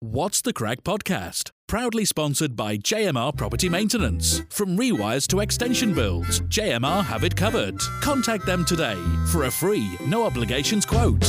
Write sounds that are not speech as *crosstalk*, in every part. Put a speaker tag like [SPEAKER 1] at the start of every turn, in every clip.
[SPEAKER 1] What's the Crack podcast? Proudly sponsored by JMR Property Maintenance. From rewires to extension builds, JMR have it covered. Contact them today for a free, no obligations quote.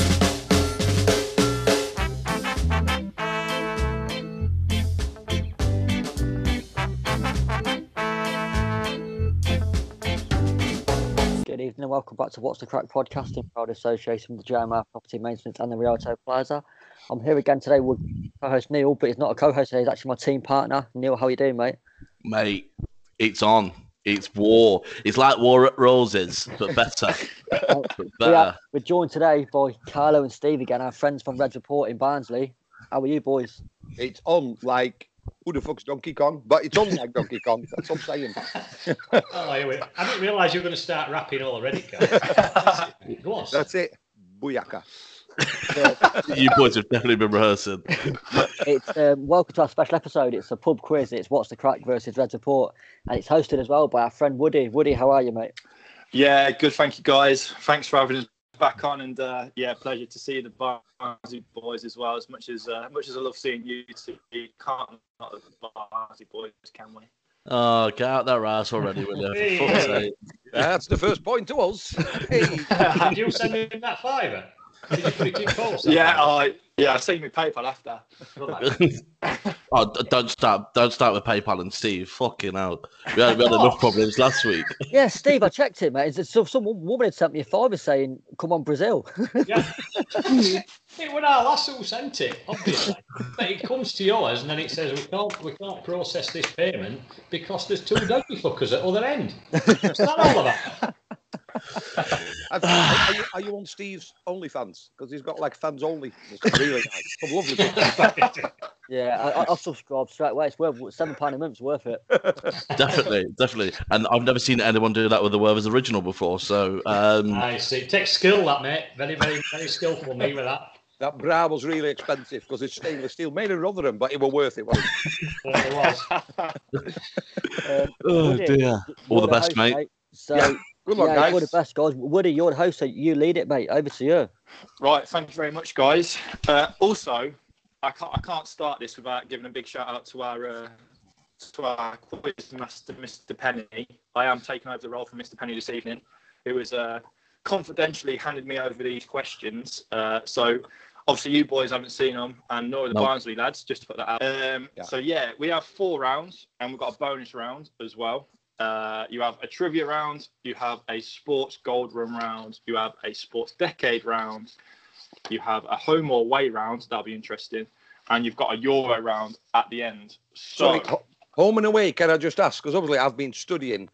[SPEAKER 2] Good evening and welcome back to What's the Crack podcast in proud association with JMR Property Maintenance and the Rialto Plaza. I'm here again today with co-host Neil, but he's not a co-host today, he's actually my team partner. Neil, how you doing, mate?
[SPEAKER 3] mate, it's on. It's war. It's like War at Roses, but better. *laughs*
[SPEAKER 2] Oh, We
[SPEAKER 3] better.
[SPEAKER 2] are, we're joined today by Carlo and Steve again, our friends from Reds Report in Barnsley. How are you boys?
[SPEAKER 4] It's on like who the fuck's Donkey Kong? But it's on like Donkey Kong. That's what I'm saying.
[SPEAKER 5] Oh, here we I didn't realise you were going to start rapping already,
[SPEAKER 6] *laughs*
[SPEAKER 5] Carl. Go on.
[SPEAKER 4] That's it. Booyaka.
[SPEAKER 3] You boys have definitely been rehearsing.
[SPEAKER 2] uh, It's um, welcome to our special episode. It's a pub quiz. It's What's the Crack versus Reds Report, and it's hosted as well by our friend Woody. Woody, how are you, mate?
[SPEAKER 6] Yeah, good. Thank you, guys. Thanks for having us back on, and uh, yeah, pleasure to see the Barnsley boys as well. As much as uh, much as I love seeing you two, we can't not have the Barnsley boys, can we?
[SPEAKER 3] Oh, get out that ass already, will you? For fuck's sake.
[SPEAKER 4] That's the first point to us. Hey.
[SPEAKER 5] Did you send me that fiver? Did you put it in post?
[SPEAKER 6] Yeah, I yeah, I see me PayPal after. *laughs*
[SPEAKER 3] oh, d- don't start. Don't start with PayPal and Steve. Fucking hell. We had, we had enough problems last week.
[SPEAKER 2] Yeah, Steve, I checked it, mate. It's- it's- Some, some woman had sent me a fiver saying, "Come on, Brazil."
[SPEAKER 5] Yeah. it was our lass who sent it, obviously. But it comes to yours, and then it says we can't we can't process this payment because there's two dodgy fuckers at other end. Is that all about?
[SPEAKER 4] Have- are, you, are you on Steve's OnlyFans? Because he's got like fans only. It's really nice. Some lovely. pictures.
[SPEAKER 2] Yeah, I, I- I'll subscribe straight away. It's worth seven pound a month's worth it.
[SPEAKER 3] definitely, definitely. And I've never seen anyone do that with the Werther's original before. So,
[SPEAKER 6] Hmm.
[SPEAKER 3] um,
[SPEAKER 5] I see. It takes skill, that mate. Very, very, very skillful me with that.
[SPEAKER 4] That bra was really expensive because it's stainless steel, made in Rotherham, but it was worth it. wasn't it?
[SPEAKER 5] Well, it was.
[SPEAKER 2] Um,
[SPEAKER 3] oh
[SPEAKER 2] Woody,
[SPEAKER 3] dear. All
[SPEAKER 2] you're
[SPEAKER 3] the best,
[SPEAKER 2] host,
[SPEAKER 3] mate.
[SPEAKER 2] So
[SPEAKER 4] Yeah, Good luck,
[SPEAKER 2] yeah, you're the
[SPEAKER 4] guys.
[SPEAKER 2] best, guys. Woody, you're the host, so you lead it, mate. Over to you.
[SPEAKER 6] Right, thank you very much, guys. Uh, also, I can't I can't start this without giving a big shout out to our uh, to our quiz master, Mr. Penny. I am taking over the role from Mr. Penny this evening, who has uh, confidentially handed me over these questions. Uh, so. Obviously, you boys haven't seen them, and nor the
[SPEAKER 3] No.
[SPEAKER 6] Barnsley lads. Just to put that out. Um,
[SPEAKER 4] Yeah.
[SPEAKER 6] So yeah, we have four rounds, and we've got a bonus round as well. Uh, you have a trivia round, you have a sports gold run round, you have a sports decade round, you have a home or away round, that'll be interesting, and you've got a Euro round at the end. So,
[SPEAKER 4] Sorry, ho- Home and Away, can I just ask? Because obviously I've been studying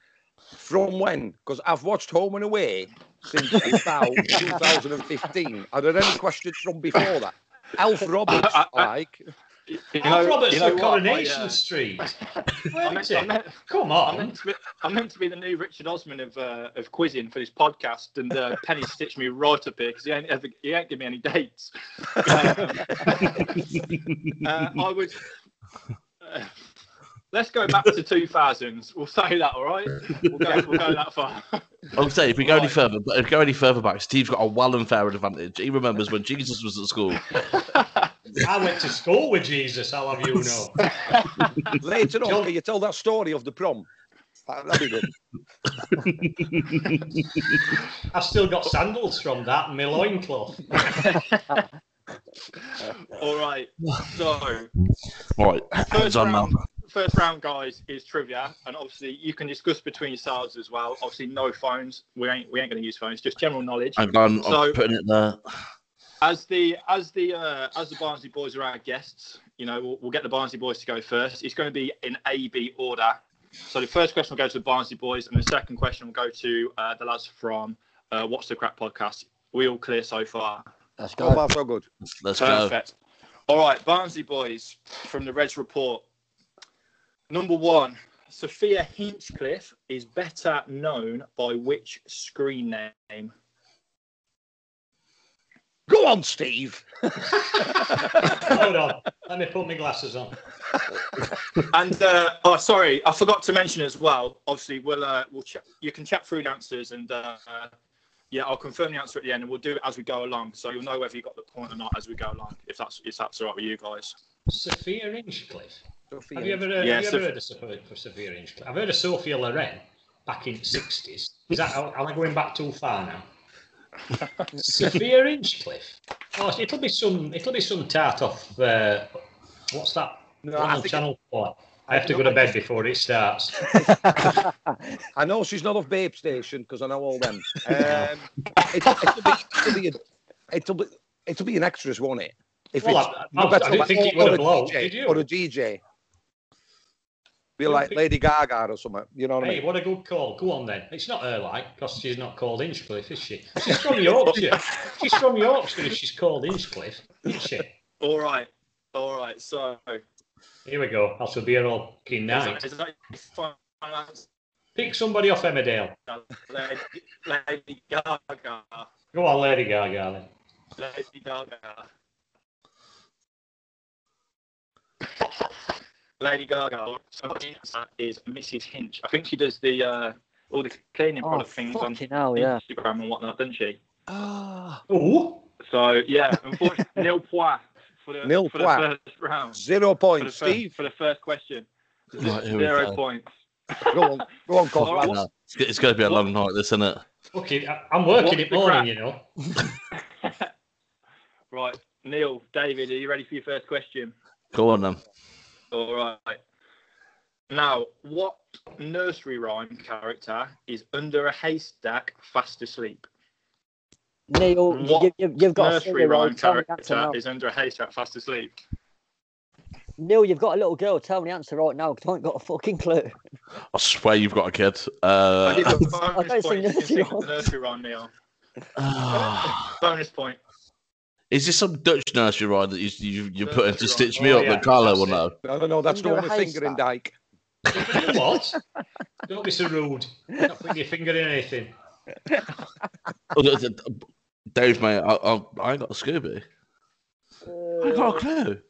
[SPEAKER 4] from when? Because I've watched Home and Away since
[SPEAKER 6] *laughs*
[SPEAKER 4] about 2015. Are there any questions from before that?
[SPEAKER 6] *laughs*
[SPEAKER 4] Alf Roberts,
[SPEAKER 6] I- I-
[SPEAKER 4] like.
[SPEAKER 6] you know-
[SPEAKER 5] Al Roberts
[SPEAKER 6] you know
[SPEAKER 5] of
[SPEAKER 6] what,
[SPEAKER 5] Coronation
[SPEAKER 6] I, uh,
[SPEAKER 5] Street.
[SPEAKER 6] I
[SPEAKER 5] Where is
[SPEAKER 6] meant, I,
[SPEAKER 5] it?
[SPEAKER 6] meant,
[SPEAKER 5] Come
[SPEAKER 6] I,
[SPEAKER 5] on.
[SPEAKER 6] meant to be, I meant to be the new Richard Osman of uh, of quizzing for this podcast, and uh, Penny stitched me right up here because he ain't ever he ain't give me any dates. Um, uh, I would. Uh, let's go back to 2000s. We'll say that, all right? We'll go, we'll go that far. *laughs*
[SPEAKER 3] I'll say if we go any
[SPEAKER 6] Right.
[SPEAKER 3] further, but if we go any further back, Steve's got a well and fair advantage. He remembers when Jesus was at school.
[SPEAKER 5] I went to school with Jesus. I'll have you know.
[SPEAKER 4] Later on,
[SPEAKER 5] John-
[SPEAKER 4] can you tell that story of the prom? That- That'd
[SPEAKER 6] *laughs*
[SPEAKER 4] be good.
[SPEAKER 5] I've still got sandals from that and my loincloth.
[SPEAKER 6] all right. So,
[SPEAKER 3] All right, hands
[SPEAKER 6] first
[SPEAKER 3] on now.
[SPEAKER 6] round, first round, guys, is trivia, and obviously you can discuss between yourselves as well. Obviously, no phones. We ain't we ain't going to use phones. Just general knowledge.
[SPEAKER 3] I'm gone. I'm
[SPEAKER 6] So-
[SPEAKER 3] putting it there.
[SPEAKER 6] As the as the uh, as the Barnsley boys are our guests, you know we'll, we'll get the Barnsley boys to go first. It's going to be in A B order. So the first question will go to the Barnsley boys, and the second question will go to uh, the lads from uh, What's the Crack podcast. We all clear so far.
[SPEAKER 2] Let's go.
[SPEAKER 4] So far, Oh, so good.
[SPEAKER 3] Let's, let's go.
[SPEAKER 6] Perfect. All right, Barnsley boys from the Reds report. Number one, Sophia Hinchcliffe is better known by which screen name?
[SPEAKER 4] Go on, Steve.
[SPEAKER 5] Hold on. Let me put my glasses on.
[SPEAKER 6] And uh, oh, sorry, I forgot to mention as well. Obviously, we'll uh, we'll ch- you can chat through the answers, and uh, Yeah, I'll confirm the answer at the end, and we'll do it as we go along. So you'll know whether you got the point or not as we go along. If that's if that's all right with you guys.
[SPEAKER 5] Sophia Inchcliffe.
[SPEAKER 4] Sophia.
[SPEAKER 5] Have you ever heard,
[SPEAKER 6] Yeah,
[SPEAKER 5] have you
[SPEAKER 6] Soph-
[SPEAKER 5] ever heard of Sophia, of Sophia Inchcliffe? I've heard of Sophia Loren back in the 60s. Is that, am I going back too
[SPEAKER 4] *laughs*
[SPEAKER 5] far now? Sophia Inchcliffe. Oh, it'll be some. It'll be some tart off. Uh, what's that?
[SPEAKER 4] No, I
[SPEAKER 5] One on
[SPEAKER 4] think-
[SPEAKER 5] channel four. I have to go to bed before it starts.
[SPEAKER 4] I know she's not off Babe Station because I know all
[SPEAKER 6] *laughs*
[SPEAKER 4] them. Um, it, it'll, be, it'll, be a, it'll be it'll be an extras, won't it? If
[SPEAKER 5] Well,
[SPEAKER 4] it's-
[SPEAKER 5] I-
[SPEAKER 4] you
[SPEAKER 5] Oh, I- I
[SPEAKER 4] better
[SPEAKER 5] didn't
[SPEAKER 4] like-
[SPEAKER 5] think it
[SPEAKER 4] or
[SPEAKER 5] would
[SPEAKER 4] a
[SPEAKER 5] have blown,
[SPEAKER 4] DJ,
[SPEAKER 5] did you?
[SPEAKER 4] Or a DJ. Be like
[SPEAKER 5] think-
[SPEAKER 4] Lady Gaga or something. You know what
[SPEAKER 5] Hey,
[SPEAKER 3] *gasps*
[SPEAKER 4] I mean?
[SPEAKER 5] what a good call. Go on then. It's not her like, because she's not called Inchcliffe, is she? She's from Yorkshire. she's from Yorkshire if she's called Inchcliffe, isn't she?
[SPEAKER 6] All right, all right. So
[SPEAKER 5] Here we go. That should be her all fucking
[SPEAKER 6] is
[SPEAKER 5] night.
[SPEAKER 6] that- is that your final answer?
[SPEAKER 5] Pick somebody off Emmerdale.
[SPEAKER 6] Lady, Lady Gaga.
[SPEAKER 5] Go on, Lady Gaga then.
[SPEAKER 6] Lady Gaga. Lady Gaga. So the answer is Mrs. Hinch. I think she does the uh, all the cleaning
[SPEAKER 2] Oh,
[SPEAKER 6] product things on
[SPEAKER 2] fucking hell, yeah.
[SPEAKER 6] Instagram and whatnot, doesn't she?
[SPEAKER 3] Ah.
[SPEAKER 5] Oh,
[SPEAKER 6] So yeah,
[SPEAKER 2] *laughs*
[SPEAKER 6] unfortunately, nil point for the,
[SPEAKER 4] Nil
[SPEAKER 6] for the
[SPEAKER 4] point.
[SPEAKER 6] first round.
[SPEAKER 4] Zero
[SPEAKER 6] For the,
[SPEAKER 4] points,
[SPEAKER 5] uh,
[SPEAKER 6] first,
[SPEAKER 4] Steve.
[SPEAKER 6] for the first question,
[SPEAKER 3] Right, here we
[SPEAKER 6] zero
[SPEAKER 3] go.
[SPEAKER 6] points.
[SPEAKER 4] Go on, go on, Cos,
[SPEAKER 6] Alright.
[SPEAKER 4] lads.
[SPEAKER 3] No, it's, it's going to be a long night, this, isn't it?
[SPEAKER 5] fucking. I- I'm working
[SPEAKER 6] What's
[SPEAKER 5] it
[SPEAKER 6] the
[SPEAKER 5] morning,
[SPEAKER 6] crack?
[SPEAKER 5] you know.
[SPEAKER 6] Right, Neil, David, are you ready for your first question?
[SPEAKER 3] Go on then.
[SPEAKER 6] All right. Now, what nursery rhyme character is under a haystack fast asleep?
[SPEAKER 2] Neil,
[SPEAKER 6] What
[SPEAKER 2] you, you, you've got a
[SPEAKER 6] nursery
[SPEAKER 2] three-year-old. Tell
[SPEAKER 6] rhyme
[SPEAKER 2] me the answer
[SPEAKER 6] character
[SPEAKER 2] now.
[SPEAKER 6] is under a haystack fast asleep.
[SPEAKER 2] Neil, you've got a little girl. Tell me the answer right now. 'cause I ain't got a fucking clue.
[SPEAKER 3] I swear you've got a kid.
[SPEAKER 6] *laughs* I give
[SPEAKER 3] Uh,
[SPEAKER 6] a
[SPEAKER 2] don't see
[SPEAKER 6] bonus point. You can
[SPEAKER 2] nursery
[SPEAKER 6] think of the *laughs*
[SPEAKER 2] rhymes.
[SPEAKER 6] nursery rhyme, Neil. Bonus point.
[SPEAKER 3] *sighs* is this some Dutch nursery rhyme that you you, you put in to
[SPEAKER 6] Nursery
[SPEAKER 3] stitch
[SPEAKER 6] rhyme.
[SPEAKER 3] me
[SPEAKER 6] Oh,
[SPEAKER 3] up
[SPEAKER 6] yeah,
[SPEAKER 3] that Carlo
[SPEAKER 6] that's
[SPEAKER 3] will
[SPEAKER 6] it.
[SPEAKER 3] know?
[SPEAKER 4] No, no, no, that's the
[SPEAKER 2] Under
[SPEAKER 4] one
[SPEAKER 2] a
[SPEAKER 4] with finger in
[SPEAKER 2] haystack.
[SPEAKER 4] Dyke.
[SPEAKER 5] You know what? Don't be so rude. Not putting your finger in anything.
[SPEAKER 3] Oh, th- th- Dave, mate, I, I, I ain't got a Scooby. I ain't got a clue.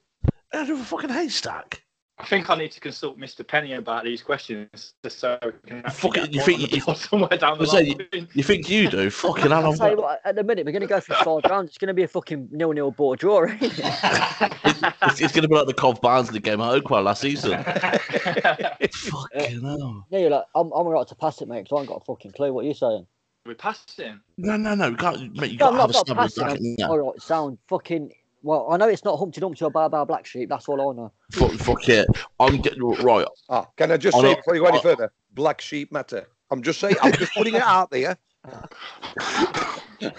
[SPEAKER 3] I do a fucking haystack.
[SPEAKER 6] I think I need to consult Mr. Penny about these questions just so we can actually
[SPEAKER 3] Fuck it,
[SPEAKER 6] get
[SPEAKER 3] you
[SPEAKER 6] one
[SPEAKER 3] think-
[SPEAKER 6] on the board somewhere down the
[SPEAKER 3] I say,
[SPEAKER 6] line.
[SPEAKER 3] You think
[SPEAKER 2] *laughs*
[SPEAKER 3] you do? Fucking hell,
[SPEAKER 2] I'll
[SPEAKER 3] I'm
[SPEAKER 2] tell you what, at the minute, we're going to go for four rounds. It's going to be a fucking nil-nil board draw, ain't *laughs* it?
[SPEAKER 3] It's, it's going to be like the Cov Barnsley game at Oakwell last season.
[SPEAKER 2] *laughs*
[SPEAKER 6] *laughs*
[SPEAKER 3] Fucking hell.
[SPEAKER 2] Neil, like, I'm, I'm right to pass it, mate, because I ain't got a fucking clue what you're saying.
[SPEAKER 6] we passed him.
[SPEAKER 3] No, no, no. You can't, mate, you
[SPEAKER 2] No,
[SPEAKER 3] got
[SPEAKER 2] I'm
[SPEAKER 3] to
[SPEAKER 2] not,
[SPEAKER 3] have
[SPEAKER 2] I'm
[SPEAKER 3] a
[SPEAKER 2] not
[SPEAKER 3] stab
[SPEAKER 2] passing.
[SPEAKER 3] at that.
[SPEAKER 2] I'm,
[SPEAKER 3] yeah.
[SPEAKER 2] All right, sound fucking... Well, I know it's not Humpty Dumpty or Bar Bar Black Sheep. That's all I know.
[SPEAKER 3] Fuck, fuck it. I'm getting right.
[SPEAKER 4] Ah, can I just
[SPEAKER 3] Oh,
[SPEAKER 4] say
[SPEAKER 3] no.
[SPEAKER 4] before you go any
[SPEAKER 3] Oh.
[SPEAKER 4] further, black sheep matter. I'm just saying, I'm just putting it out
[SPEAKER 5] *laughs*
[SPEAKER 4] there.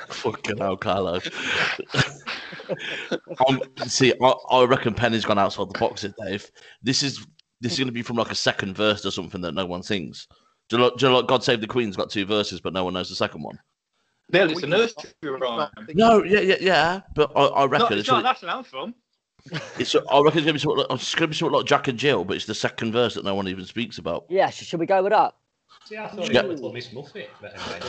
[SPEAKER 3] Fucking hell, Carlo. I'm, see, I, I reckon Penny's gone outside the box here, Dave. This is this is going to be from like a second verse or something that no one sings. Do you, like, do you like God Save the Queen's got two verses, but no one knows the second one?
[SPEAKER 6] Neil, it's a nursery rhyme.
[SPEAKER 3] No, yeah, yeah, yeah. But I, I
[SPEAKER 6] Not,
[SPEAKER 3] reckon
[SPEAKER 6] it's
[SPEAKER 3] it's,
[SPEAKER 6] not a
[SPEAKER 3] really-
[SPEAKER 6] national anthem.
[SPEAKER 3] it's, I reckon it's going to be sort of, like- it's going to be sort of like Jack and Jill, but it's the second verse that no one even speaks about.
[SPEAKER 2] Yeah, sh- should we go with that?
[SPEAKER 5] See, I thought
[SPEAKER 3] Yeah.
[SPEAKER 5] it was Little Miss Muffet. But anyway,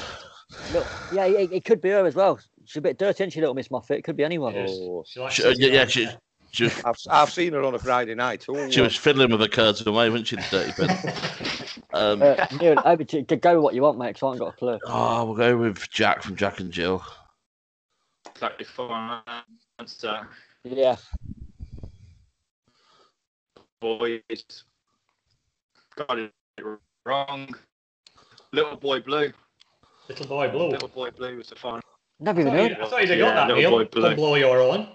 [SPEAKER 2] Look, yeah, it, it could be her as well. She's a bit dirty, isn't she, little Miss Moffat? It could be anyone.
[SPEAKER 5] it is.
[SPEAKER 4] Oh.
[SPEAKER 5] She likes
[SPEAKER 3] She,
[SPEAKER 5] to-
[SPEAKER 3] uh, yeah, yeah, she, she, was-
[SPEAKER 4] I've, I've seen her on a Friday night. Oh,
[SPEAKER 3] she was fiddling with her curds away, wasn't she, the dirty bit? *laughs* Um,
[SPEAKER 2] Uh, Neil, *laughs* over to, to go with what you want, mate, because I ain't got a clue.
[SPEAKER 3] oh, we'll go with Jack from Jack and Jill.
[SPEAKER 6] Exactly fine answer,
[SPEAKER 2] Yeah.
[SPEAKER 6] boys. Got it wrong. Little boy blue.
[SPEAKER 5] Little boy blue.
[SPEAKER 6] Little boy blue was the final.
[SPEAKER 2] Never even
[SPEAKER 5] I
[SPEAKER 2] heard.
[SPEAKER 5] thought you'd- I thought you'd have
[SPEAKER 6] Yeah,
[SPEAKER 5] got that,
[SPEAKER 6] little
[SPEAKER 5] Neil.
[SPEAKER 6] boy blue.
[SPEAKER 5] Don't blow your horn.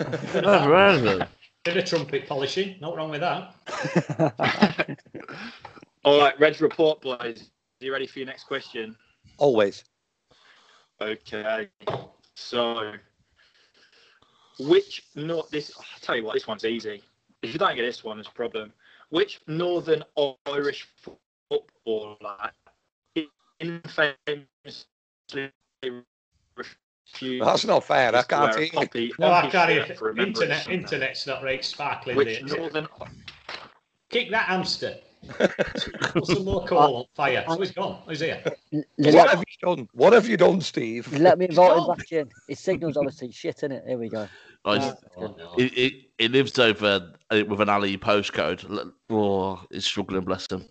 [SPEAKER 3] Never heard of them.
[SPEAKER 5] Bit of trumpet polishing. Not wrong with that.
[SPEAKER 6] All right, Reg report, boys. Are you ready for your next question?
[SPEAKER 4] always.
[SPEAKER 6] Okay. So, which not this? I tell you what, this one's easy. If you don't get this one, it's a problem. Which Northern Irish footballer infamously refused?
[SPEAKER 4] That's not fair. I
[SPEAKER 6] to wear
[SPEAKER 4] can't
[SPEAKER 6] a
[SPEAKER 4] eat.
[SPEAKER 6] poppy
[SPEAKER 5] No,
[SPEAKER 6] on
[SPEAKER 5] Oh, I
[SPEAKER 6] his
[SPEAKER 5] can't.
[SPEAKER 6] shirt
[SPEAKER 5] Even,
[SPEAKER 6] uh, for remembrance
[SPEAKER 5] internet,
[SPEAKER 6] Sunday?
[SPEAKER 5] internet's not very sparkling.
[SPEAKER 6] Which
[SPEAKER 5] is it?
[SPEAKER 6] Northern?
[SPEAKER 5] Kick that hamster.
[SPEAKER 6] *laughs*
[SPEAKER 5] Put some more coal on fire. So he's gone. He's here.
[SPEAKER 6] *laughs*
[SPEAKER 2] *laughs*
[SPEAKER 4] What
[SPEAKER 2] Let,
[SPEAKER 4] have you done? What have you done, Steve?
[SPEAKER 2] let me invite him back in. His signal's obviously shit, innit? Here we go.
[SPEAKER 3] I
[SPEAKER 2] Uh,
[SPEAKER 5] Oh, no.
[SPEAKER 3] It, it, it lives over uh, with an alley postcode. L- Oh, it's struggling, bless him.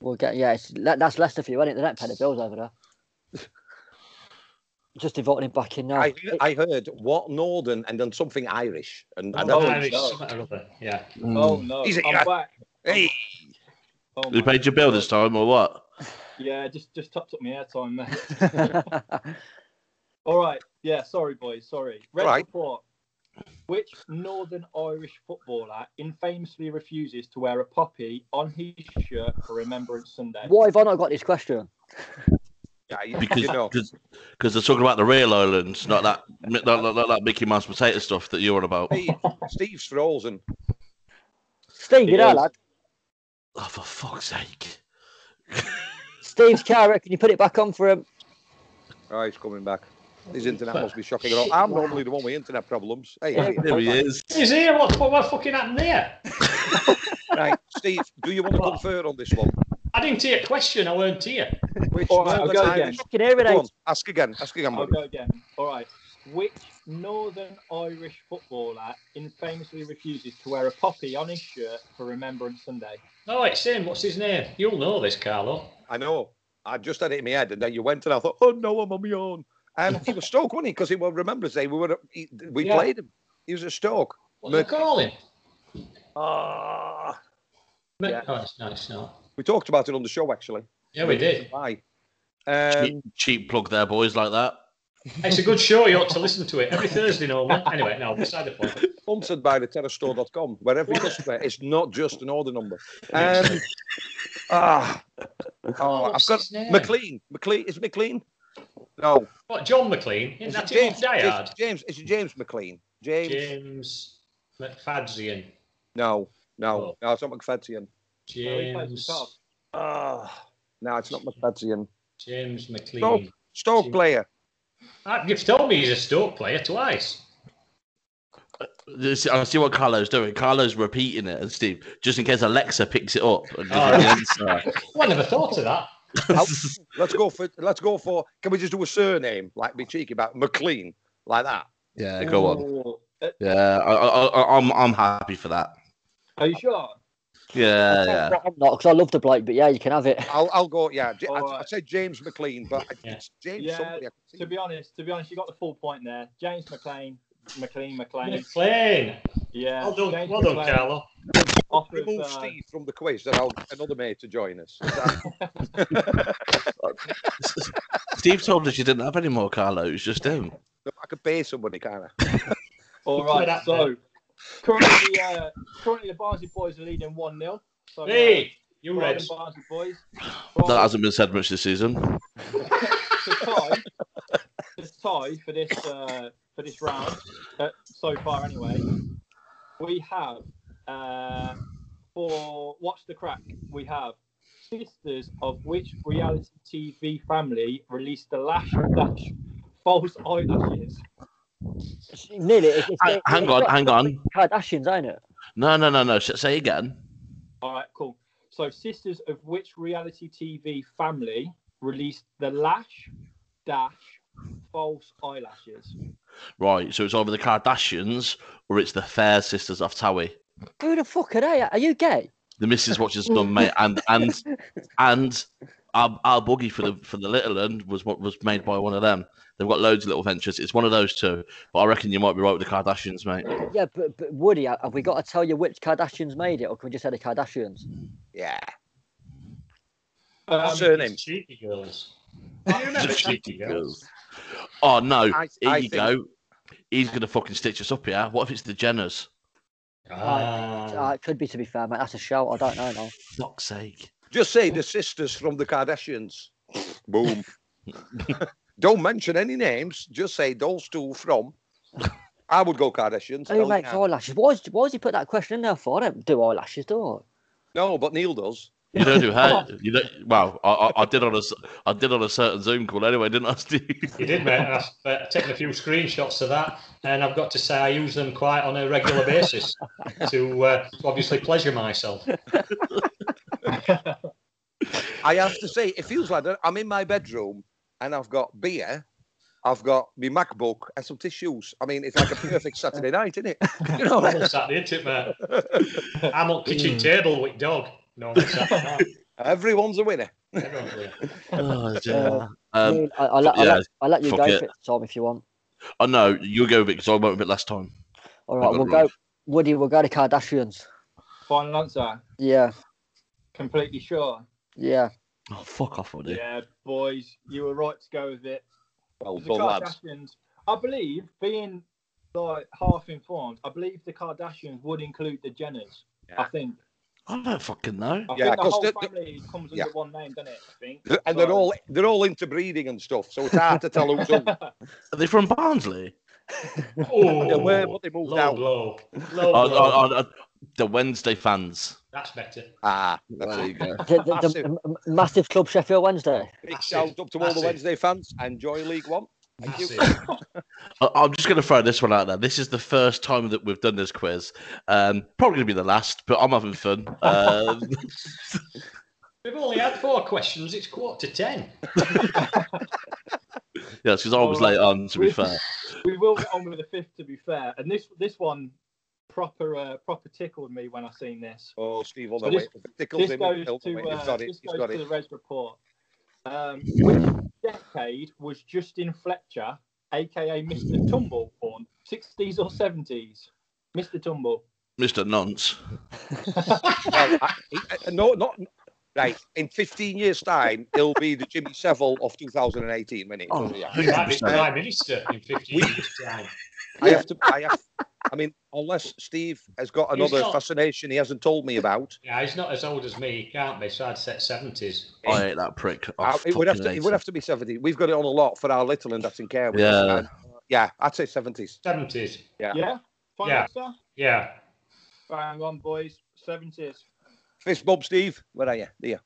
[SPEAKER 2] We'll get, yeah, it's, Le- that's Leicester for you, isn't it? They don't pay the bills over there. just inviting him back in now.
[SPEAKER 4] I, I heard what Northern and then something Irish. And, and
[SPEAKER 6] Oh,
[SPEAKER 4] then-
[SPEAKER 5] Irish,
[SPEAKER 6] no.
[SPEAKER 5] something or other. Yeah.
[SPEAKER 6] Oh no,
[SPEAKER 4] He's a-
[SPEAKER 6] I'm back.
[SPEAKER 4] hey,
[SPEAKER 6] Oh,
[SPEAKER 3] You
[SPEAKER 6] my
[SPEAKER 3] paid your bill this time or what?
[SPEAKER 6] Yeah, just just topped up my airtime there.
[SPEAKER 2] It-
[SPEAKER 6] *laughs*
[SPEAKER 2] *laughs*
[SPEAKER 6] All right. Yeah, sorry, boys. Sorry. Red
[SPEAKER 4] Right.
[SPEAKER 6] report. Which Northern Irish footballer infamously refuses to wear a poppy on his shirt for Remembrance Sunday?
[SPEAKER 2] Why have I not got this question?
[SPEAKER 4] yeah, you,
[SPEAKER 3] Because
[SPEAKER 4] you
[SPEAKER 6] *laughs*
[SPEAKER 4] know,
[SPEAKER 3] cause, 'cause they're talking about the real islands, not that not, not, not that Mickey Mouse potato stuff that you're on about.
[SPEAKER 4] Steve, Steve Strolzen.
[SPEAKER 2] Steve, you
[SPEAKER 6] It
[SPEAKER 2] know,
[SPEAKER 6] is.
[SPEAKER 2] lad.
[SPEAKER 3] Oh, for fuck's sake!
[SPEAKER 2] Steve's car, can you put it back on for him?
[SPEAKER 4] Oh, he's coming back. His internet must be shocking. I'm normally the one with internet problems. Hey, hey,
[SPEAKER 3] There he is.
[SPEAKER 5] He's here. What, what, what fucking happened there?
[SPEAKER 4] right, Steve, do you want to confer on this one?
[SPEAKER 5] I didn't hear a question. I weren't here.
[SPEAKER 4] Which
[SPEAKER 6] All right, I'll
[SPEAKER 4] Northern
[SPEAKER 6] go again.
[SPEAKER 4] Irish?
[SPEAKER 2] Fucking hear it,
[SPEAKER 4] Go on,
[SPEAKER 2] ain't.
[SPEAKER 4] ask again. Ask again.
[SPEAKER 6] I'll
[SPEAKER 4] buddy.
[SPEAKER 6] go again. All right. Which Northern Irish footballer infamously refuses to wear a poppy on his shirt for Remembrance Sunday?
[SPEAKER 5] No, it's him. What's his name? You'll know this, Carlo.
[SPEAKER 4] I know. I just had it in my head, and then you went, and I thought, oh no, I'm on my own. And he was Stoke, wasn't he? Because he was Remembrance Day. We were he, we
[SPEAKER 5] Yeah.
[SPEAKER 4] played him. He was at Stoke.
[SPEAKER 5] What do they call him?
[SPEAKER 4] Ah,
[SPEAKER 5] Mc-
[SPEAKER 4] Yeah.
[SPEAKER 5] Oh, it's, no, it's not.
[SPEAKER 4] we talked about it on the show actually.
[SPEAKER 5] Yeah, we did.
[SPEAKER 4] Why? Um,
[SPEAKER 3] cheap, cheap plug there, boys, like that.
[SPEAKER 5] It's a good show. You ought to listen to it every Thursday, normally. Anyway, no, beside the point.
[SPEAKER 4] sponsored by the terrorstore.com, where every customer is not just an order number. Um, ah, oh, I've
[SPEAKER 5] What's
[SPEAKER 4] got
[SPEAKER 5] his name?
[SPEAKER 4] McLean. McLean is it McLean? No,
[SPEAKER 5] What, John McLean? Isn't
[SPEAKER 4] Is
[SPEAKER 5] that
[SPEAKER 4] it
[SPEAKER 5] James
[SPEAKER 4] James,
[SPEAKER 5] Diard?
[SPEAKER 4] James, James, is it James McLean? James?
[SPEAKER 5] James McFadzian.
[SPEAKER 4] No, no,
[SPEAKER 5] Oh.
[SPEAKER 4] no, it's not McFadzean.
[SPEAKER 6] Oh, he plays
[SPEAKER 5] James,
[SPEAKER 6] himself.
[SPEAKER 4] Ah, no, it's not McFadzean.
[SPEAKER 5] James McLean.
[SPEAKER 4] Stoke, Stoke
[SPEAKER 5] Jim-
[SPEAKER 4] player.
[SPEAKER 5] Ah, You've told me he's a Stoke player twice.
[SPEAKER 3] This- I see what Carlo's doing. Carlo's repeating it, and Steve, just in case Alexa picks it up. And
[SPEAKER 5] Oh,
[SPEAKER 3] gives her the
[SPEAKER 5] Well, Oh, I never thought of that.
[SPEAKER 3] answer.
[SPEAKER 4] Let's go for. Let's go for. Can we just do a surname? Like be cheeky about McLean, like that.
[SPEAKER 3] *laughs* yeah, go on.
[SPEAKER 6] Ooh. Uh,
[SPEAKER 3] Yeah, I, I, I, I'm I'm happy for that.
[SPEAKER 6] Are you sure?
[SPEAKER 3] Yeah, yeah.
[SPEAKER 2] *laughs* I'm not, because I love the bloke, but yeah, you can have it.
[SPEAKER 4] I'll, I'll go. Yeah, J- I, I
[SPEAKER 6] Alright.
[SPEAKER 4] said James McLean, but I-
[SPEAKER 5] Yeah.
[SPEAKER 4] it's James
[SPEAKER 6] Yeah,
[SPEAKER 4] somebody. I can
[SPEAKER 6] To be honest, to be honest, you got the full point there. James McLean, McLean, McLean.
[SPEAKER 5] McLean.
[SPEAKER 6] Yeah.
[SPEAKER 5] Well done,
[SPEAKER 6] James
[SPEAKER 5] well done
[SPEAKER 6] McLean,
[SPEAKER 5] Carlo.
[SPEAKER 6] off of,
[SPEAKER 4] remove
[SPEAKER 6] uh,
[SPEAKER 4] Steve from the quiz, then I'll get another mate to join us. Is that- *laughs*
[SPEAKER 3] Steve told us you didn't have any more, Carlo. It was just him.
[SPEAKER 4] I could pay somebody, kind of.
[SPEAKER 6] All
[SPEAKER 5] Look at
[SPEAKER 6] right,
[SPEAKER 5] that,
[SPEAKER 6] so currently, uh, currently the Barnsley boys are leading 1 0. So,
[SPEAKER 5] Hey,
[SPEAKER 6] uh,
[SPEAKER 5] you
[SPEAKER 6] right,
[SPEAKER 5] Reds.
[SPEAKER 6] the Barnsley boys.
[SPEAKER 3] That hasn't been said much this season.
[SPEAKER 6] to tie, to tie for this uh, for this round uh, so far anyway. We have uh, for what's the crack? We have sisters of which reality TV family released the lash dash false eyelashes?
[SPEAKER 2] It's Nearly. It's, it's,
[SPEAKER 3] Hang- Uh, hang on, hang on.
[SPEAKER 2] Kardashians, ain't it?
[SPEAKER 3] No, no, no, no. Sh- Say again.
[SPEAKER 6] All right, cool. So sisters of which reality TV family released the lash dash false eyelashes?
[SPEAKER 3] Right, so it's either the Kardashians or it's the Fair Sisters of Towie.
[SPEAKER 2] Who the fuck are they? Are you gay?
[SPEAKER 3] The missus watches Sun, *laughs* mate, and and and our, our boogie for the for the little end was what was made by one of them. They've got loads of little ventures. It's one of those two, but I reckon you might be right with the Kardashians, mate.
[SPEAKER 2] Yeah, but, but Woody, have we got to tell you which Kardashians made it, or can we just say the Kardashians?
[SPEAKER 4] Yeah.
[SPEAKER 6] Um,
[SPEAKER 4] Surname.
[SPEAKER 5] Cheeky girls. Do you remember Cheeky girls?
[SPEAKER 3] Oh no,
[SPEAKER 4] I-
[SPEAKER 3] here
[SPEAKER 4] I
[SPEAKER 3] you
[SPEAKER 4] think-
[SPEAKER 3] go. He's gonna fucking stitch us up here. What if it's the Jenners?
[SPEAKER 2] Uh,
[SPEAKER 3] Hmm.
[SPEAKER 5] Ah,
[SPEAKER 2] it could be, to be fair, mate. That's a shout. I don't know. No.
[SPEAKER 3] Fuck's sake!
[SPEAKER 4] Just say the sisters from the Kardashians. *laughs* Boom. don't mention any names. Just say those two from. I would go Kardashians.
[SPEAKER 2] Who
[SPEAKER 4] Ellie
[SPEAKER 2] makes
[SPEAKER 4] Khan.
[SPEAKER 2] eyelashes? Why, is, why has he put that question in there for? I don't do eyelashes, do
[SPEAKER 4] No, but Neil does.
[SPEAKER 3] You don't do hair. You don't. Well, I, I, I did on a s- I did on a certain Zoom call anyway, didn't I, Steve?
[SPEAKER 5] you did, mate. and I've uh, taken a few screenshots of that, and I've got to say I use them quite on a
[SPEAKER 4] *laughs*
[SPEAKER 5] regular basis to, uh, to obviously pleasure myself.
[SPEAKER 4] I have to say, it feels like that I'm in my bedroom and I've got beer, I've got my MacBook and some tissues. I mean, it's like a perfect Saturday night, isn't it? *laughs* You know, Hmm.
[SPEAKER 5] Normal Saturday, isn't it, mate? I'm on kitchen table with dog. Normal Saturday. night.
[SPEAKER 4] Everyone's a winner.
[SPEAKER 5] Everyone's
[SPEAKER 4] *laughs*
[SPEAKER 5] winning.
[SPEAKER 3] *laughs* Oh, dear.
[SPEAKER 2] Uh,
[SPEAKER 3] um,
[SPEAKER 2] Neil, I, I, let- I,
[SPEAKER 3] yeah,
[SPEAKER 2] let, I let you
[SPEAKER 3] fuck
[SPEAKER 2] go
[SPEAKER 3] it.
[SPEAKER 2] for it, Tom, if you want.
[SPEAKER 3] oh no, you go because I went a bit last time.
[SPEAKER 2] All right,
[SPEAKER 3] got
[SPEAKER 2] we'll
[SPEAKER 3] it
[SPEAKER 2] go.
[SPEAKER 3] wrong.
[SPEAKER 2] Woody, we'll go to Kardashians.
[SPEAKER 6] Final answer.
[SPEAKER 2] Yeah,
[SPEAKER 6] Completely sure.
[SPEAKER 2] yeah.
[SPEAKER 3] Oh fuck off, Woody.
[SPEAKER 6] Yeah, boys, you were right to go with it.
[SPEAKER 4] Well
[SPEAKER 6] The
[SPEAKER 4] done, lads.
[SPEAKER 6] Kardashians, I believe, being like half informed, I believe the Kardashians would include the Jenners. I
[SPEAKER 4] Yeah.
[SPEAKER 6] think.
[SPEAKER 3] I don't fucking know.
[SPEAKER 6] I
[SPEAKER 4] Yeah,
[SPEAKER 6] think the
[SPEAKER 4] 'cause
[SPEAKER 6] whole
[SPEAKER 4] the- the-
[SPEAKER 6] family comes under
[SPEAKER 4] yeah.
[SPEAKER 6] one name, doesn't it? I
[SPEAKER 4] *laughs*
[SPEAKER 6] think.
[SPEAKER 4] And
[SPEAKER 6] So-
[SPEAKER 4] they're all they're all interbreeding and stuff, so it's hard to tell who's who.
[SPEAKER 3] Are they from Barnsley?
[SPEAKER 5] Oh,
[SPEAKER 4] They were, but they moved
[SPEAKER 5] low
[SPEAKER 4] out.
[SPEAKER 5] blow.
[SPEAKER 3] Oh,
[SPEAKER 5] Low
[SPEAKER 3] oh,
[SPEAKER 5] blow.
[SPEAKER 3] oh, oh, the Wednesday fans.
[SPEAKER 5] That's better.
[SPEAKER 4] Ah, there you go.
[SPEAKER 2] The, the- the m- m- massive club Sheffield Wednesday.
[SPEAKER 4] Big
[SPEAKER 5] That's
[SPEAKER 4] shout
[SPEAKER 5] it.
[SPEAKER 4] up to all the
[SPEAKER 5] That's it.
[SPEAKER 4] Wednesday fans. Enjoy League One. Thank you.
[SPEAKER 5] That's it.
[SPEAKER 3] I- I'm just going to throw this one out there. This is the first time that we've done this quiz. Um, probably going to be the last, but I'm having *laughs* fun. Um,
[SPEAKER 5] We've only had four questions. It's quarter to ten.
[SPEAKER 3] yeah, because I was late on. To be fair,
[SPEAKER 6] *laughs* we will get on with the fifth, to be fair. And this this one proper uh, proper tickled me when I seen this.
[SPEAKER 4] Oh, Steve, on
[SPEAKER 6] So
[SPEAKER 4] the
[SPEAKER 6] this-
[SPEAKER 4] way. Tickles
[SPEAKER 6] This
[SPEAKER 4] him.
[SPEAKER 6] goes
[SPEAKER 4] He'll
[SPEAKER 6] to,
[SPEAKER 4] He's
[SPEAKER 6] uh,
[SPEAKER 4] got it.
[SPEAKER 6] this
[SPEAKER 4] He's got
[SPEAKER 6] goes to
[SPEAKER 4] it.
[SPEAKER 6] the Res report. Um, which decade was Justin Fletcher, aka Mr. Tumble, born? 60s or 70s? Mr. Tumble.
[SPEAKER 3] Mr. Nonce.
[SPEAKER 4] *laughs* Well, I- he- uh, no, not right. In 15 years' time, he'll be the Jimmy Seville of 2018, won't he?
[SPEAKER 2] Oh,
[SPEAKER 4] So, yeah.
[SPEAKER 5] He might be prime minister in fifteen years' time.
[SPEAKER 4] I have to. I have. I mean, unless Steve has got
[SPEAKER 5] He's
[SPEAKER 4] another
[SPEAKER 5] got-
[SPEAKER 4] fascination he hasn't told me about,
[SPEAKER 5] Yeah, he's not as old as me. He can't be. So I'd set seventies.
[SPEAKER 3] I hate that prick. I
[SPEAKER 4] uh, it would have to.
[SPEAKER 3] fucking
[SPEAKER 4] It
[SPEAKER 3] hate
[SPEAKER 4] would have to be 70. We've got it on a lot for our little and that's in care. with
[SPEAKER 3] Yeah.
[SPEAKER 4] us, and, uh, yeah, I'd say 70s.
[SPEAKER 5] Seventies.
[SPEAKER 4] Yeah.
[SPEAKER 6] Yeah? Final
[SPEAKER 5] Yeah.
[SPEAKER 6] answer?
[SPEAKER 5] Yeah.
[SPEAKER 6] Bang on, boys. 70s.
[SPEAKER 4] Fist bump, Steve. Where are you? There.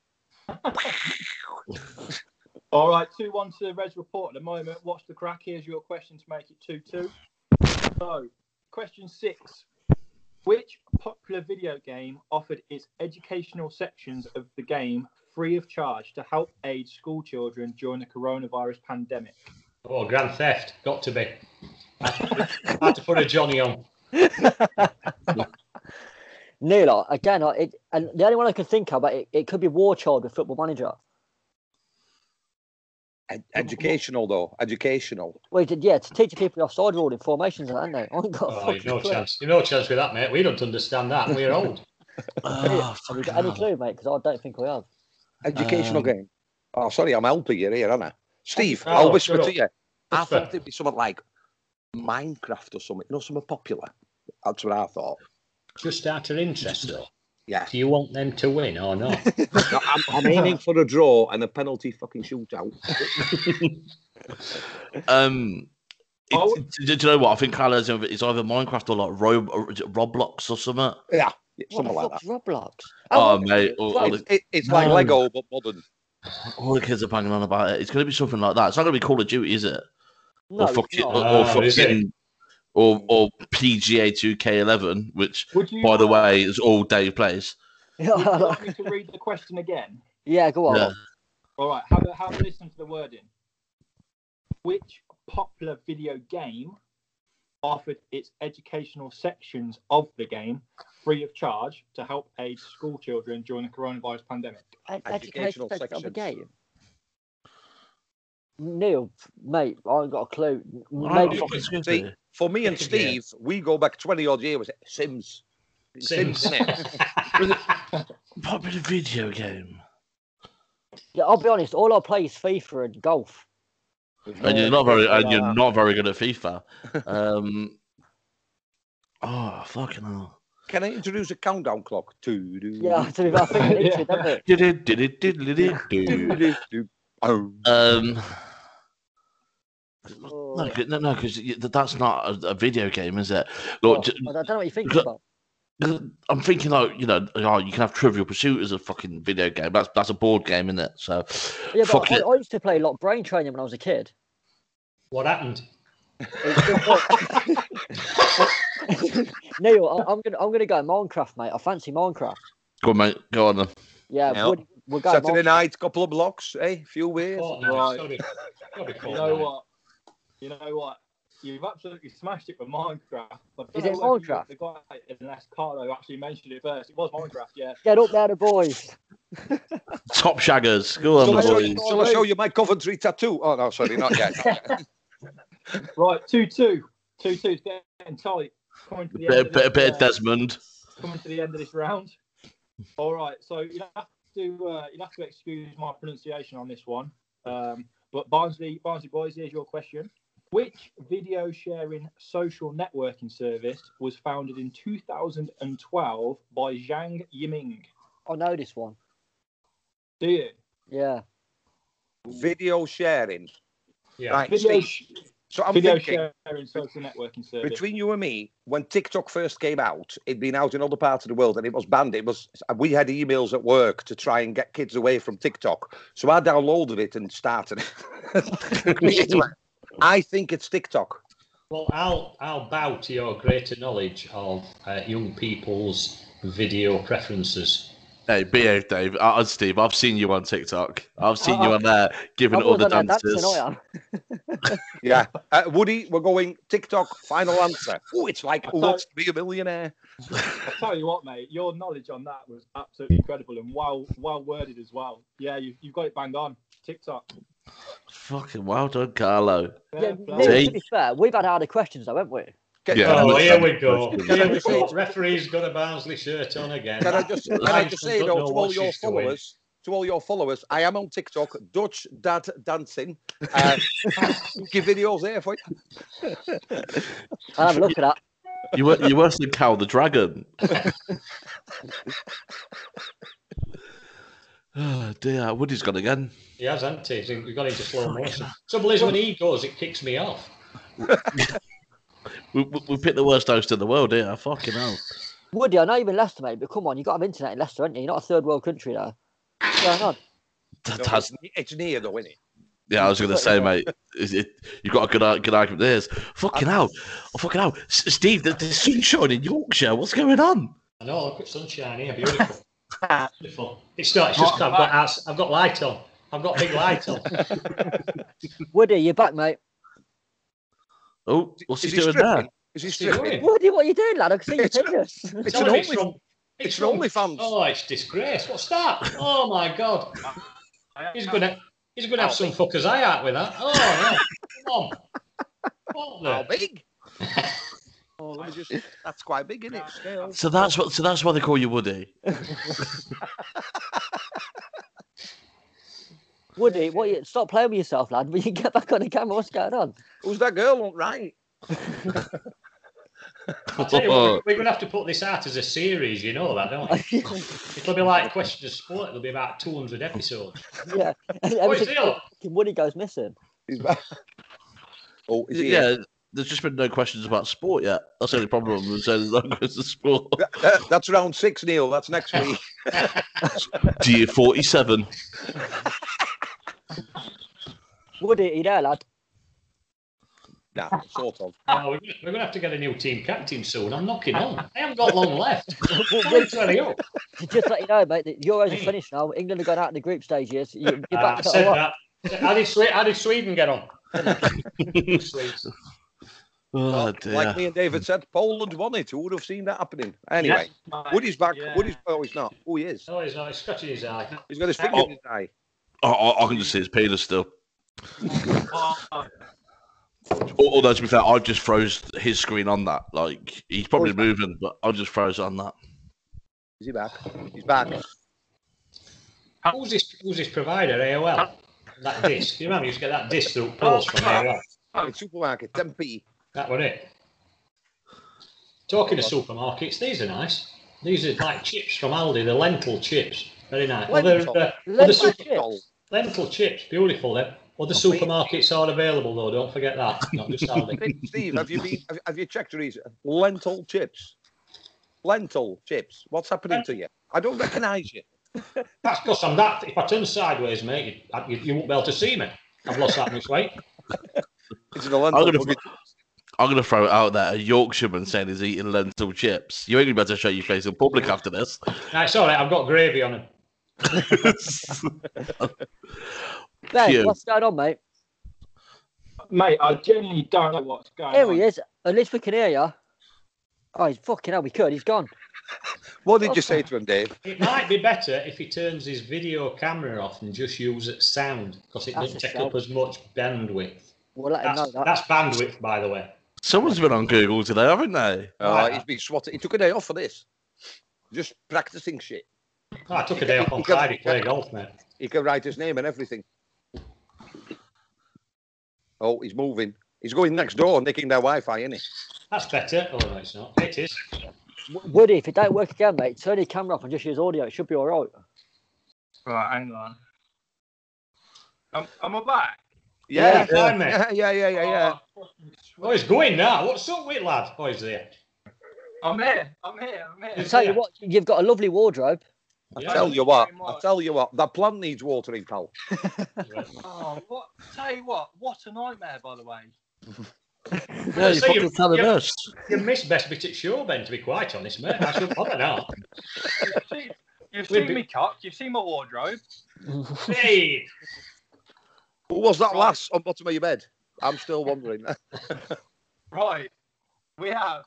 [SPEAKER 6] All right, 2 1 to the Res Report at the moment. What's the crack? Here's your question to make it 2 2. So, question six Which popular video game offered its educational sections of the game free of charge to help aid school children during the coronavirus pandemic?
[SPEAKER 5] Oh, Grand Theft. Got to be. I had to put a Johnny on.
[SPEAKER 2] Neil, I- again, I, it, and the only one I can think of, but it, it could be War Child with Football Manager.
[SPEAKER 4] Ed- educational though. Educational.
[SPEAKER 2] Well, he did, yeah, to teach people offside rule in formations, aren't they? *laughs* I ain't got a
[SPEAKER 5] Oh,
[SPEAKER 2] fucking
[SPEAKER 5] you've no
[SPEAKER 2] clue.
[SPEAKER 5] chance. You've no chance with that, mate. We don't understand that. We're old.
[SPEAKER 3] that. Oh,
[SPEAKER 2] Have you
[SPEAKER 3] fucking
[SPEAKER 2] got any
[SPEAKER 3] hell.
[SPEAKER 2] clue, mate? Because I don't think I have.
[SPEAKER 4] Educational
[SPEAKER 3] Um,
[SPEAKER 4] game. Oh, sorry, I'm helping you here, aren't I? Steve,
[SPEAKER 5] Oh,
[SPEAKER 4] I'll whisper
[SPEAKER 5] shut
[SPEAKER 4] to
[SPEAKER 5] up.
[SPEAKER 4] you. I
[SPEAKER 5] Whisper.
[SPEAKER 4] thought it'd be something like Minecraft or something. You know, something popular. That's what I thought.
[SPEAKER 5] Just out of interest, though.
[SPEAKER 4] Yeah.
[SPEAKER 5] Do you want them to win or not?
[SPEAKER 4] No, I'm,
[SPEAKER 3] *laughs*
[SPEAKER 4] I'm aiming for a draw and a penalty fucking shootout.
[SPEAKER 3] Um, it-
[SPEAKER 6] Oh.
[SPEAKER 3] do, do you know what? I think Carl is it's either Minecraft or like Ro- Roblox or something.
[SPEAKER 4] Yeah,
[SPEAKER 2] What the
[SPEAKER 4] something like
[SPEAKER 2] fuck's
[SPEAKER 4] that.
[SPEAKER 2] Roblox?
[SPEAKER 3] Oh,
[SPEAKER 2] okay.
[SPEAKER 3] mate, all, all
[SPEAKER 4] It's,
[SPEAKER 3] the,
[SPEAKER 4] it- it's like
[SPEAKER 3] No.
[SPEAKER 4] Lego but modern.
[SPEAKER 3] all the kids are banging on about it. It's going to be something like that. It's not going to be Call of Duty, is it?
[SPEAKER 2] No,
[SPEAKER 3] or
[SPEAKER 2] it's
[SPEAKER 3] fucking,
[SPEAKER 2] not.
[SPEAKER 3] or, *laughs* or
[SPEAKER 5] Oh, is it?
[SPEAKER 3] fucking, or, or PGA 2K11, which,
[SPEAKER 6] Would you,
[SPEAKER 3] by the
[SPEAKER 6] like-
[SPEAKER 3] way, is all day plays.
[SPEAKER 6] would you like me to read the question again?
[SPEAKER 2] yeah, go on.
[SPEAKER 3] Yeah.
[SPEAKER 6] All right, have a, have a listen to the wording. Which popular video game offered its educational sections of the game free of charge to help aid school children during the coronavirus pandemic?
[SPEAKER 2] Ed-
[SPEAKER 4] Educational
[SPEAKER 2] educational section E-, of the
[SPEAKER 4] sections.
[SPEAKER 2] game. Neil, mate, I ain't got a clue.
[SPEAKER 3] I
[SPEAKER 2] Maybe
[SPEAKER 3] don't fucking
[SPEAKER 4] See,
[SPEAKER 3] see.
[SPEAKER 4] for me and
[SPEAKER 5] Yeah.
[SPEAKER 4] Steve, we go back 20 odd years. Was it Sims?
[SPEAKER 5] Sims. *laughs*
[SPEAKER 4] innit?
[SPEAKER 3] Popular video game.
[SPEAKER 2] Yeah, I'll be honest. All I play is FIFA and golf.
[SPEAKER 3] And you're not very, and
[SPEAKER 4] Yeah.
[SPEAKER 3] you're not very good at FIFA. Um, oh fucking hell.
[SPEAKER 5] *laughs*
[SPEAKER 4] Can I introduce a countdown clock? Doo-doo.
[SPEAKER 2] Yeah, *laughs* to be fair, I think
[SPEAKER 3] *laughs*
[SPEAKER 2] I need to, don't it?
[SPEAKER 3] Did it, did it, did it, did it, do.
[SPEAKER 4] Doo-doo, doo. Oh.
[SPEAKER 3] Um,
[SPEAKER 2] Oh,
[SPEAKER 3] no, 'cause- no, no, because that's not a, a video game, is it?
[SPEAKER 2] oh,
[SPEAKER 3] Look, j-
[SPEAKER 2] I don't know what you think
[SPEAKER 3] look-
[SPEAKER 2] about.
[SPEAKER 3] I'm thinking like you know, oh, you can have Trivial Pursuit as a fucking video game. That's that's a board game, isn't it? So,
[SPEAKER 2] Yeah,
[SPEAKER 3] fuck
[SPEAKER 2] but I,
[SPEAKER 3] it.
[SPEAKER 2] I used to play a lot of brain training when I was a kid.
[SPEAKER 5] what happened?
[SPEAKER 2] Neil, I, I'm gonna I'm gonna go Minecraft, mate. I fancy Minecraft.
[SPEAKER 3] Go on, mate. Go on. *laughs* Then.
[SPEAKER 2] Yeah,
[SPEAKER 4] Neil,
[SPEAKER 2] we'll, we'll go.
[SPEAKER 4] Saturday
[SPEAKER 2] Minecraft.
[SPEAKER 4] night, couple of blocks, eh? few ways.
[SPEAKER 5] Fortnite.
[SPEAKER 6] Right.
[SPEAKER 5] It's gotta be- it's gotta be
[SPEAKER 6] You know
[SPEAKER 5] Fortnite.
[SPEAKER 6] what? You know what? You've absolutely smashed it with Minecraft. I don't
[SPEAKER 2] Is
[SPEAKER 6] know
[SPEAKER 2] it
[SPEAKER 6] whether you
[SPEAKER 2] Minecraft?
[SPEAKER 6] got The guy unless Carlo actually mentioned it first. It was Minecraft, yeah.
[SPEAKER 2] Get up there, the boys.
[SPEAKER 3] Top shaggers. Go on,
[SPEAKER 4] Shall I,
[SPEAKER 3] my
[SPEAKER 4] show
[SPEAKER 3] boys.
[SPEAKER 4] you, shall I show you my Coventry tattoo? Oh no, sorry, not yet.
[SPEAKER 6] Right, 2 2. 2 2 is getting tight. Coming to the, end
[SPEAKER 3] Bit, bit,
[SPEAKER 6] of this,
[SPEAKER 3] bit
[SPEAKER 6] uh,
[SPEAKER 3] of Desmond.
[SPEAKER 6] coming to the end of this round. All right, so you'll have to uh, you'll have to excuse my pronunciation on this one. Um, but Barnsley, Barnsley boys, here's your question: Which video sharing social networking service was founded in 2012 by Zhang Yiming?
[SPEAKER 2] I know this one.
[SPEAKER 6] Do you?
[SPEAKER 2] Yeah.
[SPEAKER 4] Video sharing.
[SPEAKER 5] Yeah.
[SPEAKER 4] Right.
[SPEAKER 6] Video,
[SPEAKER 4] Steve, so I'm
[SPEAKER 6] video
[SPEAKER 4] thinking
[SPEAKER 6] sharing social networking service.
[SPEAKER 4] between you and me, when TikTok first came out, it'd been out in other parts of the world and it was banned. It was we had emails at work to try and get kids away from TikTok. So I downloaded it and started *laughs* it. I think it's TikTok.
[SPEAKER 5] Well, I'll I'll bow to your greater knowledge of uh, young people's video preferences.
[SPEAKER 3] Hey, behave, Dave. Uh, uh, Steve, I've seen you on TikTok. I've seen you
[SPEAKER 2] Uh,
[SPEAKER 3] on there giving
[SPEAKER 2] I'm
[SPEAKER 3] all the
[SPEAKER 2] on that
[SPEAKER 3] dances.
[SPEAKER 2] dancing, I am.
[SPEAKER 4] Yeah. Uh, Woody, we're going TikTok, final answer. Oh, it's like let's be a millionaire.
[SPEAKER 6] I tell you what, mate, your knowledge on that was absolutely incredible and well well worded as well. Yeah, you, you've got it banged on. TikTok.
[SPEAKER 3] Fucking well done, Carlo.
[SPEAKER 2] Yeah,
[SPEAKER 6] Fair play.
[SPEAKER 2] Neil,
[SPEAKER 3] See?
[SPEAKER 2] to be fair, we've had harder questions though, haven't we?
[SPEAKER 4] Can,
[SPEAKER 3] Yeah.
[SPEAKER 4] can I
[SPEAKER 5] Oh,
[SPEAKER 4] just-
[SPEAKER 5] here we go.
[SPEAKER 3] Can
[SPEAKER 5] Here
[SPEAKER 4] I
[SPEAKER 5] we
[SPEAKER 4] just
[SPEAKER 5] go.
[SPEAKER 4] say-
[SPEAKER 5] Referee's got a Barnsley shirt on again.
[SPEAKER 4] Can I just can I just say
[SPEAKER 5] Don't
[SPEAKER 4] though
[SPEAKER 5] know
[SPEAKER 4] to
[SPEAKER 5] what
[SPEAKER 4] all your
[SPEAKER 5] she's doing.
[SPEAKER 4] followers, to all your followers, I am on TikTok, Dutch Dad Dancing. Uh, *laughs* give videos there for you.
[SPEAKER 2] I'll have a look at that.
[SPEAKER 3] You were you worse than Cal the
[SPEAKER 4] *laughs*
[SPEAKER 3] Dragon. oh dear, Woody's gone again.
[SPEAKER 5] He has, hasn't he? So We've gone into slow motion. Trouble is, when he goes, it kicks me off.
[SPEAKER 3] We, we, we picked the worst host in the world here. Fucking hell.
[SPEAKER 2] Woody, I know you've been Leicester, mate, but come on, you got to have internet in Leicester, haven't you? You're not a third world country there. What's going on?
[SPEAKER 3] That,
[SPEAKER 4] No, it's,
[SPEAKER 3] that's,
[SPEAKER 4] it's near though, isn't it?
[SPEAKER 3] yeah, I was going to say, mate, is it, you've got a good, ar- good argument there. Fucking hell. Oh, fucking hell. S- Steve, the, the sun's shining in Yorkshire. What's going on?
[SPEAKER 5] I know, look at sunshine here. Beautiful. Beautiful. It's not, it's just
[SPEAKER 7] Hot
[SPEAKER 5] 'cause I've got, ass- I've got light on. I've got big light on.
[SPEAKER 2] Woody, you're back, mate.
[SPEAKER 3] Oh, what's
[SPEAKER 4] Is
[SPEAKER 3] he
[SPEAKER 4] he
[SPEAKER 3] doing there?
[SPEAKER 4] stripping? Is he
[SPEAKER 5] What's he
[SPEAKER 4] stripping?
[SPEAKER 5] doing?
[SPEAKER 2] Woody, what are you doing, lad? I can see your
[SPEAKER 3] *laughs*
[SPEAKER 4] It's a-
[SPEAKER 2] penis.
[SPEAKER 4] It's
[SPEAKER 5] Tell
[SPEAKER 4] an
[SPEAKER 5] him it's
[SPEAKER 4] only.
[SPEAKER 5] from-
[SPEAKER 4] It's an
[SPEAKER 5] from-
[SPEAKER 4] OnlyFans.
[SPEAKER 5] Oh, it's disgrace. What's that? Oh, my God. He's going to he's gonna have some fuckers eye out with that. Oh, no. Come on. What
[SPEAKER 4] How
[SPEAKER 5] the?
[SPEAKER 4] big? Oh, let me just, that's quite big, isn't it? Scale.
[SPEAKER 3] So that's what. So that's why they call you Woody.
[SPEAKER 2] Woody, what are you, stop playing with yourself, lad. *laughs* Will you get back on the camera? What's going on? *laughs*
[SPEAKER 4] Who's that girl? Right.
[SPEAKER 5] I tell you what, we're going to have to put this out as a series, you know that, don't we? It'll be like Question of Sport. It'll be about 200 episodes.
[SPEAKER 2] yeah. And
[SPEAKER 5] Oh,
[SPEAKER 2] every
[SPEAKER 5] it's
[SPEAKER 2] single
[SPEAKER 5] Neil.
[SPEAKER 2] fucking Woody goes missing.
[SPEAKER 4] He's back. *laughs* Oh, is he
[SPEAKER 3] Yeah, there's just been no questions about sport yet. That's the only problem. So there's no questions of
[SPEAKER 4] *laughs*
[SPEAKER 3] sport.
[SPEAKER 4] here? That- that's round six, Neil.
[SPEAKER 3] *laughs*
[SPEAKER 4] That's next week.
[SPEAKER 3] Dear 47.
[SPEAKER 2] Woody, are you there, lad?
[SPEAKER 4] nah, sort of.
[SPEAKER 5] Oh, we're going to have to get a new team captain soon. I'm knocking on. I haven't got long
[SPEAKER 2] *laughs*
[SPEAKER 5] left. Time to hurry up.
[SPEAKER 2] Just to let you know, mate, the Euros are
[SPEAKER 5] Hey.
[SPEAKER 2] finished now. England have gone out in the group stages. You, you're
[SPEAKER 5] Ah,
[SPEAKER 2] back
[SPEAKER 5] I
[SPEAKER 2] to
[SPEAKER 5] said *laughs*
[SPEAKER 2] what?
[SPEAKER 5] that. How did, Swe- how did Sweden
[SPEAKER 2] *laughs*
[SPEAKER 5] get on? Swedes.
[SPEAKER 3] Oh,
[SPEAKER 4] Well,
[SPEAKER 3] dear.
[SPEAKER 4] like me and David said, Poland won it. Who would have seen that happening? Anyway,
[SPEAKER 6] Mate,
[SPEAKER 4] Woody's back.
[SPEAKER 6] yeah.
[SPEAKER 4] Woody's oh, he's not. Oh, he is.
[SPEAKER 5] No, he's not. He's scratching his eye.
[SPEAKER 4] He's got his finger in his eye.
[SPEAKER 3] I, I, I can just see his penis still.
[SPEAKER 6] Oh,
[SPEAKER 3] Al- Although, to be fair, I've just froze his screen on that. Like, he's probably moving, but I just froze on that.
[SPEAKER 4] Is he back? He's back.
[SPEAKER 5] Who's his, who's his provider, AOL? That disc. You remember, you used to get that disc through post from AOL.
[SPEAKER 4] In supermarket, E. 10p.
[SPEAKER 5] That was it. Talking of supermarkets, these are nice. These are like chips from Aldi, the lentil chips. Very nice.
[SPEAKER 4] Lentil?
[SPEAKER 5] Other, uh, other
[SPEAKER 2] Lentil
[SPEAKER 5] super-
[SPEAKER 2] chips.
[SPEAKER 5] lentil chips, beautiful. Then.
[SPEAKER 2] Oh,
[SPEAKER 5] Other supermarkets are available though, don't
[SPEAKER 2] *laughs*
[SPEAKER 5] forget that. Not just Aldi.
[SPEAKER 4] Steve, have you been? Have, have you checked these lentil chips? Lentil chips. What's happening to you? I don't recognise you.
[SPEAKER 5] That's because I'm that. If I turn sideways, mate, you, you, you won't be able to see me. I've lost that much weight.
[SPEAKER 4] Is it a
[SPEAKER 3] I'm
[SPEAKER 4] lentil?
[SPEAKER 3] going to
[SPEAKER 4] buggy?
[SPEAKER 3] I'm gonna throw it out there. A Yorkshireman saying he's eating lentil chips. You ain't going to be able to show your face in public after this.
[SPEAKER 5] No, it's all right. I've got gravy on them.
[SPEAKER 2] Ben,
[SPEAKER 3] you.
[SPEAKER 2] what's going on, mate?
[SPEAKER 6] mate, I genuinely don't know what's going
[SPEAKER 2] Here
[SPEAKER 6] on.
[SPEAKER 2] he is. At least we can hear you. Oh, he's fucking hell, we could. He's gone.
[SPEAKER 4] What did you say to him, Dave?
[SPEAKER 5] It might be better if he turns his video camera off and just uses sound because it
[SPEAKER 2] That's
[SPEAKER 5] doesn't
[SPEAKER 2] a
[SPEAKER 5] take
[SPEAKER 2] shout.
[SPEAKER 5] up as much bandwidth.
[SPEAKER 2] We'll let him know
[SPEAKER 5] That's,
[SPEAKER 2] that.
[SPEAKER 5] that's bandwidth, by the way.
[SPEAKER 3] Someone's been on Google today, haven't they?
[SPEAKER 4] Uh, he's been swatted. He took a day off for this. Just practicing shit.
[SPEAKER 5] Oh, I took a day
[SPEAKER 2] *laughs*
[SPEAKER 5] off on Friday to play golf, mate.
[SPEAKER 4] He can write his name and everything. Oh, he's moving. He's going next door, nicking their Wi-Fi, isn't he?
[SPEAKER 5] That's better. Oh no, it's not. It is.
[SPEAKER 2] W- Woody, if it don't work again, mate, turn your camera off and just use audio. It should be all right.
[SPEAKER 6] Right, hang on. Am, am I back?
[SPEAKER 5] Yeah, fine, mate.
[SPEAKER 4] yeah, yeah, yeah, yeah, yeah.
[SPEAKER 6] Oh,
[SPEAKER 5] Oh, he's going now. What's up with it, lad? Oh,
[SPEAKER 2] *laughs*
[SPEAKER 5] he's there.
[SPEAKER 6] I'm here. I'm here. I'm
[SPEAKER 2] I'll
[SPEAKER 6] here.
[SPEAKER 2] tell you what, you've got a lovely wardrobe.
[SPEAKER 5] Yeah.
[SPEAKER 4] I tell you what,
[SPEAKER 6] Very
[SPEAKER 4] I
[SPEAKER 6] much.
[SPEAKER 4] tell you what, that plant needs watering, pal.
[SPEAKER 6] Oh, what? Tell you what. What a nightmare, by the way.
[SPEAKER 3] Yeah,
[SPEAKER 5] you
[SPEAKER 3] you're
[SPEAKER 5] So you-
[SPEAKER 3] fucking
[SPEAKER 5] fucking telling
[SPEAKER 3] telling
[SPEAKER 5] you-
[SPEAKER 3] us.
[SPEAKER 5] You missed best bit at Shaw, Ben, to be quite honest, mate. I should bother now.
[SPEAKER 4] *laughs*
[SPEAKER 6] You've seen, you've
[SPEAKER 5] We'd
[SPEAKER 6] seen
[SPEAKER 5] be-
[SPEAKER 6] me cock. You've seen my wardrobe.
[SPEAKER 3] *laughs*
[SPEAKER 5] Hey,
[SPEAKER 4] Who was that
[SPEAKER 6] Right.
[SPEAKER 4] last on bottom of your bed? I'm still wondering.
[SPEAKER 6] Right. We have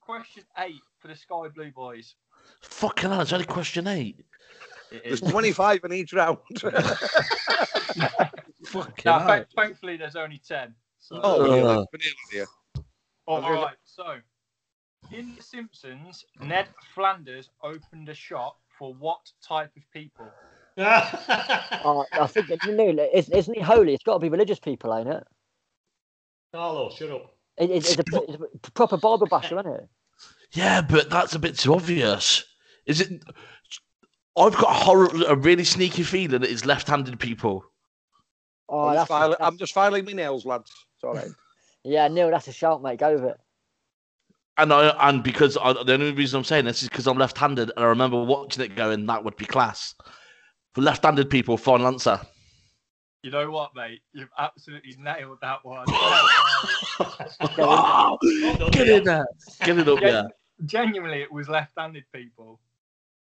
[SPEAKER 6] question eight for the Sky Blue Boys.
[SPEAKER 3] Fucking hell, it's only question eight.
[SPEAKER 4] There's 25 in
[SPEAKER 2] *laughs*
[SPEAKER 4] each round. *laughs* Oh,
[SPEAKER 3] Fucking
[SPEAKER 6] Now,
[SPEAKER 3] hell.
[SPEAKER 6] thank- thankfully, there's only ten. So.
[SPEAKER 4] oh, we're nearly-
[SPEAKER 3] Uh.
[SPEAKER 4] we're nearly there.
[SPEAKER 6] All
[SPEAKER 4] Okay.
[SPEAKER 6] right, Oh, so in The Simpsons, Ned Flanders opened a shop for what type of people?
[SPEAKER 5] Ah.
[SPEAKER 2] Uh, I think that- you know, isn't, isn't it holy? It's got to be religious people, ain't it?
[SPEAKER 5] *laughs* Carlo, shut up.
[SPEAKER 2] It- it's, it's, a, pro- it's a proper Bible basher, isn't it?
[SPEAKER 3] Yeah, but that's a bit too obvious. Is it? I've got a, horrible, a really sneaky feeling that it's left-handed people.
[SPEAKER 2] Oh,
[SPEAKER 4] I'm,
[SPEAKER 2] that's,
[SPEAKER 4] just filing,
[SPEAKER 2] that's-
[SPEAKER 4] I'm just filing my nails, lads. It's all right.
[SPEAKER 2] yeah, Neil, that's a shout, mate. Go with it.
[SPEAKER 3] And I and because I, the only reason I'm saying this is because I'm left-handed, and I remember watching it going, "That would be class." For left-handed people, final answer.
[SPEAKER 6] You know what, mate? You've absolutely nailed that one.
[SPEAKER 3] Oh, get in there, get it up
[SPEAKER 6] Yeah.
[SPEAKER 3] there.
[SPEAKER 6] Genuinely, it was left-handed people.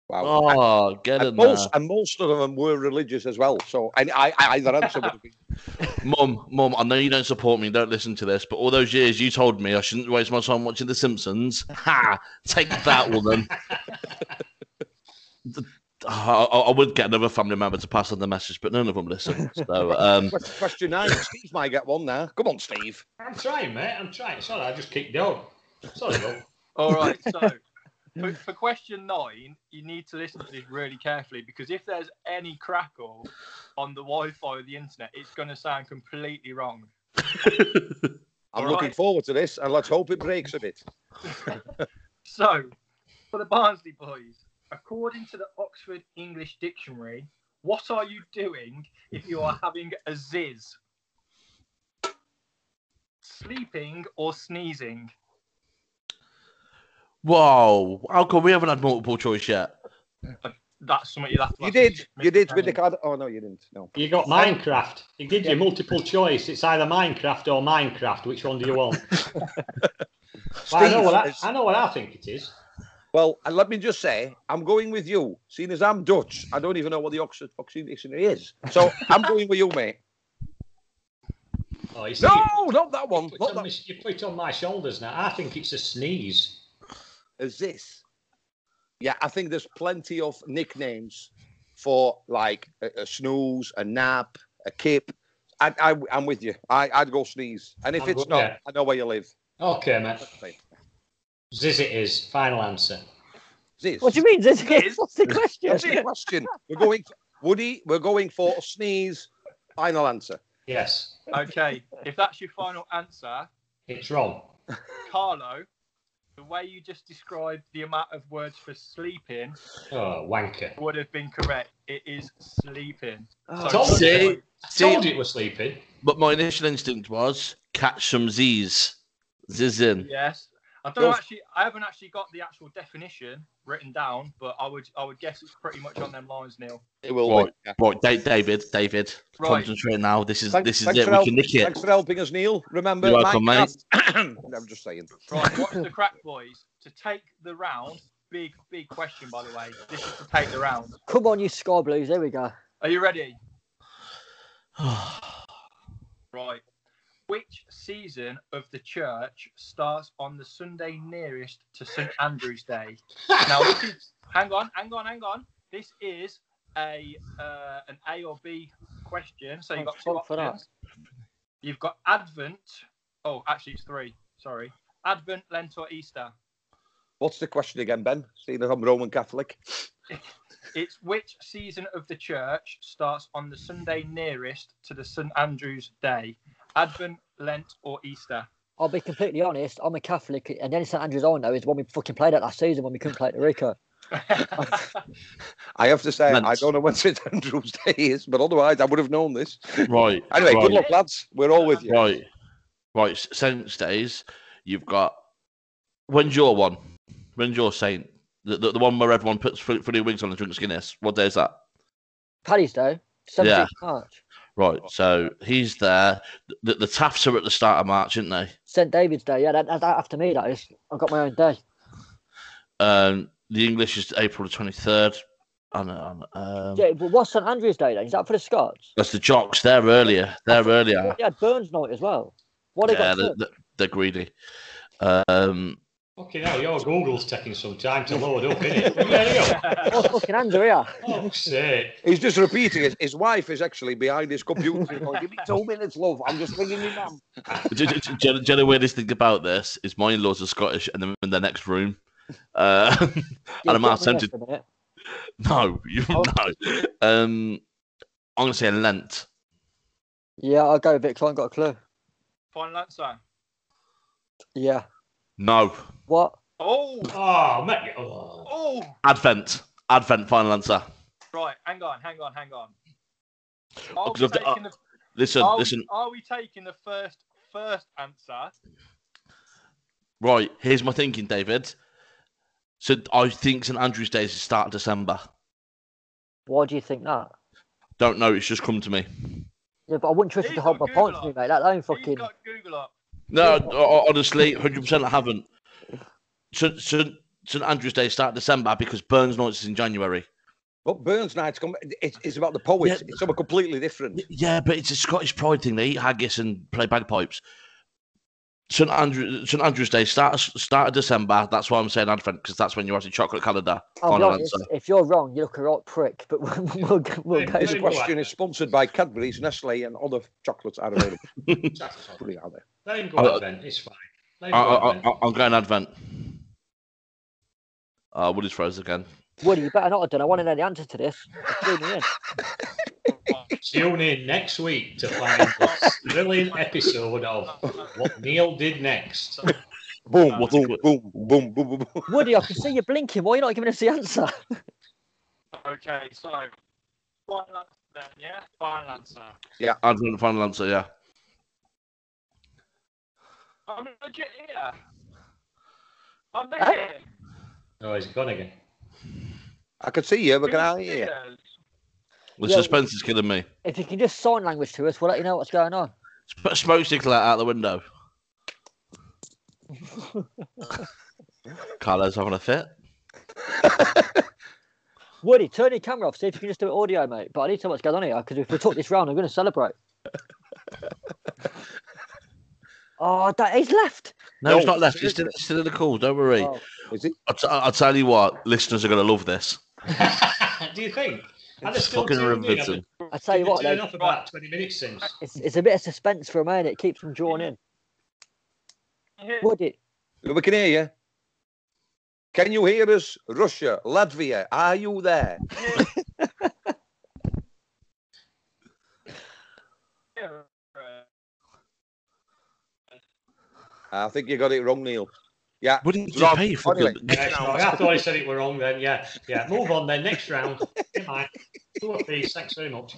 [SPEAKER 4] Wow.
[SPEAKER 3] Oh, get in
[SPEAKER 4] and,
[SPEAKER 3] there.
[SPEAKER 4] most, and most of them were religious as well. So and I, I, either answer would have been
[SPEAKER 3] *laughs* Mum, mum, I know you don't support me, don't listen to this, but all those years you told me I shouldn't waste my time watching The Simpsons. Ha! Take that, woman. *laughs* The- I, I I would get another family member to pass on the message, but none of them listen. So,
[SPEAKER 4] *laughs*
[SPEAKER 3] um,
[SPEAKER 4] Question- question nine. Steve might get one now. Come on, Steve.
[SPEAKER 5] I'm trying, mate. I'm trying. Sorry, I just kicked on. Sorry, bro.
[SPEAKER 6] All right, *laughs* so for, for question nine, you need to listen to this really carefully because if there's any crackle on the Wi-Fi or the internet, it's going to sound completely wrong.
[SPEAKER 4] I'm
[SPEAKER 6] All
[SPEAKER 4] looking
[SPEAKER 6] right.
[SPEAKER 4] forward to this, and let's hope it breaks a bit.
[SPEAKER 6] So, for the Barnsley boys, according to the Oxford English Dictionary, what are you doing if you are having a ziz? Sleeping or sneezing?
[SPEAKER 3] whoa, how come we haven't had multiple choice yet?
[SPEAKER 6] That's something you'll have to
[SPEAKER 4] You
[SPEAKER 6] ask
[SPEAKER 4] did.
[SPEAKER 6] Mr.
[SPEAKER 4] You did with the
[SPEAKER 6] Canning.
[SPEAKER 4] card. Oh no, you didn't. No.
[SPEAKER 5] You got Minecraft. It gives you multiple choice. It's either Minecraft or Minecraft. Which one do
[SPEAKER 3] *laughs*
[SPEAKER 5] you want? well, I, know what I,
[SPEAKER 4] Steve,
[SPEAKER 5] I know what I think it is.
[SPEAKER 4] Well, and let me just say, I'm going with you. Seeing as I'm Dutch, I don't even know what the Oxford Oxford Dictionary is. So I'm going with you,
[SPEAKER 5] *laughs*
[SPEAKER 4] mate.
[SPEAKER 5] Oh, you see, you
[SPEAKER 4] No, not that one.
[SPEAKER 5] put it
[SPEAKER 4] Not
[SPEAKER 5] on my-
[SPEAKER 4] that.
[SPEAKER 5] you put it on my shoulders now. I think it's a sneeze.
[SPEAKER 4] Is this? Yeah, I think there's plenty of nicknames for like a, a snooze, a nap, a kip. I, I, I'm with you. I, I'd go sneeze. And if
[SPEAKER 5] I'm
[SPEAKER 4] it's
[SPEAKER 5] go-
[SPEAKER 4] not,
[SPEAKER 5] yeah.
[SPEAKER 4] I know where you live.
[SPEAKER 5] Okay, mate.
[SPEAKER 4] Fine.
[SPEAKER 5] Ziz it is. Final answer.
[SPEAKER 4] This.
[SPEAKER 2] What do you mean? *laughs* This
[SPEAKER 6] Yes.
[SPEAKER 2] What's the
[SPEAKER 4] That's the
[SPEAKER 2] question?
[SPEAKER 3] *laughs*
[SPEAKER 4] question. We're going, Woody. We're going for a sneeze. Final answer.
[SPEAKER 5] Yes,
[SPEAKER 6] Okay, if that's your final answer,
[SPEAKER 5] it's wrong.
[SPEAKER 6] Carlo, the way you just described the amount of words for sleeping
[SPEAKER 5] Oh, wanker.
[SPEAKER 6] would have been correct. It is sleeping. So-
[SPEAKER 5] told
[SPEAKER 3] See?
[SPEAKER 5] you. Told
[SPEAKER 3] See?
[SPEAKER 5] you it was sleeping.
[SPEAKER 3] But my initial instinct was catch some Z's. Z's in.
[SPEAKER 6] Yes. I don't
[SPEAKER 4] Well-
[SPEAKER 6] actually. I haven't actually got the actual definition written down, but I would. I would guess it's pretty much on them lines, Neil.
[SPEAKER 4] It will.
[SPEAKER 3] Right.
[SPEAKER 4] be, yeah.
[SPEAKER 3] Right, Da- David, David,
[SPEAKER 6] Right.
[SPEAKER 3] concentrate now. This is
[SPEAKER 4] Thanks-
[SPEAKER 3] this is
[SPEAKER 4] thanks
[SPEAKER 3] it.
[SPEAKER 4] for
[SPEAKER 3] We
[SPEAKER 4] help-
[SPEAKER 3] can nick it.
[SPEAKER 4] Thanks for helping us, Neil. Remember,
[SPEAKER 3] You're welcome,
[SPEAKER 4] Minecraft- *coughs* I'm just saying.
[SPEAKER 6] Right. What's the crack, boys? To take the round. Big, big question, by the way. This is to take the round.
[SPEAKER 2] Come on, you Sky Blues. There we go.
[SPEAKER 6] Are you
[SPEAKER 2] *sighs*
[SPEAKER 6] ready? Right. Which season of
[SPEAKER 2] *laughs*
[SPEAKER 6] the church starts on the Sunday nearest to St Andrew's Day? Now this is
[SPEAKER 7] Hang on, hang on, hang on. This is a uh, an A or B question. So you've got two
[SPEAKER 2] Fuck for that.
[SPEAKER 7] options. You've got Advent. Oh, actually, it's three. Sorry. Advent, Lent, or Easter.
[SPEAKER 4] What's the question again, Ben? Seeing that I'm Roman Catholic.
[SPEAKER 7] It's which season of the church starts on the Sunday nearest to the St Andrew's Day? Advent, Lent, or
[SPEAKER 3] *laughs*
[SPEAKER 7] Easter?
[SPEAKER 2] I'll be completely honest. I'm a Catholic, and then St Andrews I know is when we fucking played at last season when we couldn't play at Rico.
[SPEAKER 4] I have to say,
[SPEAKER 3] Lent.
[SPEAKER 4] I don't know when *laughs* St Andrew's Day is, but otherwise I would have known this.
[SPEAKER 3] Right.
[SPEAKER 4] *laughs* Anyway,
[SPEAKER 3] right,
[SPEAKER 4] good luck, lads. We're all with you.
[SPEAKER 3] Right. Right. s- Saints days. You've got. When's your one? When's your saint? The, the, the one where everyone puts three, three wigs on and drinks Guinness. What day is that?
[SPEAKER 2] Paddy's Day, 17th
[SPEAKER 3] Yeah.
[SPEAKER 2] March.
[SPEAKER 3] Right. So he's there. The, the Tafts are at the start of March, aren't they?
[SPEAKER 2] St David's Day. Yeah, that, that's after me. That is. I've got my own day.
[SPEAKER 3] Um, the English is April the 23rd. And, um,
[SPEAKER 2] Yeah, but what's St Andrew's Day then? Is that for the Scots?
[SPEAKER 3] That's the jocks. They're earlier. They're earlier.
[SPEAKER 2] Yeah, Burns night as well. What have
[SPEAKER 3] Yeah,
[SPEAKER 2] they
[SPEAKER 3] they're,
[SPEAKER 2] *laughs* got?
[SPEAKER 3] they're- they're greedy. Um, *laughs*
[SPEAKER 5] Fucking hell, your Google's taking some time to load up, innit? *laughs* There you
[SPEAKER 2] to- What's fucking Andrew here?
[SPEAKER 5] go. Fuck's sake.
[SPEAKER 4] He's just repeating it. His wife is actually behind his computer. going, Give me two minutes, love. I'm just ringing your mum.
[SPEAKER 3] do, do, do, do you know the weirdest thing about this is my in-laws are Scottish and they're in the next room. Uh, *laughs*
[SPEAKER 2] Yeah,
[SPEAKER 3] and I'm
[SPEAKER 2] put me
[SPEAKER 3] asked them
[SPEAKER 2] in
[SPEAKER 3] to
[SPEAKER 2] for a minute.
[SPEAKER 3] no, you
[SPEAKER 6] Oh.
[SPEAKER 3] no. Um, I'm gonna say Lent.
[SPEAKER 2] Yeah, I'll go with it 'cause I ain't got a clue.
[SPEAKER 7] Final answer.
[SPEAKER 2] Yeah.
[SPEAKER 3] No,
[SPEAKER 2] What?
[SPEAKER 7] Oh,
[SPEAKER 5] Oh, mate. Oh.
[SPEAKER 7] oh.
[SPEAKER 3] Advent. Advent. Final answer.
[SPEAKER 7] Right. Hang on, hang on, hang on. Are we
[SPEAKER 3] Oh, Because of the-
[SPEAKER 7] taking the
[SPEAKER 3] Listen,
[SPEAKER 2] Oh.
[SPEAKER 7] are, we-
[SPEAKER 3] listen.
[SPEAKER 7] are we taking the first first answer?
[SPEAKER 3] Right, here's my thinking, David. So I think St Andrew's Day is the start of December.
[SPEAKER 2] Why do you think that?
[SPEAKER 3] Don't know. It's just come to me.
[SPEAKER 2] Yeah, but I wouldn't trust you
[SPEAKER 7] He's
[SPEAKER 2] to hold my
[SPEAKER 7] got Google
[SPEAKER 2] points, to me,
[SPEAKER 7] up.
[SPEAKER 2] mate. That don't
[SPEAKER 7] Fucking...
[SPEAKER 2] fucking.
[SPEAKER 7] got Google
[SPEAKER 3] *laughs*
[SPEAKER 7] up.
[SPEAKER 3] No, ho- honestly, hundred percent, I haven't. St St St Andrew's Day start December because Burns Nights is in January.
[SPEAKER 4] But Burns Night's come. It's, it's about the poets.
[SPEAKER 3] Yeah.
[SPEAKER 4] It's something completely different.
[SPEAKER 3] Y- Yeah, but it's a Scottish pride thing. They eat haggis and play bagpipes. St Andrew St Andrew's Day start start of December. That's why I'm saying Advent because that's when you're actually chocolate calendar.
[SPEAKER 2] I'll be
[SPEAKER 3] Final
[SPEAKER 2] honest,
[SPEAKER 3] answer.
[SPEAKER 2] if Oh, you're wrong, you look a right prick, but *laughs* we'll, we'll, go- we'll
[SPEAKER 5] Hey,
[SPEAKER 2] go.
[SPEAKER 5] hey,
[SPEAKER 4] This
[SPEAKER 5] Very
[SPEAKER 4] question
[SPEAKER 5] good.
[SPEAKER 4] is sponsored by Cadbury's, Nestle, and other chocolates are available.
[SPEAKER 5] Let
[SPEAKER 4] Bloody hell, they-
[SPEAKER 5] him go,
[SPEAKER 3] Uh,
[SPEAKER 5] Advent. It's fine. Let him
[SPEAKER 3] I,
[SPEAKER 5] go,
[SPEAKER 3] I,
[SPEAKER 5] Advent.
[SPEAKER 3] I, I'm going Advent. Uh, Woody's froze again.
[SPEAKER 2] Woody, you better not have done. I want to know the answer to this. Tune
[SPEAKER 5] *laughs*
[SPEAKER 2] me in.
[SPEAKER 3] uh.
[SPEAKER 5] Tune in next week to find the brilliant episode of What Neil Did Next.
[SPEAKER 4] *laughs* Boom,
[SPEAKER 3] What a
[SPEAKER 4] boom,
[SPEAKER 3] good-
[SPEAKER 4] boom, boom, boom, boom, boom.
[SPEAKER 2] Woody, I can see you blinking. Why are you not giving us the answer?
[SPEAKER 7] Okay, so final answer then, yeah? Final answer.
[SPEAKER 3] Advent. Final answer. Yeah.
[SPEAKER 7] I'm legit here. I'm
[SPEAKER 2] Huh?
[SPEAKER 7] legit.
[SPEAKER 5] Oh, he's gone again. *laughs*
[SPEAKER 4] I can see you, but can I hear you?
[SPEAKER 7] Serious.
[SPEAKER 3] The
[SPEAKER 2] Yeah.
[SPEAKER 3] suspense is killing me.
[SPEAKER 2] If you can just sign language to us, we'll let you know what's going on.
[SPEAKER 3] Just Put a smoke signal out, out the window. Carlo's having a fit.
[SPEAKER 2] Woody, turn your camera off. See if you can just do it audio, mate. But I need to know what's going on here because if we took this round, I'm going to
[SPEAKER 5] *laughs*
[SPEAKER 2] celebrate. oh, that he's left.
[SPEAKER 3] No,
[SPEAKER 4] No,
[SPEAKER 3] it's not left. It's still,
[SPEAKER 4] seriously.
[SPEAKER 3] it's still in the call. Don't worry.
[SPEAKER 2] Oh.
[SPEAKER 4] Is it?
[SPEAKER 3] I'll, t- I'll tell you what, listeners are going to love this.
[SPEAKER 5] Do you think? And they're
[SPEAKER 3] It's
[SPEAKER 5] still
[SPEAKER 3] fucking
[SPEAKER 5] tuned in. I've
[SPEAKER 3] riveting.
[SPEAKER 2] I tell you
[SPEAKER 5] been
[SPEAKER 2] what,
[SPEAKER 5] turning
[SPEAKER 2] though,
[SPEAKER 5] off about 20 minutes since.
[SPEAKER 2] it's, it's a bit of suspense for a minute. It keeps them drawn
[SPEAKER 5] *laughs*
[SPEAKER 2] in. Woody,
[SPEAKER 4] We can hear you. Can you hear us? Russia, Latvia, are you there?
[SPEAKER 7] Yeah.
[SPEAKER 4] I think you got it wrong, Neil. Yeah.
[SPEAKER 3] What did you
[SPEAKER 4] Rob,
[SPEAKER 3] pay for?
[SPEAKER 4] anyway,
[SPEAKER 3] the-
[SPEAKER 5] Yeah, sorry, I thought I said it were wrong then. Yeah, yeah. Move on then. Next round. Never mind. Two of these. Thanks very much.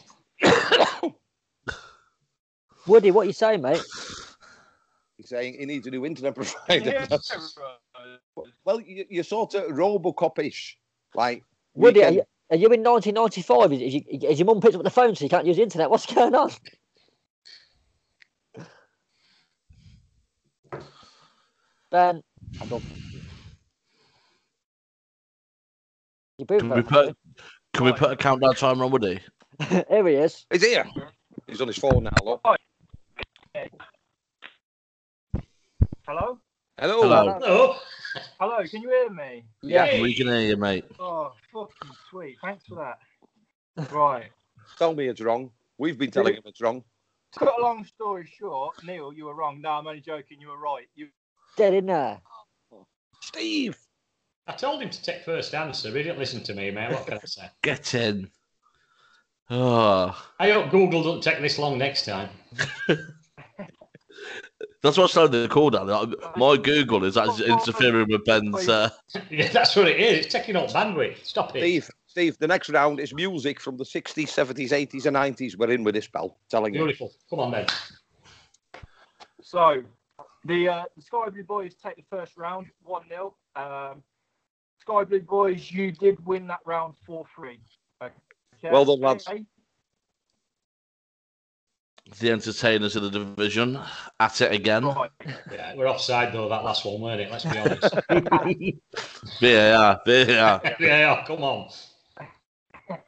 [SPEAKER 2] Woody, what you saying, mate?
[SPEAKER 4] He's saying he needs a new internet *laughs*
[SPEAKER 7] Yeah.
[SPEAKER 4] provider. well, you, you're sort of Robocop-ish. Like, we
[SPEAKER 2] Woody, are
[SPEAKER 4] can-
[SPEAKER 2] you, are you in 1995? Is, is, you, is your mum picked up the phone so you can't use the internet? What's going on? Ben, I'm done. You booed
[SPEAKER 3] Can
[SPEAKER 2] me. *laughs*
[SPEAKER 3] we put can we put a countdown timer on Woody?
[SPEAKER 2] Here he is.
[SPEAKER 4] He's here. He's on his phone now, look.
[SPEAKER 7] Hello?
[SPEAKER 4] Hello.
[SPEAKER 3] Hello.
[SPEAKER 5] Hello.
[SPEAKER 6] Hello, can you hear me?
[SPEAKER 2] Yeah.
[SPEAKER 5] Hey.
[SPEAKER 3] We can hear you, mate.
[SPEAKER 6] Oh, fucking sweet. Thanks for that. Right.
[SPEAKER 4] Tell me it's wrong. We've been telling him it's wrong.
[SPEAKER 6] To cut a long story short, Neil, you were wrong. No, I'm only joking. You were right. You
[SPEAKER 2] Dead in there.
[SPEAKER 4] Steve.
[SPEAKER 5] I told him to take first answer, but he didn't listen to me, mate. What can I say? *laughs*
[SPEAKER 3] Get in. Oh.
[SPEAKER 5] I hope Google doesn't take this long next time. *laughs*
[SPEAKER 3] That's what slowed the call down. Like, My Google is actually interfering with Ben's. Uh,
[SPEAKER 5] Yeah, that's what it is. It's taking up bandwidth. Stop it.
[SPEAKER 4] Steve. Steve, the next round is music from the 60s, 70s, 80s, and 90s. We're in with this, pal. Telling you.
[SPEAKER 5] Beautiful. Come on, then.
[SPEAKER 6] So, the, uh, the Sky Blue Boys take the first round, 1 0. Um, Sky Blue Boys, you did win that round 4 3.
[SPEAKER 4] Well done, lads.
[SPEAKER 3] the entertainers of the division at it again.
[SPEAKER 6] Right.
[SPEAKER 5] Yeah, we're offside, though, that last one, weren't it? Let's be honest.
[SPEAKER 2] *laughs*
[SPEAKER 5] *laughs*
[SPEAKER 3] VAR, VAR.
[SPEAKER 5] yeah, oh, come on.
[SPEAKER 6] Okay,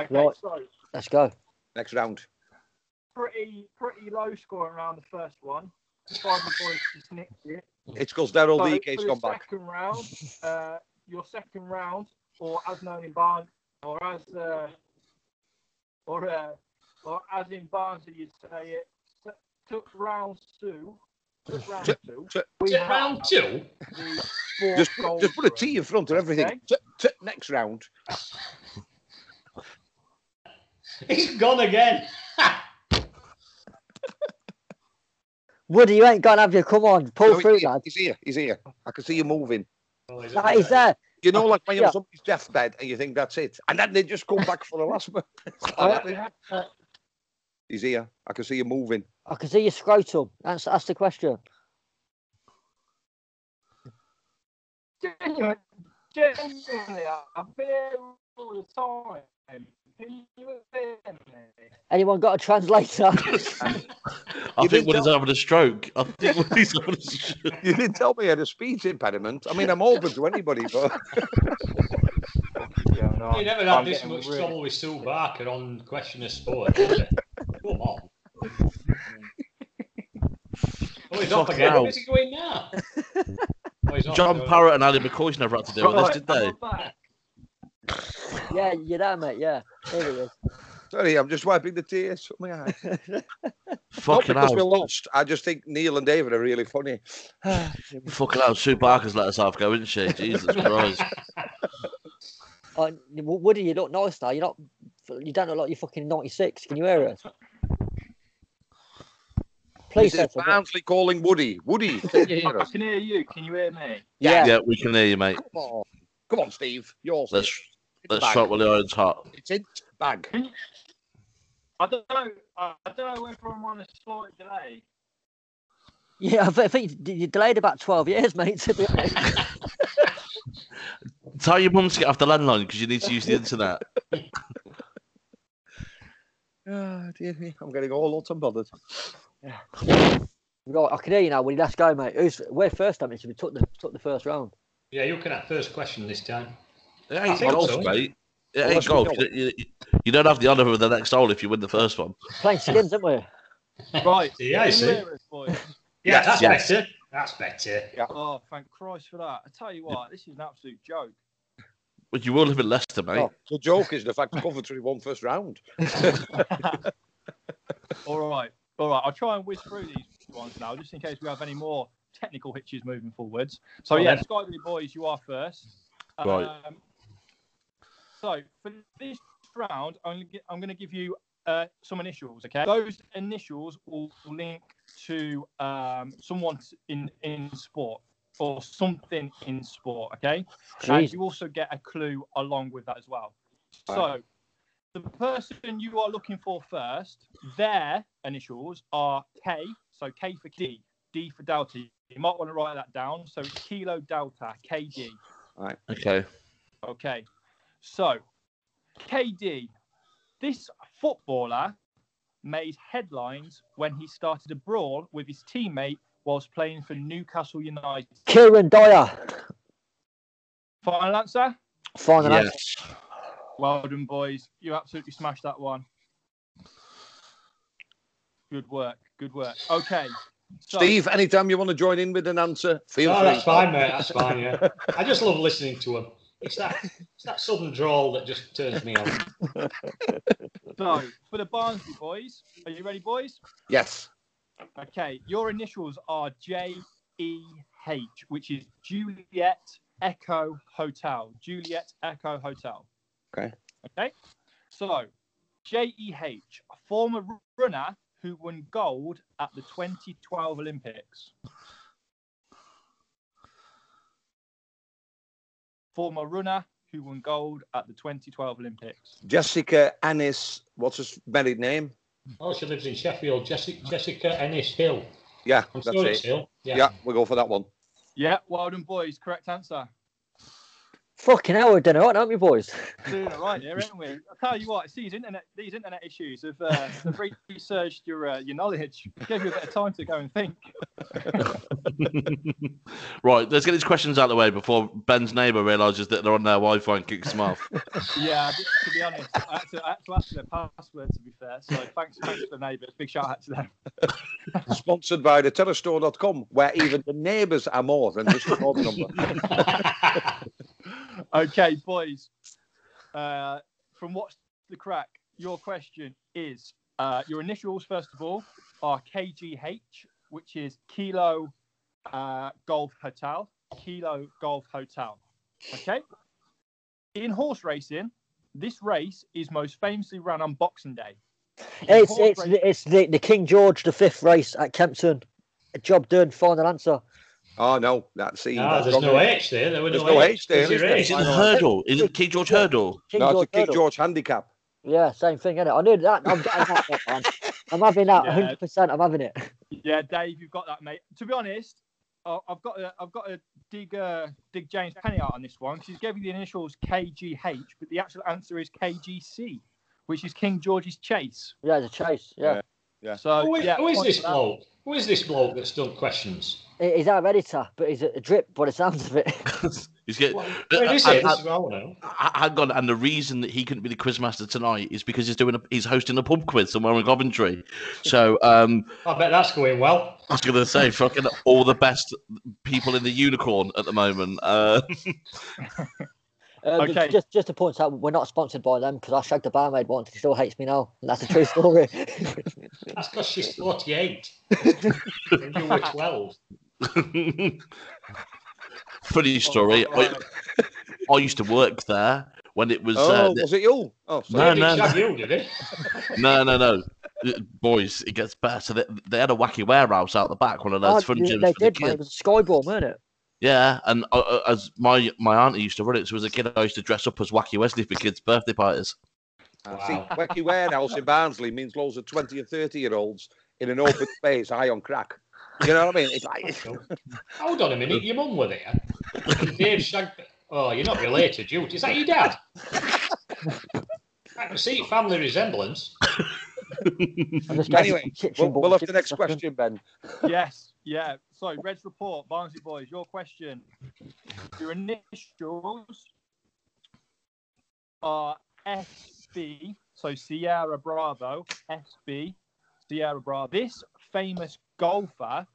[SPEAKER 2] Right.
[SPEAKER 6] so
[SPEAKER 2] Let's go.
[SPEAKER 4] Next round.
[SPEAKER 6] pretty pretty low scoring round the first one. Sky Blue Boys just nicked it.
[SPEAKER 4] It's because Daryl
[SPEAKER 6] So
[SPEAKER 4] DK's
[SPEAKER 6] for the
[SPEAKER 4] gone back. *laughs*
[SPEAKER 6] second round, uh, your second round, or as known in Barnes, or as uh, or uh, or as in Barnes, you'd say it se- took round two. Took round
[SPEAKER 4] Took-
[SPEAKER 6] two.
[SPEAKER 4] took-
[SPEAKER 6] we
[SPEAKER 5] Is it round two?
[SPEAKER 6] have the fourth
[SPEAKER 4] Just,
[SPEAKER 6] goal
[SPEAKER 4] just put a
[SPEAKER 6] scorer.
[SPEAKER 4] T in front of everything.
[SPEAKER 6] Okay.
[SPEAKER 4] T- t- next round.
[SPEAKER 5] He's gone again.
[SPEAKER 2] Woody, you ain't gonna have you. Come on, pull
[SPEAKER 4] No,
[SPEAKER 2] through,
[SPEAKER 4] he's, here.
[SPEAKER 2] lad.
[SPEAKER 4] he's here. He's here. I can see you moving.
[SPEAKER 5] Oh, is it
[SPEAKER 2] That is
[SPEAKER 5] there?
[SPEAKER 2] there.
[SPEAKER 4] You know, like when you're
[SPEAKER 2] Yeah.
[SPEAKER 4] on somebody's deathbed and you think that's it, and then they just come back for the last one. *laughs* Uh, He's here. I can see you moving.
[SPEAKER 2] I can see your scrotum. That's that's the question.
[SPEAKER 6] Genuine- Genuinely, I've been here all the time. Can you hear me?
[SPEAKER 2] Anyone got a translator? *laughs*
[SPEAKER 3] I
[SPEAKER 4] You
[SPEAKER 3] think
[SPEAKER 4] didn't
[SPEAKER 3] Woody's
[SPEAKER 4] tell-
[SPEAKER 3] having a stroke. I think Woody's having a stroke.
[SPEAKER 4] *laughs* You didn't tell me I had a speech impediment. I mean, I'm open to anybody, but *laughs*
[SPEAKER 6] Yeah, no,
[SPEAKER 5] You never
[SPEAKER 6] I'm
[SPEAKER 5] had this
[SPEAKER 6] getting
[SPEAKER 5] much
[SPEAKER 6] really-
[SPEAKER 5] trouble with Sue Barker on Question of Sport. have you? Come on. Oh, he's off
[SPEAKER 3] Fuck
[SPEAKER 5] again.
[SPEAKER 3] out.
[SPEAKER 5] Where's he going now? Oh, he's off.
[SPEAKER 3] John
[SPEAKER 5] Oh,
[SPEAKER 3] Parrott and Ali McCoy's never had to deal with this,
[SPEAKER 6] Right,
[SPEAKER 3] did
[SPEAKER 6] am I
[SPEAKER 3] they?
[SPEAKER 6] back?
[SPEAKER 2] yeah, you're there, mate. Yeah, here he is.
[SPEAKER 4] sorry, I'm just wiping the tears from my eyes. Not
[SPEAKER 3] Fucking
[SPEAKER 4] because we
[SPEAKER 3] hell.
[SPEAKER 4] lost. I just think Neil and David are really funny.
[SPEAKER 3] Fucking hell. Sue Barker's let herself go, isn't she? Jesus Christ.
[SPEAKER 2] Uh, Woody, you look nice now. You're not. You don't look like you're fucking 96. Can you hear us? Please,
[SPEAKER 4] This is
[SPEAKER 2] Cecil,
[SPEAKER 4] Barnsley calling Woody. *laughs* Woody, can you hear
[SPEAKER 6] I
[SPEAKER 4] us?
[SPEAKER 6] can hear you. Can you hear me?
[SPEAKER 2] Yeah.
[SPEAKER 3] Yeah, we can hear you, mate.
[SPEAKER 4] Come on, come on, Steve. Yours.
[SPEAKER 3] Let's
[SPEAKER 4] It's
[SPEAKER 3] let's
[SPEAKER 4] bag.
[SPEAKER 3] start with the iron's hot.
[SPEAKER 4] It's in bag.
[SPEAKER 6] I don't know. I I don't know whether I'm on a slight delay.
[SPEAKER 2] yeah. I thi- I think you delayed about 12 years, *laughs* mate. To be honest.
[SPEAKER 3] Tell your mum to get off the landline because you need to use the internet.
[SPEAKER 4] Ah, dear me, I'm getting all lots and bothered.
[SPEAKER 2] right, I can hear you now, Woody. Let's go, mate. Who's, we're first time. It should be took the took the first round.
[SPEAKER 5] Yeah, you can at first question this time.
[SPEAKER 3] It
[SPEAKER 5] I
[SPEAKER 3] ain't
[SPEAKER 5] think
[SPEAKER 3] golf,
[SPEAKER 5] so.
[SPEAKER 3] mate. It ain't
[SPEAKER 4] Unless we
[SPEAKER 3] golf.
[SPEAKER 4] don't.
[SPEAKER 3] You, you- you don't have the honour of the next hole if you win the first one.
[SPEAKER 2] Playing skins, aren't
[SPEAKER 4] *laughs*
[SPEAKER 2] we?
[SPEAKER 6] Right.
[SPEAKER 5] Yeah, I
[SPEAKER 6] can you
[SPEAKER 5] see.
[SPEAKER 6] hear us, boys?
[SPEAKER 5] Yeah, that's
[SPEAKER 3] Yes.
[SPEAKER 5] better. That's better.
[SPEAKER 6] Oh, thank Christ for that. I tell you what, this is an absolute joke.
[SPEAKER 3] But you will live in Leicester, mate.
[SPEAKER 4] Oh, the joke is the fact Coventry won first *laughs* round.
[SPEAKER 6] All right. All right. I'll try and whiz through these ones now, just in case we have any more technical hitches moving forwards. So,
[SPEAKER 5] Well,
[SPEAKER 6] yeah,
[SPEAKER 5] then.
[SPEAKER 6] Sky Blue Boys, you are first.
[SPEAKER 3] Right.
[SPEAKER 6] Um, so, for this round, I'm, gonna gi- I'm going to give you uh, some initials, okay? Those initials will link to um, someone in, in sport or something in sport, okay? And
[SPEAKER 2] Jeez.
[SPEAKER 6] Uh, you also get a clue along with that as well. So,
[SPEAKER 4] Right.
[SPEAKER 6] the person you are looking for first, their initials are K. So K for D, D for Delta. You might want to write that down. So it's Kilo Delta, KD.
[SPEAKER 3] Okay.
[SPEAKER 6] Okay. So, KD, this footballer made headlines when he started a brawl with his teammate whilst playing for Newcastle United.
[SPEAKER 2] Kieran Dyer.
[SPEAKER 6] Final answer?
[SPEAKER 2] Final answer.
[SPEAKER 3] Yes.
[SPEAKER 6] Well done, boys. You absolutely smashed that one. Good work. Good work. Okay. So-
[SPEAKER 4] Steve, anytime you want to join in with an answer, feel
[SPEAKER 5] No,
[SPEAKER 4] free.
[SPEAKER 5] Oh, that's fine, mate. That's fine.
[SPEAKER 4] *laughs*
[SPEAKER 5] Yeah, I just love listening to him. It's that it's that southern drawl that just turns me on.
[SPEAKER 6] So, for the Barnsley boys, are you ready, boys?
[SPEAKER 4] Yes.
[SPEAKER 6] Okay, your initials are J E H, which is Juliet Echo Hotel. Juliet Echo Hotel.
[SPEAKER 4] Okay.
[SPEAKER 6] Okay. So, J E H, a former r- runner who won gold at the 2012 Olympics. Former runner who won gold at the 2012 Olympics.
[SPEAKER 4] Jessica Annis, what's his married name?
[SPEAKER 5] Oh, she lives in Sheffield. Jessica, Jessica Ennis Hill.
[SPEAKER 4] Yeah,
[SPEAKER 5] I'm
[SPEAKER 4] that's
[SPEAKER 5] sure it's
[SPEAKER 4] it.
[SPEAKER 5] Hill. Yeah.
[SPEAKER 4] Yeah, we'll go for that one.
[SPEAKER 6] Yeah, well done, boys. Correct answer.
[SPEAKER 2] Fucking hell, we're doing all right, aren't we, boys?
[SPEAKER 6] doing all right here, aren't we? I tell you what, it's these internet these internet issues have uh, have researched your uh, your knowledge, gave you a bit of time to go and think.
[SPEAKER 3] Right, let's get these questions out of the way before Ben's neighbour realises that they're on their Wi-Fi and kicks them off.
[SPEAKER 6] Yeah, to be honest, I had to, I had to ask their password to be fair. So thanks, thanks to the neighbours. Big shout out to them.
[SPEAKER 4] Sponsored by the terrorstore.com, where even the neighbours are more than just the phone number.
[SPEAKER 6] *laughs* Okay, boys. Uh, from what's the crack? Your question is uh, your initials first of all are KGH, which is Kilo uh, Golf Hotel. Kilo Golf Hotel. Okay. In horse racing, this race is most famously run on Boxing Day. In
[SPEAKER 2] It's
[SPEAKER 6] horse
[SPEAKER 2] it's
[SPEAKER 6] racing-
[SPEAKER 2] it's the, the King George the fifth race at Kempton. A job done, final answer.
[SPEAKER 4] Oh, no, that's see.
[SPEAKER 5] No,
[SPEAKER 4] that's
[SPEAKER 5] there's
[SPEAKER 4] wrong.
[SPEAKER 5] no H there. There was
[SPEAKER 4] There's no H there,
[SPEAKER 5] Easy
[SPEAKER 4] is there?
[SPEAKER 5] race.
[SPEAKER 3] Is it the hurdle? Is it King George hurdle? *laughs*
[SPEAKER 2] King
[SPEAKER 4] No,
[SPEAKER 2] George
[SPEAKER 4] it's a King
[SPEAKER 2] Hurdle.
[SPEAKER 4] George handicap.
[SPEAKER 2] Yeah, same thing, innit? I knew that. I'm getting that, bit,
[SPEAKER 4] *laughs*
[SPEAKER 2] man. I'm having that
[SPEAKER 6] Yeah.
[SPEAKER 2] 100%. I'm having it.
[SPEAKER 6] Yeah, Dave, you've got that, mate. To be honest, I- I've got to, I've got to dig uh, dig James Penny out on this one because he's giving the initials KGH, but the actual answer is KGC, which is King George's Chase.
[SPEAKER 2] Yeah, it's a chase. Yeah.
[SPEAKER 4] Yeah.
[SPEAKER 6] So
[SPEAKER 5] Who is,
[SPEAKER 6] yeah,
[SPEAKER 5] who is
[SPEAKER 6] point
[SPEAKER 5] this
[SPEAKER 6] for that.
[SPEAKER 5] bloke? Who is this bloke that's done questions?
[SPEAKER 2] He- He's our editor, but he's a a drip by the sounds of it. *laughs*
[SPEAKER 3] He's getting.
[SPEAKER 5] What, where is it? This is what I want to know.
[SPEAKER 3] Hang on, and the reason that he couldn't be the quizmaster tonight is because he's doing a, he's hosting a pub quiz somewhere in Coventry. So um,
[SPEAKER 5] I bet that's going well.
[SPEAKER 3] I was going to say, fucking all the best people in the unicorn at the moment. Uh, *laughs*
[SPEAKER 2] Uh, but
[SPEAKER 6] Okay.
[SPEAKER 2] Just just to point out, we're not sponsored by them because I shagged the barmaid once. She still hates me now. And that's a true
[SPEAKER 4] *laughs*
[SPEAKER 2] story.
[SPEAKER 5] That's because she's 48. and you were 12.
[SPEAKER 3] funny story.
[SPEAKER 4] Oh,
[SPEAKER 3] I, I used to work there when it was.
[SPEAKER 4] Oh,
[SPEAKER 3] uh,
[SPEAKER 4] was it you? Oh,
[SPEAKER 3] No,
[SPEAKER 4] sorry.
[SPEAKER 5] He
[SPEAKER 3] no,
[SPEAKER 5] didn't shag you, did he?
[SPEAKER 3] no, no, no. Uh, Boys, it gets better. So they, they had a wacky warehouse out the back, one of those
[SPEAKER 2] Oh,
[SPEAKER 3] fun
[SPEAKER 2] they
[SPEAKER 3] gyms
[SPEAKER 2] they
[SPEAKER 3] for the
[SPEAKER 2] did, mate. It
[SPEAKER 3] kids.
[SPEAKER 2] was a skyball, wasn't
[SPEAKER 4] *laughs*
[SPEAKER 2] it?
[SPEAKER 3] Yeah, and uh, uh, as my my auntie used to run it, so as a kid, I used to dress up as Wacky Wesley for kids' birthday parties.
[SPEAKER 4] See,
[SPEAKER 5] Wow.
[SPEAKER 4] Wacky Warehouse in Barnsley means loads of 20 and 30 year olds in an open space, high on crack. You know what I mean? It's like,
[SPEAKER 5] *laughs* Hold on a minute, your mum were
[SPEAKER 3] *laughs*
[SPEAKER 5] there. Dave shagged. Oh, you're not related, you. Is that your dad? I can see family resemblance.
[SPEAKER 2] I'm just going to
[SPEAKER 4] anyway,
[SPEAKER 2] the kitchen,
[SPEAKER 4] we'll,
[SPEAKER 2] but
[SPEAKER 4] we'll have
[SPEAKER 2] just
[SPEAKER 4] the
[SPEAKER 2] a
[SPEAKER 4] next
[SPEAKER 2] second.
[SPEAKER 4] question, Ben.
[SPEAKER 6] yes, yeah. So Red's report, Barnsley boys, your question. Your initials are SB, so Sierra Bravo, SB, Sierra Bravo. This famous golfer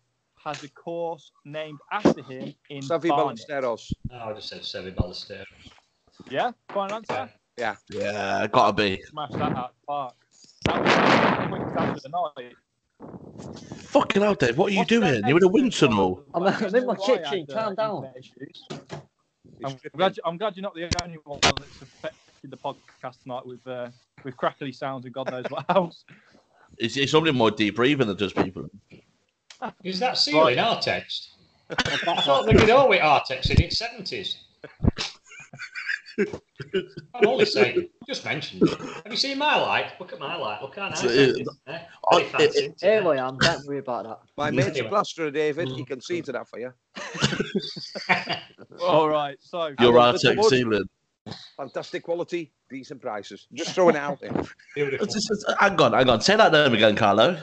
[SPEAKER 6] has a course named after him in
[SPEAKER 4] Savi
[SPEAKER 6] Barnet.
[SPEAKER 4] Ballesteros.
[SPEAKER 5] Oh, I just said Sevi Ballester.
[SPEAKER 6] Yeah, final answer.
[SPEAKER 3] Yeah, gotta be.
[SPEAKER 6] Smash that out of the park. That was the quickest answer of the night.
[SPEAKER 3] Fucking hell, Dave, what are you doing? You're in a wind tunnel.
[SPEAKER 2] I'm- I'm in my kitchen, calm down.
[SPEAKER 6] I'm glad, you- I'm glad you're not the only one that's affected the podcast tonight with uh, with crackly sounds and God knows what *laughs* else.
[SPEAKER 3] It's, it's only more deep breathing than does people.
[SPEAKER 5] Is that ceiling our text? I thought they did all with our text in its 70s. I'm only saying, just mentioned it. Have you seen my light? Look at my light. Look how nice
[SPEAKER 3] So,
[SPEAKER 5] that
[SPEAKER 3] uh,
[SPEAKER 5] is. Eh? Very
[SPEAKER 3] I-
[SPEAKER 5] fancy,
[SPEAKER 3] it-
[SPEAKER 5] isn't it?
[SPEAKER 2] Here I am. Don't worry about that.
[SPEAKER 4] My
[SPEAKER 3] Mm.
[SPEAKER 4] mate's a
[SPEAKER 5] Anyway.
[SPEAKER 4] plasterer, David. He can see to that for you.
[SPEAKER 6] All right, so
[SPEAKER 3] Your
[SPEAKER 4] love
[SPEAKER 3] art
[SPEAKER 4] the wood.
[SPEAKER 3] ceiling.
[SPEAKER 4] Fantastic quality, decent prices.
[SPEAKER 3] *laughs*
[SPEAKER 4] Just throwing it out there.
[SPEAKER 5] *laughs* Beautiful.
[SPEAKER 3] It's- it's- it's- Hang on, hang on. Say that name again, Carlo.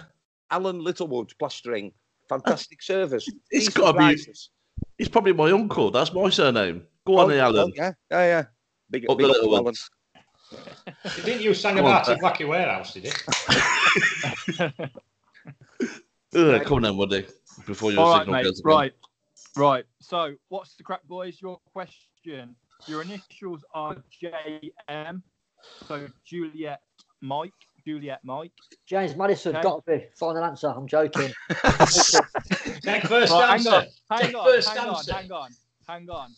[SPEAKER 4] Alan Littlewood, plastering. Fantastic service.
[SPEAKER 3] *laughs* It's
[SPEAKER 4] decent
[SPEAKER 3] gotta be-
[SPEAKER 4] prices.
[SPEAKER 3] He's probably my uncle. That's my surname. Go
[SPEAKER 4] Oh,
[SPEAKER 3] on, Alan.
[SPEAKER 4] Yeah, yeah, yeah. Big,
[SPEAKER 3] Up
[SPEAKER 4] big
[SPEAKER 3] the
[SPEAKER 4] up
[SPEAKER 3] little
[SPEAKER 4] Alan.
[SPEAKER 3] one.
[SPEAKER 5] Didn't you sang
[SPEAKER 3] Come on,
[SPEAKER 5] about it in Wacky Warehouse, did it?
[SPEAKER 3] Ugh, come on then, Woody. Before your
[SPEAKER 6] All right,
[SPEAKER 3] signal
[SPEAKER 6] mate.
[SPEAKER 3] goes again.
[SPEAKER 6] Right, right. So, what's the crack, boys? Your question. Your initials are JM. So Juliet Mike. Juliet Mike.
[SPEAKER 2] James Madison,
[SPEAKER 6] Okay.
[SPEAKER 2] got to be. Find an answer. I'm joking.
[SPEAKER 5] Take first
[SPEAKER 6] Right, hang on,
[SPEAKER 5] answer.
[SPEAKER 6] hang
[SPEAKER 5] Take
[SPEAKER 6] on,
[SPEAKER 5] first
[SPEAKER 6] hang on,
[SPEAKER 5] answer.
[SPEAKER 6] hang on, hang on.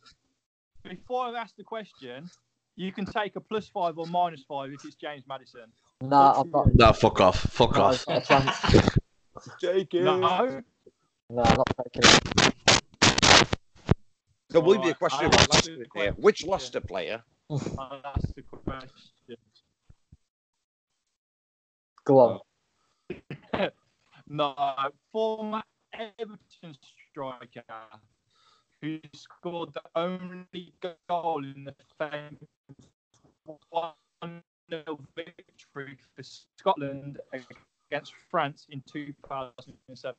[SPEAKER 6] Before I ask the question, you can take a plus five or minus five if it's James Madison.
[SPEAKER 2] nah, I'm not.
[SPEAKER 3] Nah, fuck off. Fuck
[SPEAKER 2] Nah,
[SPEAKER 3] off.
[SPEAKER 2] it's not a chance.
[SPEAKER 6] Take it. No.
[SPEAKER 2] Nah, I'm not taking it.
[SPEAKER 4] There will be a
[SPEAKER 6] Alright,
[SPEAKER 4] question
[SPEAKER 6] I'll
[SPEAKER 4] about
[SPEAKER 6] ask
[SPEAKER 4] Leicester
[SPEAKER 6] you the
[SPEAKER 4] player.
[SPEAKER 6] question.
[SPEAKER 4] Which Leicester player?
[SPEAKER 6] I'll ask the question.
[SPEAKER 2] Go
[SPEAKER 4] Oh.
[SPEAKER 2] on.
[SPEAKER 6] No, former Everton striker who scored the only goal in the famous 1 nil victory for Scotland against France in 2007.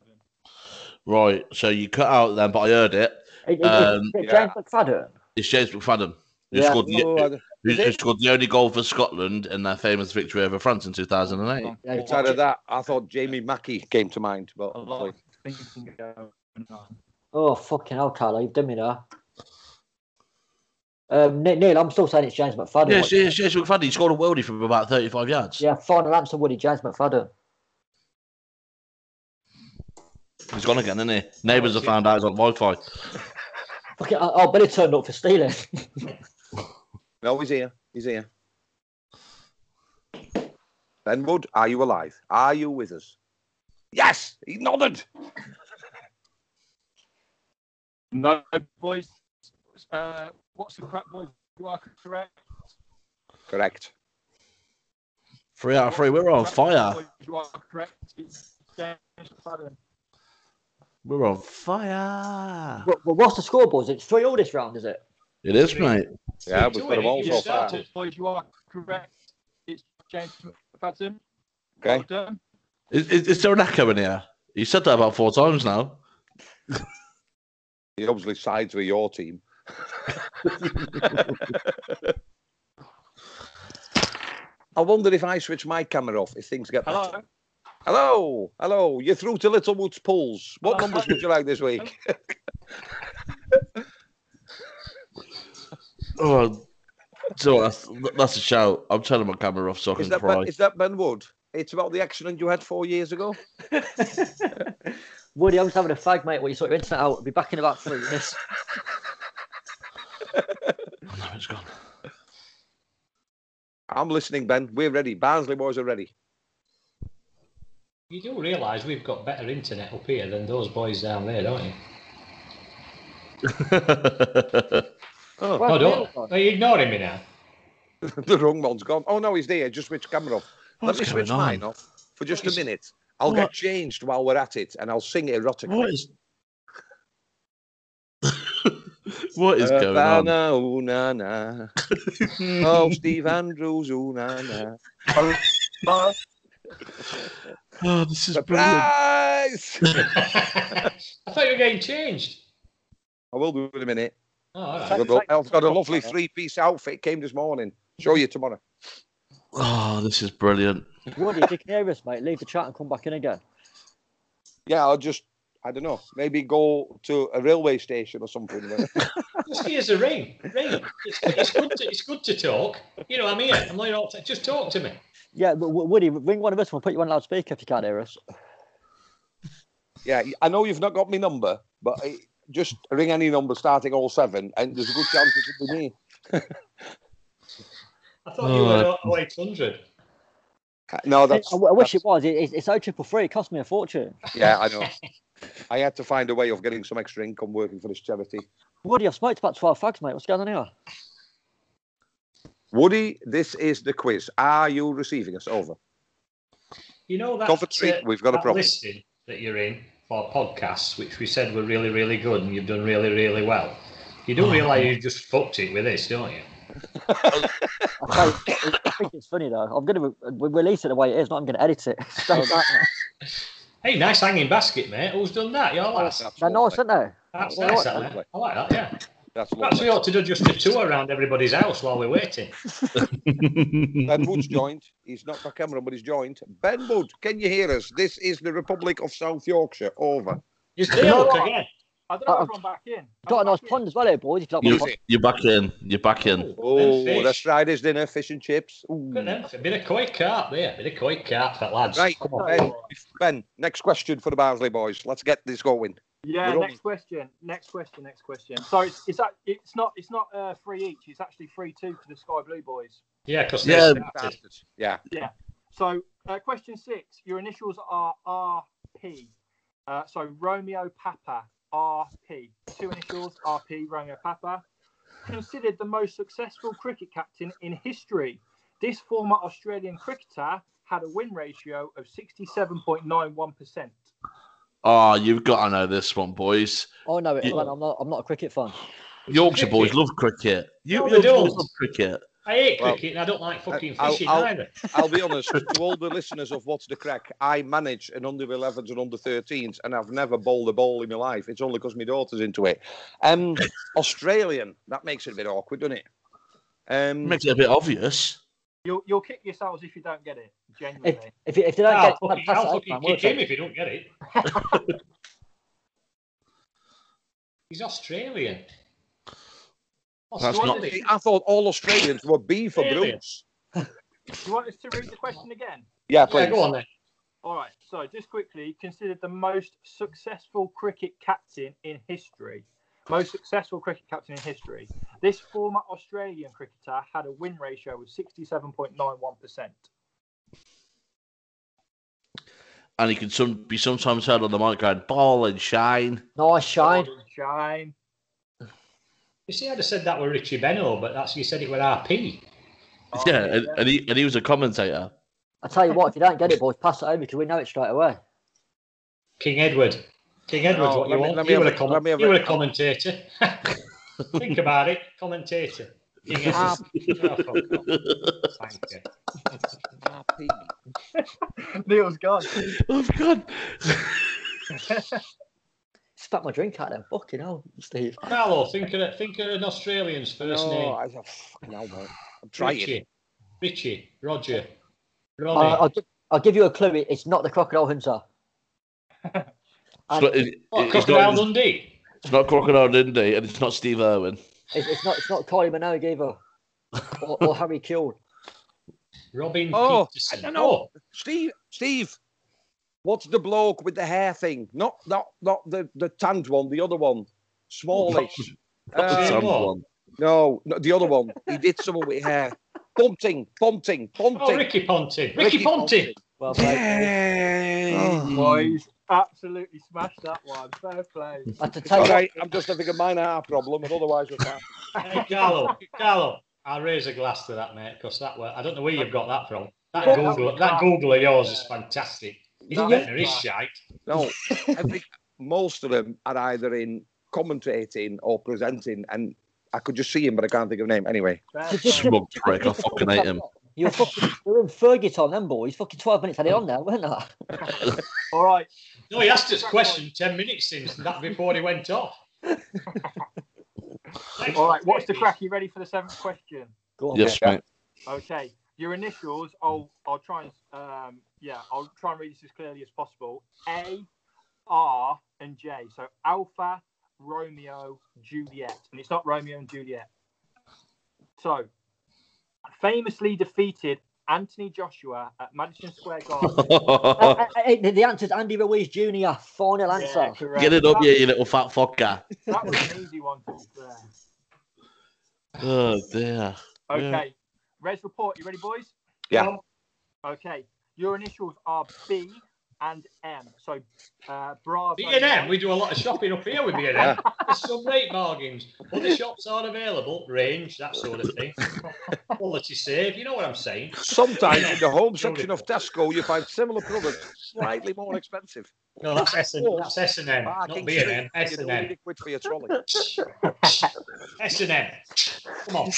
[SPEAKER 3] Right, so you cut out then, but I heard it.
[SPEAKER 2] It- it-
[SPEAKER 3] Um,
[SPEAKER 2] it's
[SPEAKER 4] yeah.
[SPEAKER 2] James McFadden.
[SPEAKER 3] It's James McFadden. Who,
[SPEAKER 2] Yeah.
[SPEAKER 3] scored
[SPEAKER 6] Oh,
[SPEAKER 4] No,
[SPEAKER 3] the,
[SPEAKER 4] I-
[SPEAKER 3] who,
[SPEAKER 4] is
[SPEAKER 3] who
[SPEAKER 4] it?
[SPEAKER 3] scored the only goal for Scotland in their famous victory over France in 2008?
[SPEAKER 2] Yeah,
[SPEAKER 4] It's out of that, I thought Jamie Mackey came to mind, but
[SPEAKER 6] A lot of thinking going on.
[SPEAKER 2] Oh fucking hell, Carlo, you've done me now. Um, Neil, Neil, I'm still saying it's James McFadden.
[SPEAKER 3] Yes,
[SPEAKER 2] What-
[SPEAKER 3] yes, yes, McFadden. He scored a worldie from about 35 yards.
[SPEAKER 2] Oh, Yeah, final answer, Woody. James McFadden.
[SPEAKER 3] He's gone again, isn't he? Neighbours have found out he's on Wi Fi.
[SPEAKER 2] Fucking, oh, oh, Billy turned up for stealing. *laughs*
[SPEAKER 4] no, he's here. He's here. Ben Wood, are you alive? Are you with us? Yes, he nodded.
[SPEAKER 6] No, boys. Uh, what's the crap, boys? You are correct.
[SPEAKER 4] Correct.
[SPEAKER 3] Three out of three. We're on
[SPEAKER 6] Crap,
[SPEAKER 3] fire.
[SPEAKER 6] boys, You are correct. It's James McFadden.
[SPEAKER 3] We're on fire.
[SPEAKER 2] but, but what's the score, boys? It's three all this round, is it?
[SPEAKER 3] It is, mate.
[SPEAKER 4] Yeah,
[SPEAKER 5] Two
[SPEAKER 4] we've got them
[SPEAKER 5] in,
[SPEAKER 4] all
[SPEAKER 5] you
[SPEAKER 4] so far.
[SPEAKER 5] started.
[SPEAKER 6] Boys, you are correct. It's James McFadden.
[SPEAKER 4] Okay.
[SPEAKER 6] Well done.
[SPEAKER 3] Is, is, is there an echo in here? He said that about four times now.
[SPEAKER 4] He obviously sides with your team. *laughs* I wonder if I switch my camera off if things get better.
[SPEAKER 6] Hello.
[SPEAKER 4] Hello, hello. You're through to Littlewood's Pools. What
[SPEAKER 6] Hello.
[SPEAKER 4] numbers would you like this week?
[SPEAKER 3] Oh, so that's, that's a shout. I'm turning my camera off so I
[SPEAKER 4] Is
[SPEAKER 3] can
[SPEAKER 4] that,
[SPEAKER 3] cry.
[SPEAKER 4] ben, is that Ben Wood? It's about the accident you had four years ago.
[SPEAKER 2] Woody, I was having a fag, mate. What you sort your internet out? I'll be back in about three
[SPEAKER 4] *laughs*
[SPEAKER 2] minutes.
[SPEAKER 3] Oh, no, it's gone. *laughs*
[SPEAKER 4] I'm listening, Ben. We're ready. Barnsley boys are ready.
[SPEAKER 5] You do realise we've got better internet up here than those boys down there, don't you?
[SPEAKER 2] Where's
[SPEAKER 5] Oh,
[SPEAKER 2] Neil
[SPEAKER 5] don't.
[SPEAKER 2] gone?
[SPEAKER 5] Are you ignoring me now? *laughs*
[SPEAKER 4] *laughs* the wrong one's gone. Oh no, he's there. Just switch camera off.
[SPEAKER 3] What's
[SPEAKER 4] Let me
[SPEAKER 3] going
[SPEAKER 4] switch mine
[SPEAKER 3] on?
[SPEAKER 4] off for just a
[SPEAKER 5] What is-
[SPEAKER 4] minute. I'll
[SPEAKER 3] What?
[SPEAKER 4] get changed while we're at it, and I'll sing erotic.
[SPEAKER 3] What is. *laughs* what
[SPEAKER 4] Uh,
[SPEAKER 3] is going on?
[SPEAKER 4] Havana, ooh,
[SPEAKER 3] *laughs*
[SPEAKER 4] na, na. oh, Steve Andrews, ooh, na, na.
[SPEAKER 3] Oh, this is brilliant.
[SPEAKER 4] ah! Surprise!
[SPEAKER 5] I thought you were getting changed.
[SPEAKER 4] I will do in a minute.
[SPEAKER 5] Oh, all
[SPEAKER 4] *laughs*
[SPEAKER 5] right.
[SPEAKER 4] I've got, a- I've got a lovely three-piece outfit. Came this morning. Show you tomorrow.
[SPEAKER 3] Oh, this is *laughs* brilliant.
[SPEAKER 2] Woody, if you can hear us, mate, leave the chat and come back in again.
[SPEAKER 4] Yeah, I'll just. I don't know. Maybe go to a railway station or something.
[SPEAKER 3] *laughs*
[SPEAKER 5] Just give us a ring. Ring. It's, it's, good to, it's good to talk. You know, I'm here. I'm not here all the time. Just talk to me.
[SPEAKER 2] Yeah, but Wo- Woody, ring one of us. and We'll put you on loudspeaker if you can't hear us.
[SPEAKER 4] yeah, I know you've not got my number, but I, just ring any number starting all seven, and there's a good chance it could be me.
[SPEAKER 5] I thought you were oh, 800.
[SPEAKER 2] *laughs*
[SPEAKER 4] No,
[SPEAKER 2] I,
[SPEAKER 4] that's.
[SPEAKER 2] I wish
[SPEAKER 4] that's-
[SPEAKER 2] it was. It, it's, it's O triple three. It cost me a fortune.
[SPEAKER 4] Yeah, I know. I had to find a way of getting some extra income working for this charity.
[SPEAKER 2] Woody, I've smoked about twelve fags, mate. What's going on here?
[SPEAKER 4] Woody, this is the quiz. Are you receiving us? Over.
[SPEAKER 5] You know that
[SPEAKER 4] Coventry, we've got a
[SPEAKER 5] that
[SPEAKER 4] problem.
[SPEAKER 5] listing that you're in for podcasts, which we said were really, really good, and you've done really, really well. You
[SPEAKER 4] Oh.
[SPEAKER 5] do realise you just fucked it with this, don't you?
[SPEAKER 2] I tell you, I think it's funny though. I'm going to re- re- release it the way it is. Not I'm going to edit it. *laughs* Straight back.
[SPEAKER 5] Hey, nice hanging basket, mate. Who's done that? Your lass.
[SPEAKER 2] They're nice, aren't they?
[SPEAKER 5] That's
[SPEAKER 4] Well,
[SPEAKER 5] nice,
[SPEAKER 4] I like
[SPEAKER 5] that, mate. I like that. Yeah.
[SPEAKER 4] That's
[SPEAKER 5] Perhaps we
[SPEAKER 4] lovely.
[SPEAKER 5] ought to do just a tour around everybody's house while we're waiting.
[SPEAKER 4] Ben Wood's joined. He's not my camera, but he's joined. Ben Wood, can you hear us? This is the Republic of South Yorkshire. Over.
[SPEAKER 5] You
[SPEAKER 6] You
[SPEAKER 5] still
[SPEAKER 6] know
[SPEAKER 5] look
[SPEAKER 6] what?
[SPEAKER 5] again.
[SPEAKER 6] I don't know
[SPEAKER 2] Uh,
[SPEAKER 6] if I'm back in.
[SPEAKER 2] Got a
[SPEAKER 6] I'm
[SPEAKER 2] nice
[SPEAKER 6] back in.
[SPEAKER 2] pond as well here, boys. If you like my
[SPEAKER 3] You,
[SPEAKER 4] Yes.
[SPEAKER 2] pond.
[SPEAKER 3] you're back in. You're back in.
[SPEAKER 4] Oh,
[SPEAKER 5] Fish.
[SPEAKER 4] that's Friday's dinner, fish and chips. Ooh.
[SPEAKER 5] Look at them. A bit of koi carp there. A bit of koi carp, that lads.
[SPEAKER 4] Right,
[SPEAKER 5] Come on.
[SPEAKER 4] Ben, ben, next question for the Barnsley boys. Let's get this going.
[SPEAKER 6] Yeah.
[SPEAKER 4] We're all-
[SPEAKER 6] Next question. Next question. Next question. So it's it's, act- it's not it's not uh, three each. It's actually three two for the Sky Blue boys.
[SPEAKER 5] Yeah, because
[SPEAKER 3] Yeah.
[SPEAKER 5] yeah.
[SPEAKER 4] Bastards. Yeah.
[SPEAKER 6] So uh, question six. Your initials are RP. Uh, so Romeo Papa RP. Two initials RP Romeo Papa. Considered the most successful cricket captain in history. This former Australian cricketer had a win ratio of sixty-seven point nine one percent.
[SPEAKER 3] Oh, you've got to know this one, boys.
[SPEAKER 2] Oh no, it,
[SPEAKER 3] You-
[SPEAKER 2] well, I'm not. I'm not a cricket fan.
[SPEAKER 3] Yorkshire boys love cricket. You,
[SPEAKER 5] No, they
[SPEAKER 3] Yorkshire boys
[SPEAKER 5] don't.
[SPEAKER 3] love cricket.
[SPEAKER 5] I hate
[SPEAKER 4] Well,
[SPEAKER 5] cricket and I don't like fucking
[SPEAKER 4] I'll-
[SPEAKER 5] fishing
[SPEAKER 4] I'll-
[SPEAKER 5] either.
[SPEAKER 4] I'll be honest, to all the listeners of What's the Crack, I manage an under 11s and under 13s, and I've never bowled a ball in my life. It's only because my daughter's into it. Um, Australian, that makes it a bit awkward, doesn't it? Um,
[SPEAKER 3] Makes it a bit obvious.
[SPEAKER 6] You'll you'll kick yourselves if you don't get it. Genuinely.
[SPEAKER 2] If if, if they don't
[SPEAKER 5] I'll
[SPEAKER 2] get it,
[SPEAKER 5] fucking,
[SPEAKER 2] pass it
[SPEAKER 5] Oh, I'll
[SPEAKER 2] out,
[SPEAKER 5] fucking
[SPEAKER 2] man,
[SPEAKER 5] kick
[SPEAKER 2] won't
[SPEAKER 5] him
[SPEAKER 2] I?
[SPEAKER 5] if you don't get it.
[SPEAKER 4] *laughs*
[SPEAKER 5] He's Australian.
[SPEAKER 3] That's
[SPEAKER 5] Australian.
[SPEAKER 3] not-
[SPEAKER 4] I thought all Australians were B for
[SPEAKER 5] Australian.
[SPEAKER 4] Bruce.
[SPEAKER 6] Do you want us to read the question again?
[SPEAKER 4] Yeah,
[SPEAKER 5] Yeah,
[SPEAKER 4] please.
[SPEAKER 5] go on then.
[SPEAKER 6] All right. So, just quickly, considered the most successful cricket captain in history. Most successful cricket captain in history. This former Australian cricketer had a win ratio of 67.91%.
[SPEAKER 3] And he can some, be sometimes heard on the mic going, ball and shine.
[SPEAKER 2] Nice shine.
[SPEAKER 6] Golden Shine. *laughs*
[SPEAKER 5] You see, I'd have said that with Richie Beno, but that's you said it with RP.
[SPEAKER 6] Oh,
[SPEAKER 3] yeah, and, and, he, and he was a commentator.
[SPEAKER 2] I tell you what, if you don't get it, boys, pass it over because we know it straight away.
[SPEAKER 5] King Edward. King Edward's
[SPEAKER 4] No,
[SPEAKER 5] what
[SPEAKER 4] let me-
[SPEAKER 5] you want.
[SPEAKER 4] let me
[SPEAKER 5] you, were
[SPEAKER 4] have
[SPEAKER 5] a
[SPEAKER 4] a-
[SPEAKER 5] comment-
[SPEAKER 4] let me have
[SPEAKER 5] you
[SPEAKER 4] a-
[SPEAKER 5] were a commentator. *laughs* Think about it. Commentator. King Edward. Oh, fuck off. Thank you.
[SPEAKER 6] Neil's gone.
[SPEAKER 3] *laughs* Oh, God.
[SPEAKER 2] Spat my drink out then. Fucking hell, Steve.
[SPEAKER 5] Carlo, oh, think of, think of an Australian's first
[SPEAKER 4] No,
[SPEAKER 5] name.
[SPEAKER 4] I, oh, fucking hell, man. I'm trying.
[SPEAKER 5] Richie. Richie. Roger.
[SPEAKER 2] I,
[SPEAKER 5] Ronnie.
[SPEAKER 2] I'll, gi- I'll give you a clue. it- It's not the crocodile hunter.
[SPEAKER 3] It's
[SPEAKER 2] And
[SPEAKER 3] not,
[SPEAKER 2] it's,
[SPEAKER 3] it-
[SPEAKER 5] what,
[SPEAKER 3] it's,
[SPEAKER 5] Crocodile
[SPEAKER 3] not,
[SPEAKER 5] Oh, Dundee?
[SPEAKER 3] it's not Crocodile Dundee and it's not Steve Irwin.
[SPEAKER 2] it's not. It's not Kylie Minogue either, or, or Harry Kuehl.
[SPEAKER 5] Robin
[SPEAKER 4] Oh,
[SPEAKER 5] Peterson.
[SPEAKER 4] I don't know. Steve, Steve, what's the bloke with the hair thing? Not not not the the tanned one, the other one, smallish.
[SPEAKER 5] Jay
[SPEAKER 4] Uh,
[SPEAKER 3] Sam
[SPEAKER 5] Moore.
[SPEAKER 3] one.
[SPEAKER 4] no, no, the other one. He did someone with hair. Ponting, Ponting,
[SPEAKER 5] Oh,
[SPEAKER 4] Ponting.
[SPEAKER 5] oh Ricky Ponting. Ricky, Ponting.
[SPEAKER 2] Well, played.
[SPEAKER 4] Yay.
[SPEAKER 6] Boys, absolutely smashed that one. Fair play.
[SPEAKER 2] I had to tell
[SPEAKER 4] All
[SPEAKER 2] you what,
[SPEAKER 4] right, I'm just having a minor hair problem, and otherwise we're fine.
[SPEAKER 5] *laughs* Hey, Carlo, Carlo, I'll raise a glass to that, mate, because that were, I don't know where you've got that from. That
[SPEAKER 6] Yeah,
[SPEAKER 5] Google,
[SPEAKER 6] that's-
[SPEAKER 5] that Google of yours is fantastic. It's
[SPEAKER 4] That-
[SPEAKER 5] better, it's shite.
[SPEAKER 4] No, I think most of them are either in commentating or presenting, and I could just see him, but I can't think of a name. Anyway,
[SPEAKER 6] Fair *laughs* play.
[SPEAKER 3] Smug prick. I fucking hate him.
[SPEAKER 2] you were fucking you were in Fergie time, then boys. Fucking twelve minutes had it on there, weren't I?
[SPEAKER 6] All right.
[SPEAKER 5] No, he asked us a question ten minutes since that before he went off.
[SPEAKER 6] *laughs* All right. What's the crack? You ready for the seventh question?
[SPEAKER 2] Go on,
[SPEAKER 3] Yes,
[SPEAKER 2] mate.
[SPEAKER 3] mate.
[SPEAKER 6] Okay, your initials. I'll I'll try and um yeah I'll try and read this as clearly as possible. A, R, and J. So Alpha, Romeo, Juliet, and it's not Romeo and Juliet. So, famously defeated Anthony Joshua at Madison Square Garden.
[SPEAKER 2] Uh, uh, uh, the the answer's Andy Ruiz Jr. Final answer.
[SPEAKER 3] *laughs*
[SPEAKER 6] correct.
[SPEAKER 3] Get it up,
[SPEAKER 6] That-
[SPEAKER 3] yeah, you little fat fucker.
[SPEAKER 6] That was an easy one. To be fair.
[SPEAKER 3] Oh, dear.
[SPEAKER 6] Okay,
[SPEAKER 3] Yeah.
[SPEAKER 6] Res report. You ready, boys?
[SPEAKER 4] Yeah.
[SPEAKER 6] Okay, your initials are B and M. So, uh, Bravo.
[SPEAKER 5] B&M, we do a lot of shopping up here with B&M. There's some great bargains. Other shops aren't available, range, that sort of thing. Quality save, you know what I'm saying.
[SPEAKER 4] sometimes in the home section of Tesco, you find similar products slightly more expensive.
[SPEAKER 5] No, that's S&M, that's S&M not
[SPEAKER 4] Parking
[SPEAKER 5] B&M,
[SPEAKER 4] street, you don't need
[SPEAKER 5] S&M.
[SPEAKER 4] a quid for your
[SPEAKER 5] *laughs*
[SPEAKER 4] trolley. *sighs*
[SPEAKER 5] S&M. Come on.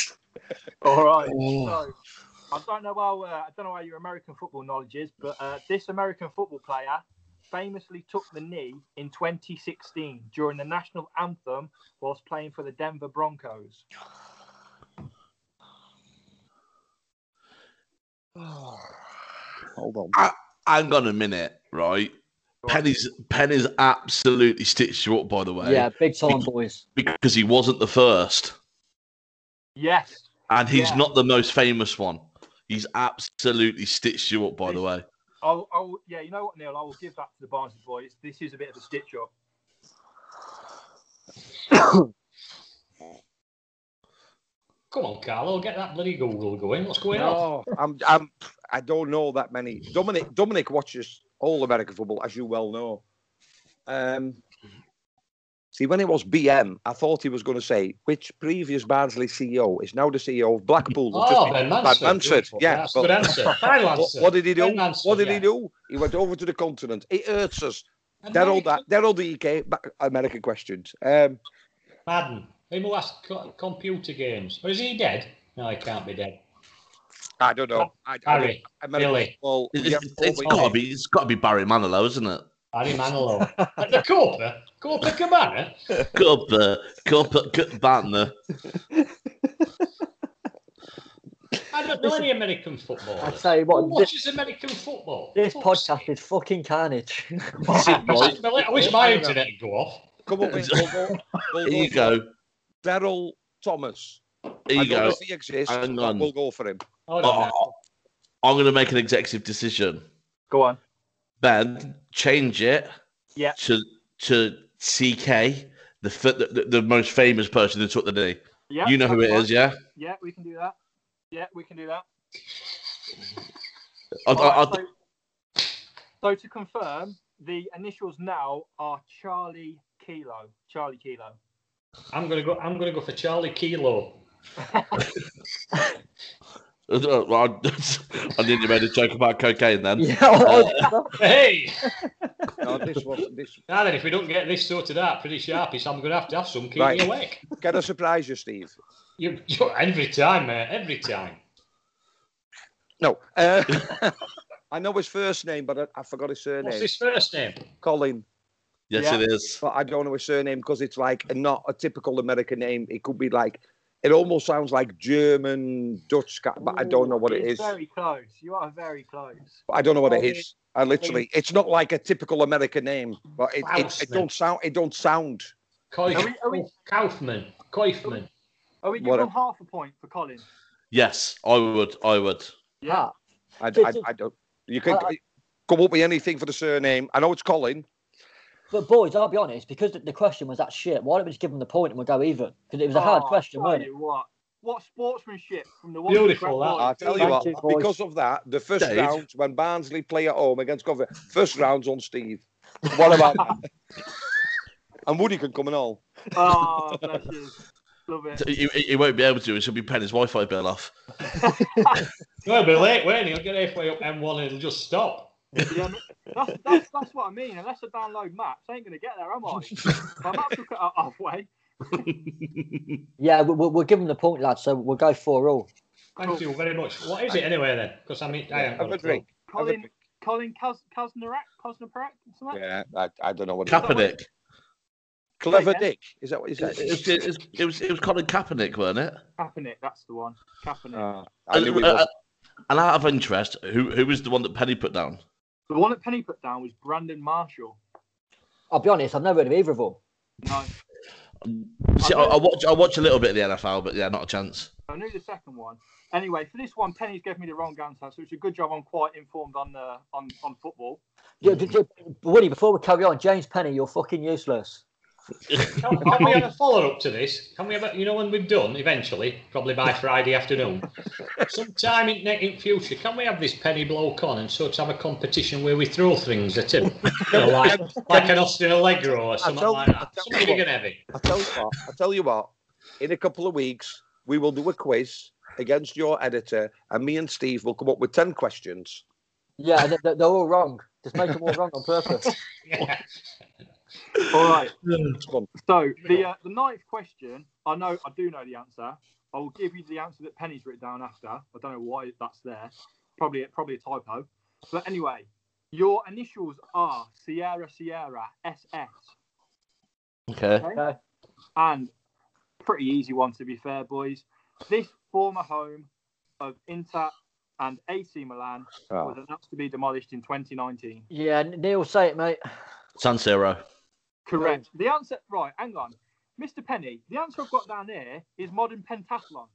[SPEAKER 6] All right.
[SPEAKER 3] Oh.
[SPEAKER 6] So, I don't know how uh, I don't know how your American football knowledge is, but uh, this American football player famously took the knee in 2016 during the national anthem whilst playing for the Denver Broncos?
[SPEAKER 2] Hold on.
[SPEAKER 3] Hang on a minute, right? Penny's Penny's absolutely stitched you up, by the way,
[SPEAKER 2] Yeah, big time, boys.
[SPEAKER 3] because he wasn't the first,
[SPEAKER 6] Yes.
[SPEAKER 3] and he's
[SPEAKER 6] Yeah.
[SPEAKER 3] not the most famous one. He's absolutely stitched you up, by the
[SPEAKER 6] He's-
[SPEAKER 3] way.
[SPEAKER 6] I'll, I'll, yeah, you know what, Neil? I will give that to the Barnsley boys. This is a bit of a stitch up.
[SPEAKER 5] Come on, Carlo, get that bloody Google going. What's going on?
[SPEAKER 4] No, I'm, I'm, I don't know that many. Dominic, Dominic watches all American football, as you well know. Um, see, when it was BM, I thought he was going to say which previous Barnsley CEO is now the CEO of Blackpool. They've just
[SPEAKER 5] Oh,
[SPEAKER 4] been-
[SPEAKER 5] Ben Mansfield.
[SPEAKER 4] Ben Mansfield,
[SPEAKER 5] Beautiful.
[SPEAKER 4] yeah,
[SPEAKER 5] That's a
[SPEAKER 4] but-
[SPEAKER 5] good answer. Final
[SPEAKER 4] what,
[SPEAKER 5] answer.
[SPEAKER 4] what did he do?
[SPEAKER 5] Ben Mansfield,
[SPEAKER 4] what did
[SPEAKER 5] yeah.
[SPEAKER 4] he do? He went over to the continent. It hurts us.
[SPEAKER 5] And
[SPEAKER 4] They're all
[SPEAKER 5] Mike
[SPEAKER 2] uh,
[SPEAKER 4] that. They're all the UK ba- American questions. Um,
[SPEAKER 5] Madden. Who last co- computer games? Or is he dead? No, he can't be dead.
[SPEAKER 4] I don't know. I, I don't-
[SPEAKER 5] Harry.
[SPEAKER 4] American
[SPEAKER 5] Billy.
[SPEAKER 4] football,
[SPEAKER 3] It's,
[SPEAKER 4] yeah,
[SPEAKER 3] it's- it's
[SPEAKER 4] football,
[SPEAKER 3] gotta be it's gotta be Barry Manilow, isn't it?
[SPEAKER 5] Harry Manilow. *laughs* At the Copa? Copa Cabana?
[SPEAKER 3] Cooper, Cooper, Cabana.
[SPEAKER 5] I don't know any American football.
[SPEAKER 2] I tell you what,
[SPEAKER 5] Who
[SPEAKER 2] this,
[SPEAKER 5] watches American football?
[SPEAKER 2] this
[SPEAKER 5] Fuck's
[SPEAKER 2] podcast is fucking
[SPEAKER 6] *laughs*
[SPEAKER 2] carnage.
[SPEAKER 5] sake. I wish my internet would go off.
[SPEAKER 4] Come up with Volvo,
[SPEAKER 3] *laughs* Here you go.
[SPEAKER 4] Daryl Thomas.
[SPEAKER 3] Here
[SPEAKER 4] I
[SPEAKER 3] you
[SPEAKER 4] don't know
[SPEAKER 3] go.
[SPEAKER 4] if he exists.
[SPEAKER 3] Hang
[SPEAKER 4] but
[SPEAKER 3] on.
[SPEAKER 4] We'll go *laughs* for him.
[SPEAKER 5] Hold on.
[SPEAKER 3] Oh, I'm going to make an executive decision.
[SPEAKER 6] Go on.
[SPEAKER 3] Ben, change it
[SPEAKER 6] Yeah.
[SPEAKER 3] to to CK, the fi- the, the, the most famous person who took the knee.
[SPEAKER 6] Yeah.
[SPEAKER 3] you know who it
[SPEAKER 6] that's
[SPEAKER 3] is,
[SPEAKER 6] fine.
[SPEAKER 3] yeah?
[SPEAKER 6] Yeah, we can do that. Yeah, we can do that.
[SPEAKER 3] I, I, I,
[SPEAKER 6] Alright, so, so to confirm, the initials now are Charlie Kilo. Charlie Kilo.
[SPEAKER 5] I'm gonna go. I'm gonna go for Charlie Kilo.
[SPEAKER 3] I, I nearly made a joke about cocaine then.
[SPEAKER 2] yeah,
[SPEAKER 3] Uh,
[SPEAKER 2] oh,
[SPEAKER 5] Hey,
[SPEAKER 4] No, this was this.
[SPEAKER 5] now then, if we don't get this sorted out pretty sharpish, I'm gonna have to have some keep
[SPEAKER 4] Right.
[SPEAKER 5] me awake.
[SPEAKER 4] Can I surprise you, Steve?
[SPEAKER 5] You, *laughs* you, every time, mate. Every time.
[SPEAKER 4] No. Uh, *laughs* I know his first name, but I, I forgot his surname.
[SPEAKER 5] What's his first name?
[SPEAKER 4] Colin.
[SPEAKER 3] Yes,
[SPEAKER 6] Yeah.
[SPEAKER 3] it is.
[SPEAKER 4] But I don't know his surname because it's like a, not a typical American name. It could be like, it almost sounds like German, Dutch, ca- but I don't know what it
[SPEAKER 6] It's
[SPEAKER 4] is.
[SPEAKER 6] Very close. You are very close.
[SPEAKER 4] But I don't know what it
[SPEAKER 5] Colin.
[SPEAKER 4] is. I literally, it's not like a typical American name, but it, it, it don't sound. It don't sound.
[SPEAKER 5] Coif,
[SPEAKER 6] Are we- are we-
[SPEAKER 5] Kaufman. Kaufman.
[SPEAKER 6] Are Oh, we
[SPEAKER 4] What
[SPEAKER 6] giving
[SPEAKER 4] a-
[SPEAKER 6] him half a point for Colin?
[SPEAKER 3] Yes, I would. I would.
[SPEAKER 2] yeah.
[SPEAKER 4] I,
[SPEAKER 2] Did
[SPEAKER 4] I,
[SPEAKER 2] you-
[SPEAKER 4] I don't. You can
[SPEAKER 2] I-
[SPEAKER 4] come up with anything for the surname. I know it's Colin.
[SPEAKER 2] But boys, I'll be honest, because the, the question was that shit, why don't we just give them the point and we'll go even? Because it was a hard
[SPEAKER 6] Oh,
[SPEAKER 2] question,
[SPEAKER 6] tell
[SPEAKER 2] wasn't it?
[SPEAKER 6] you what. What sportsmanship from the
[SPEAKER 5] Beautiful, that.
[SPEAKER 4] I tell you
[SPEAKER 2] Oh, Thank
[SPEAKER 4] what,
[SPEAKER 2] you, boys.
[SPEAKER 4] because of that, the first
[SPEAKER 3] Dave.
[SPEAKER 4] round when Barnsley play at home against Coventry, first round's on Steve. What about that? and Woody can come and all.
[SPEAKER 6] Oh, bless you.
[SPEAKER 4] *laughs*
[SPEAKER 6] Love it.
[SPEAKER 3] He, he- he won't be able to. It should be paying his Wi-Fi bill off.
[SPEAKER 5] No, it'll be late, won't he? He'll get halfway up M1 and it'll just stop.
[SPEAKER 6] Yeah, that's, that's, that's what I mean. Unless I download maps, I ain't going to get there, am I? My maps will cut out halfway.
[SPEAKER 2] Yeah, we, we, we'll give them the point, lads, so we'll go 4 all.
[SPEAKER 5] Thank you very much. What is it anyway then? Because I mean, I haven't
[SPEAKER 4] Oh. Have
[SPEAKER 5] got
[SPEAKER 4] a
[SPEAKER 5] a clue.
[SPEAKER 4] drink. Have a
[SPEAKER 6] Colin,
[SPEAKER 4] drink.
[SPEAKER 6] Colin Kaz, Kaznarak, Kaznarak, something like that?
[SPEAKER 4] Yeah, I, I don't know what it is.
[SPEAKER 3] Kaepernick.
[SPEAKER 4] Clever
[SPEAKER 6] Yeah.
[SPEAKER 4] Dick. Is that what you
[SPEAKER 3] It,
[SPEAKER 4] said?
[SPEAKER 3] it, it, it was. It was Colin Kaepernick, weren't it?
[SPEAKER 6] Kaepernick, that's the one. Kaepernick.
[SPEAKER 4] Ah, I
[SPEAKER 3] And,
[SPEAKER 4] knew he
[SPEAKER 3] uh,
[SPEAKER 4] was.
[SPEAKER 3] and out of interest, who who was the one that Penny put down?
[SPEAKER 6] the one that Penny put down was Brandon Marshall.
[SPEAKER 2] I'll be honest, I've never heard of either of them.
[SPEAKER 6] No,
[SPEAKER 3] See, I, I watch I watch a little bit of the NFL, but yeah, not a chance.
[SPEAKER 6] I knew the second one. Anyway, for this one, Penny's gave me the wrong answer, so it's a good job I'm quite informed on the on, on football.
[SPEAKER 2] Yeah,
[SPEAKER 3] Mm.
[SPEAKER 2] d- d- Woody, before we carry on, James Penny, you're fucking useless.
[SPEAKER 5] Can, can we have a follow up to this? Can we have a, you know, when we're done eventually, probably by Friday afternoon,
[SPEAKER 4] *laughs*
[SPEAKER 5] sometime in, ne- in future, can we have this penny bloke on and sort of have a competition where we throw things at him? You know, like, like an Austin Allegro or something
[SPEAKER 4] tell-
[SPEAKER 5] like that.
[SPEAKER 4] I tell
[SPEAKER 5] Something
[SPEAKER 4] you
[SPEAKER 5] big and heavy.
[SPEAKER 4] I tell you what. I tell you what. In a couple of weeks, we will do a quiz against your editor, and me and Steve will come up with ten questions.
[SPEAKER 2] Yeah, they, they're all wrong. Just make them all wrong on purpose.
[SPEAKER 5] Yeah.
[SPEAKER 6] All right.
[SPEAKER 4] It's fun.
[SPEAKER 6] Mm. So the uh, the ninth question, I know I do know the answer. I will give you the answer that Penny's written down after. I don't know why that's there. Probably probably a typo. But anyway, Your initials are Sierra Sierra SS.
[SPEAKER 3] Okay.
[SPEAKER 2] Uh,
[SPEAKER 6] Okay. And pretty easy one to be fair, boys. This former home of Inter and AC Milan
[SPEAKER 4] Oh.
[SPEAKER 6] was announced to be demolished in 2019.
[SPEAKER 2] Yeah, N- Neil, say it, mate.
[SPEAKER 3] San Siro.
[SPEAKER 6] Correct. The answer, right? Hang on, Mr. Penny. The answer I've got down here is modern pentathlon.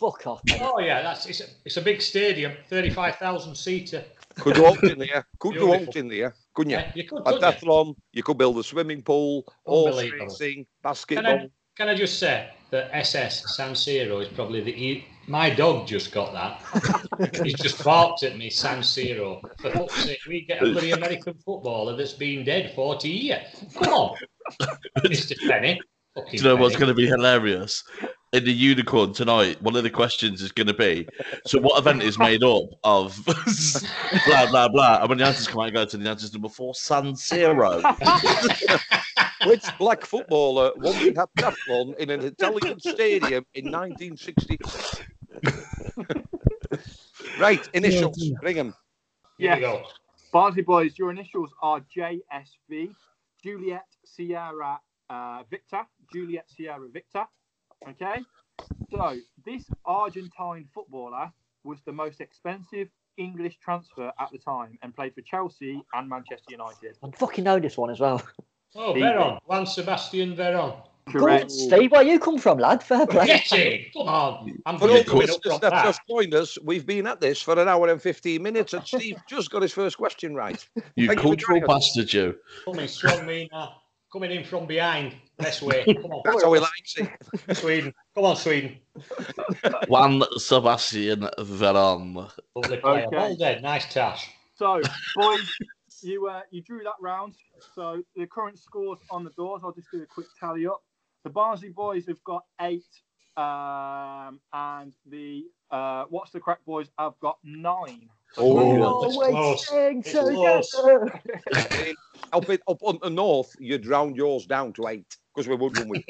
[SPEAKER 2] Fuck off. mate.
[SPEAKER 5] Oh yeah, that's it's a, it's a big stadium, thirty-five thousand seater.
[SPEAKER 4] Could walk in there. Could you
[SPEAKER 5] Beautiful.
[SPEAKER 4] walk in there? Couldn't you?
[SPEAKER 5] Yeah, you could, couldn't you?
[SPEAKER 4] Pentathlon. You could build a swimming pool, horse
[SPEAKER 5] Unbelievable.
[SPEAKER 4] racing,
[SPEAKER 5] Can
[SPEAKER 4] basketball.
[SPEAKER 5] I, can I just say that SS San Siro is probably the e- my dog just got that. *laughs* He's just barked at me, San Siro. For fuck's sake, we get a bloody American footballer that's been dead forty years.
[SPEAKER 3] *laughs*
[SPEAKER 5] Come on, Mister Penny.
[SPEAKER 3] Do you know what's going to be hilarious? In the unicorn tonight, one of the questions is going to be so, what event is made up of *laughs* blah, blah, blah? And when the answers come out, you go to the answers number four San
[SPEAKER 4] *laughs*
[SPEAKER 3] Siro.
[SPEAKER 4] Which black footballer won the pentathlon in an Italian stadium in 1960? *laughs* right, initials. Ring 'em.
[SPEAKER 5] Here we go.
[SPEAKER 6] *laughs* Barnsley boys, your initials are JSV, Juliet Sierra uh, Victor, Juliet Sierra Victor. Okay, so this Argentine footballer was the most expensive English transfer at the time and played for Chelsea and Manchester United.
[SPEAKER 2] I fucking know this one as well.
[SPEAKER 5] Oh,
[SPEAKER 6] Steve.
[SPEAKER 5] Veron, Juan Sebastian Veron.
[SPEAKER 2] Go on, Steve, where you come from, lad? Fair play.
[SPEAKER 5] Get him! eh? Come on. I'm
[SPEAKER 4] For
[SPEAKER 3] Yeah,
[SPEAKER 4] all the
[SPEAKER 5] going
[SPEAKER 3] cool.
[SPEAKER 5] up
[SPEAKER 4] listeners
[SPEAKER 5] from
[SPEAKER 4] that
[SPEAKER 5] that.
[SPEAKER 4] just joined us, we've been at this for an hour and 15 minutes, and *laughs* Steve just got his first question right.
[SPEAKER 3] You
[SPEAKER 4] Thank you for
[SPEAKER 3] cultural
[SPEAKER 4] joining us.
[SPEAKER 3] bastard, you.
[SPEAKER 5] Coming, strong me now. Coming in from behind. Best way. Come on,
[SPEAKER 4] *laughs* *laughs* That's how he likes it.
[SPEAKER 5] Sweden. Come on, Sweden.
[SPEAKER 3] Juan Sebastian Veron.
[SPEAKER 5] Lovely player.
[SPEAKER 6] Okay.
[SPEAKER 5] Well done. Nice tash.
[SPEAKER 6] So, boys, you uh, you drew that round. So the current scores on the doors. I'll just do a quick tally up. The Barnsley boys have got eight, um, and the uh, What's the Crack boys have got nine.
[SPEAKER 4] *laughs*
[SPEAKER 3] Oh,
[SPEAKER 2] *laughs*
[SPEAKER 5] It's
[SPEAKER 2] we're
[SPEAKER 5] close.
[SPEAKER 2] staying
[SPEAKER 5] It's
[SPEAKER 2] together.
[SPEAKER 4] Up, in, up on the north, you'd round yours down to eight because we would win. we?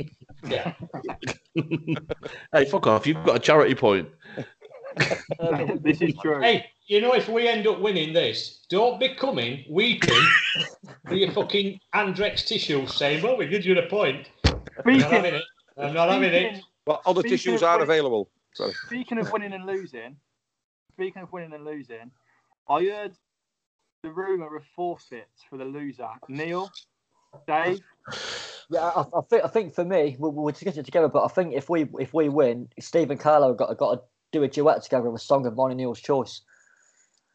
[SPEAKER 5] Yeah.
[SPEAKER 3] *laughs* Hey, fuck off. You've got a charity point. *laughs*
[SPEAKER 2] Um,
[SPEAKER 6] *laughs* this is true.
[SPEAKER 5] Hey, you know, if we end up winning this, don't be coming weeping for your fucking Andrex tissue saying, well, we did you the point. I'm not
[SPEAKER 6] speaking,
[SPEAKER 5] having it. I'm not having it. eh?
[SPEAKER 6] speaking,
[SPEAKER 4] But other
[SPEAKER 6] Speaking
[SPEAKER 4] tissues
[SPEAKER 6] of
[SPEAKER 4] are
[SPEAKER 6] which-
[SPEAKER 4] available.
[SPEAKER 6] speaking of winning and losing, speaking of winning and losing, I heard the rumor of forfeits for the loser. Neil, Dave,
[SPEAKER 2] yeah, I, I think I think for me, we'll, we'll discuss it together. But I think if we if we win, Steve and Carlo have got got to do a duet together of a song of mine and Neil's choice.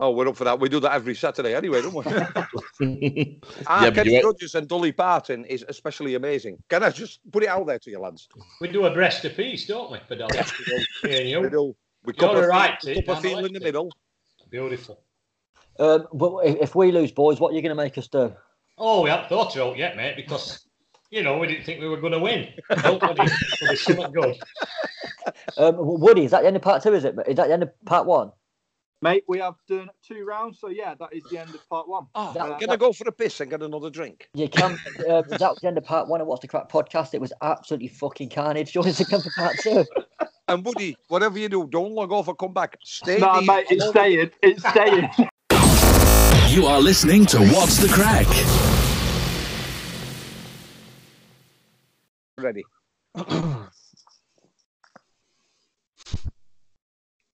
[SPEAKER 4] Oh, we're up for that. We do that every Saturday anyway, *laughs* don't we?
[SPEAKER 3] Who
[SPEAKER 4] Ah,
[SPEAKER 3] Yeah, but
[SPEAKER 4] Kenny
[SPEAKER 3] you-
[SPEAKER 4] Rogers and Dolly Parton is especially amazing. Can I just put it out there to you, lads?
[SPEAKER 5] We do a breast apiece, don't we, for Dolly? Me and
[SPEAKER 4] We
[SPEAKER 5] you.
[SPEAKER 4] do. We
[SPEAKER 5] You're
[SPEAKER 4] cup of-
[SPEAKER 5] right,
[SPEAKER 4] we
[SPEAKER 5] Steve.
[SPEAKER 4] cup of
[SPEAKER 5] I'm
[SPEAKER 4] feel in the
[SPEAKER 5] elected.
[SPEAKER 4] middle.
[SPEAKER 5] Beautiful.
[SPEAKER 2] Um, but if, if we lose, boys, what are you going to make us do?
[SPEAKER 5] Oh, we haven't thought it out yet, mate, because, you know, we didn't think we were going to win. Hopefully, it'll be something good.
[SPEAKER 2] Um, Woody, is that the end of part two? Is it? Is that the end of part one?
[SPEAKER 6] mate, we have done two rounds. So yeah, that is the end of part one.
[SPEAKER 4] Oh,
[SPEAKER 2] That-
[SPEAKER 4] can I go for a piss and get another drink?
[SPEAKER 2] You can. um, that was the end of part one of What's the Crack podcast. It was absolutely fucking carnage. *laughs* Join us again for part two.
[SPEAKER 4] And Woody, whatever you do, don't log off or come back. Stay
[SPEAKER 6] No,
[SPEAKER 4] deep.
[SPEAKER 6] mate, it's staying. *laughs* It's staying.
[SPEAKER 1] You are listening to What's the Crack?
[SPEAKER 4] ready.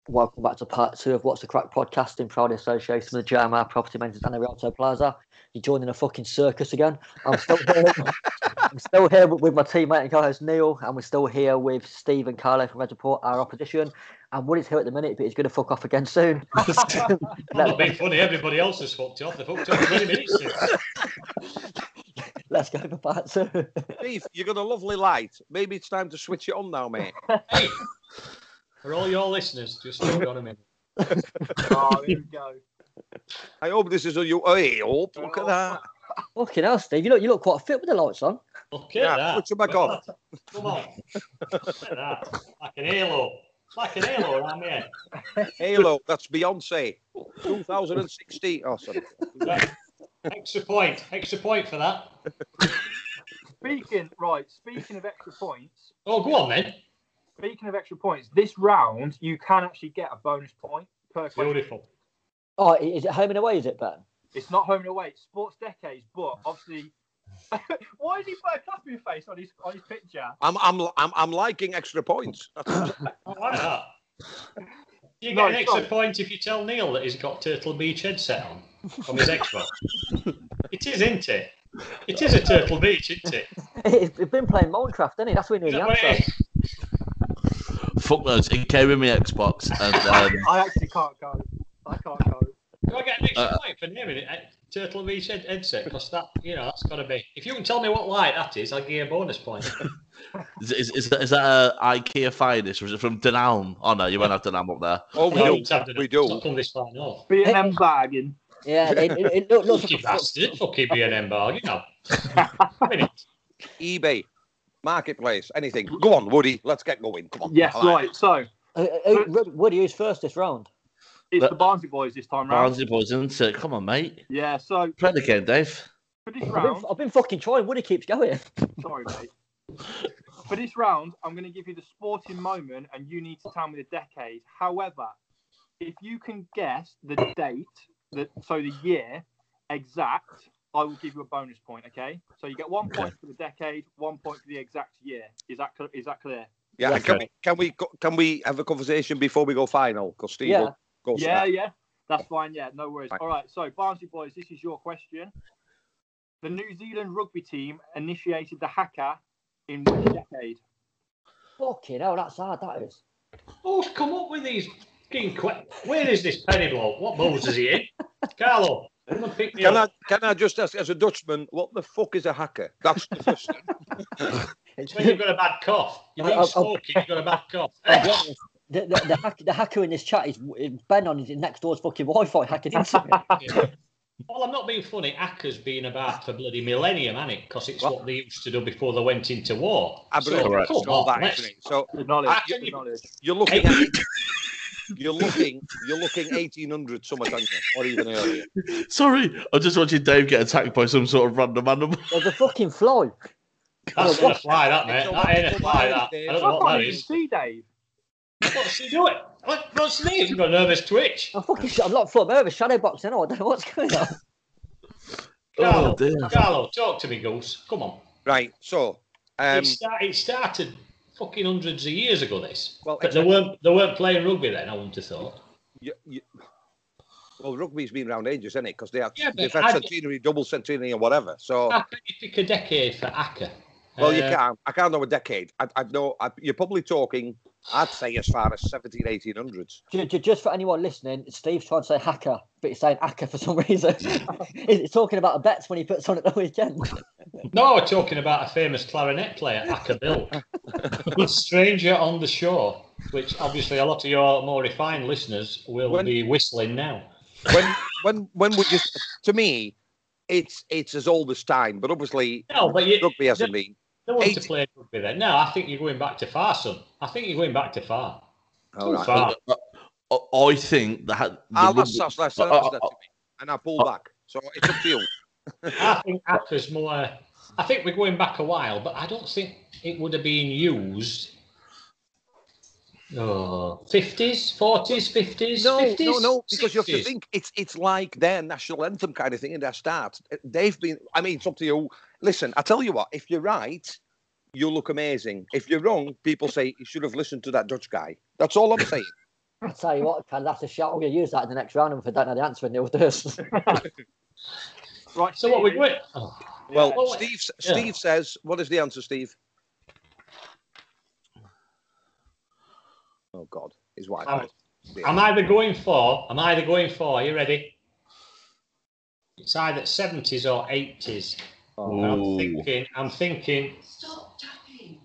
[SPEAKER 2] Welcome back to part two of What's the Crack podcast in proud association with JMR Property Maintenance and the Rialto Plaza. You're joining a fucking circus again. I'm still here. I'm still here with, with my teammate and co-host Neil, and we're still here with Steve and Carlo from Red Report, our opposition. And Woody's here at the minute, but he's going to fuck off again soon.
[SPEAKER 5] That'll be funny. Everybody else has fucked off. They fucked off 20 minutes since.
[SPEAKER 2] Let's go for part two. *laughs*
[SPEAKER 4] Steve, you got a lovely light. Maybe it's time to switch it on now, mate.
[SPEAKER 5] Hey, for all your listeners, just hold on a minute.
[SPEAKER 6] oh, here we go.
[SPEAKER 4] I hope this is a you. Hey, hope, look at that.
[SPEAKER 2] fucking hell, Steve, you look you look quite fit with the lights on.
[SPEAKER 5] Look at
[SPEAKER 4] Yeah,
[SPEAKER 5] that.
[SPEAKER 4] switch it back on.
[SPEAKER 5] *laughs* Come on. Look at that. Like an halo. Like an halo around the head.
[SPEAKER 4] Halo, that's Beyonce. 2016. Oh, sorry.
[SPEAKER 5] Right. Extra point. Extra point for that.
[SPEAKER 6] Speaking right, speaking of extra points,
[SPEAKER 5] Oh, go on then.
[SPEAKER 6] speaking of extra points, this round you can actually get a bonus point per question.
[SPEAKER 5] Beautiful.
[SPEAKER 2] Oh, i- is it home and away? Is it Ben?
[SPEAKER 6] It's not home and away. It's sports decades, but obviously, *laughs* why did he put a clapping face on his on his picture?
[SPEAKER 4] I'm, I'm, I'm, I'm liking extra points. That's-
[SPEAKER 5] I like that. You get
[SPEAKER 6] No,
[SPEAKER 5] an
[SPEAKER 6] it's
[SPEAKER 5] extra
[SPEAKER 6] not.
[SPEAKER 5] point if you tell Neil that he's got Turtle Beach headset on on his Xbox. it is, isn't it? It is a Turtle Beach, isn't it?
[SPEAKER 2] He's been playing Minecraft, isn't he? That's when he
[SPEAKER 5] Is
[SPEAKER 2] knew
[SPEAKER 5] that
[SPEAKER 2] the
[SPEAKER 5] what it
[SPEAKER 2] answer.
[SPEAKER 5] is?
[SPEAKER 3] Fuck those. It came in my Xbox, and um,
[SPEAKER 6] I actually can't go. I can't go.
[SPEAKER 5] Do I get an extra
[SPEAKER 3] Uh,
[SPEAKER 5] point for naming it eh, Turtle Beach head- headset? Because that, you know, that's got to be. If you can tell me what light that is, I'll give you a bonus point.
[SPEAKER 3] is, is, is that, is that a IKEA finest? Or is it from Denalm? Oh no, you won't have Denalm up there.
[SPEAKER 4] oh,
[SPEAKER 5] Well,
[SPEAKER 4] we
[SPEAKER 5] it's
[SPEAKER 4] do.
[SPEAKER 5] happened.
[SPEAKER 4] We
[SPEAKER 5] It's
[SPEAKER 4] do.
[SPEAKER 5] not come this far north.
[SPEAKER 6] Being them bargain.
[SPEAKER 2] Yeah, it, it, it looked,
[SPEAKER 5] *laughs*
[SPEAKER 2] looked
[SPEAKER 5] Lucky
[SPEAKER 2] like a
[SPEAKER 5] bastard. Fucking B&M bargain. No. I mean, it's-
[SPEAKER 4] eBay, marketplace, anything. Go on, Woody. Let's get going. Come on.
[SPEAKER 6] Yes,
[SPEAKER 4] I like
[SPEAKER 6] right. So
[SPEAKER 2] Uh, uh, Woody- Woody who's first this round?
[SPEAKER 6] it's
[SPEAKER 3] But-
[SPEAKER 6] the Barnsley boys this time round.
[SPEAKER 3] Barnsley boys, isn't it? Come on, mate.
[SPEAKER 6] Yeah. So
[SPEAKER 3] Play the game, Dave.
[SPEAKER 6] for this
[SPEAKER 2] I've been,
[SPEAKER 6] round,
[SPEAKER 2] I've been fucking trying. Woody keeps going. *laughs*
[SPEAKER 6] sorry, mate. For this round, I'm going to give you the sporting moment, and you need to tell me the decade. However, if you can guess the date, that so the year exact, I will give you a bonus point. Okay. So you get one
[SPEAKER 3] Okay.
[SPEAKER 6] point for the decade, one point for the exact year. Is that cl- is that clear?
[SPEAKER 4] it. Yeah. Can, we- can we go- can we have a conversation before we go final? Because Steve
[SPEAKER 2] Yeah.
[SPEAKER 4] will go for
[SPEAKER 6] Yeah,
[SPEAKER 4] that.
[SPEAKER 6] yeah. That's fine. Yeah, no worries.
[SPEAKER 4] Right.
[SPEAKER 6] All right. So, Barnsley boys, this is your question. The New Zealand rugby team initiated the haka in which decade?
[SPEAKER 2] Fucking hell, that's hard. That
[SPEAKER 5] *laughs*
[SPEAKER 2] is.
[SPEAKER 5] Who's Oh, come up with these fucking que- Where is this penny bloke? What balls is he in? Carlo, come and pick me
[SPEAKER 4] Can I
[SPEAKER 5] up.
[SPEAKER 4] can I just ask as a Dutchman, what the fuck is a hacker? That's the
[SPEAKER 6] *laughs*
[SPEAKER 4] first.
[SPEAKER 5] It's when you've got a bad cough. You've
[SPEAKER 2] I-
[SPEAKER 5] been
[SPEAKER 2] I- I-
[SPEAKER 5] smoking, you've got a bad cough.
[SPEAKER 2] I'll *laughs* be honest, The, the, the, hack, the hacker in this chat is is Ben on his next door's fucking Wi-Fi hacking into
[SPEAKER 5] *laughs*
[SPEAKER 2] it.
[SPEAKER 5] Well, I'm not being funny. ACCA's been about for bloody millennium, has it? Because it's what they used to do before they went into war.
[SPEAKER 4] Aboriginal
[SPEAKER 3] correct.
[SPEAKER 5] come
[SPEAKER 4] and all
[SPEAKER 5] on,
[SPEAKER 4] that,
[SPEAKER 5] let's-
[SPEAKER 4] isn't it? So
[SPEAKER 6] The knowledge.
[SPEAKER 5] Haka,
[SPEAKER 6] the
[SPEAKER 5] you-
[SPEAKER 6] knowledge.
[SPEAKER 4] you're looking at
[SPEAKER 5] uh,
[SPEAKER 4] *laughs* you're looking you're looking 1800 somewhere, aren't you? or even earlier.
[SPEAKER 3] Sorry, I'm just watching Dave get attacked by some sort of random animal.
[SPEAKER 2] There's a fucking fly. Well,
[SPEAKER 5] That's going to fly, that,
[SPEAKER 4] it's
[SPEAKER 5] mate.
[SPEAKER 4] all-
[SPEAKER 5] That ain't
[SPEAKER 4] it's
[SPEAKER 5] a
[SPEAKER 4] all
[SPEAKER 5] fly,
[SPEAKER 4] right,
[SPEAKER 5] that. I
[SPEAKER 4] Dave.
[SPEAKER 5] don't
[SPEAKER 6] I
[SPEAKER 5] know what
[SPEAKER 6] can't
[SPEAKER 5] that
[SPEAKER 6] even
[SPEAKER 5] is.
[SPEAKER 6] see, Dave.
[SPEAKER 5] What's she doing? What, what's the name? You've got a nervous twitch.
[SPEAKER 2] I'm fucking. I'm like flying over shadow box. I know. I don't know what's going
[SPEAKER 5] *laughs*
[SPEAKER 2] on.
[SPEAKER 5] Carlo,
[SPEAKER 3] Oh dear.
[SPEAKER 5] Carlo, talk to me, Goose. Come on.
[SPEAKER 4] Right. So um,
[SPEAKER 5] it, start, it started fucking hundreds of years ago. This,
[SPEAKER 4] Well,
[SPEAKER 5] but they
[SPEAKER 4] exactly.
[SPEAKER 5] weren't they weren't playing rugby then. I wouldn't have thought.
[SPEAKER 4] you, you, well, rugby's been around ages, isn't it? Because they had,
[SPEAKER 5] Yeah, but
[SPEAKER 4] they've had
[SPEAKER 5] I-
[SPEAKER 4] centenary, double centenary, and whatever. So
[SPEAKER 5] How can you pick a decade for Acker? Uh,
[SPEAKER 4] Well, you can't. I can't know a decade. I, I know. I, you're probably talking. I'd say as far as 17, 1800s.
[SPEAKER 2] Ju- ju- Just for anyone listening, Steve's trying to say hacker, but he's saying hacker for some reason. *laughs* he's he's talking about a bets when he puts on at the weekend.
[SPEAKER 5] No, we're talking about a famous clarinet player, Acker
[SPEAKER 4] *laughs*
[SPEAKER 5] Bill, a stranger on the shore, which obviously a lot of your more refined listeners will
[SPEAKER 4] When-
[SPEAKER 5] be whistling now.
[SPEAKER 4] When, *laughs* when, when would you? To me, it's it's as old as time. But obviously,
[SPEAKER 5] No, but you,
[SPEAKER 4] rugby hasn't
[SPEAKER 5] they,
[SPEAKER 4] been.
[SPEAKER 5] they want to
[SPEAKER 4] eight-
[SPEAKER 5] play rugby then. No, I think you're going back to far, son. I think you're going back to far.
[SPEAKER 4] All right.
[SPEAKER 5] far.
[SPEAKER 3] I- I think that had. the
[SPEAKER 4] I'll ask
[SPEAKER 3] rugby-
[SPEAKER 4] Sas last
[SPEAKER 3] Uh,
[SPEAKER 4] that to
[SPEAKER 3] uh,
[SPEAKER 4] me,
[SPEAKER 3] uh,
[SPEAKER 4] and I pull back. So it's up to you.
[SPEAKER 5] I think Acker's more. I think we're going back a while, but I don't think it would have been used. Oh, 50s, 40s, 50s,
[SPEAKER 4] No,
[SPEAKER 5] 50s,
[SPEAKER 4] no, no, because you have to
[SPEAKER 5] 60s.
[SPEAKER 4] think it's it's like their national anthem kind of thing in their start. They've been. I mean, it's up to you. Listen, I tell you what. If you're right, you look amazing. If you're wrong, people say you should have listened to that Dutch guy. That's all I'm saying.
[SPEAKER 2] I tell you what, Ken, that's a shout. I'm gonna use that in the next round. And if I don't know the answer, Neil does.
[SPEAKER 6] Right.
[SPEAKER 5] So what we
[SPEAKER 6] Stevie?
[SPEAKER 5] going? Oh,
[SPEAKER 6] Yeah.
[SPEAKER 4] Well,
[SPEAKER 5] Well,
[SPEAKER 4] Steve, s-
[SPEAKER 5] yeah.
[SPEAKER 4] Steve says, "What is the answer, Steve?" Oh God, his wife.
[SPEAKER 5] I'm, I'm either going for. I'm either going for. You ready? It's either 70s or 80s. And I'm
[SPEAKER 3] Ooh.
[SPEAKER 5] thinking. I'm thinking. Stop tapping.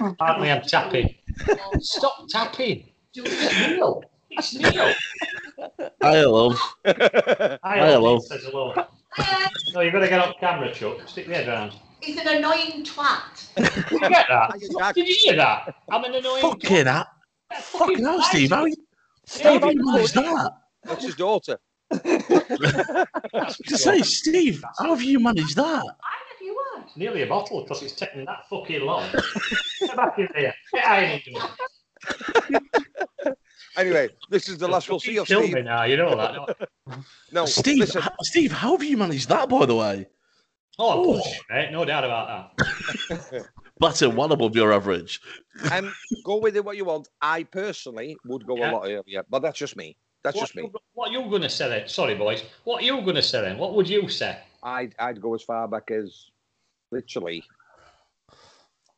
[SPEAKER 5] Apparently, I'm tapping. Stop tapping.
[SPEAKER 8] *coughs*
[SPEAKER 5] Neil. That's Neil.
[SPEAKER 3] I love.
[SPEAKER 5] Hi,
[SPEAKER 3] Hi, hello.
[SPEAKER 5] Says hello. no, you've got to get off camera, Chuck. Stick your head round.
[SPEAKER 8] He's an annoying twat.
[SPEAKER 5] Did you get that?
[SPEAKER 4] Exactly.
[SPEAKER 5] Did you
[SPEAKER 3] *laughs*
[SPEAKER 5] hear that? I'm an annoying.
[SPEAKER 3] Fucking hell, fucking hell, Steve. How you? Steve, how you managed that?
[SPEAKER 4] That's his daughter.
[SPEAKER 3] Just say, Steve, how have you managed that?
[SPEAKER 8] I never you would.
[SPEAKER 5] Nearly a bottle because it's taking that
[SPEAKER 3] *laughs*
[SPEAKER 5] fucking long. get back in there. Get out of here.
[SPEAKER 4] Anyway, this is the last we'll see of
[SPEAKER 5] Kill
[SPEAKER 4] Steve.
[SPEAKER 5] me now, you know that.
[SPEAKER 3] *laughs*
[SPEAKER 5] don't you?
[SPEAKER 4] No,
[SPEAKER 3] Steve,
[SPEAKER 4] Oh, listen,
[SPEAKER 3] h- Steve, how have you managed that, by the way?
[SPEAKER 5] Oh,
[SPEAKER 3] Oh.
[SPEAKER 5] mate, no doubt about that.
[SPEAKER 3] Butter well above your average.
[SPEAKER 4] um, go with it what you want. I personally would go a
[SPEAKER 5] Yeah.
[SPEAKER 4] lot earlier, but that's just me. That's
[SPEAKER 5] What,
[SPEAKER 4] just me.
[SPEAKER 5] you- what are you going to say then? Sorry, boys. What are you going to say then? What would you say?
[SPEAKER 4] I'd I'd go as far back as literally.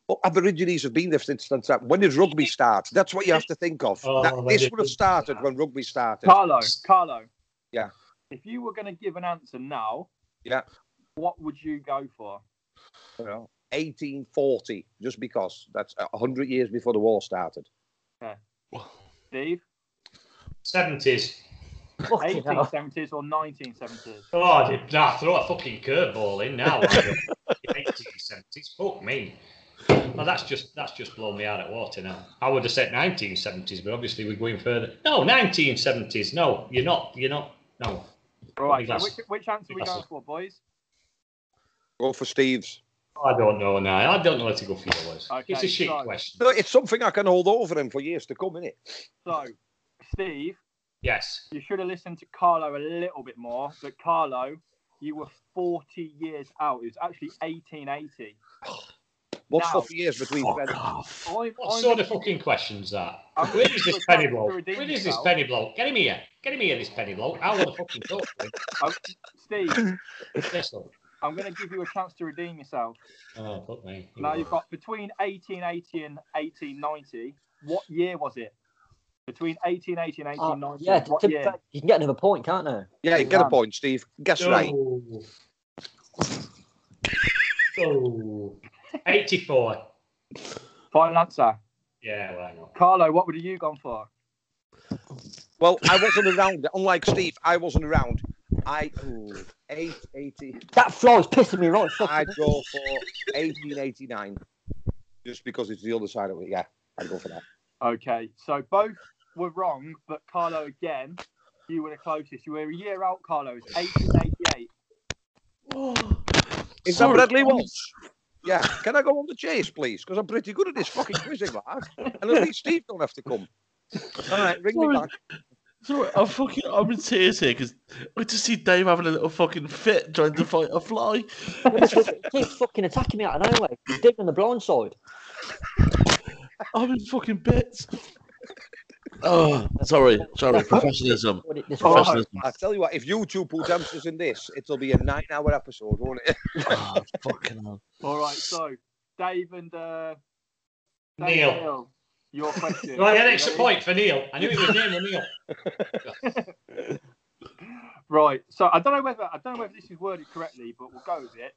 [SPEAKER 4] Well, Aborigines have been there since, since that. When did rugby start? That's what you have to think of.
[SPEAKER 5] Oh,
[SPEAKER 4] That-
[SPEAKER 5] when
[SPEAKER 4] this
[SPEAKER 5] did
[SPEAKER 4] would have
[SPEAKER 5] rugby
[SPEAKER 4] started
[SPEAKER 5] start?
[SPEAKER 4] when rugby started.
[SPEAKER 6] Carlo, Carlo.
[SPEAKER 4] Yeah.
[SPEAKER 6] If you were going to give an answer now,
[SPEAKER 4] Yeah.
[SPEAKER 6] what would you go for?
[SPEAKER 4] you know, 1840, just because that's a 100 years before the war started.
[SPEAKER 6] Steve,
[SPEAKER 5] 70s.
[SPEAKER 2] Fucking hell.
[SPEAKER 6] 1870s or 1970s?
[SPEAKER 5] Oh, I did nah, throw a fucking curveball in now. I don't- 1870s. Fuck me. Well, that's just that's just blown me out of water now. I would have said 1970s, but obviously we're going further. No, 1970s. No, you're not. You're not. No.
[SPEAKER 6] Right. So
[SPEAKER 5] Newcastle.
[SPEAKER 6] which, which answer are we going
[SPEAKER 5] Newcastle.
[SPEAKER 6] for, boys?
[SPEAKER 4] Go for Steve's.
[SPEAKER 5] I don't know now. I don't know where to go for yours.
[SPEAKER 6] Okay,
[SPEAKER 5] it's a shit
[SPEAKER 6] so-
[SPEAKER 5] question.
[SPEAKER 4] Look, It's something I can hold over him for years to come, innit?
[SPEAKER 6] So, Steve,
[SPEAKER 5] Yes.
[SPEAKER 6] you should have listened to Carlo a little bit more. But Carlo, you were 40 years out. It was actually 1880.
[SPEAKER 4] What's
[SPEAKER 6] No.
[SPEAKER 4] 40 years between friends?
[SPEAKER 6] I'm,
[SPEAKER 5] What
[SPEAKER 6] I'm-
[SPEAKER 5] sort of fucking question's
[SPEAKER 6] *laughs*
[SPEAKER 5] that?
[SPEAKER 6] I'm
[SPEAKER 5] Where
[SPEAKER 6] gonna
[SPEAKER 5] is
[SPEAKER 6] give
[SPEAKER 5] this
[SPEAKER 6] you a
[SPEAKER 5] penny
[SPEAKER 6] chance to
[SPEAKER 5] bloke?
[SPEAKER 6] redeem
[SPEAKER 5] Where is this
[SPEAKER 6] yourself.
[SPEAKER 5] penny bloke? Get him here. Get him here, this penny bloke. I want to fucking talk to him.
[SPEAKER 6] I'm- Steve,
[SPEAKER 5] This one.
[SPEAKER 6] I'm going to give you a chance to redeem yourself.
[SPEAKER 5] Oh, fuck me.
[SPEAKER 6] Now you've got between 1880 and 1890. What year was it? Between 1880 and
[SPEAKER 2] Oh,
[SPEAKER 6] 1890.
[SPEAKER 2] yeah,
[SPEAKER 6] what
[SPEAKER 2] to-
[SPEAKER 6] year?
[SPEAKER 2] you can get another point, can't you?
[SPEAKER 4] Yeah, you get a
[SPEAKER 6] Um,
[SPEAKER 4] point, Steve. Guess right.
[SPEAKER 5] Oh. Oh. 84.
[SPEAKER 6] Final answer.
[SPEAKER 5] Yeah, why not?
[SPEAKER 6] Carlo, what would have you gone for?
[SPEAKER 4] Well, I wasn't around. Unlike Steve, I wasn't around. I, ooh, 880.
[SPEAKER 2] That floor is pissing me right.
[SPEAKER 4] *laughs*
[SPEAKER 2] fucking-
[SPEAKER 4] I'd go for 1889, just because it's the other side of it. Yeah, I'd go for that.
[SPEAKER 6] Okay, so both were wrong, but Carlo again, you were the closest. You were a year out, Carlo. It's 1888.
[SPEAKER 3] Oh,
[SPEAKER 4] Is
[SPEAKER 3] Sorry.
[SPEAKER 4] that Bradley Walsh? Yeah. Can I go on the chase, please? Because I'm pretty good at this fucking quizzing, lad. And at least Steve don't have to come. All right, ring me
[SPEAKER 3] Sorry.
[SPEAKER 4] back.
[SPEAKER 3] Sorry, I'm fucking, I'm in tears here because I just see Dave having a little fucking fit trying to fight a fly.
[SPEAKER 2] Keeps fucking attacking me out of nowhere. He's digging the blind side.
[SPEAKER 3] I'm in fucking bits. Oh, sorry,
[SPEAKER 4] *laughs*
[SPEAKER 3] sorry, professionalism.
[SPEAKER 2] What it- this
[SPEAKER 6] Oh,
[SPEAKER 2] was-
[SPEAKER 3] Professionalism.
[SPEAKER 4] I tell you what, if you two put answers in this, it'll be a nine-hour episode, won't it? *laughs*
[SPEAKER 3] Oh, fucking hell.
[SPEAKER 6] All right, so Dave and uh, Dave
[SPEAKER 5] Neil.
[SPEAKER 6] and your question.
[SPEAKER 5] *laughs* Right, an extra
[SPEAKER 6] Ready?
[SPEAKER 5] point for Neil. I knew it was named Neil.
[SPEAKER 6] Right. So I don't know whether I don't know whether this is worded correctly, but we'll go with it.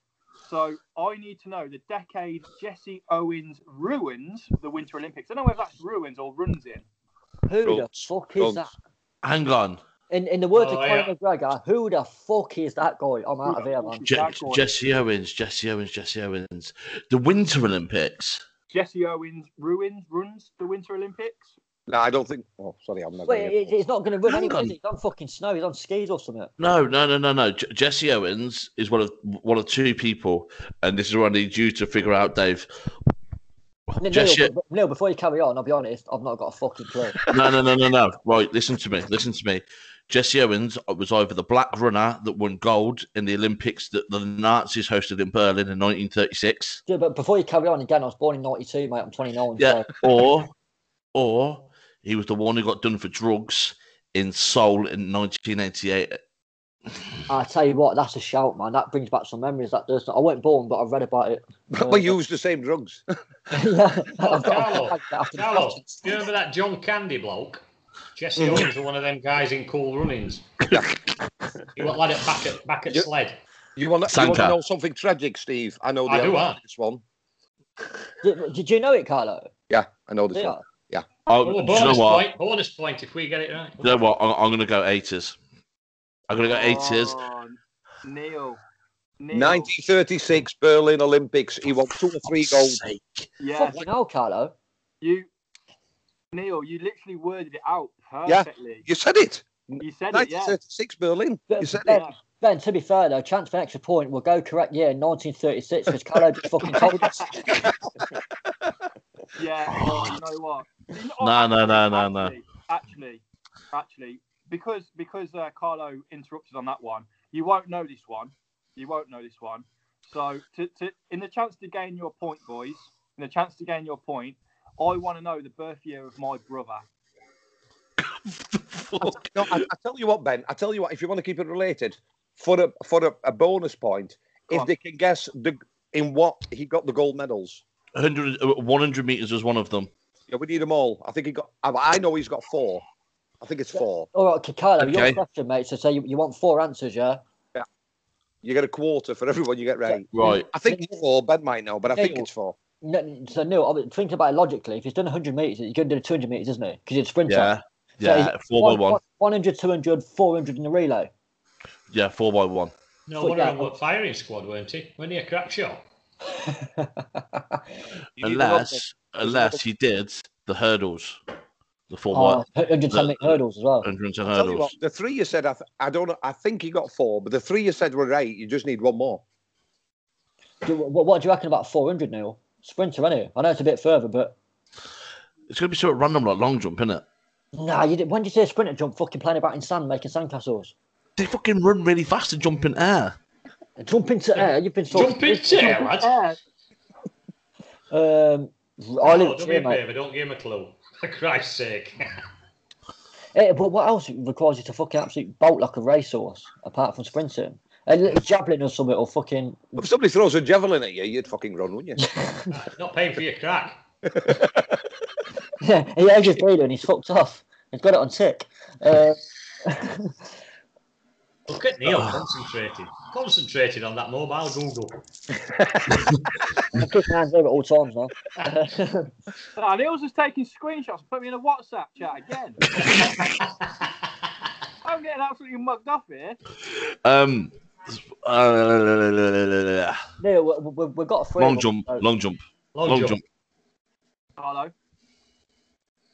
[SPEAKER 6] So I need to know the decade Jesse Owens ruins the Winter Olympics. I don't know whether that's ruins or runs in.
[SPEAKER 2] Who the
[SPEAKER 4] Drugs.
[SPEAKER 2] fuck
[SPEAKER 4] Drugs.
[SPEAKER 2] is that?
[SPEAKER 3] Hang on.
[SPEAKER 2] In, in the words
[SPEAKER 5] Oh,
[SPEAKER 2] of
[SPEAKER 5] yeah.
[SPEAKER 2] Conor McGregor, who the fuck is that guy? I'm out of here, man.
[SPEAKER 3] Je-
[SPEAKER 6] That guy.
[SPEAKER 3] Jesse Owens, Jesse Owens, Jesse Owens. The Winter Olympics.
[SPEAKER 6] Jesse Owens ruins runs the Winter Olympics.
[SPEAKER 4] No, I don't think. Oh, sorry, I'm not.
[SPEAKER 2] Wait,
[SPEAKER 4] Wait,
[SPEAKER 2] it, it's not going to run
[SPEAKER 3] Hang
[SPEAKER 2] anywhere.
[SPEAKER 3] on.
[SPEAKER 2] is it? He's on fucking snow. He's on skis or something.
[SPEAKER 3] No, no, no, no, no. J- Jesse Owens is one of one of two people, and this is what I need you to figure out, Dave.
[SPEAKER 2] Neil,
[SPEAKER 3] Jesse,
[SPEAKER 2] Neil, Neil, before you carry on, I'll be honest, I've not got a fucking clue.
[SPEAKER 3] no, no, no, no, no. Right, listen to me. Listen to me. Jesse Owens was either the black runner that won gold in the Olympics that the Nazis hosted in Berlin in 1936,
[SPEAKER 2] Yeah, but before you carry on again, I was born in '92, mate. I'm 29.
[SPEAKER 3] Yeah.
[SPEAKER 2] So
[SPEAKER 3] or or he was the one who got done for drugs in Seoul in 1988.
[SPEAKER 2] I tell you what, that's a shout, man. That brings back some memories. That does. I wasn't born, but I've read about
[SPEAKER 3] *laughs*
[SPEAKER 2] it.
[SPEAKER 4] *laughs* we use the same drugs.
[SPEAKER 2] *laughs* yeah, I've
[SPEAKER 5] Carlo,
[SPEAKER 2] I've got- after the
[SPEAKER 5] Carlo,
[SPEAKER 2] questions.
[SPEAKER 5] do you remember that John Candy bloke? Jesse Owens was one of them guys in Cool Runnings. he went like at back at back at
[SPEAKER 4] Yeah.
[SPEAKER 5] sled.
[SPEAKER 4] You want to
[SPEAKER 3] Sanka.
[SPEAKER 4] know something tragic, Steve? I know the
[SPEAKER 5] I do,
[SPEAKER 4] answer
[SPEAKER 5] huh?
[SPEAKER 4] to this one.
[SPEAKER 2] Did, did you know it, Carlo?
[SPEAKER 4] Yeah, I know this
[SPEAKER 2] Yeah.
[SPEAKER 4] one.
[SPEAKER 3] Oh,
[SPEAKER 5] Oh,
[SPEAKER 3] do you know
[SPEAKER 5] bonus
[SPEAKER 3] what?
[SPEAKER 5] point. Bonus point if we get it right.
[SPEAKER 3] You know what? I'm, I'm going to go 80s. I'm going to go 80s.
[SPEAKER 6] Oh, Neil. Neil.
[SPEAKER 4] 1936 Berlin Olympics. He won two or three gold.
[SPEAKER 6] Yeah,
[SPEAKER 2] Fucking hell, Carlo.
[SPEAKER 6] you. Neil, you literally worded it out perfectly.
[SPEAKER 4] You said it.
[SPEAKER 6] You said it. Yeah.
[SPEAKER 4] 1936 Berlin. You said it.
[SPEAKER 2] Ben, Ben, to be fair though, chance for an extra point will go correct year 1936 because Carlo just fucking told
[SPEAKER 3] *laughs*
[SPEAKER 2] us.
[SPEAKER 6] Yeah, well, you know what? You know-
[SPEAKER 3] Oh, No, no, no, no, no.
[SPEAKER 6] Actually, actually, actually, because because uh, Carlo interrupted on that one, you won't know this one. You won't know this one. So, to, to in the chance to gain your point, boys, in the chance to gain your point, I want to know the birth year of my brother.
[SPEAKER 4] No, I, I tell you what, Ben. I tell you what. If you want to keep it related, for a for a, a bonus point,
[SPEAKER 6] Go
[SPEAKER 4] if
[SPEAKER 6] on.
[SPEAKER 4] they can guess the in what he got the gold medals.
[SPEAKER 3] 100, uh, 100 meters was one of them.
[SPEAKER 4] Yeah, we need them all. I think he got. I, I know he's got four. I think it's four.
[SPEAKER 2] All right, Kikado, your
[SPEAKER 3] Okay.
[SPEAKER 2] question, mate. So, say you, you want four answers, yeah?
[SPEAKER 4] You get a quarter for everyone you get right.
[SPEAKER 3] Right.
[SPEAKER 4] I think it's four. Ben might know, but I think
[SPEAKER 2] Neil.
[SPEAKER 4] it's four.
[SPEAKER 2] No, so, Neil, I mean, thinking about it logically, if he's done 100 metres, he's going to do 200 metres, isn't he? Because he's a sprinter.
[SPEAKER 3] Yeah.
[SPEAKER 2] So
[SPEAKER 3] Yeah.
[SPEAKER 2] he's
[SPEAKER 3] Four by one.
[SPEAKER 2] 100, 200, 400 in the relay. *laughs*
[SPEAKER 3] Yeah. Four by one.
[SPEAKER 5] No
[SPEAKER 2] But
[SPEAKER 5] wonder
[SPEAKER 2] yeah.
[SPEAKER 5] I'm what firing squad, weren't he? When he a crap shot.
[SPEAKER 4] You need another one.
[SPEAKER 3] Unless, unless he did the hurdles, the four
[SPEAKER 2] Oh,
[SPEAKER 3] by
[SPEAKER 2] 110 metre hurdles as well.
[SPEAKER 3] 110
[SPEAKER 4] I tell you what,
[SPEAKER 3] hurdles.
[SPEAKER 4] the three you said. I, th- I don't. know. I think he got four, but the three you said were right. You just need one more.
[SPEAKER 2] Do, what, what do you reckon about 400, Neil? Sprinter, anyway. I know it's a bit further, but
[SPEAKER 3] It's going to be sort of random, like long jump, isn't it?
[SPEAKER 2] nah, you did, when did you say a sprinter jump fucking playing about in sand, making sandcastles?
[SPEAKER 3] They fucking run really fast and jump in air.
[SPEAKER 2] Jump into air, you've been talking.
[SPEAKER 5] Jump into air, lad.
[SPEAKER 2] Um, I
[SPEAKER 5] Oh,
[SPEAKER 2] live
[SPEAKER 5] do me
[SPEAKER 2] here,
[SPEAKER 5] a
[SPEAKER 2] mate.
[SPEAKER 5] favour, don't give him a clue. *laughs* For Christ's sake. *laughs*
[SPEAKER 2] Eh, but what else requires you to fucking absolute bolt like a racehorse, apart from sprinting? A little javelin or something, or fucking. *laughs*
[SPEAKER 4] If somebody throws a javelin at you, you'd fucking run, wouldn't you?
[SPEAKER 5] Not paying for your crack.
[SPEAKER 2] Yeah, he edges Breeder and he's fucked off. He's got it on tick. Uh,
[SPEAKER 5] Look at Neil concentrating. Concentrating on that mobile Google.
[SPEAKER 2] I'm kicking hands over at all times now.
[SPEAKER 6] Ah, Neil's just taking screenshots, put me in a WhatsApp
[SPEAKER 3] *laughs*
[SPEAKER 6] chat again. I'm getting absolutely mugged off here.
[SPEAKER 3] Um, uh,
[SPEAKER 2] Neil, we, we, we've got a free.
[SPEAKER 3] long jump, long jump,
[SPEAKER 5] Long,
[SPEAKER 3] long
[SPEAKER 5] jump.
[SPEAKER 3] jump.
[SPEAKER 6] Carlo.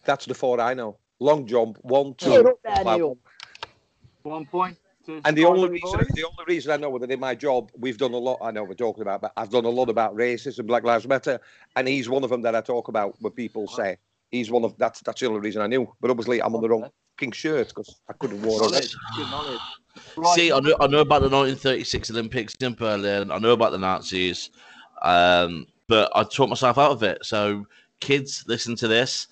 [SPEAKER 4] That's the four I know. Long jump, one, two.
[SPEAKER 2] Get up there,
[SPEAKER 4] five.
[SPEAKER 2] Neil.
[SPEAKER 6] One point. to
[SPEAKER 4] And the
[SPEAKER 6] Carlo,
[SPEAKER 4] only reason,
[SPEAKER 6] boys.
[SPEAKER 4] the only reason I know whether in my job we've done a lot. I know we're talking about, but I've done a lot about racism, Black Lives Matter, and he's one of them that I talk about. Where people say he's one of that's that's the only reason I knew. But obviously, I'm on the wrong king shirt because I could have worn it.
[SPEAKER 6] Knowledge, good knowledge. Right,
[SPEAKER 3] See, I know, I know about the 1936 Olympics in Berlin. I know about the Nazis, um, but I taught myself out of it. So, kids, listen to this.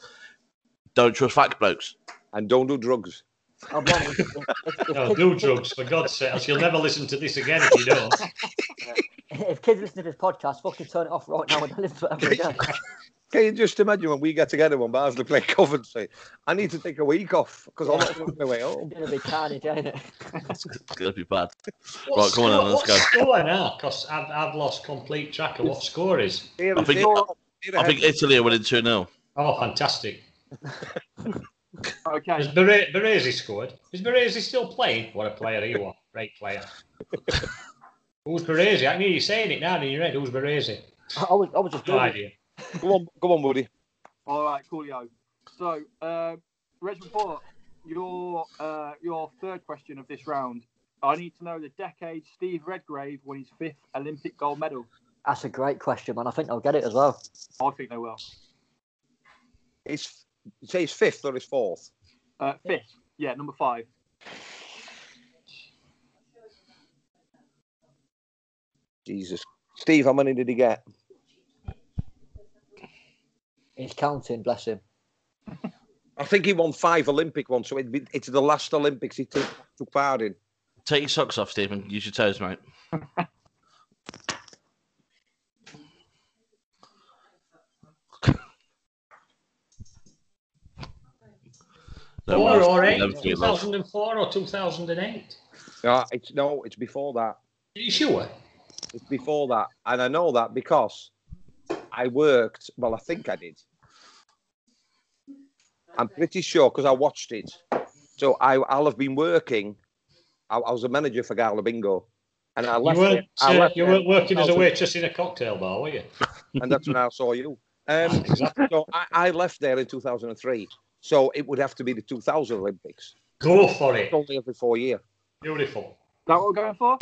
[SPEAKER 3] Don't trust fact blokes.
[SPEAKER 4] And don't do drugs.
[SPEAKER 2] I'm wrong. If- if- if
[SPEAKER 5] No,
[SPEAKER 2] kids-
[SPEAKER 5] do drugs, for God's sake, else you'll never listen to this again if you don't.
[SPEAKER 2] If kids listen to this podcast, fucking turn it off right now and live forever again.
[SPEAKER 4] Can you just imagine when we get together when Barnsley play *laughs* Coventry? I need to take a week off because I'm not on my way home.
[SPEAKER 2] It's gonna be carnage, ain't it?
[SPEAKER 3] It's going to be bad.
[SPEAKER 5] What
[SPEAKER 3] come on then, let's
[SPEAKER 5] what's
[SPEAKER 3] go.
[SPEAKER 5] score now? Because I've, I've lost complete track of what score is.
[SPEAKER 4] Here,
[SPEAKER 3] I think-
[SPEAKER 4] here, here
[SPEAKER 3] I think
[SPEAKER 4] ahead.
[SPEAKER 3] Italy are winning 2 0.
[SPEAKER 5] Oh, fantastic. Has
[SPEAKER 6] Okay.
[SPEAKER 5] Bere- Baresi scored? Is Baresi still playing? What a player he was. Great player. Who's Baresi? I knew you saying it now in your head. Who's Baresi?
[SPEAKER 2] I was, I was just
[SPEAKER 5] No
[SPEAKER 2] doing
[SPEAKER 5] idea.
[SPEAKER 4] Go on, go on, Woody.
[SPEAKER 6] All right, coolio. So, uh, Reg Report, your uh, your third question of this round. I need to know the decade Steve Redgrave won his fifth Olympic gold medal.
[SPEAKER 2] That's a great question, man. I think I'll get it as well.
[SPEAKER 6] I think they will.
[SPEAKER 4] It's you say he's fifth or he's fourth.
[SPEAKER 6] Uh, fifth, yeah, number five.
[SPEAKER 4] Jesus, Steve, how many did he get?
[SPEAKER 2] He's counting, bless him.
[SPEAKER 4] I think he won five Olympic ones, so it'd be, it's the last Olympics he took, took part in.
[SPEAKER 3] Take your socks off, Stephen. Use your toes, mate. No,
[SPEAKER 5] Four
[SPEAKER 3] we'll-
[SPEAKER 5] or
[SPEAKER 3] we'll
[SPEAKER 5] eight?
[SPEAKER 3] never do it, love.
[SPEAKER 5] 2004 or 2008?
[SPEAKER 4] No, Ah, it's no, it's before that.
[SPEAKER 5] Are you sure?
[SPEAKER 4] It's before that, and I know that because I worked. Well, I think I did. I'm pretty sure because I watched it. So I, I'll have been working. I, I was a manager for Gala Bingo, and I left.
[SPEAKER 5] you weren't,
[SPEAKER 4] it- I
[SPEAKER 5] uh,
[SPEAKER 4] left
[SPEAKER 5] you
[SPEAKER 4] it,
[SPEAKER 5] weren't working as a
[SPEAKER 4] 2000,
[SPEAKER 5] waitress in a cocktail bar, were you?
[SPEAKER 4] and that's when I saw you. Um, so I, I left there in 2003. So it would have to be the 2000 Olympics.
[SPEAKER 5] Go for it.
[SPEAKER 4] It's only every four year.
[SPEAKER 5] Beautiful.
[SPEAKER 6] Is that what we're going for?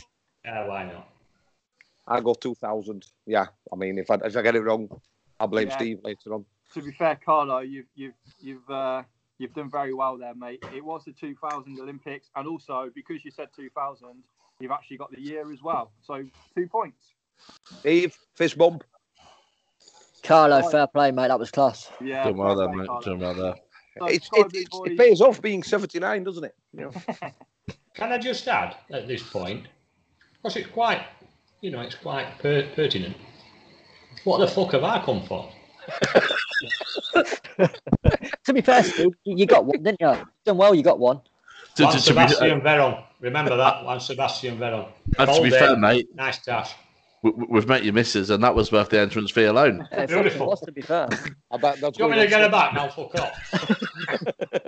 [SPEAKER 5] Yeah, why not?
[SPEAKER 4] I go 2000. Yeah, I mean, if I if I get it wrong, I blame
[SPEAKER 6] Yeah.
[SPEAKER 4] Steve later on.
[SPEAKER 6] To be fair, Carlo, you've you've you've uh, You've done very well there, mate. It was the 2000 Olympics, and also because you said 2000, you've actually got the year as well. So two points.
[SPEAKER 4] Eve, fist bump.
[SPEAKER 2] Carlo, fair play, mate. That was class.
[SPEAKER 6] Yeah.
[SPEAKER 3] Done well there,
[SPEAKER 6] fair play,
[SPEAKER 3] mate.
[SPEAKER 6] Carlo.
[SPEAKER 3] Done well there.
[SPEAKER 6] So
[SPEAKER 4] It,
[SPEAKER 6] Sky
[SPEAKER 4] it,
[SPEAKER 6] Blue
[SPEAKER 4] it,
[SPEAKER 6] Boys-
[SPEAKER 4] it pays off being 79, doesn't it? You know.
[SPEAKER 5] Can I just add at this point, because it's quite, you know, it's quite per- pertinent. What the fuck have I come for?
[SPEAKER 2] To be fair, Stu, you got one, didn't you? Done well, you got one.
[SPEAKER 3] To, to- to
[SPEAKER 5] Juan
[SPEAKER 3] be,
[SPEAKER 5] Sebastian Veron. Remember that one, Sebastian Veron.
[SPEAKER 3] and uh, to be
[SPEAKER 5] Hold it.
[SPEAKER 3] fair, mate,
[SPEAKER 5] Nice dash.
[SPEAKER 3] we, we've met your missus, and that was worth the entrance fee alone.
[SPEAKER 2] Yeah, it fucking
[SPEAKER 5] *laughs* Beautiful.
[SPEAKER 2] Was, to be fair.
[SPEAKER 4] I bet that's
[SPEAKER 5] Do you
[SPEAKER 4] going
[SPEAKER 5] want me to
[SPEAKER 4] on
[SPEAKER 5] get
[SPEAKER 4] some-
[SPEAKER 5] her back now? Fuck off.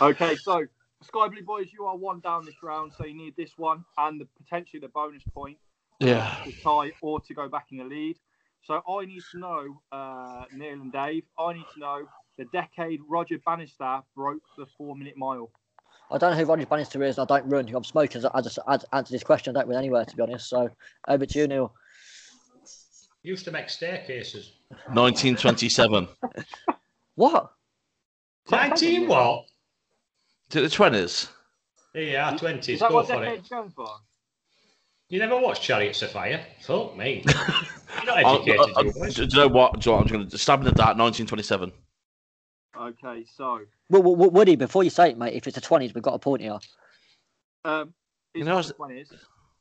[SPEAKER 6] Okay, so Sky Blue Boys, you are one down this round, so you need this one and the, potentially the bonus point
[SPEAKER 3] Yeah.
[SPEAKER 6] to tie or to go back in the lead. So I need to know, uh, Neil and Dave, I need to know the decade Roger Bannister broke the four minute mile.
[SPEAKER 2] I don't know who Roger Bannister is. and I don't run. I'm smoking. I just I answer this question. I don't run anywhere, to be honest. So over to you, Neil.
[SPEAKER 5] Used to make staircases.
[SPEAKER 3] 1927.
[SPEAKER 2] What?
[SPEAKER 5] 19 what?
[SPEAKER 3] To the 20s.
[SPEAKER 5] There you are, 20s.
[SPEAKER 6] Is that
[SPEAKER 5] Go
[SPEAKER 6] what
[SPEAKER 5] for it.
[SPEAKER 6] decade's going for?
[SPEAKER 5] You never watched Chariots of Fire?
[SPEAKER 3] *laughs*
[SPEAKER 5] Fuck me. You're not
[SPEAKER 3] I'll-
[SPEAKER 5] educated,
[SPEAKER 3] I'll-
[SPEAKER 5] you
[SPEAKER 3] I'll-
[SPEAKER 5] boys.
[SPEAKER 3] do you know what? Do you know what? I'm going to stab in the dark. 1927.
[SPEAKER 6] Okay, so
[SPEAKER 2] Well, well, well, Woody, before you say it, mate, if it's a 20s, we've got a point here.
[SPEAKER 6] um, is
[SPEAKER 3] You know,
[SPEAKER 6] this
[SPEAKER 3] it's-
[SPEAKER 6] one is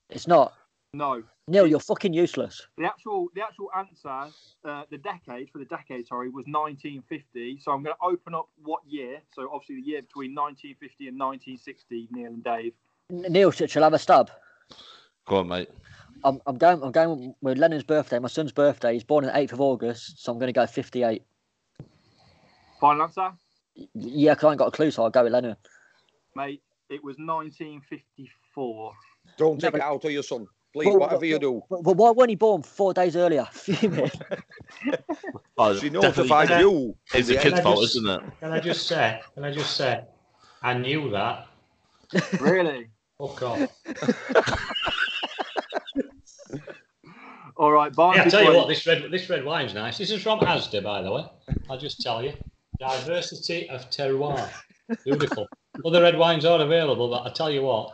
[SPEAKER 2] It's not.
[SPEAKER 6] no.
[SPEAKER 2] Neil, you're fucking useless.
[SPEAKER 6] The actual the actual answer, uh, the decade for the decade, sorry, was 1950. So I'm going to open up what year. So obviously the year between 1950 and 1960, Neil and Dave.
[SPEAKER 2] N- Neil, sh- shall I have a stab?
[SPEAKER 3] Go on, mate.
[SPEAKER 2] I'm, I'm going. I'm going with Lennon's birthday. My son's birthday. He's born on the 8th of August, so I'm going to go 58.
[SPEAKER 6] Final answer,
[SPEAKER 2] Y- Yeah, 'cause I ain't got a clue, so I'll go with Lennon.
[SPEAKER 6] mate. It was
[SPEAKER 5] *laughs*
[SPEAKER 6] 1954.
[SPEAKER 4] Don't take
[SPEAKER 2] Yeah,
[SPEAKER 4] it out of your son. Please, whatever you do.
[SPEAKER 2] But, but why weren't he born four days earlier? *laughs* Fuming.
[SPEAKER 3] Oh, definitely-
[SPEAKER 4] She notified you.
[SPEAKER 3] It's the
[SPEAKER 4] Yeah.
[SPEAKER 3] kid's
[SPEAKER 5] I
[SPEAKER 3] fault,
[SPEAKER 5] just-
[SPEAKER 3] isn't it?
[SPEAKER 5] Can I just say, can I just say, I knew that.
[SPEAKER 6] really?
[SPEAKER 5] Fuck off.
[SPEAKER 6] All right, Barnsley.
[SPEAKER 5] Yeah, I tell you
[SPEAKER 6] Boys-
[SPEAKER 5] what, this red this red wine's nice. This is from Asda, by the way. I'll just tell you, diversity of terroir, beautiful. Other red wines are available, but I tell you what,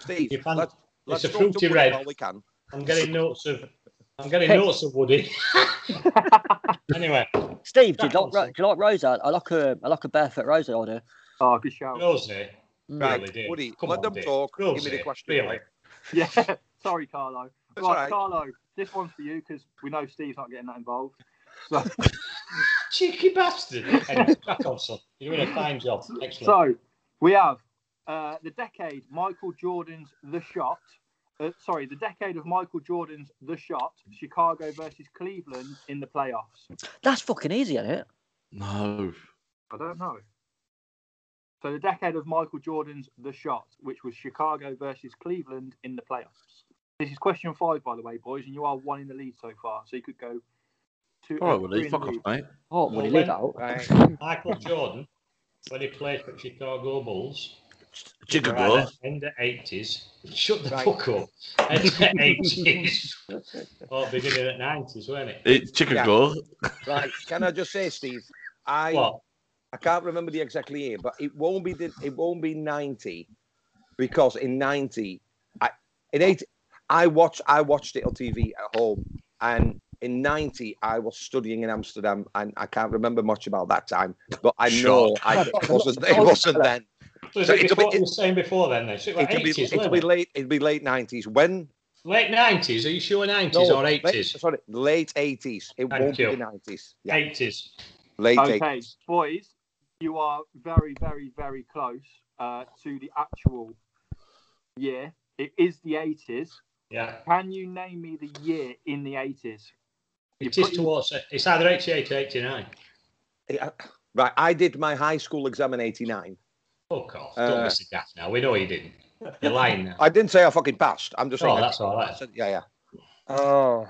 [SPEAKER 4] Steve,
[SPEAKER 5] You can't-
[SPEAKER 4] let's, let's
[SPEAKER 5] a
[SPEAKER 4] talk to
[SPEAKER 5] fruity
[SPEAKER 4] Woody
[SPEAKER 5] red.
[SPEAKER 4] while we can.
[SPEAKER 5] I'm getting notes of, I'm getting
[SPEAKER 2] Hey.
[SPEAKER 5] notes of Woody. anyway,
[SPEAKER 2] Steve, do you,
[SPEAKER 5] That
[SPEAKER 2] like, Ro-
[SPEAKER 5] also-
[SPEAKER 2] do you like Rosa? I like a, I like a barefoot Rosa. I do. Mm.
[SPEAKER 6] Oh, good shout. *laughs*
[SPEAKER 5] Rosie,
[SPEAKER 4] Right,
[SPEAKER 5] really did.
[SPEAKER 4] Woody,
[SPEAKER 5] Come
[SPEAKER 4] let
[SPEAKER 5] on,
[SPEAKER 4] them
[SPEAKER 5] Dave.
[SPEAKER 4] talk. Give me the
[SPEAKER 5] Rosie,
[SPEAKER 4] question.
[SPEAKER 5] really.
[SPEAKER 6] Yeah. Sorry, Carlo.
[SPEAKER 4] That's all
[SPEAKER 6] right,
[SPEAKER 4] right.
[SPEAKER 6] Carlo, this one's for you because we know Steve's not getting that involved. So,
[SPEAKER 5] cheeky bastard. Anyway, crack on, son. You're doing a fine job. Excellent.
[SPEAKER 6] so we have uh, the decade Michael Jordan's The Shot. Uh, sorry, the decade of Michael Jordan's The Shot, Chicago versus Cleveland in the playoffs.
[SPEAKER 2] That's fucking easy, isn't it?
[SPEAKER 3] No.
[SPEAKER 6] I don't know. So the decade of Michael Jordan's The Shot, which was Chicago versus Cleveland in the playoffs. This is question five, by the way, boys, and you are one in the lead so far. So you could go two.
[SPEAKER 3] All
[SPEAKER 6] uh,
[SPEAKER 3] right,
[SPEAKER 6] three
[SPEAKER 3] Woody.
[SPEAKER 6] in
[SPEAKER 3] Fuck
[SPEAKER 6] the
[SPEAKER 3] off,
[SPEAKER 6] lead.
[SPEAKER 3] mate.
[SPEAKER 2] Oh, when he
[SPEAKER 5] Well,
[SPEAKER 2] leave out.
[SPEAKER 4] Right.
[SPEAKER 5] Michael Jordan, when he played for Chicago Bulls,
[SPEAKER 3] Jigger
[SPEAKER 5] Right, end of eighties. Shut the
[SPEAKER 4] Right.
[SPEAKER 5] fuck up. End of
[SPEAKER 4] *laughs*
[SPEAKER 5] eighties. or beginning at nineties, weren't it?
[SPEAKER 3] It's Jigger
[SPEAKER 4] Yeah.
[SPEAKER 3] Gore.
[SPEAKER 4] *laughs* Right. Can I just say, Steve? I
[SPEAKER 5] What?
[SPEAKER 4] I can't remember the exact year, but it won't be the, it won't be ninety because in ninety, I in eight, I watched I watched it on TV at home, and in ninety I was studying in Amsterdam, and I can't remember much about that time, but I know I
[SPEAKER 5] *laughs*
[SPEAKER 4] it wasn't it wasn't then.
[SPEAKER 5] So is
[SPEAKER 4] So
[SPEAKER 5] it
[SPEAKER 4] it'll
[SPEAKER 5] before
[SPEAKER 4] be-
[SPEAKER 5] you were saying before then then? So it was
[SPEAKER 4] It'll be,
[SPEAKER 5] 80s,
[SPEAKER 4] it'll
[SPEAKER 5] wasn't
[SPEAKER 4] be
[SPEAKER 5] it?
[SPEAKER 4] late it'll be late nineties when
[SPEAKER 5] late nineties. Are you sure nineties
[SPEAKER 4] no,
[SPEAKER 5] or
[SPEAKER 4] late,
[SPEAKER 5] eighties?
[SPEAKER 4] sorry late eighties. It
[SPEAKER 5] Thank
[SPEAKER 4] won't
[SPEAKER 5] you.
[SPEAKER 4] be the nineties. Yeah,
[SPEAKER 5] Eighties.
[SPEAKER 4] late
[SPEAKER 6] Okay,
[SPEAKER 4] eighties.
[SPEAKER 6] boys, you are very, very, very close uh, to the actual year. It is the 80s.
[SPEAKER 5] Yeah.
[SPEAKER 6] Can you name me the year in the 80s?
[SPEAKER 5] It
[SPEAKER 6] You're
[SPEAKER 5] is towards it's either 88 or 89.
[SPEAKER 4] Yeah. Right, I did my high school exam in eighty nine.
[SPEAKER 5] Fuck off.
[SPEAKER 4] Uh,
[SPEAKER 5] Don't listen to now. We know you didn't. You're lying now.
[SPEAKER 4] *laughs* I didn't say I fucking passed. I'm just saying.
[SPEAKER 5] Oh,
[SPEAKER 4] I
[SPEAKER 5] that's all right.
[SPEAKER 4] said- yeah, yeah. Oh,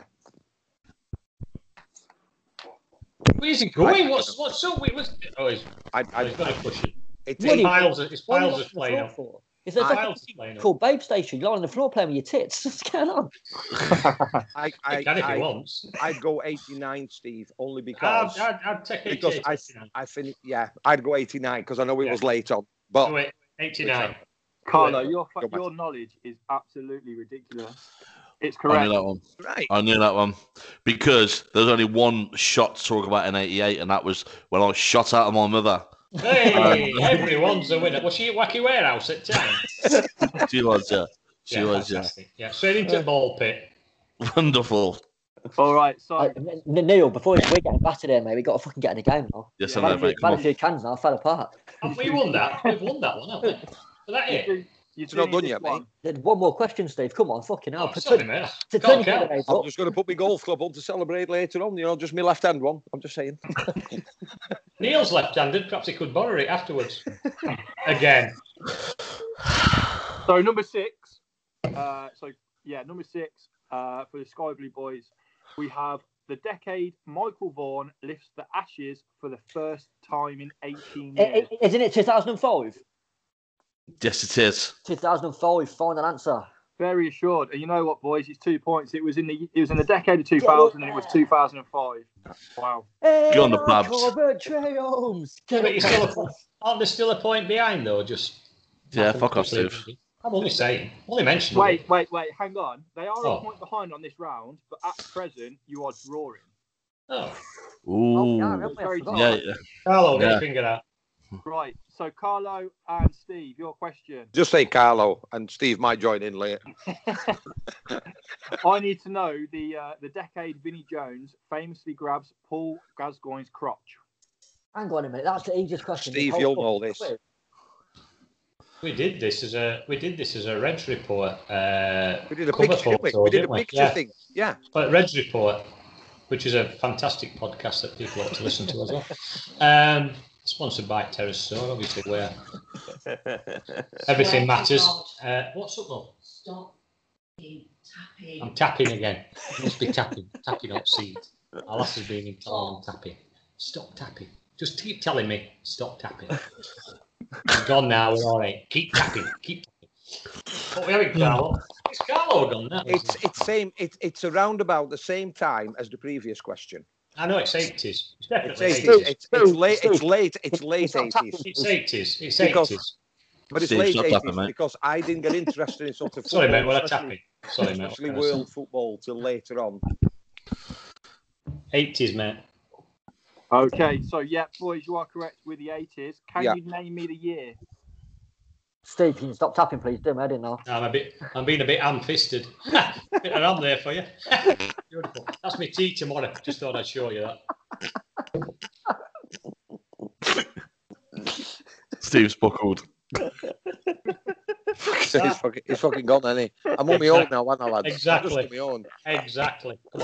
[SPEAKER 5] Where's he going? What's what's up? with- What's, oh, he's,
[SPEAKER 4] I,
[SPEAKER 5] oh, he's
[SPEAKER 4] I,
[SPEAKER 5] got a cushion.
[SPEAKER 4] it,
[SPEAKER 5] It's
[SPEAKER 4] it,
[SPEAKER 5] piles, it's piles of playing up.
[SPEAKER 2] for? Is there something
[SPEAKER 5] I'll see you later.
[SPEAKER 2] called Babe Station? You're lying on the floor playing with your tits. *laughs* What's going on?
[SPEAKER 4] I, I,
[SPEAKER 5] Take that if
[SPEAKER 4] I,
[SPEAKER 5] he wants.
[SPEAKER 4] I'd go 89, Steve, only
[SPEAKER 5] I'd,
[SPEAKER 4] because
[SPEAKER 5] I'd, I'd take
[SPEAKER 4] because
[SPEAKER 5] 88.
[SPEAKER 4] I,
[SPEAKER 5] 89.
[SPEAKER 4] I think yeah, I'd go 89 because I know it
[SPEAKER 5] Yeah.
[SPEAKER 4] was late on. But
[SPEAKER 5] Do it. 89.
[SPEAKER 6] Carlo, your fa-
[SPEAKER 4] Go back.
[SPEAKER 6] your knowledge is absolutely ridiculous. It's
[SPEAKER 3] I
[SPEAKER 6] correct.
[SPEAKER 3] knew that one.
[SPEAKER 4] right,
[SPEAKER 3] I knew that one because there's only one shot to talk about in '88, and that was when I was shot out of my mother.
[SPEAKER 5] Hey, everyone's a winner. Was she at Wacky Warehouse at 10?
[SPEAKER 3] She was, yeah, *laughs* she was, yeah,
[SPEAKER 5] fantastic. Yeah, straight into the ball pit.
[SPEAKER 3] *laughs* wonderful.
[SPEAKER 6] All right, so
[SPEAKER 2] Like, N- N- Neil, before we're getting battered here, mate, we got to fucking get in the game now.
[SPEAKER 3] Yes, I know,
[SPEAKER 2] Man,
[SPEAKER 3] mate. Come
[SPEAKER 2] man, a
[SPEAKER 3] on.
[SPEAKER 2] few cans now, I fell apart.
[SPEAKER 5] Have we won that? We've won that one, haven't we? Is that
[SPEAKER 6] you
[SPEAKER 5] it?
[SPEAKER 6] do- you do
[SPEAKER 4] not
[SPEAKER 6] need
[SPEAKER 4] done
[SPEAKER 6] this
[SPEAKER 4] yet,
[SPEAKER 6] one.
[SPEAKER 2] There's One more question, Steve. Come on, fucking hell.
[SPEAKER 5] Oh,
[SPEAKER 2] Put-
[SPEAKER 5] sorry, mate.
[SPEAKER 2] to
[SPEAKER 5] Can't
[SPEAKER 2] turn
[SPEAKER 5] count.
[SPEAKER 2] the game
[SPEAKER 4] I'm
[SPEAKER 2] up.
[SPEAKER 4] just going to put my golf club on to celebrate later on. You know, just my left hand one. I'm just saying.
[SPEAKER 5] Neil's left-handed. Perhaps he could borrow it afterwards. Again.
[SPEAKER 6] So number six. Uh, so yeah, number six uh, for the Sky Blue Boys. We have the decade Michael Vaughan lifts the ashes for the first time in 18
[SPEAKER 2] I-
[SPEAKER 6] years.
[SPEAKER 2] I- Isn't it 2005?
[SPEAKER 3] Yes, it is.
[SPEAKER 2] 2005, find an answer.
[SPEAKER 6] Very assured. And you know what, boys? It's two points. It was in the it was in the decade of 2000 and it was 2005. Wow.
[SPEAKER 3] on the
[SPEAKER 2] Hey,
[SPEAKER 3] Babs.
[SPEAKER 2] Corbett Trails.
[SPEAKER 5] *laughs* Yeah, but you're still a, aren't they still a point behind, though? Just
[SPEAKER 3] Yeah, fuck off, Steve.
[SPEAKER 5] I'm only saying. Only mentioning.
[SPEAKER 6] Wait, wait, wait. Hang on. They are
[SPEAKER 5] Oh.
[SPEAKER 6] a point behind on this round, but at present you are drawing.
[SPEAKER 5] Oh.
[SPEAKER 2] Oh,
[SPEAKER 3] Ooh,
[SPEAKER 2] yeah, haven't we? I
[SPEAKER 6] Very
[SPEAKER 2] forgot.
[SPEAKER 3] yeah, yeah.
[SPEAKER 5] Carlo, get
[SPEAKER 3] Yeah.
[SPEAKER 5] your finger out.
[SPEAKER 6] Right. So Carlo and Steve, your question.
[SPEAKER 4] Just say Carlo and Steve might join in later.
[SPEAKER 6] I need to know the uh, the decade Vinnie Jones famously grabs Paul Gascoigne's crotch.
[SPEAKER 2] Hang on a minute. That's the easiest question.
[SPEAKER 4] Steve,
[SPEAKER 2] This
[SPEAKER 4] you'll
[SPEAKER 2] whole
[SPEAKER 4] know this.
[SPEAKER 2] fucking quiz.
[SPEAKER 5] We did this as a we did this as a Reg report. Uh,
[SPEAKER 4] We did a
[SPEAKER 5] cover
[SPEAKER 4] picture, didn't we?
[SPEAKER 5] photo,
[SPEAKER 4] We did a
[SPEAKER 5] didn't we?
[SPEAKER 4] picture
[SPEAKER 5] Yeah.
[SPEAKER 4] thing. Yeah.
[SPEAKER 5] well, Reg report, which is a fantastic podcast that people ought to listen to as well. Um, sponsored by Terrace Store, obviously,
[SPEAKER 4] *laughs*
[SPEAKER 5] where everything matters. Uh, what's up, though?
[SPEAKER 8] Stop being tapping.
[SPEAKER 5] I'm tapping again. Must be tapping, tapping up seed. Our lass has been in town and tapping. Stop tapping. Just keep telling me, stop tapping. I'm gone now, we're all right. Keep tapping, keep tapping. Oh, we haven't Carlo. It's Carlo done that.
[SPEAKER 4] It's it's same. It's it's around about the same time as the previous question.
[SPEAKER 5] I know it's 80s. It's
[SPEAKER 4] It's
[SPEAKER 5] definitely
[SPEAKER 4] 80s.
[SPEAKER 5] 80s.
[SPEAKER 4] It's, it's late. It's late. It's late
[SPEAKER 2] not tapping.
[SPEAKER 4] eighties.
[SPEAKER 5] It's 80s. It's
[SPEAKER 4] Because-
[SPEAKER 5] 80s.
[SPEAKER 4] But it's
[SPEAKER 3] Steve,
[SPEAKER 4] late
[SPEAKER 3] stop tapping,
[SPEAKER 4] eighties
[SPEAKER 3] mate.
[SPEAKER 4] because I didn't get interested in sort of football,
[SPEAKER 5] Sorry, mate, we're not
[SPEAKER 4] especially,
[SPEAKER 5] tapping. Sorry, mate.
[SPEAKER 4] especially world football till later on.
[SPEAKER 5] 80s, mate.
[SPEAKER 6] Okay, so yeah, boys, you are correct with the 80s. Can
[SPEAKER 4] Yeah.
[SPEAKER 6] you name me the year?
[SPEAKER 2] Steve, can you stop tapping, please? Do me, I didn't know.
[SPEAKER 5] I'm a bit. I'm being a bit ham-fisted. *laughs* bit of ham there for you. *laughs* Beautiful. That's my tea tomorrow. Just thought I'd show you that.
[SPEAKER 3] Steve's buckled.
[SPEAKER 4] So *laughs* he's, fucking, he's fucking gone, isn't he? I'm on my own now, aren't I, lads?
[SPEAKER 5] Exactly.
[SPEAKER 4] I'm just on
[SPEAKER 5] Exactly. Come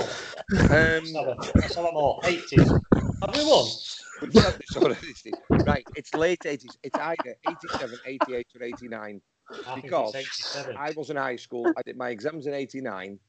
[SPEAKER 5] on.
[SPEAKER 4] my own. Um, *laughs*
[SPEAKER 5] Let's have a- let's have a more. 80s. Have we won?
[SPEAKER 4] we've said this already, *laughs* Steve. right, it's late 80s. It's either 87, 88, or 89.
[SPEAKER 5] I think
[SPEAKER 4] Because
[SPEAKER 5] it's 87.
[SPEAKER 4] I was in high school. I did my exams in 89.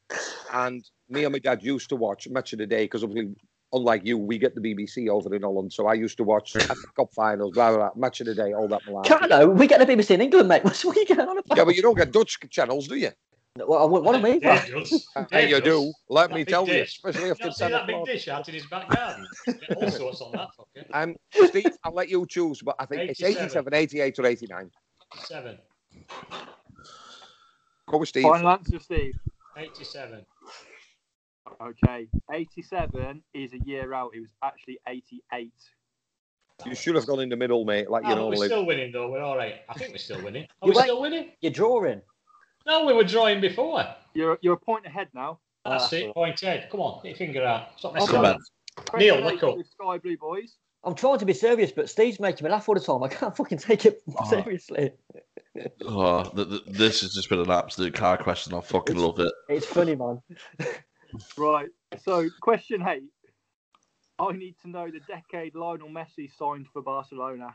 [SPEAKER 4] And me and my dad used to watch Match of the Day because obviously, unlike you, we get the BBC over in Holland. So I used to *laughs* watch Cup Finals, blah, blah, blah, Match of the Day, all that malarkey.
[SPEAKER 2] Carlo, we get the BBC in England, mate. *laughs* What are you going on about?
[SPEAKER 4] Yeah, but you don't get Dutch channels, do you?
[SPEAKER 2] Well, what, what am I?
[SPEAKER 5] Dave
[SPEAKER 4] *laughs*
[SPEAKER 5] does.
[SPEAKER 4] Hey,
[SPEAKER 5] Dave
[SPEAKER 4] you
[SPEAKER 5] does.
[SPEAKER 4] do. Let
[SPEAKER 5] That
[SPEAKER 4] me
[SPEAKER 5] big
[SPEAKER 4] tell you,
[SPEAKER 5] dish.
[SPEAKER 4] especially
[SPEAKER 5] You
[SPEAKER 4] after
[SPEAKER 5] don't see
[SPEAKER 4] 10
[SPEAKER 5] that big
[SPEAKER 4] o'clock.
[SPEAKER 5] dish out in his back garden. Get all sorts on that fucker.
[SPEAKER 4] *laughs* Um, Steve, I'll let you choose, but I think it's 87,
[SPEAKER 5] 87,
[SPEAKER 4] 88, or 89.
[SPEAKER 5] Seven.
[SPEAKER 4] Go with Steve.
[SPEAKER 6] Final answer, Steve.
[SPEAKER 5] 87.
[SPEAKER 6] Okay, 87 is a year out. It was actually 88.
[SPEAKER 4] You should have gone in the middle, mate, like
[SPEAKER 5] Ah,
[SPEAKER 4] you
[SPEAKER 5] but we're
[SPEAKER 4] normally.
[SPEAKER 5] still winning, though. We're all right. I think we're still winning. Are
[SPEAKER 2] You
[SPEAKER 5] we
[SPEAKER 2] wait.
[SPEAKER 5] still winning?
[SPEAKER 2] You're drawing.
[SPEAKER 5] No, we were drawing before.
[SPEAKER 6] You're you're a point ahead now.
[SPEAKER 5] That's
[SPEAKER 2] Ah.
[SPEAKER 5] it. Point head. Come on, get your finger out. Stop
[SPEAKER 6] I'll
[SPEAKER 5] messing
[SPEAKER 3] Come
[SPEAKER 6] go
[SPEAKER 5] about.
[SPEAKER 3] on.
[SPEAKER 6] Question
[SPEAKER 5] Neil,
[SPEAKER 6] eight
[SPEAKER 5] look up.
[SPEAKER 6] with Sky Blue Boys.
[SPEAKER 2] I'm trying to be serious, but Steve's making me laugh all the time. I can't fucking take it seriously.
[SPEAKER 3] Oh, th- th- this has just been an absolute car question. I fucking love it.
[SPEAKER 2] It's funny, man.
[SPEAKER 6] Right. So question eight. I need to know the decade Lionel Messi signed for Barcelona.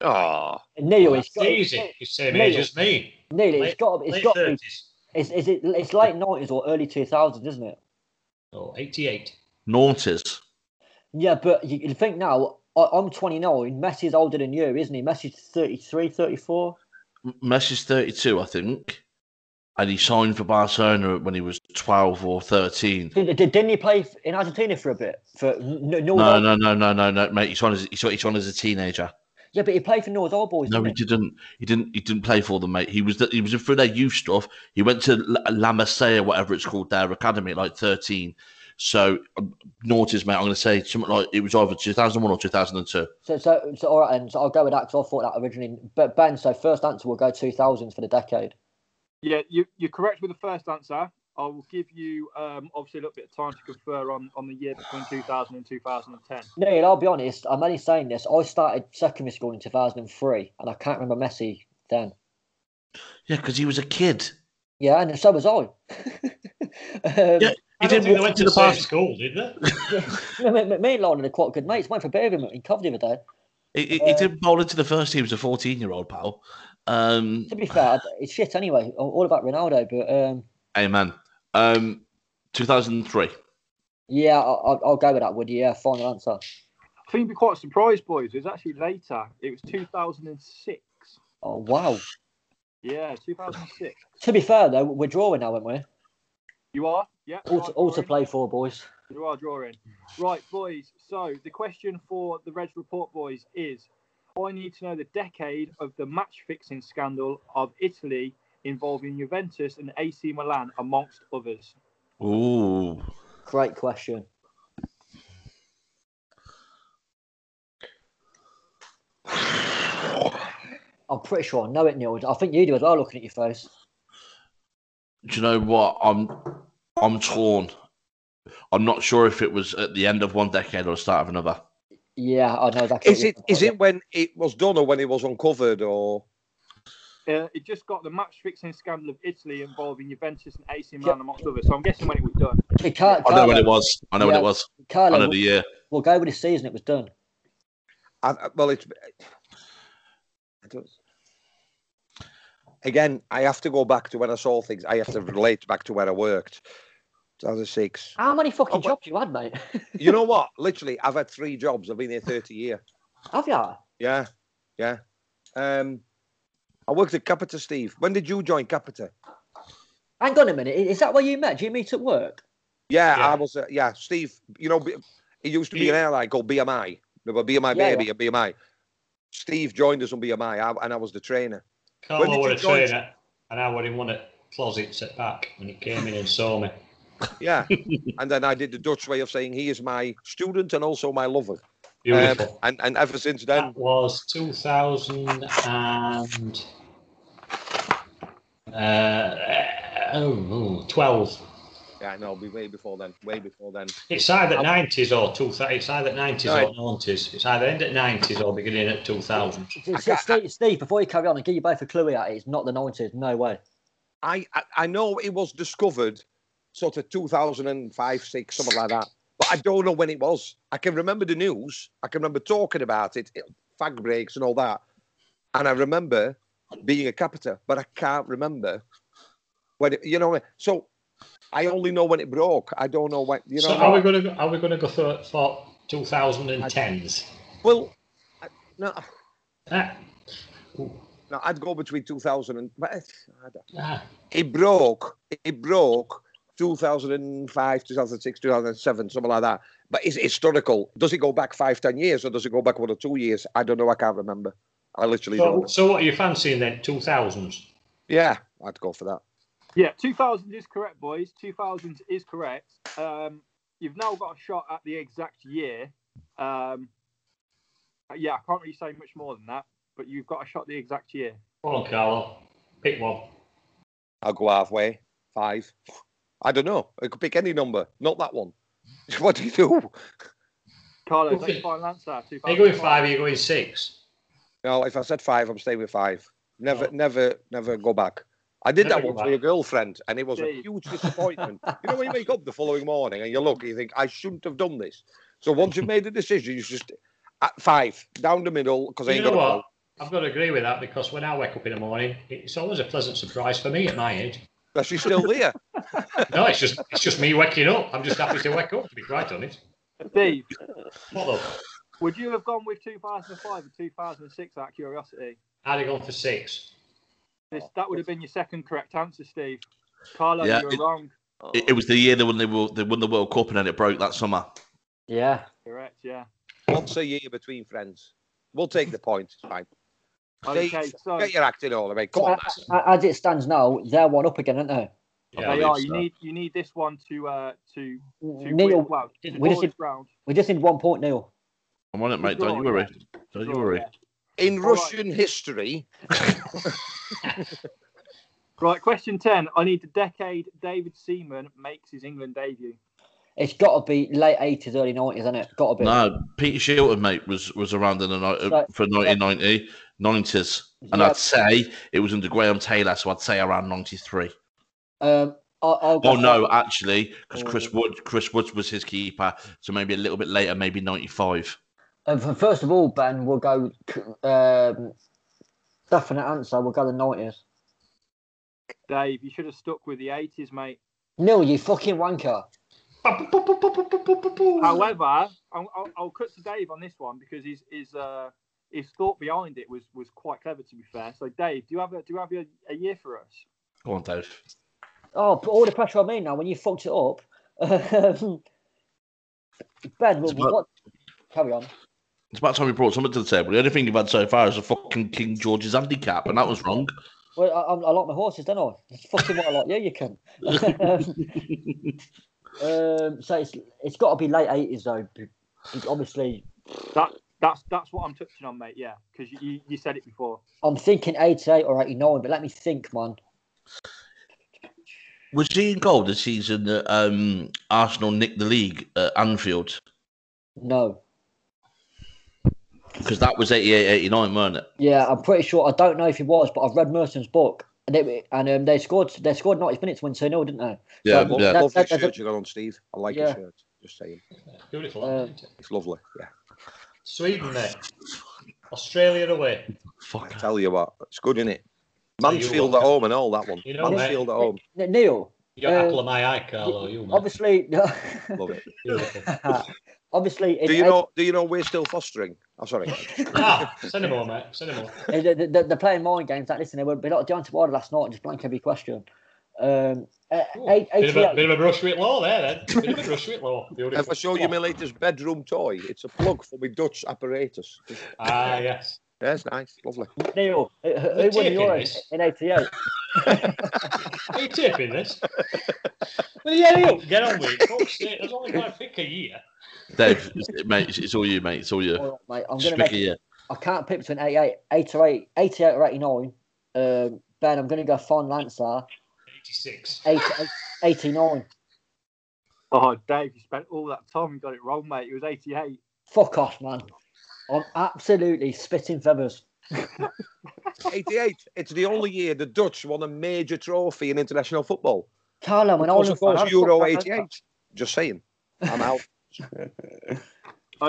[SPEAKER 4] Ah,
[SPEAKER 2] Neil, it's
[SPEAKER 5] It's
[SPEAKER 2] got,
[SPEAKER 5] Oh, easy. It's same age as me.
[SPEAKER 2] Neil,
[SPEAKER 5] Late-
[SPEAKER 2] it's got, it's
[SPEAKER 5] Late
[SPEAKER 2] got to be.
[SPEAKER 5] 30s.
[SPEAKER 2] It's, is it, it's late 90s or early 2000s, isn't it?
[SPEAKER 5] Oh, 88.
[SPEAKER 3] Naughties.
[SPEAKER 2] Yeah, but you, you think now, I, I'm 29, Messi's older than you, isn't he? Messi's 33, 34.
[SPEAKER 3] Messi's 32, I think, and he signed for Barcelona when he was 12 or 13.
[SPEAKER 2] Did, did, didn't he play f- in Argentina for a bit? For N- N- North
[SPEAKER 3] No,
[SPEAKER 2] Old-
[SPEAKER 3] no, no, no, no, no, mate. He signed as he signed, he signed as a teenager.
[SPEAKER 2] Yeah, but he played for North All Boys.
[SPEAKER 3] No, he
[SPEAKER 2] didn't
[SPEAKER 3] didn't. He didn't. He didn't play for them, mate. He was the, he was in for their youth stuff. He went to La, La Masia, whatever it's called, their academy at like thirteen. So um, noughties, mate. I'm going to say something like it was either 2001 or 2002.
[SPEAKER 2] So, so, so all right, then. So I'll go with that because I thought that originally. But Ben, so first answer will go 2000s for the decade.
[SPEAKER 6] Yeah, you, you're correct with the first answer. I will give you um, obviously a little bit of time to confer on, on the year between 2000 and 2010.
[SPEAKER 2] Neil, I'll be honest. I'm only saying this. I started secondary school in 2003, and I can't remember Messi then.
[SPEAKER 3] Yeah, because he was a kid.
[SPEAKER 2] Yeah, and so was I. *laughs* um,
[SPEAKER 3] Yeah.
[SPEAKER 5] I
[SPEAKER 3] He
[SPEAKER 5] don't
[SPEAKER 3] didn't
[SPEAKER 5] think they
[SPEAKER 3] walk
[SPEAKER 5] went
[SPEAKER 3] to
[SPEAKER 5] to
[SPEAKER 3] the
[SPEAKER 5] the same
[SPEAKER 3] past.
[SPEAKER 5] school, did they?
[SPEAKER 2] yeah, *laughs* me, me- me and Lauren are quite good mates. Went for a beer with him in Cov the other day.
[SPEAKER 3] He, he, he did bowl into the first team as a 14 year old pal. Um,
[SPEAKER 2] To be fair, I- it's shit anyway. All all about Ronaldo, but um,
[SPEAKER 3] amen. Um, 2003.
[SPEAKER 2] yeah, I, I'll, I'll go with that. Would you? Yeah, final answer.
[SPEAKER 6] I think you'd be quite surprised, boys. It was actually later. It was 2006.
[SPEAKER 2] Oh wow.
[SPEAKER 6] Yeah, 2006.
[SPEAKER 2] To be fair though, we're drawing now, aren't we?
[SPEAKER 6] You are? Yeah. you
[SPEAKER 2] All to,
[SPEAKER 6] are
[SPEAKER 2] all to
[SPEAKER 6] drawing.
[SPEAKER 2] play for, boys.
[SPEAKER 6] You are drawing. Right, boys. So the question for the Reds Report boys is I need to know the decade of the match fixing scandal of Italy involving Juventus and AC Milan, amongst others.
[SPEAKER 3] Ooh.
[SPEAKER 2] Great question. I'm pretty sure I know it, Neil. I think you do as well, looking at your face.
[SPEAKER 3] do you know what? I'm I'm torn. I'm not sure if it was at the end of one decade or the start of another.
[SPEAKER 2] Yeah, I know exactly.
[SPEAKER 4] Is
[SPEAKER 2] what
[SPEAKER 4] it
[SPEAKER 2] you're
[SPEAKER 4] is
[SPEAKER 2] talking
[SPEAKER 4] it when it was done or when it was uncovered or
[SPEAKER 6] Uh, it just got the match fixing scandal of Italy involving Juventus and AC Milan, amongst others. So I'm guessing when it was done.
[SPEAKER 2] about. Okay, Car-
[SPEAKER 3] I know when it
[SPEAKER 2] Carlo-
[SPEAKER 3] was. I know when
[SPEAKER 2] Yeah.
[SPEAKER 3] it was. I
[SPEAKER 2] Carlo,
[SPEAKER 3] know the year.
[SPEAKER 2] we'll go with the season it was done.
[SPEAKER 4] I, I- well it's I don't- again I have to go back to when I saw things I have to relate back to where I worked 2006
[SPEAKER 2] How many fucking
[SPEAKER 4] Oh, wait.
[SPEAKER 2] jobs you had, mate?
[SPEAKER 4] you know what literally I've had three jobs I've been here 30 years
[SPEAKER 2] *laughs* Have you?
[SPEAKER 4] yeah yeah um I worked at Capita Steve when did you join Capita
[SPEAKER 2] Hang on a minute. i- Is that where you met? Do you meet at work?
[SPEAKER 4] yeah,
[SPEAKER 5] Yeah.
[SPEAKER 4] I was uh, yeah Steve you know b- he used to be
[SPEAKER 5] You-
[SPEAKER 4] an airline called BMI there were BMI
[SPEAKER 2] Yeah,
[SPEAKER 4] baby and BMI Steve joined us on BMI I, and I was the trainer When
[SPEAKER 5] Carlo
[SPEAKER 4] did
[SPEAKER 5] were
[SPEAKER 4] you
[SPEAKER 5] a
[SPEAKER 4] join?
[SPEAKER 5] trainer, and I were in one of the closets at back when he came in and saw me.
[SPEAKER 4] Yeah. and then I did the Dutch way of saying he is my student and also my lover. Um,
[SPEAKER 5] Beautiful.
[SPEAKER 4] and, and ever since then,
[SPEAKER 5] that was 2000 and uh, oh, 12.
[SPEAKER 4] yeah, no, be way before then, way before then.
[SPEAKER 5] It's either
[SPEAKER 4] Um,
[SPEAKER 5] 90s or 2000. It's either 90s
[SPEAKER 4] Right.
[SPEAKER 5] or 90s. It's either end at 90s or beginning at 2000.
[SPEAKER 2] S- s- Steve, Steve, before you carry on, I'll give you both a clue here. It's not the 90s. No way.
[SPEAKER 4] I, I, I know it was discovered sort of 2005, 6, something like that. But I don't know when it was. I can remember the news. I can remember talking about it, it fag breaks and all that. And I remember being a capita, but I can't remember when it, you know. So I only know when it broke. I don't know when, you know.
[SPEAKER 5] so
[SPEAKER 4] what?
[SPEAKER 5] are we going to are we going to go for, for 2010s?
[SPEAKER 4] well, I, no,
[SPEAKER 5] Ah,
[SPEAKER 4] No, I'd go between 2000 and. but it's- I don't-
[SPEAKER 5] ah,
[SPEAKER 4] It broke. It broke 2005, 2006, 2007, something like that. But it's historical. Does it go back five, ten years, or does it go back one or two years? I don't know. I can't remember. I literally don't.
[SPEAKER 5] so,
[SPEAKER 4] know.
[SPEAKER 5] so what are you fancying then? 2000s.
[SPEAKER 4] Yeah, I'd go for that.
[SPEAKER 6] Yeah, 2000 is correct, boys. 2000 is correct. Um, you've now got a shot at the exact year. Um, uh, yeah, I can't really say much more than that, but you've got a shot at the exact year.
[SPEAKER 5] Hold on, Carlo. Pick one.
[SPEAKER 4] I'll go halfway. Five. I don't know. I could pick any number, not that one. *laughs* What do you do?
[SPEAKER 6] Carlos,
[SPEAKER 5] Okay.
[SPEAKER 6] that's your final answer.
[SPEAKER 5] Are you going five? Are you going six?
[SPEAKER 4] No, if I said five, I'm staying with five. Never,
[SPEAKER 5] Oh.
[SPEAKER 4] never, never go back. I did
[SPEAKER 5] Never
[SPEAKER 4] that
[SPEAKER 5] go
[SPEAKER 4] once
[SPEAKER 5] back.
[SPEAKER 4] with a girlfriend, and it was a
[SPEAKER 6] Dave.
[SPEAKER 4] huge disappointment. you know, when you wake up the following morning and you look, you think, I shouldn't have done this. So once you've made a decision, you just at five down the middle because I
[SPEAKER 5] you
[SPEAKER 4] ain't
[SPEAKER 5] know
[SPEAKER 4] got
[SPEAKER 5] what?
[SPEAKER 4] a
[SPEAKER 5] I've got to agree with that because when I wake up in the morning, it's always a pleasant surprise for me at my age.
[SPEAKER 4] But she's still there.
[SPEAKER 5] No, it's just it's just me waking up. I'm just happy to wake up, to be quite honest.
[SPEAKER 6] Steve,
[SPEAKER 5] What though?
[SPEAKER 6] would you have gone with 2005 and 2006 out of curiosity?
[SPEAKER 5] I'd have gone for six.
[SPEAKER 6] This, that would have been your second correct answer, Steve. Carlo,
[SPEAKER 3] Yeah,
[SPEAKER 6] you were
[SPEAKER 3] it-
[SPEAKER 6] wrong.
[SPEAKER 3] It, it was the year they won the World, they won the World Cup and then it broke that summer.
[SPEAKER 2] Yeah.
[SPEAKER 6] Correct, yeah.
[SPEAKER 4] Once a year between friends. We'll take the point. It's fine.
[SPEAKER 6] Okay, so
[SPEAKER 4] Get your acting all mate. Come on.
[SPEAKER 2] But a- a- as it stands now, they're one up again, aren't they?
[SPEAKER 5] Yeah,
[SPEAKER 6] they
[SPEAKER 3] believe
[SPEAKER 6] are. You
[SPEAKER 3] so.
[SPEAKER 6] need you need this one to uh to to
[SPEAKER 2] Neil,
[SPEAKER 6] win. Well,
[SPEAKER 2] we
[SPEAKER 6] to draw
[SPEAKER 2] just
[SPEAKER 6] this
[SPEAKER 2] did-
[SPEAKER 6] round.
[SPEAKER 2] we just need one point, Neil.
[SPEAKER 3] I'm on it, mate. Don't you worry. Don't you
[SPEAKER 6] Draw,
[SPEAKER 3] worry.
[SPEAKER 6] yeah.
[SPEAKER 4] In
[SPEAKER 6] All right.
[SPEAKER 4] Russian history,
[SPEAKER 6] Right, question ten. I need the decade David Seaman makes his England debut.
[SPEAKER 2] It's got to be late 80s, early 90s, isn't it? Got to be.
[SPEAKER 3] No, Peter Shilton, mate, was was around in the night
[SPEAKER 2] Right.
[SPEAKER 3] for 1990, 90s, and
[SPEAKER 2] Yeah.
[SPEAKER 3] I'd say it was under Graham Taylor, so I'd say around 93.
[SPEAKER 2] Um, I'll, I'll go
[SPEAKER 3] Oh
[SPEAKER 2] for-
[SPEAKER 3] no, actually, because
[SPEAKER 2] Oh.
[SPEAKER 3] Chris Wood, Chris Woods was his keeper, so maybe a little bit later, maybe 95.
[SPEAKER 2] Um, f- first of all, Ben, we'll go um, definite answer. We'll go the 90s.
[SPEAKER 6] Dave, you should have stuck with the eighties, mate.
[SPEAKER 2] Neil, you fucking wanker.
[SPEAKER 6] However, I'll, I'll, I'll cut to Dave on this one because his his uh, his thought behind it was was quite clever. To be fair, so Dave, do you have a, do you have a, a year for us?
[SPEAKER 3] Go on, Dave.
[SPEAKER 2] Oh, put all the pressure on me now when you fucked it up. um, ben, well,
[SPEAKER 3] It's about-
[SPEAKER 2] what? Carry on.
[SPEAKER 3] It's about time we brought something to the table. The only thing you've had so far is a fucking King George's handicap, and that was wrong.
[SPEAKER 2] Well, I, I, I like my horses, don't I? It's fucking what I like. Yeah, you can. *laughs* um, so it's it's got to be late eighties though. b- b- Obviously,
[SPEAKER 6] That that's that's what I'm touching on, mate. Yeah, because you, you you said it before.
[SPEAKER 2] I'm thinking eighty-eight or eighty-nine, but let me think, man.
[SPEAKER 3] Was he in goal this season that um, Arsenal nicked the league at Anfield?
[SPEAKER 2] No,
[SPEAKER 3] Because that was 88, 89, weren't it?
[SPEAKER 2] yeah, I'm pretty sure. I don't know if he was, but I've read Merton's book, and they and um, they scored they scored ninety minutes to win two 0 didn't they?
[SPEAKER 3] Yeah,
[SPEAKER 2] Well,
[SPEAKER 3] yeah.
[SPEAKER 2] that-
[SPEAKER 4] lovely
[SPEAKER 2] that-
[SPEAKER 4] shirt you got on, Steve. I like
[SPEAKER 2] Yeah.
[SPEAKER 4] your shirt. Just saying.
[SPEAKER 5] Beautiful.
[SPEAKER 2] Uh,
[SPEAKER 5] isn't it?
[SPEAKER 4] It's lovely. Yeah.
[SPEAKER 5] Sweden, mate. Australia away.
[SPEAKER 4] I
[SPEAKER 3] Fuck.
[SPEAKER 4] tell you what, it's good, isn't it?
[SPEAKER 5] Tell you
[SPEAKER 4] Mansfield
[SPEAKER 5] what.
[SPEAKER 4] at home and all that one.
[SPEAKER 5] You know, mate.
[SPEAKER 4] Mansfield at
[SPEAKER 2] *laughs*
[SPEAKER 4] home.
[SPEAKER 2] N- Neil,
[SPEAKER 5] You're
[SPEAKER 2] Uh,
[SPEAKER 5] apple of my eye, Carlo. You, mate.
[SPEAKER 2] obviously, *laughs*
[SPEAKER 4] Love it.
[SPEAKER 5] Beautiful.
[SPEAKER 2] obviously, in
[SPEAKER 4] Do you
[SPEAKER 2] eight-
[SPEAKER 4] know do you know we're still fostering? I'm
[SPEAKER 5] *laughs*
[SPEAKER 4] sorry.
[SPEAKER 5] ah, send him on, mate. Send him on.
[SPEAKER 2] Uh, they- they- They're, playing mind games. Like, listen, they were like Deontay Wilder last night, just blank every question. Um, uh,
[SPEAKER 5] Ooh,
[SPEAKER 2] eight-
[SPEAKER 5] bit, of a,
[SPEAKER 2] 88
[SPEAKER 5] bit of a brush with law there, then. Bit of a brush with law. Beautiful.
[SPEAKER 4] If I show you my latest bedroom toy, it's a plug for my Dutch apparatus.
[SPEAKER 5] Ah, yes.
[SPEAKER 4] Yeah, it's nice, lovely.
[SPEAKER 2] Neil, who who
[SPEAKER 5] You're
[SPEAKER 2] won the
[SPEAKER 5] taking
[SPEAKER 2] Euros
[SPEAKER 5] this.
[SPEAKER 2] in '88?
[SPEAKER 5] Are you taping this? well, yeah, Neil, get on with it. Fuck's sake, There's only like, I think a year.
[SPEAKER 3] Dave, it's- mate, it's, it's all you, mate. It's all you.
[SPEAKER 2] All right, mate, I'm
[SPEAKER 3] Just
[SPEAKER 2] gonna
[SPEAKER 3] pick
[SPEAKER 2] make.
[SPEAKER 3] a year.
[SPEAKER 2] I can't pick between 88, 88, 88 or 89. Um, ben, I'm gonna go final answer
[SPEAKER 5] 86.
[SPEAKER 2] 88, 89.
[SPEAKER 6] Oh, Dave, you spent all that time and got it wrong, mate. It was 88.
[SPEAKER 2] Fuck off, man. I'm absolutely spitting feathers.
[SPEAKER 4] 88. It's the only year the Dutch won a major trophy in international football.
[SPEAKER 2] Carlo, when I
[SPEAKER 4] Also,
[SPEAKER 2] was
[SPEAKER 4] of course, Euro 88. Just saying. I'm
[SPEAKER 5] *laughs*
[SPEAKER 4] out.
[SPEAKER 6] Okay,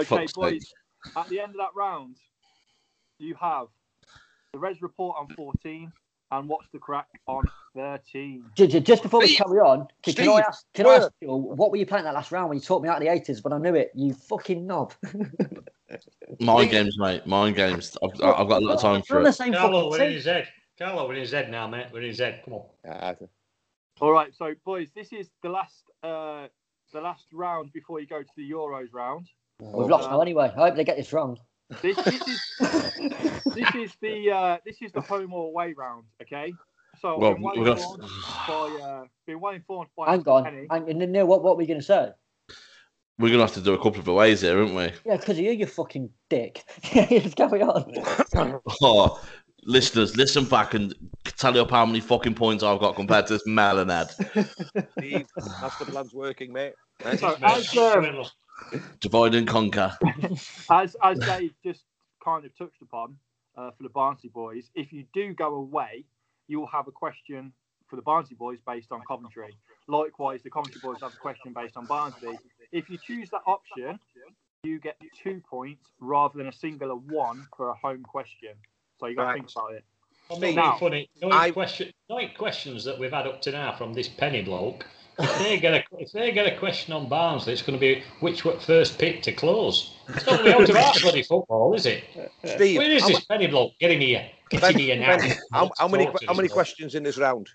[SPEAKER 3] Fuck's
[SPEAKER 6] boys. At the end of that round, you have the Res report on 14 and what's the crack on 13.
[SPEAKER 2] Just before we
[SPEAKER 4] Steve.
[SPEAKER 2] carry on, can, can I
[SPEAKER 4] Steve,
[SPEAKER 2] ask? Can I ask you what were you playing that last round when you taught me out of the eighties? But I knew it. You fucking knob.
[SPEAKER 3] Mind games, mate. Mind games. I've, I've got a lot of time
[SPEAKER 2] We're
[SPEAKER 3] for
[SPEAKER 2] on the
[SPEAKER 3] it.
[SPEAKER 2] same fucking
[SPEAKER 5] Carlo, we're in
[SPEAKER 2] team.
[SPEAKER 5] his head. Carlo, we're in his head now, mate. We're in his head. Come on.
[SPEAKER 4] Uh,
[SPEAKER 6] All right, so boys, this is the last uh, the last round before you go to the Euros round.
[SPEAKER 2] We've lost now anyway. I hope they get this wrong.
[SPEAKER 6] This, this is this is the uh, this is the home or away round. Okay, so
[SPEAKER 3] Well,
[SPEAKER 6] I've been well
[SPEAKER 3] we're gonna-
[SPEAKER 6] informed by uh, been well informed by
[SPEAKER 2] Hang
[SPEAKER 6] Mr.
[SPEAKER 2] on.
[SPEAKER 6] Penny.
[SPEAKER 2] Hang, and Neil, what, what were you going to say?
[SPEAKER 3] We're going to have to do a couple of aways here, aren't we? *laughs*
[SPEAKER 2] Yeah, because of you, you fucking dick. *laughs* Let's carry on.
[SPEAKER 3] Oh, listeners, listen back and tally up how many fucking points I've got compared to this melonhead.
[SPEAKER 4] Steve, master plan's working,
[SPEAKER 5] *laughs*
[SPEAKER 4] mate.
[SPEAKER 6] So
[SPEAKER 5] Mate,
[SPEAKER 6] as, um,
[SPEAKER 5] look,
[SPEAKER 3] Divide and conquer.
[SPEAKER 6] as as Dave just kind of touched upon uh, for the Barnsley boys, if you do go away, you will have a question for the Barnsley boys based on Coventry. Likewise, the Coventry boys have a question based on Barnsley. If you choose that option, you get two points rather than a singular one for a home question. So you got to
[SPEAKER 4] Right.
[SPEAKER 6] think about it.
[SPEAKER 5] I'm not
[SPEAKER 4] Steve,
[SPEAKER 5] being funny. Knowing,
[SPEAKER 4] I-
[SPEAKER 5] question, knowing questions that we've had up to now from this penny bloke, if they get a, if they get a question on Barnsley, it's going to be which were first pick to close. It's not the out of our bloody football, is it?
[SPEAKER 4] Steve,
[SPEAKER 5] Where is
[SPEAKER 4] how,
[SPEAKER 5] this penny bloke? Get him here. Itty D and
[SPEAKER 4] Ben,
[SPEAKER 5] out.
[SPEAKER 4] How, how many
[SPEAKER 5] Torture
[SPEAKER 4] how many
[SPEAKER 5] is
[SPEAKER 4] questions in this round?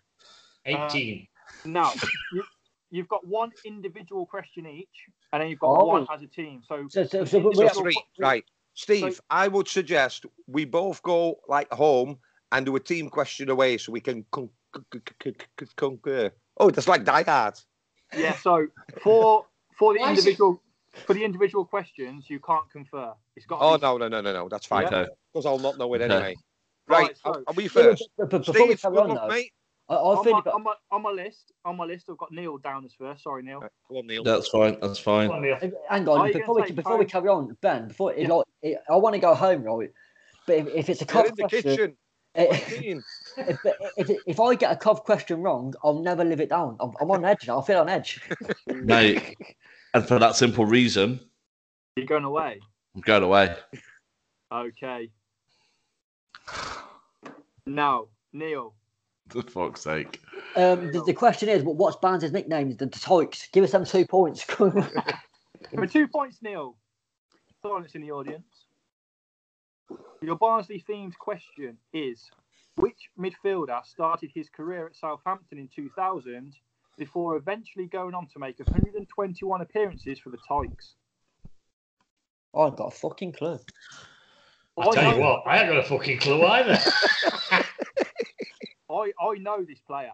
[SPEAKER 5] 18.
[SPEAKER 6] Now, you, you've got one individual question each, and then you've got
[SPEAKER 2] Oh.
[SPEAKER 6] one as a team. So,
[SPEAKER 2] So, so, so, we-
[SPEAKER 4] So
[SPEAKER 2] we-
[SPEAKER 6] Yeah, but
[SPEAKER 4] three,
[SPEAKER 6] what-
[SPEAKER 4] right? Steve, I would suggest we both go like home and do a team question away, so we can con- con- con- con- concur. Oh, that's like Die Hard.
[SPEAKER 6] yeah, so for for the
[SPEAKER 5] Why is it-
[SPEAKER 6] individual for the individual questions, you can't confer. It's got.
[SPEAKER 4] Oh no, no, no, no, no. That's fine
[SPEAKER 3] Okay.
[SPEAKER 4] because I'll not know it
[SPEAKER 3] Okay.
[SPEAKER 4] anyway. Right,
[SPEAKER 6] Right, so-
[SPEAKER 4] are- are we
[SPEAKER 2] but-
[SPEAKER 4] first?
[SPEAKER 2] but- but Before we
[SPEAKER 4] Steve,
[SPEAKER 2] carry
[SPEAKER 4] come
[SPEAKER 2] on,
[SPEAKER 4] on,
[SPEAKER 2] though,
[SPEAKER 4] mate.
[SPEAKER 2] I, I
[SPEAKER 6] On my,
[SPEAKER 2] think about,
[SPEAKER 6] on, my, on my list, on my list, I've got Neil down as first. Sorry, Neil.
[SPEAKER 4] Right, Come on, Neil.
[SPEAKER 3] That's fine. That's fine.
[SPEAKER 2] hang
[SPEAKER 6] Are
[SPEAKER 2] on
[SPEAKER 6] you
[SPEAKER 2] before
[SPEAKER 6] gonna
[SPEAKER 2] we
[SPEAKER 6] take
[SPEAKER 2] before we
[SPEAKER 6] time?
[SPEAKER 2] carry on, Ben. Before it,
[SPEAKER 6] Yeah.
[SPEAKER 2] like, it, I want to go home, right? But if, if it's a
[SPEAKER 4] They're
[SPEAKER 2] cough
[SPEAKER 4] in the
[SPEAKER 2] question, *laughs*
[SPEAKER 4] kitchen.
[SPEAKER 2] eh, *laughs*
[SPEAKER 4] Clean.
[SPEAKER 2] if, if, if I get a cov question wrong, I'll never live it down. I'm, I'm on edge now. I feel on
[SPEAKER 4] *laughs*
[SPEAKER 2] edge.
[SPEAKER 3] Mate, and for that simple reason,
[SPEAKER 6] You're going away.
[SPEAKER 3] I'm going away. *laughs*
[SPEAKER 6] Okay. Now, Neil.
[SPEAKER 3] For fuck's sake.
[SPEAKER 2] Um, the, the question is, what- what's Barnes' nickname? The, the Tykes. Give us them two points. *laughs*
[SPEAKER 6] For two points, Neil. Silence in the audience. Your Barnsley themed question is Which midfielder started his career at Southampton in 2000 before eventually going on to make 121 appearances for the Tykes?
[SPEAKER 2] I ain't got a fucking clue.
[SPEAKER 4] Uh,
[SPEAKER 5] I'll tell you
[SPEAKER 6] know,
[SPEAKER 5] what, I ain't got a fucking clue either.
[SPEAKER 6] I, I know this player.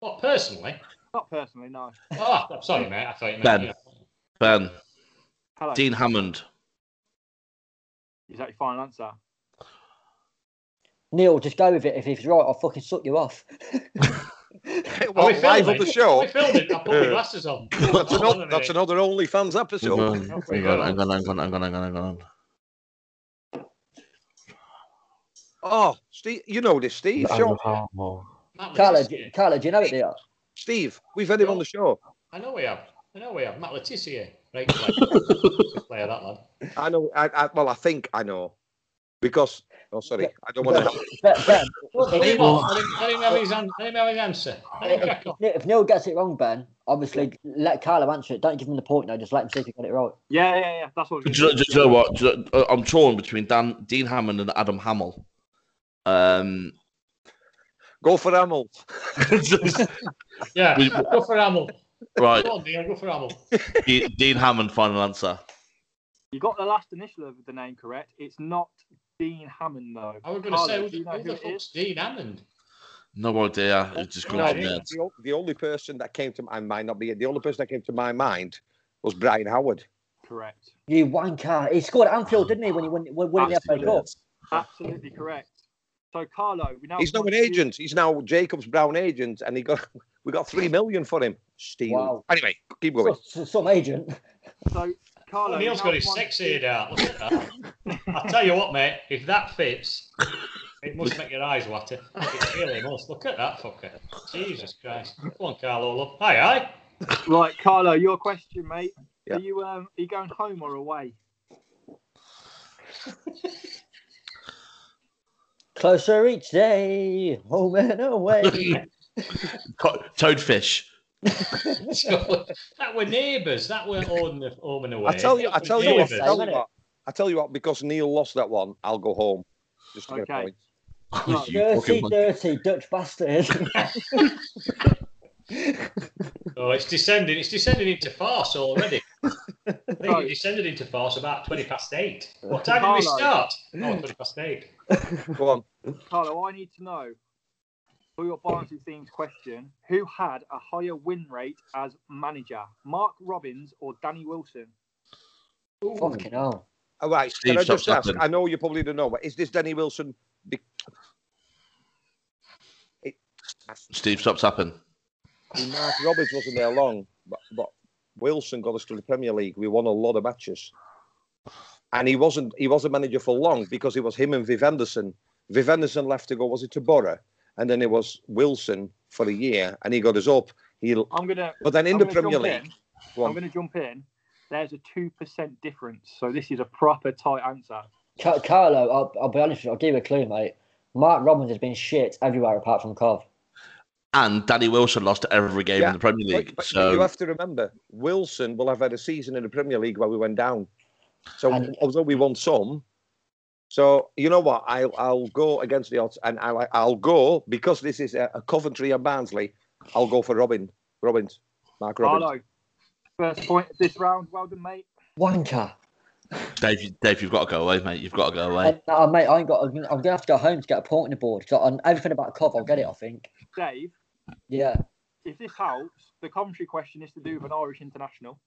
[SPEAKER 5] What, personally?
[SPEAKER 6] Not personally, no.
[SPEAKER 5] Oh, I'm sorry, mate. I thought you meant.
[SPEAKER 3] Ben.
[SPEAKER 5] you know.
[SPEAKER 3] Ben,
[SPEAKER 6] Hello.
[SPEAKER 3] Dean Hammond.
[SPEAKER 6] Is that your final answer?
[SPEAKER 2] Neil, just go with it. If he's right, I'll fucking suck you off.
[SPEAKER 5] Are we
[SPEAKER 4] well, live on
[SPEAKER 5] filming?
[SPEAKER 4] the show.
[SPEAKER 5] Are we filming? I
[SPEAKER 4] *laughs*
[SPEAKER 5] put my glasses on.
[SPEAKER 4] That's,
[SPEAKER 5] Hold on
[SPEAKER 4] another,
[SPEAKER 5] a
[SPEAKER 4] that's
[SPEAKER 5] minute.
[SPEAKER 4] another OnlyFans episode.
[SPEAKER 3] Hang on, hang on, hang on, hang on, hang on, hang on, hang on.
[SPEAKER 4] Oh, Steve, you know this, Steve. Sure.
[SPEAKER 5] Matt, we're
[SPEAKER 2] Carla,
[SPEAKER 5] just-
[SPEAKER 2] do- Carla, do you know it? Dear?
[SPEAKER 4] Steve, we've had him on the show.
[SPEAKER 5] I know we have. I know we have. Matt Letizia. Right player. player, that lad.
[SPEAKER 4] I know. I, I, well, I think I know because. Oh, sorry, I don't want
[SPEAKER 2] Ben,
[SPEAKER 4] to.
[SPEAKER 2] Ben, Ben,
[SPEAKER 5] Let him off. Let him- let him have his an- let him have his answer. Let him crack on.
[SPEAKER 2] if Neil gets it wrong, Ben, obviously let Carla answer it. Don't give him the point now. Just let him see if he got it right.
[SPEAKER 6] Yeah, yeah, yeah. That's what I was
[SPEAKER 3] Do
[SPEAKER 6] gonna
[SPEAKER 3] you, know,
[SPEAKER 6] say.
[SPEAKER 3] do you know what? Do you know- uh, I'm torn between Dan, Dean Hammond and Adam Hamill. Um,
[SPEAKER 4] *laughs*
[SPEAKER 3] *laughs*
[SPEAKER 4] Go for Hamill.
[SPEAKER 5] Yeah,
[SPEAKER 3] We-
[SPEAKER 5] go for Hamill.
[SPEAKER 3] right,
[SPEAKER 5] Go on, Neil, go for Hamill.
[SPEAKER 3] Dean, Dean Hammond, final answer.
[SPEAKER 6] You got the last initial of the name correct. It's not Dean Hammond, though.
[SPEAKER 5] I was going to
[SPEAKER 6] Carlo,
[SPEAKER 5] say, who,
[SPEAKER 6] do you know
[SPEAKER 5] who
[SPEAKER 6] who
[SPEAKER 5] the
[SPEAKER 6] it
[SPEAKER 5] fuck's
[SPEAKER 6] is?
[SPEAKER 5] Dean Hammond?
[SPEAKER 3] No idea. It just
[SPEAKER 4] No,
[SPEAKER 3] comes to
[SPEAKER 5] Right.
[SPEAKER 3] me.
[SPEAKER 4] the, the, the only person that came to my mind, not the, the only person that came to my mind was Brian Howard.
[SPEAKER 6] Correct.
[SPEAKER 2] You wanker! He scored at Anfield, didn't he? When he won, when, when he FA Cup.
[SPEAKER 6] Absolutely correct. So, Carlo, we now
[SPEAKER 4] He's now
[SPEAKER 6] come on
[SPEAKER 4] an
[SPEAKER 6] to you.
[SPEAKER 4] agent. He's now Jacob's Brown agent, and he got *laughs* we got three million for him. Steve.
[SPEAKER 2] Wow.
[SPEAKER 4] Anyway, keep going.
[SPEAKER 2] So- so- Some agent.
[SPEAKER 6] So, Carlo,
[SPEAKER 5] Oh,
[SPEAKER 6] we
[SPEAKER 5] Neil's
[SPEAKER 6] now
[SPEAKER 5] got his
[SPEAKER 6] come on
[SPEAKER 5] sexy
[SPEAKER 6] to-
[SPEAKER 5] head out. Look at that.
[SPEAKER 6] *laughs*
[SPEAKER 5] I tell you what, mate, if that fits, it must make your eyes water. It really must. Look at that fucker. Jesus Christ. Come on, Carlo, love. Aye, *laughs* aye.
[SPEAKER 6] Right, Carlo, your question, mate.
[SPEAKER 4] Yeah.
[SPEAKER 6] Are you um, are you going home or away?
[SPEAKER 2] Closer each day, home and away.
[SPEAKER 3] Co- Toadfish.
[SPEAKER 5] So, that were neighbours. That were on the home and away.
[SPEAKER 4] I tell you, I tell you, what, I
[SPEAKER 5] Neighbours.
[SPEAKER 4] tell you what, I tell you what, because Neil lost that one, I'll go home. Just to get
[SPEAKER 6] Okay.
[SPEAKER 4] a point.
[SPEAKER 3] Oh, *laughs* you
[SPEAKER 2] dirty,
[SPEAKER 3] fucking mon-
[SPEAKER 2] dirty Dutch bastard. *laughs*
[SPEAKER 5] Oh, it's descending. It's descending into farce already. I think it descended into farce about 20 past eight. What time did we
[SPEAKER 6] Carlo.
[SPEAKER 5] start? Oh, 20 past eight.
[SPEAKER 4] Go on.
[SPEAKER 6] Carlo, I need to know for your Barnsley themed question who had a higher win rate as manager, Mark Robbins or Danny Wilson?
[SPEAKER 2] Fucking hell.
[SPEAKER 4] All right.
[SPEAKER 3] Steve,
[SPEAKER 4] can I
[SPEAKER 3] stop
[SPEAKER 4] just ask?
[SPEAKER 3] tapping.
[SPEAKER 4] I know you probably don't know, but is this Danny Wilson? Be-
[SPEAKER 3] Steve, stop tapping.
[SPEAKER 4] Mark Roberts wasn't there long, but, but Wilson got us to the Premier League. We won a lot of matches, and he wasn't. He was a manager for long because it was him and Viv Anderson. Viv Anderson left to go. Was it to Borough? And then it was Wilson for a year, and he got us up. He,
[SPEAKER 6] I'm gonna
[SPEAKER 4] but then in
[SPEAKER 6] I'm
[SPEAKER 4] the
[SPEAKER 6] gonna
[SPEAKER 4] Premier
[SPEAKER 6] jump
[SPEAKER 4] League,
[SPEAKER 6] in.
[SPEAKER 4] go on.
[SPEAKER 6] I'm gonna jump in. There's a two percent difference, so this is a proper tight answer.
[SPEAKER 2] Ca- Carlo, I'll, I'll be honest with you, I'll give you a clue, mate. Mark Robbins has been shit everywhere apart from Cov.
[SPEAKER 3] And Danny Wilson lost every game
[SPEAKER 4] Yeah,
[SPEAKER 3] in the Premier
[SPEAKER 4] But-
[SPEAKER 3] League.
[SPEAKER 4] but you
[SPEAKER 3] so
[SPEAKER 4] have to remember, Wilson will have had a season in the Premier League where we went down. So
[SPEAKER 2] And-
[SPEAKER 4] although we won some, So you know what? I'll I'll go against the odds, and I'll I'll go because this is a, a Coventry and Barnsley. I'll go for Robin Robbins, Mark Robbins.
[SPEAKER 6] Arlo, first point of this round. Well done, mate.
[SPEAKER 2] Wanker.
[SPEAKER 3] Dave, you- Dave, you've got to go away, mate. You've got to go away.
[SPEAKER 4] Um,
[SPEAKER 2] And, nah, mate, I ain't got. I'm gonna I'm gonna have to go home to get a point on the board. 'cause on everything about Cov, I'll get it. I think.
[SPEAKER 6] Dave,
[SPEAKER 2] Yeah.
[SPEAKER 6] if this helps, the commentary question is to do with an Irish international.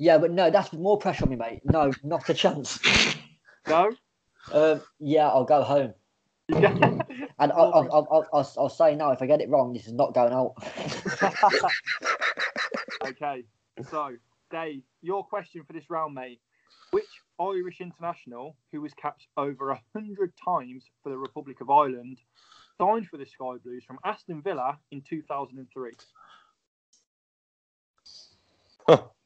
[SPEAKER 2] Yeah, but no, that's more pressure on me, mate. No, not a chance.
[SPEAKER 6] No? *laughs*
[SPEAKER 2] Um, yeah, I'll go home.
[SPEAKER 6] Yeah.
[SPEAKER 2] And I'll, I'll, I'll, I'll, I'll, I'll say now if I get it wrong, this is not going out.
[SPEAKER 6] okay. So, Dave, your question for this round, mate. Which Irish international, who was capped over 100 times for the Republic of Ireland, signed for the Sky Blues from Aston Villa in 2003?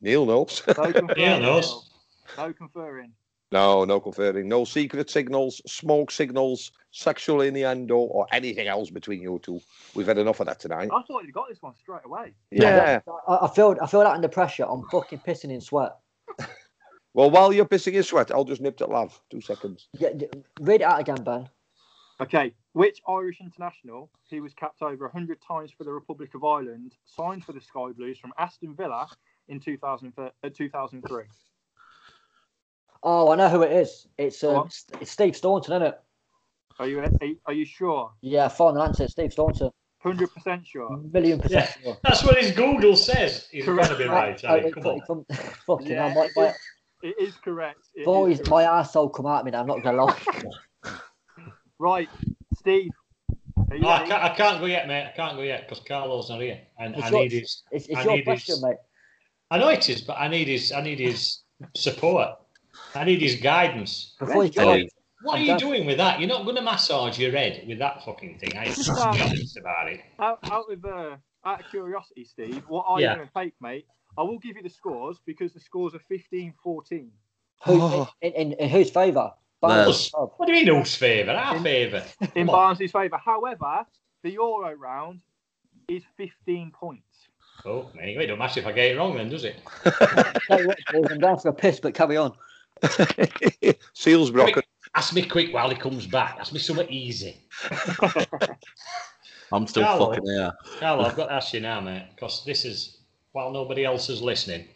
[SPEAKER 4] Neil knows. *laughs*
[SPEAKER 6] No conferring.
[SPEAKER 5] knows.
[SPEAKER 6] No conferring.
[SPEAKER 4] No, no conferring. No secret signals, smoke signals, sexual innuendo, or anything else between you two. We've had enough of that tonight.
[SPEAKER 6] *laughs* I thought you got this one straight away.
[SPEAKER 4] Yeah.
[SPEAKER 2] I, I feel I feel that under pressure. I'm fucking pissing in sweat.
[SPEAKER 4] Well, while you're pissing your sweat, I'll just nip to lav. Two seconds.
[SPEAKER 2] Yeah, yeah, read it out again, Ben.
[SPEAKER 6] Okay, which Irish international, who was capped over 100 times for the Republic of Ireland, signed for the Sky Blues from Aston Villa in 2000, uh, 2003?
[SPEAKER 2] Oh, I know who it is. It's
[SPEAKER 6] Go
[SPEAKER 2] uh,
[SPEAKER 6] on.
[SPEAKER 2] it's Steve Staunton, isn't it?
[SPEAKER 6] Are you, are you, are you sure?
[SPEAKER 2] Yeah, final answer. It's Steve Staunton.
[SPEAKER 6] 100% sure?
[SPEAKER 2] Million percent
[SPEAKER 5] Yeah.
[SPEAKER 2] sure.
[SPEAKER 5] That's what his Google says. He's going to be right.
[SPEAKER 2] Oh,
[SPEAKER 5] I mean,
[SPEAKER 2] it-
[SPEAKER 5] come on.
[SPEAKER 2] it come- *laughs* fucking
[SPEAKER 6] Yeah,
[SPEAKER 2] hell, my,
[SPEAKER 6] it
[SPEAKER 5] *laughs*
[SPEAKER 2] my,
[SPEAKER 6] is- It is correct. It is
[SPEAKER 2] boys,
[SPEAKER 6] correct.
[SPEAKER 2] my arsehole come at me now. I'm not gonna lie.
[SPEAKER 6] Right, Steve. Are you
[SPEAKER 5] No, Oh, I *laughs*
[SPEAKER 6] ready?
[SPEAKER 5] can't, I can't go yet, mate. I can't go yet because Carlo's not here, and
[SPEAKER 2] It's
[SPEAKER 5] I
[SPEAKER 2] your-
[SPEAKER 5] need his.
[SPEAKER 2] It's,
[SPEAKER 5] I
[SPEAKER 2] it's your
[SPEAKER 5] need his-
[SPEAKER 2] question, mate.
[SPEAKER 5] I know it is, but I need his. I need his support. I need his guidance.
[SPEAKER 2] Before you
[SPEAKER 6] Red
[SPEAKER 2] go,
[SPEAKER 3] Anyway,
[SPEAKER 2] on,
[SPEAKER 5] What
[SPEAKER 2] I'm
[SPEAKER 5] are you
[SPEAKER 2] done.
[SPEAKER 5] doing with that? You're not going to massage your head with that fucking thing. I just
[SPEAKER 6] No.
[SPEAKER 5] be honest about it.
[SPEAKER 6] out, out of uh, out of curiosity, Steve, what are
[SPEAKER 5] Yeah.
[SPEAKER 6] you going to take, mate? I will give you the scores because the scores are 15-14.
[SPEAKER 2] who, in, in, in whose favour? oh, Barnes or Cobb?
[SPEAKER 5] What do you mean, whose favour? Our favour.
[SPEAKER 6] in
[SPEAKER 5] Come on.
[SPEAKER 6] Barnsley's favour. However, the Euro round is 15 points.
[SPEAKER 5] Oh, mate, it don't matter if I get it wrong, then does it?
[SPEAKER 2] Tell you what, boys, I'm down for a piss, but carry on.
[SPEAKER 4] Seals broken.
[SPEAKER 5] Ask me quick while he comes back. Ask me something easy.
[SPEAKER 3] I'm still
[SPEAKER 5] Hello.
[SPEAKER 3] fucking here.
[SPEAKER 5] Carlo, I've got to ask you now, mate, because this is while nobody else is listening,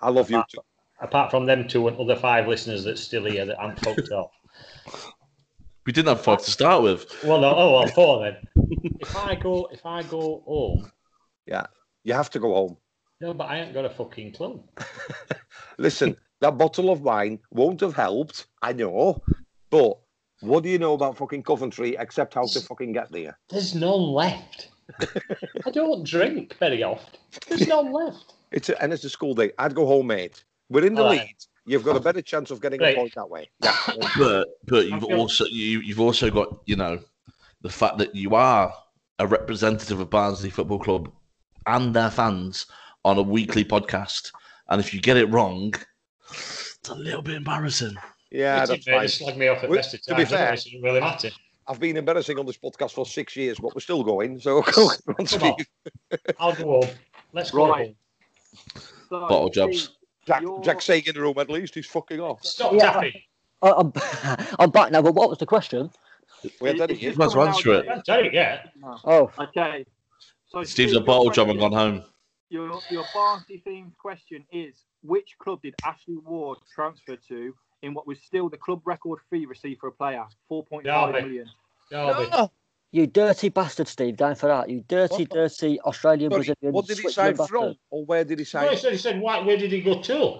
[SPEAKER 4] I love
[SPEAKER 5] Ah.
[SPEAKER 4] you. Too.
[SPEAKER 5] apart from them two and other five listeners that's still here that aren't fucked up.
[SPEAKER 3] We didn't have five to start with.
[SPEAKER 5] Well, no, oh well, four then. If I go, if I go home,
[SPEAKER 4] You have to go home.
[SPEAKER 5] no, but I ain't got a fucking clue.
[SPEAKER 4] Listen,
[SPEAKER 5] *laughs*
[SPEAKER 4] that bottle of wine won't have helped. I know, but what do you know about fucking Coventry except how to fucking get there?
[SPEAKER 5] There's none left. I don't drink very often. There's none left.
[SPEAKER 4] It's a, and it's a school day. I'd go home, mate. We're in the
[SPEAKER 5] All
[SPEAKER 4] lead.
[SPEAKER 5] right.
[SPEAKER 4] You've got a better chance of getting a
[SPEAKER 5] Right.
[SPEAKER 4] point that way.
[SPEAKER 5] *coughs*
[SPEAKER 4] Yeah.
[SPEAKER 3] But but you've
[SPEAKER 6] Okay.
[SPEAKER 3] also you, you've also got you know the fact that you are a representative of Barnsley Football Club and their fans on a weekly podcast, and if you get it wrong, it's a little bit embarrassing.
[SPEAKER 4] *laughs* Yeah,
[SPEAKER 5] It's
[SPEAKER 4] that's
[SPEAKER 5] fair to
[SPEAKER 4] fine.
[SPEAKER 5] slag me off at
[SPEAKER 4] We-
[SPEAKER 5] best of
[SPEAKER 4] to be
[SPEAKER 5] times, doesn't
[SPEAKER 4] fair-
[SPEAKER 5] it? It doesn't
[SPEAKER 4] *laughs*
[SPEAKER 5] really matter.
[SPEAKER 4] I've been embarrassing on this podcast for six years, but we're still going. So go *laughs* on,
[SPEAKER 5] Come
[SPEAKER 4] Steve.
[SPEAKER 5] on, I'll go home. Let's go
[SPEAKER 6] Right.
[SPEAKER 5] home.
[SPEAKER 6] So,
[SPEAKER 3] Bottle jobs.
[SPEAKER 6] Steve,
[SPEAKER 4] Jack,
[SPEAKER 6] You're-
[SPEAKER 4] Jack Sagan in the room, at least. He's fucking off.
[SPEAKER 5] Stop
[SPEAKER 2] Yeah.
[SPEAKER 5] tapping.
[SPEAKER 2] I, I'm, *laughs* I'm back now, but what was the question?
[SPEAKER 4] We had
[SPEAKER 6] it-
[SPEAKER 4] that
[SPEAKER 6] it's
[SPEAKER 4] again.
[SPEAKER 6] just
[SPEAKER 3] might as well
[SPEAKER 6] coming
[SPEAKER 3] answer
[SPEAKER 6] out,
[SPEAKER 3] it.
[SPEAKER 5] Don't tell it yet.
[SPEAKER 6] Dave.
[SPEAKER 2] Oh,
[SPEAKER 6] Okay. So
[SPEAKER 3] Steve's a
[SPEAKER 6] Steve,
[SPEAKER 3] bottle
[SPEAKER 6] your
[SPEAKER 3] job and
[SPEAKER 6] question-
[SPEAKER 3] gone home.
[SPEAKER 6] Your your Barnsley themed question is: Which club did Ashley Ward transfer to in what was still the club record fee received for a player, four point five
[SPEAKER 5] Derby.
[SPEAKER 6] million?
[SPEAKER 5] Derby.
[SPEAKER 2] you dirty bastard, Steve, going for that. You dirty,
[SPEAKER 4] What?
[SPEAKER 2] dirty Australian
[SPEAKER 4] Sorry,
[SPEAKER 2] Brazilian.
[SPEAKER 4] what did he sign
[SPEAKER 2] Switzerland
[SPEAKER 4] from?
[SPEAKER 2] bastard.
[SPEAKER 4] Or where did he
[SPEAKER 5] No, he
[SPEAKER 4] sign?
[SPEAKER 5] said, he said, why, where did he go to?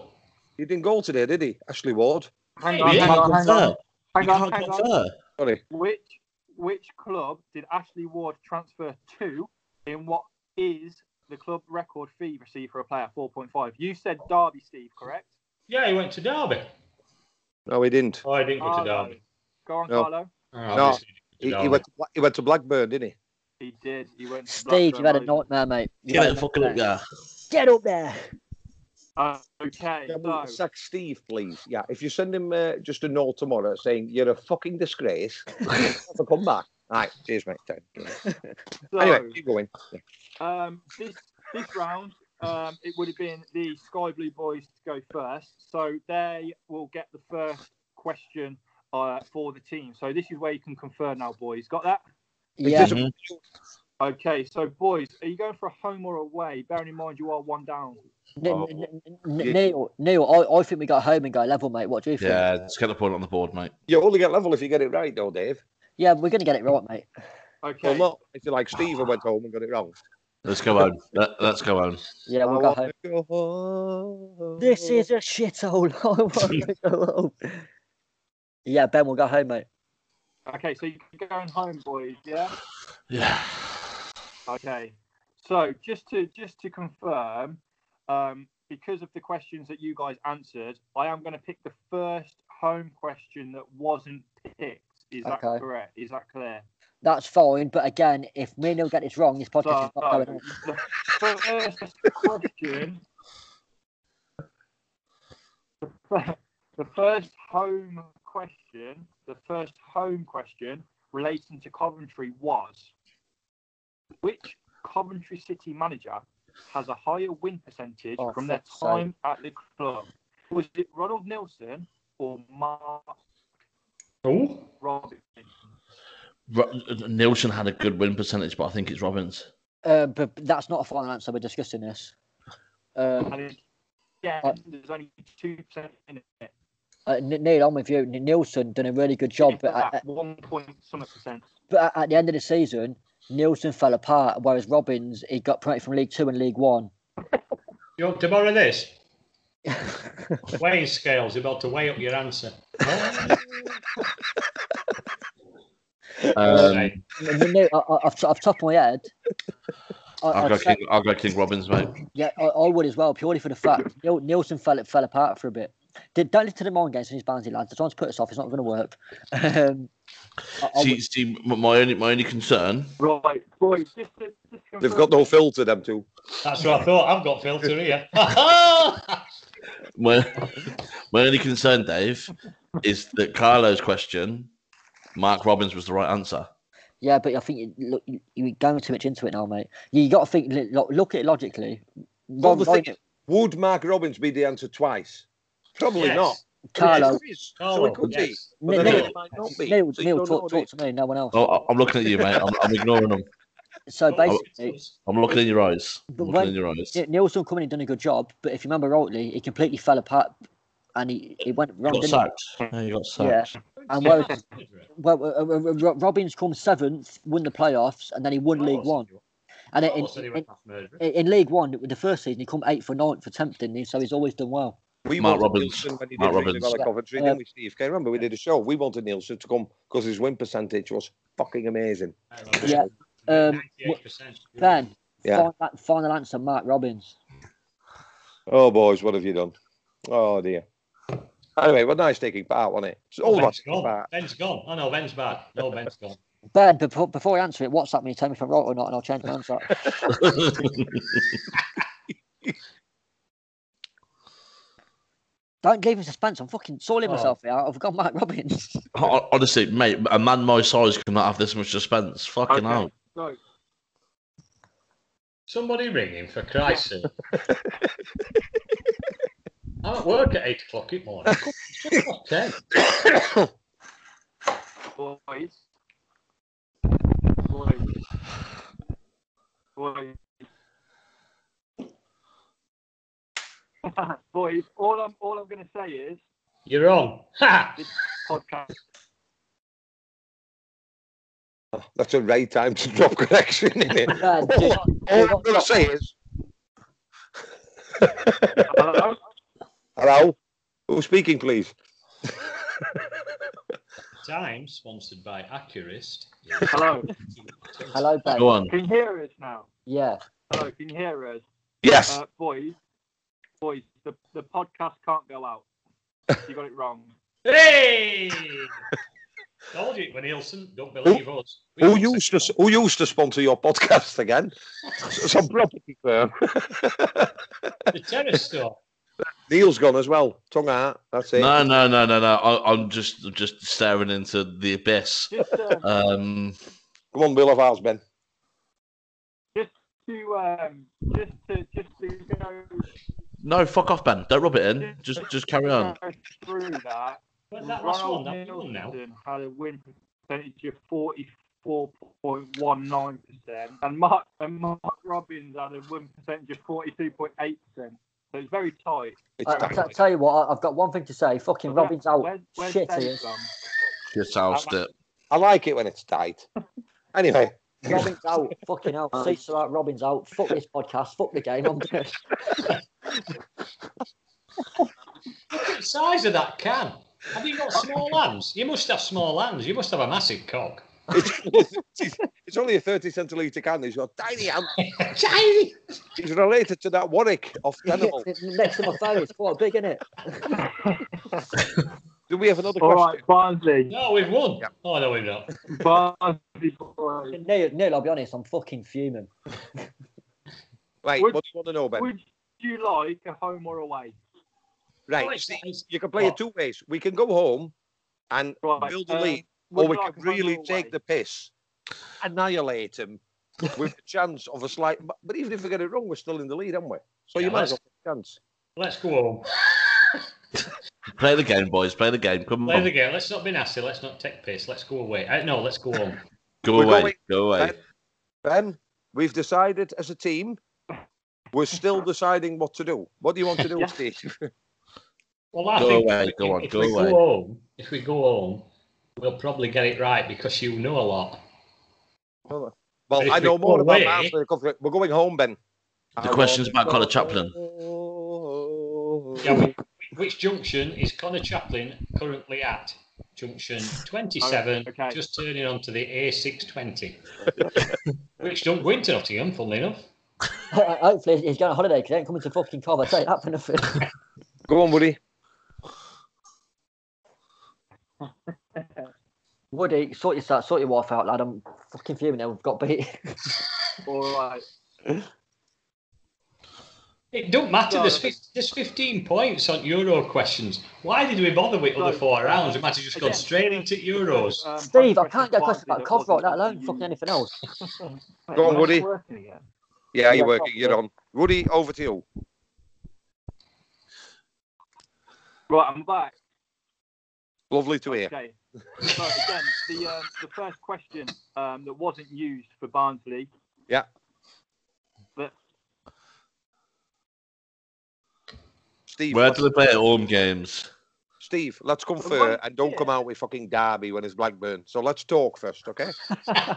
[SPEAKER 4] He didn't go today, did he? Ashley Ward.
[SPEAKER 6] Hang
[SPEAKER 5] Hey,
[SPEAKER 6] on,
[SPEAKER 5] you
[SPEAKER 6] hang
[SPEAKER 3] can't
[SPEAKER 6] on, hang on,
[SPEAKER 3] confer.
[SPEAKER 6] hang
[SPEAKER 3] you
[SPEAKER 6] on,
[SPEAKER 3] can't
[SPEAKER 6] hang on.
[SPEAKER 3] confer.
[SPEAKER 4] Sorry.
[SPEAKER 6] Which which club did Ashley Ward transfer to in what is the club record fee received for a player, 4.5? You said Derby, Steve, correct?
[SPEAKER 5] Yeah, he went to Derby.
[SPEAKER 4] No, he didn't.
[SPEAKER 5] Oh, he didn't go to
[SPEAKER 6] Carlo.
[SPEAKER 5] Derby.
[SPEAKER 6] Go on,
[SPEAKER 4] No.
[SPEAKER 6] Carlo.
[SPEAKER 5] Oh,
[SPEAKER 4] Ah, No.
[SPEAKER 5] obviously
[SPEAKER 4] He,
[SPEAKER 5] didn't go
[SPEAKER 4] he,
[SPEAKER 5] to Derby.
[SPEAKER 4] went to, Bla- he went to Blackburn, didn't he?
[SPEAKER 6] He did. He went to
[SPEAKER 2] Steve, you've had a
[SPEAKER 6] Blackburn
[SPEAKER 2] nightmare, mate. You've
[SPEAKER 3] Get
[SPEAKER 2] had
[SPEAKER 3] it
[SPEAKER 2] a
[SPEAKER 3] fucking up,
[SPEAKER 2] nightmare.
[SPEAKER 3] yeah.
[SPEAKER 2] Get up there.
[SPEAKER 6] Rovers. Uh, okay,
[SPEAKER 4] Can we
[SPEAKER 6] so
[SPEAKER 4] sack Steve, please? Yeah, if you send him uh, just a note tomorrow saying you're a fucking *laughs* disgrace, never come back. All right, cheers, mate. Thank you.
[SPEAKER 6] so,
[SPEAKER 4] Anyway, keep going.
[SPEAKER 6] um, this this round, um, it would have been the Sky Blue Boys to go first, so they will get the first question uh, for the team. So this is where you can confirm now, boys. Got that?
[SPEAKER 2] Yeah,
[SPEAKER 4] Is this a-
[SPEAKER 6] Okay, so boys, are you going for a home or away? Bearing in mind you are one down.
[SPEAKER 2] N-
[SPEAKER 3] Oh.
[SPEAKER 2] n- n- n- Neil, Neil, I, I think we got home and go level, mate. What do you think?
[SPEAKER 3] Yeah, just get a point on the board, mate.
[SPEAKER 4] you only get level if you get it right, though, Dave.
[SPEAKER 2] Yeah, we're gonna get it right, mate.
[SPEAKER 6] Okay.
[SPEAKER 4] Well, not if you like Steve who went home and got it wrong.
[SPEAKER 3] Let's go
[SPEAKER 6] *laughs*
[SPEAKER 3] on. Let, us go on.
[SPEAKER 2] Yeah, we'll
[SPEAKER 4] I
[SPEAKER 2] go
[SPEAKER 4] wanna
[SPEAKER 2] home.
[SPEAKER 4] go home.
[SPEAKER 2] This is a shithole. *laughs* I wanna go home. Yeah, Ben, we'll go home, mate.
[SPEAKER 6] Okay, so you're going home, boys. Yeah.
[SPEAKER 3] Yeah.
[SPEAKER 6] Okay. So just to just to confirm, um, because of the questions that you guys answered, I am going to pick the first home question that wasn't picked. Is that
[SPEAKER 2] Okay.
[SPEAKER 6] correct? Is that clear?
[SPEAKER 2] That's fine, but again, if me and Neil get this wrong, this
[SPEAKER 6] So,
[SPEAKER 2] podcast is not going on.
[SPEAKER 6] the eh, first question. The first home question, the first home question relating to Coventry was which Coventry City manager has a higher win percentage
[SPEAKER 2] Oh,
[SPEAKER 6] from their
[SPEAKER 2] fuck's sake.
[SPEAKER 6] time at the club? Was it Ronald Nilsson or Mark
[SPEAKER 5] Oh,
[SPEAKER 6] Robinson?
[SPEAKER 3] Ro- Nielsen had a good win percentage, but I think it's Robbins.
[SPEAKER 2] Uh, but but that's not a final answer. We're discussing this. Um,
[SPEAKER 6] And again,
[SPEAKER 2] Uh,
[SPEAKER 6] there's only 2% in it.
[SPEAKER 2] uh, N- Neil, I'm with you. N- Nielsen done a really good job, oh, but uh, at,
[SPEAKER 6] at one point some percent.
[SPEAKER 2] but at- at the end of the season, Nielsen fell apart, whereas Robbins he got promoted from League Two and League One.
[SPEAKER 5] you want to
[SPEAKER 4] *laughs*
[SPEAKER 5] borrow this? Weighing scales, you're about to weigh up your
[SPEAKER 4] *laughs*
[SPEAKER 5] answer.
[SPEAKER 3] Um,
[SPEAKER 5] Okay.
[SPEAKER 2] N- n- Neil, I, I, off, t- off top of my head, I,
[SPEAKER 3] I'll,
[SPEAKER 2] I'd
[SPEAKER 3] go
[SPEAKER 2] say,
[SPEAKER 3] King, I'll go King Robbins, mate.
[SPEAKER 2] yeah, I, I would as well, purely for the
[SPEAKER 3] *clears throat*
[SPEAKER 2] fact Nil, Nielsen fell fell apart for a bit. Did, don't listen to the mind games in his bouncy lads. They're trying to put us off. It's not going to work. *laughs* Um, I, I
[SPEAKER 3] See,
[SPEAKER 2] would-
[SPEAKER 3] see, m- my only my only concern.
[SPEAKER 6] Right, boys, just to, just to
[SPEAKER 4] They've
[SPEAKER 6] confirm-
[SPEAKER 4] got no filter, them two.
[SPEAKER 5] That's what I thought. I've got filter here. *laughs* That's
[SPEAKER 3] My, *laughs* my only concern, Dave, is that Carlo's question, Mark Robbins was the right answer.
[SPEAKER 2] yeah, but I think you, look, you, you're going too much into it now, mate. You got to think. li- Look, look at it logically.
[SPEAKER 4] Well,
[SPEAKER 2] Rob,
[SPEAKER 4] the thing Would Mark Robbins be the answer twice? Probably
[SPEAKER 5] Yes.
[SPEAKER 4] not.
[SPEAKER 2] Carlo,
[SPEAKER 4] He is. So
[SPEAKER 5] Carlo,
[SPEAKER 4] he could be.
[SPEAKER 5] yes.
[SPEAKER 2] Neil,
[SPEAKER 4] But then again,
[SPEAKER 2] Neil,
[SPEAKER 4] he might not be.
[SPEAKER 2] Neil,
[SPEAKER 4] So you don't
[SPEAKER 2] talk,
[SPEAKER 4] know, do
[SPEAKER 2] talk to me, no one else.
[SPEAKER 3] Oh, I- I'm looking at you, mate. I'm, I'm ignoring him.
[SPEAKER 5] Oh,
[SPEAKER 4] Oh,
[SPEAKER 2] So basically,
[SPEAKER 3] I'm looking in your eyes. I'm
[SPEAKER 2] But
[SPEAKER 3] looking
[SPEAKER 2] when-
[SPEAKER 3] in your eyes.
[SPEAKER 2] Ni- Nielsen coming in done a good job, but if you remember rightly, he completely fell apart and he, he went
[SPEAKER 3] You
[SPEAKER 2] wrong.
[SPEAKER 3] got
[SPEAKER 2] Didn't
[SPEAKER 3] sacked. Yeah, you got
[SPEAKER 2] he? Yeah.
[SPEAKER 3] sacked.
[SPEAKER 2] And whereas, well, uh, uh, uh, Ro- Robbins come seventh, won the playoffs, and then he won League One. And in, in, in, in League One, the first season, he come eighth or ninth for tenth, didn't he? So he's always done well.
[SPEAKER 4] We
[SPEAKER 3] Mark
[SPEAKER 4] wanted
[SPEAKER 3] Robbins.
[SPEAKER 4] Nielsen when he did
[SPEAKER 3] Mark
[SPEAKER 4] really well
[SPEAKER 3] Robbins.
[SPEAKER 4] at Coventry,
[SPEAKER 2] Yeah.
[SPEAKER 4] didn't we, Steve? Can you remember we did a show? We wanted Nielsen to come because his win percentage was fucking amazing.
[SPEAKER 2] Yeah. Um, Ben,
[SPEAKER 4] Yeah.
[SPEAKER 2] final, final answer, Mark Robbins.
[SPEAKER 4] Oh, boys, what have you done? Oh, dear. Anyway, well, nice taking part, wasn't it? It's all of us
[SPEAKER 5] Ben's
[SPEAKER 4] taking
[SPEAKER 5] gone.
[SPEAKER 4] part.
[SPEAKER 5] Ben's gone. Oh no, Ben's bad. No, Ben's gone.
[SPEAKER 2] Ben, before, before I answer it, WhatsApp me, tell me if I'm right or not, and I'll change my answer.
[SPEAKER 3] *laughs*
[SPEAKER 2] Don't leave him suspense. I'm fucking soiling
[SPEAKER 5] Oh.
[SPEAKER 2] myself here. I've got Mark Robbins.
[SPEAKER 3] Ho- Honestly, mate, a man my size cannot have this much suspense. Fucking
[SPEAKER 6] Okay.
[SPEAKER 3] hell.
[SPEAKER 6] So,
[SPEAKER 5] Somebody ring him for
[SPEAKER 4] *laughs*
[SPEAKER 5] Christ's sake. I'm at work at eight o'clock in the morning. Come on, it's just ten.
[SPEAKER 6] boys, boys, boys, *laughs* boys. All I'm all I'm going to say is
[SPEAKER 5] You're on. Ha!
[SPEAKER 6] this podcast.
[SPEAKER 4] That's a right time to drop *laughs* correction,
[SPEAKER 2] *laughs*
[SPEAKER 4] isn't it?
[SPEAKER 2] Ben, do
[SPEAKER 4] all
[SPEAKER 2] not-
[SPEAKER 4] all
[SPEAKER 2] do
[SPEAKER 4] I'm
[SPEAKER 2] not-
[SPEAKER 4] going to say is,
[SPEAKER 6] Hello?
[SPEAKER 4] hello? Who's speaking, please?
[SPEAKER 5] Time sponsored by Accurist.
[SPEAKER 6] Hello.
[SPEAKER 2] Hello, Ben.
[SPEAKER 3] Go on.
[SPEAKER 6] Can you hear us now?
[SPEAKER 2] Yeah.
[SPEAKER 6] Hello. Can you hear us,
[SPEAKER 4] Yes.
[SPEAKER 6] uh, boys? Boys, the, the podcast can't go out. You got it wrong.
[SPEAKER 5] Hey! Told you, when Nielsen, don't believe us. We
[SPEAKER 4] who
[SPEAKER 5] don't
[SPEAKER 4] used
[SPEAKER 5] say-
[SPEAKER 4] to who used to sponsor your
[SPEAKER 3] *laughs*
[SPEAKER 4] podcast again? Some property firm. *laughs*
[SPEAKER 5] The terrace store.
[SPEAKER 4] Neil's gone as well. Tongue out. That's it.
[SPEAKER 3] No, no, no, no, no. I, I'm just I'm just staring into the abyss.
[SPEAKER 6] Just uh,
[SPEAKER 3] Um,
[SPEAKER 4] Come on, Bill of ours, Ben.
[SPEAKER 6] to um, just to just to go
[SPEAKER 3] no, fuck off, Ben. Don't rub it in. Just just carry on.
[SPEAKER 6] uh, through that.
[SPEAKER 5] But that last one,
[SPEAKER 6] Ronald
[SPEAKER 5] that one now.
[SPEAKER 6] Nielsen had a win percentage of forty-four point one nine percent, and Mark and Mark Robbins had a win percentage of forty-two point eight percent. So it's very tight.
[SPEAKER 4] It's
[SPEAKER 2] I, I
[SPEAKER 4] tight.
[SPEAKER 2] t- tell you what, I- I've got one thing to say. Fucking Robin's out.
[SPEAKER 6] Where's, where's
[SPEAKER 2] oh, Shit, he
[SPEAKER 6] Dave *laughs*
[SPEAKER 2] is.
[SPEAKER 6] gone?
[SPEAKER 3] Just oust it.
[SPEAKER 4] I like it when it's tight. *laughs* Anyway,
[SPEAKER 2] Robin's out. Fucking out. Cecil out. Robin's out. Fuck this podcast. Fuck the game. I'm dead.
[SPEAKER 5] The size of that can. Have you got small hands? You must have small hands. You must have a massive cock.
[SPEAKER 4] it's, it's, it's only a 30 centilitre can. He's got tiny *laughs* hands.
[SPEAKER 5] Tiny.
[SPEAKER 4] He's related to that Warwick off Denimal.
[SPEAKER 2] Next to my phone, it's quite big, isn't it?
[SPEAKER 4] Do we have another
[SPEAKER 6] All
[SPEAKER 4] question?
[SPEAKER 6] right, Barnsley.
[SPEAKER 5] No, we've won. Oh, no, we've not.
[SPEAKER 6] Barnsley boys.
[SPEAKER 2] Neil, Neil, I'll be honest, I'm fucking fuming. *laughs*
[SPEAKER 4] Right,
[SPEAKER 6] Would-
[SPEAKER 4] what do you want to know, Ben?
[SPEAKER 6] Would you like a home or away?
[SPEAKER 5] Oh,
[SPEAKER 4] right,
[SPEAKER 5] it's- it's-
[SPEAKER 4] you can play it
[SPEAKER 5] what?
[SPEAKER 4] two ways. We can go home and
[SPEAKER 6] Right.
[SPEAKER 4] build
[SPEAKER 6] um,
[SPEAKER 4] a lead,
[SPEAKER 6] would
[SPEAKER 4] or we
[SPEAKER 6] you like
[SPEAKER 4] can
[SPEAKER 6] a home
[SPEAKER 4] really
[SPEAKER 6] or away?
[SPEAKER 4] take the piss, annihilate *laughs* him with a chance of a slight. But even if we get it wrong, we're still in the lead, aren't we? So
[SPEAKER 5] Yeah,
[SPEAKER 4] you might as well take
[SPEAKER 5] let's-
[SPEAKER 4] a chance.
[SPEAKER 5] Let's go home.
[SPEAKER 3] Play the game, boys. Play the game. Come
[SPEAKER 5] Play
[SPEAKER 3] on.
[SPEAKER 5] the game. Let's not be nasty. Let's not take piss. Let's go away. Uh, no, let's go home.
[SPEAKER 3] Go
[SPEAKER 4] We're
[SPEAKER 3] away.
[SPEAKER 4] going-
[SPEAKER 3] Go away.
[SPEAKER 4] Ben, we've decided as a team. We're
[SPEAKER 6] *laughs*
[SPEAKER 4] still deciding what to do. What do you want to do,
[SPEAKER 6] Yeah.
[SPEAKER 4] Steve?
[SPEAKER 5] Well, I
[SPEAKER 3] Go
[SPEAKER 5] think
[SPEAKER 3] away,
[SPEAKER 5] if-
[SPEAKER 3] go on,
[SPEAKER 5] if
[SPEAKER 3] go
[SPEAKER 5] we
[SPEAKER 3] away.
[SPEAKER 5] Go home, if we go home, we'll probably get it right because you know a lot. But
[SPEAKER 4] Well,
[SPEAKER 5] if
[SPEAKER 4] I
[SPEAKER 5] we
[SPEAKER 4] know
[SPEAKER 5] go
[SPEAKER 4] more about
[SPEAKER 5] away-
[SPEAKER 4] Barnsley. Coventry. We're going home, Ben.
[SPEAKER 3] The question's about Connor Chaplin.
[SPEAKER 5] Yeah, we- which junction is Connor Chaplin currently at? Junction 27,
[SPEAKER 6] Oh, okay.
[SPEAKER 5] just turning onto the A620. *laughs* which don't go into Nottingham, funnily enough.
[SPEAKER 2] Hopefully, he's going on holiday because he ain't coming to fucking Cobb. I tell you that for nothing.
[SPEAKER 4] Go on, Woody.
[SPEAKER 2] *laughs* Woody, sort yourself, sort your wife out, lad. I'm fucking fuming now. We've got beat.
[SPEAKER 4] Um,
[SPEAKER 6] All right.
[SPEAKER 5] It don't matter.
[SPEAKER 6] No,
[SPEAKER 5] there's,
[SPEAKER 6] I think-
[SPEAKER 5] fif- there's 15 points on Euro questions. Why did we bother with other
[SPEAKER 6] No,
[SPEAKER 5] four
[SPEAKER 6] uh,
[SPEAKER 5] rounds? We might have just gone
[SPEAKER 6] again,
[SPEAKER 5] straight into Euros.
[SPEAKER 6] Um,
[SPEAKER 2] Steve, I
[SPEAKER 6] Barnsley
[SPEAKER 2] can't get a question about
[SPEAKER 6] Barnsley
[SPEAKER 2] Cobb
[SPEAKER 6] that
[SPEAKER 2] right, let
[SPEAKER 6] wasn't
[SPEAKER 2] alone
[SPEAKER 6] you.
[SPEAKER 2] fucking anything else.
[SPEAKER 4] Go on,
[SPEAKER 6] Am I
[SPEAKER 4] Woody.
[SPEAKER 6] working again?
[SPEAKER 4] Yeah,
[SPEAKER 2] Yeah,
[SPEAKER 4] you're working. You're on. Woody, over to you.
[SPEAKER 6] Right, I'm back.
[SPEAKER 4] Lovely to hear.
[SPEAKER 6] Okay. So again, the um, the first question um, that wasn't used for Barnsley.
[SPEAKER 4] Yeah.
[SPEAKER 6] But
[SPEAKER 4] Steve,
[SPEAKER 3] Where
[SPEAKER 4] let's,
[SPEAKER 3] do they play at home games?
[SPEAKER 4] Steve, let's come
[SPEAKER 6] Well,
[SPEAKER 4] fair
[SPEAKER 6] one-
[SPEAKER 4] and don't come
[SPEAKER 6] yeah.
[SPEAKER 4] out with fucking Derby when it's Blackburn. So let's talk first, okay?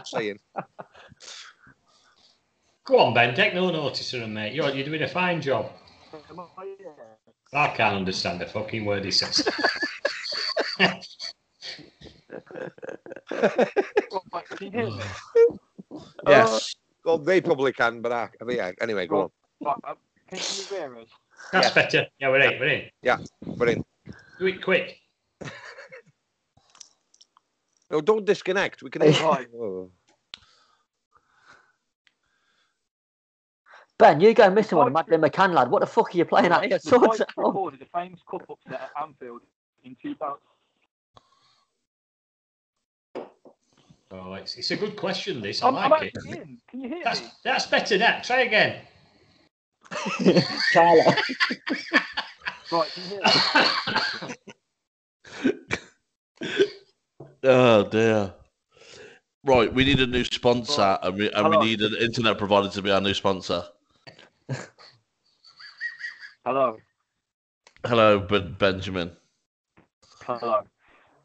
[SPEAKER 4] Saying
[SPEAKER 5] Go on, Ben. Take no notice of them, mate. You're, you're doing a fine job.
[SPEAKER 6] am I, yeah.
[SPEAKER 5] I can't understand a fucking word
[SPEAKER 4] *laughs*
[SPEAKER 5] he says.
[SPEAKER 6] Right, can you hear
[SPEAKER 5] *sighs*
[SPEAKER 6] me?
[SPEAKER 3] Yes.
[SPEAKER 4] well, they probably can, but I, I mean, yeah, anyway, go on.
[SPEAKER 6] Right, um, can you hear us?
[SPEAKER 5] That's
[SPEAKER 4] Yeah.
[SPEAKER 5] better. Yeah, we're in. We're in.
[SPEAKER 4] But in,
[SPEAKER 5] Do it quick.
[SPEAKER 4] no, don't disconnect. We can.
[SPEAKER 6] Right.
[SPEAKER 4] Oh.
[SPEAKER 2] Ben, you go missing one,
[SPEAKER 6] Mike-
[SPEAKER 2] Madden McCann, lad. What the fuck are you playing at here? *laughs*
[SPEAKER 6] The
[SPEAKER 2] Sort
[SPEAKER 6] Vikes
[SPEAKER 2] it out.
[SPEAKER 6] recorded the famous cup upset at Anfield in 2000.
[SPEAKER 5] Oh, it's, it's a good question, this. I
[SPEAKER 6] I'm, I'm
[SPEAKER 5] like it.
[SPEAKER 6] actually in. Can you hear
[SPEAKER 5] That's,
[SPEAKER 6] me?
[SPEAKER 5] that's better, Nat. Try again.
[SPEAKER 2] Tyler.
[SPEAKER 6] Right, can you hear me?
[SPEAKER 5] *laughs*
[SPEAKER 3] Oh dear. Right, we need a new sponsor, and we and we
[SPEAKER 6] Hello.
[SPEAKER 3] need an internet provider to be our new sponsor.
[SPEAKER 6] Hello.
[SPEAKER 3] Hello, ben- Benjamin.
[SPEAKER 6] Hello.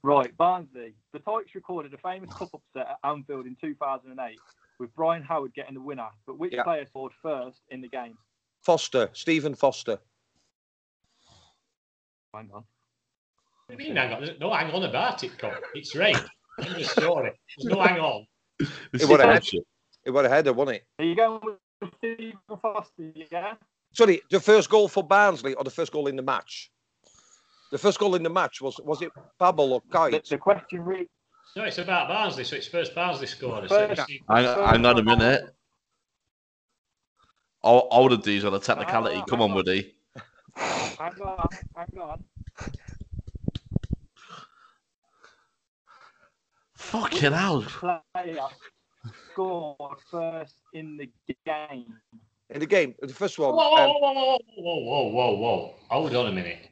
[SPEAKER 6] Right, Barnsley. The Tykes recorded a famous cup upset at Anfield in 2008 with Brian Howard getting the winner, but which
[SPEAKER 4] Yeah.
[SPEAKER 6] player scored first in the game?
[SPEAKER 4] Foster, Stephen Foster.
[SPEAKER 6] Hang on.
[SPEAKER 5] What do you mean, hang on? There's No hang on about it, Cobb. It's right. End of story. There's no hang on.
[SPEAKER 3] This
[SPEAKER 4] It
[SPEAKER 3] is
[SPEAKER 4] would have-
[SPEAKER 3] bullshit.
[SPEAKER 4] It went ahead, wasn't it?
[SPEAKER 6] Are you going with Stephen Foster? Yeah.
[SPEAKER 4] Sorry, the first goal for Barnsley or the first goal in the match? The first goal in the match was was it Babel or
[SPEAKER 6] The,
[SPEAKER 4] Kite?
[SPEAKER 6] the question reads.
[SPEAKER 5] No, it's about Barnsley, so it's first Barnsley scorer. So it's-
[SPEAKER 3] Hang, hang on a minute. I, I would have these on a technicality.
[SPEAKER 6] Ah,
[SPEAKER 3] Come
[SPEAKER 6] hang
[SPEAKER 3] on,
[SPEAKER 6] on.
[SPEAKER 3] Woody.
[SPEAKER 6] Hang on. Hang on.
[SPEAKER 3] Fucking hell.
[SPEAKER 6] Player scored first in the game.
[SPEAKER 4] In the game, the first one.
[SPEAKER 5] Whoa, whoa,
[SPEAKER 4] um,
[SPEAKER 5] whoa, whoa, whoa, whoa, whoa, whoa, whoa. Hold on a minute.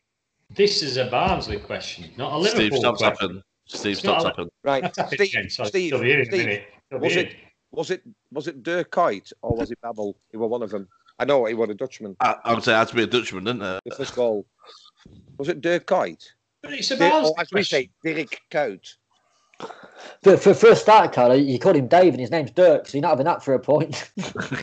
[SPEAKER 5] This is a Barnsley question, not a
[SPEAKER 3] Steve,
[SPEAKER 5] Liverpool
[SPEAKER 3] stop
[SPEAKER 5] question.
[SPEAKER 3] tapping. Steve,
[SPEAKER 5] Stop
[SPEAKER 3] stop tapping.
[SPEAKER 4] Right,
[SPEAKER 5] Stop it
[SPEAKER 4] Steve,
[SPEAKER 5] again, sorry.
[SPEAKER 4] Steve,
[SPEAKER 5] It'll be in a
[SPEAKER 4] Steve,
[SPEAKER 5] minute. It'll
[SPEAKER 4] was
[SPEAKER 5] be
[SPEAKER 4] it-
[SPEAKER 5] in.
[SPEAKER 4] was it was it Dirk Kuyt or was it Babel? He were one of them. I know he was a Dutchman.
[SPEAKER 3] I, I would say it had to be a Dutchman, didn't it?
[SPEAKER 4] The first goal was it Dirk Kuyt?
[SPEAKER 5] But it's a
[SPEAKER 4] Dirk-
[SPEAKER 5] Barnsley
[SPEAKER 4] or as we
[SPEAKER 5] question.
[SPEAKER 4] say, Dirk Kuyt.
[SPEAKER 2] For, for first start, Carl, you called him Dave and his name's Dirk, so you're not having that for a point. *laughs*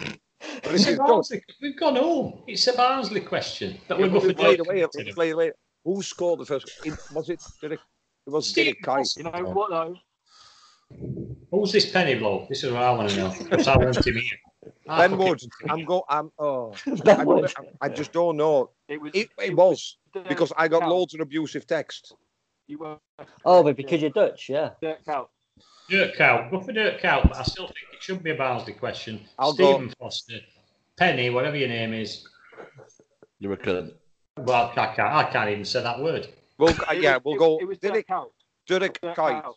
[SPEAKER 4] But
[SPEAKER 5] It's
[SPEAKER 4] this
[SPEAKER 5] a
[SPEAKER 4] is good.
[SPEAKER 5] Barnsley- We've gone home. It's a Barnsley question. But
[SPEAKER 4] Yeah,
[SPEAKER 5] we're
[SPEAKER 4] but we played
[SPEAKER 5] going to
[SPEAKER 4] away. we played away. Who scored the first? It, was it Dirk? It was
[SPEAKER 5] Steve
[SPEAKER 4] Dirk Kuyt.
[SPEAKER 7] You know what though?
[SPEAKER 5] Who's this penny blow? This is what I want to know. Because I want
[SPEAKER 4] *laughs*
[SPEAKER 5] him here. I
[SPEAKER 4] Ben
[SPEAKER 5] fucking-
[SPEAKER 4] Wood. I'm go. I'm. *laughs* Oh, I,
[SPEAKER 2] Ben
[SPEAKER 4] don't
[SPEAKER 2] Wood.
[SPEAKER 4] know, I just don't know.
[SPEAKER 7] It was
[SPEAKER 4] It, it was
[SPEAKER 7] Dirk
[SPEAKER 4] because I got
[SPEAKER 7] Kuyt.
[SPEAKER 4] loads of abusive text.
[SPEAKER 7] You were
[SPEAKER 2] Oh, but because you're Dutch, yeah.
[SPEAKER 7] Dirk Kuyt.
[SPEAKER 5] Dirk Cow. Go for Dirk Cow, but I still think it should be a Barnsley question.
[SPEAKER 4] I'll go-
[SPEAKER 5] Stephen Foster, Penny, whatever your name is.
[SPEAKER 3] You reckon?
[SPEAKER 5] Well, I can't, I can't even say that word.
[SPEAKER 7] *laughs*
[SPEAKER 4] Well, uh,
[SPEAKER 7] It
[SPEAKER 4] yeah,
[SPEAKER 7] was-
[SPEAKER 4] we'll
[SPEAKER 7] it-
[SPEAKER 4] go.
[SPEAKER 7] It was Dirk
[SPEAKER 4] Dirk,
[SPEAKER 7] Kuyt.
[SPEAKER 4] Dirk
[SPEAKER 7] Dirk
[SPEAKER 4] Kuyt.
[SPEAKER 7] Kuyt.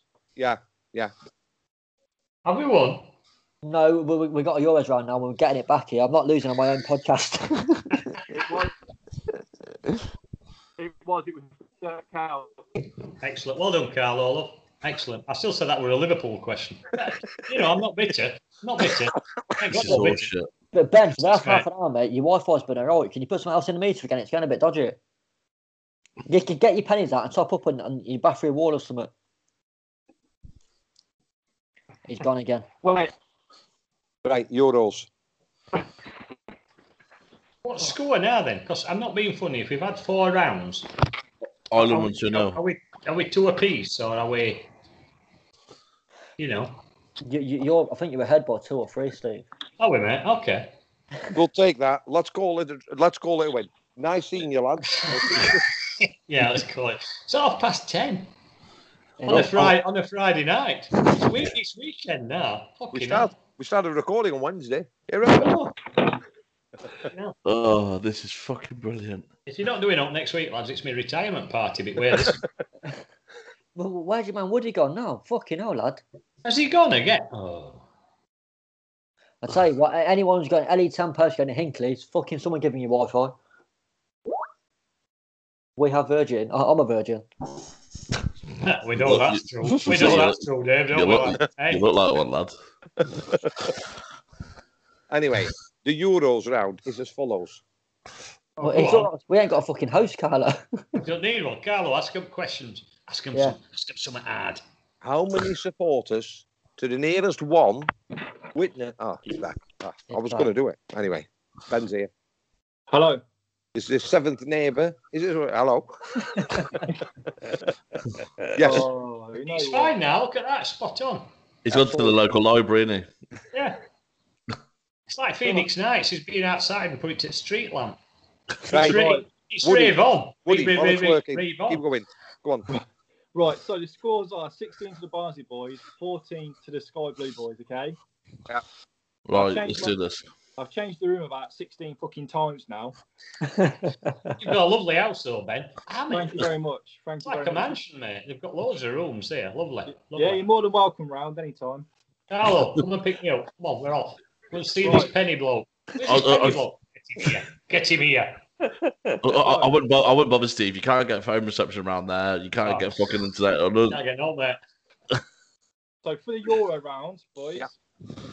[SPEAKER 4] Yeah,
[SPEAKER 5] Have we won?
[SPEAKER 2] No, we, we- we got a Euros round now and we're getting it back here. I'm not losing on my own podcast. *laughs*
[SPEAKER 7] It was. *laughs* It was. It was Dirk Kuyt.
[SPEAKER 5] Excellent. Well done, Carl Olaf. Excellent. I still said that were a Liverpool question. *laughs* you know, I'm not bitter. Not bitter. I'm
[SPEAKER 3] This is
[SPEAKER 5] not
[SPEAKER 3] all
[SPEAKER 5] bitter.
[SPEAKER 3] shit.
[SPEAKER 2] but Ben, for the last
[SPEAKER 5] That's
[SPEAKER 2] half an hour, mate, your Wi-Fi's been heroic. Can you put something else in the meter again? It's getting a bit dodgy. You can get your pennies out and top up on, on your battery wall or something. He's gone again.
[SPEAKER 7] Wait,
[SPEAKER 4] right. Euros.
[SPEAKER 5] What score now then? Because I'm not being funny. If we've had four rounds,
[SPEAKER 3] Ireland won 2
[SPEAKER 5] are
[SPEAKER 3] 0.
[SPEAKER 5] we are we two apiece or are we? You know,
[SPEAKER 2] You, you, you're, I think you were ahead by two or three, Steve.
[SPEAKER 5] are we mate? Okay.
[SPEAKER 4] We'll take that. Let's call it. a- Let's call it a win. Nice seeing you, lads.
[SPEAKER 5] Yeah, let's
[SPEAKER 3] *laughs*
[SPEAKER 5] call it. It's half past ten
[SPEAKER 2] And
[SPEAKER 5] on a Friday on a Friday night. It's, week, it's weekend now.
[SPEAKER 4] we
[SPEAKER 5] Fucking
[SPEAKER 4] start.
[SPEAKER 5] hell.
[SPEAKER 4] We started recording on Wednesday. You remember?
[SPEAKER 5] Oh,
[SPEAKER 3] Oh, this is fucking brilliant.
[SPEAKER 5] if you're not doing up next week, lads, it's my retirement party. But where
[SPEAKER 3] *laughs*
[SPEAKER 2] Well, where's your man Woody gone now? Fucking hell, lad.
[SPEAKER 5] has he gone again? Oh.
[SPEAKER 2] I tell you what, anyone who's got an LE ten post going to Hinkley, it's fucking someone giving you Wi Fi. We have Virgin. I- I'm a Virgin.
[SPEAKER 5] we know
[SPEAKER 3] Look,
[SPEAKER 5] that's true. We know
[SPEAKER 3] you-
[SPEAKER 5] that's true, Dave. Don't
[SPEAKER 3] you
[SPEAKER 5] we?
[SPEAKER 3] look-
[SPEAKER 5] lad? Hey,
[SPEAKER 3] You look like one, lad.
[SPEAKER 4] Anyway, the Euros round is as follows.
[SPEAKER 5] oh,
[SPEAKER 2] Well,
[SPEAKER 5] go
[SPEAKER 2] it's
[SPEAKER 5] on.
[SPEAKER 2] all right, we ain't got a fucking host, Carlo.
[SPEAKER 5] Don't need one. Carlo, ask him questions. Ask him,
[SPEAKER 2] Yeah.
[SPEAKER 5] some, ask him something hard.
[SPEAKER 4] How many supporters to the nearest one witness? Oh, he's back. Ah, I was going to do it anyway. Ben's here.
[SPEAKER 6] Hello.
[SPEAKER 4] Is this seventh neighbour? Is it? Hello. yes.
[SPEAKER 6] Oh, you know
[SPEAKER 5] It's
[SPEAKER 6] what?
[SPEAKER 5] fine now. Look at that. Spot on.
[SPEAKER 3] He's gone to the local library, isn't he?
[SPEAKER 5] Yeah. It's like Phoenix Nights. He's been outside and put it to the street lamp.
[SPEAKER 4] Right.
[SPEAKER 5] It's, rave, it's
[SPEAKER 4] Woody,
[SPEAKER 5] rave on.
[SPEAKER 4] Woody,
[SPEAKER 5] Rave,
[SPEAKER 4] while
[SPEAKER 5] rave,
[SPEAKER 4] it's
[SPEAKER 5] rave,
[SPEAKER 4] working,
[SPEAKER 5] rave
[SPEAKER 4] keep
[SPEAKER 5] on.
[SPEAKER 4] going. Go on.
[SPEAKER 6] Right, so the scores are 16 to the Barnsley boys, 14 to the Sky Blue boys, okay?
[SPEAKER 3] Right,
[SPEAKER 6] Okay,
[SPEAKER 3] let's do this.
[SPEAKER 6] I've changed the room about 16 fucking times now.
[SPEAKER 5] You've got a lovely house though, Ben. How many?
[SPEAKER 6] Thank you very much. Thank
[SPEAKER 5] It's
[SPEAKER 6] you very
[SPEAKER 5] like a
[SPEAKER 6] much.
[SPEAKER 5] mansion, mate. They've got loads of rooms here. Lovely.
[SPEAKER 6] Yeah, you're
[SPEAKER 5] Lovely.
[SPEAKER 6] more than welcome round anytime.
[SPEAKER 5] Carlo, come and pick me up. Come on, we're off. We'll see
[SPEAKER 6] Right.
[SPEAKER 5] this penny blow. Where's
[SPEAKER 3] I'll-
[SPEAKER 5] this penny
[SPEAKER 3] I'll-
[SPEAKER 5] blow? Get him here. Get him here.
[SPEAKER 3] I, I, I wouldn't, bo- I wouldn't bother Steve. You can't get phone reception around there. You can't
[SPEAKER 5] Oh.
[SPEAKER 3] get fucking internet. on us.
[SPEAKER 5] Now get on there.
[SPEAKER 6] So for the
[SPEAKER 5] *laughs*
[SPEAKER 6] Euro round, boys,
[SPEAKER 4] Yeah.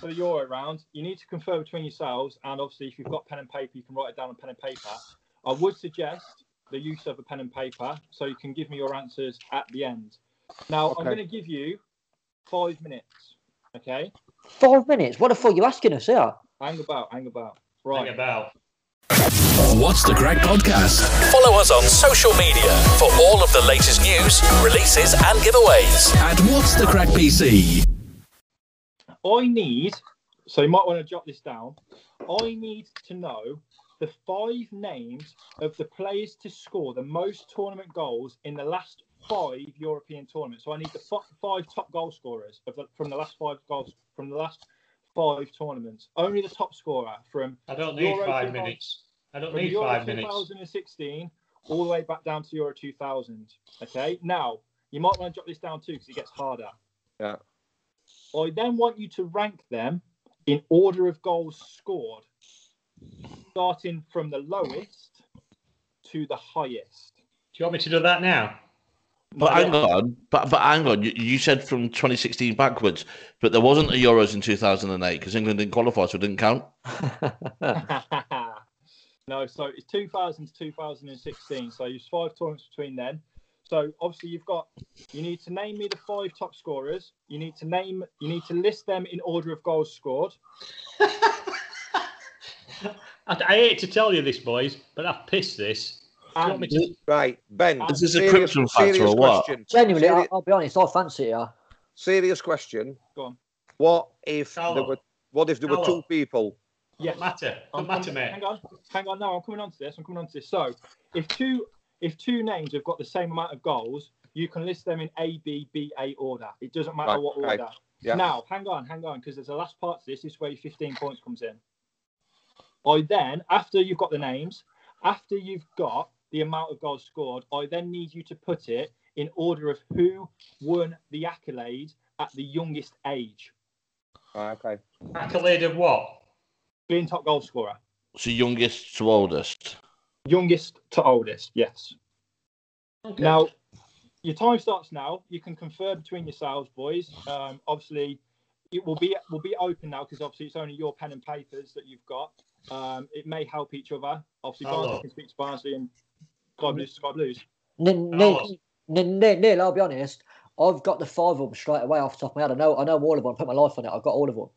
[SPEAKER 6] for the Euro round, you need to confer between yourselves, and obviously, if you've got pen and paper, you can write it down on pen and paper. I would suggest the use of a pen and paper, so you can give me your answers at the end. Now, I'm
[SPEAKER 4] Okay.
[SPEAKER 6] going to give you five minutes. Okay,
[SPEAKER 2] Five minutes. What the fuck you asking us here?
[SPEAKER 6] hang about, hang about.
[SPEAKER 5] Hang
[SPEAKER 6] Right,
[SPEAKER 5] about.
[SPEAKER 1] What's the Crack podcast? Follow us on social media for all of the latest news, releases, and giveaways at What's the Crack PC.
[SPEAKER 6] I need. So you might want to jot this down. I need to know the five names of the players to score the most tournament goals in the last five European tournaments. So I need the fi- five top goal scorers of the, from the last five goals from the last five tournaments. Only the top scorer from
[SPEAKER 5] I don't need
[SPEAKER 6] Euro
[SPEAKER 5] five
[SPEAKER 6] 2000
[SPEAKER 5] minutes. I don't
[SPEAKER 6] from
[SPEAKER 5] need
[SPEAKER 6] Euro
[SPEAKER 5] five minutes.
[SPEAKER 6] 2016 all the way back down to Euro 2000. Okay, now you might want to jot this down too because it gets harder.
[SPEAKER 4] Yeah.
[SPEAKER 6] I then want you to rank them in order of goals scored, starting from the lowest to the highest.
[SPEAKER 5] you want me to do that now?
[SPEAKER 3] But hang on, but but hang on. You, you said from 2016 backwards, but there wasn't a Euros in 2008 because England didn't qualify, so it didn't count.
[SPEAKER 6] *laughs* no, so it's 2000 to 2016. So you five tournaments between then. So obviously you've got you need to name me the five top scorers. You need to name you need to list them in order of goals scored.
[SPEAKER 5] I, I hate to tell you this, boys, but I've pissed this. Do you want me to?
[SPEAKER 4] Right, Ben.
[SPEAKER 3] Is this a
[SPEAKER 4] serious-
[SPEAKER 3] Krypton factor
[SPEAKER 4] serious
[SPEAKER 3] or what?
[SPEAKER 4] Question.
[SPEAKER 2] Genuinely,
[SPEAKER 4] Seri-
[SPEAKER 2] I'll, I'll be honest, I fancy you.
[SPEAKER 4] serious question.
[SPEAKER 6] Go on.
[SPEAKER 4] What if
[SPEAKER 5] Carlo.
[SPEAKER 4] there were what if there were
[SPEAKER 5] Carlo.
[SPEAKER 4] two people?
[SPEAKER 6] Yes.
[SPEAKER 5] Don't matter.
[SPEAKER 6] I'm
[SPEAKER 5] Don't matter,
[SPEAKER 6] coming-
[SPEAKER 5] mate.
[SPEAKER 6] Hang on, hang on. No, I'm coming on to this. I'm coming on to this. So, if two if two names have got the same amount of goals, you can list them in A, B, B, A order. It doesn't matter
[SPEAKER 4] Right,
[SPEAKER 6] what
[SPEAKER 4] right.
[SPEAKER 6] order.
[SPEAKER 4] Yeah.
[SPEAKER 6] Now, hang on, hang on, because there's a last part to this. This is where your 15 points comes in. I then, after you've got the names, after you've got the amount of goals scored, I then need you to put it in order of who won the accolade at the youngest age,
[SPEAKER 4] Right, okay.
[SPEAKER 5] Accolade of what?
[SPEAKER 6] being top goal scorer,
[SPEAKER 3] So youngest to oldest.
[SPEAKER 6] youngest to oldest. Yes.
[SPEAKER 5] Okay.
[SPEAKER 6] Now, your time starts now. You can confer between yourselves, boys. Um, obviously, it will be will be open now because obviously it's only your pen and papers that you've got. Um, it may help each other. Obviously,
[SPEAKER 5] Hello.
[SPEAKER 6] Barnsley can speak to Barnsley and God bless, God blues.
[SPEAKER 2] N-
[SPEAKER 5] Carlos.
[SPEAKER 2] Neil, N- Neil, Neil, I'll be honest, I've got the five of them straight away off the top of my head. I know, I know all of them. I put my life on it. I've got all of them.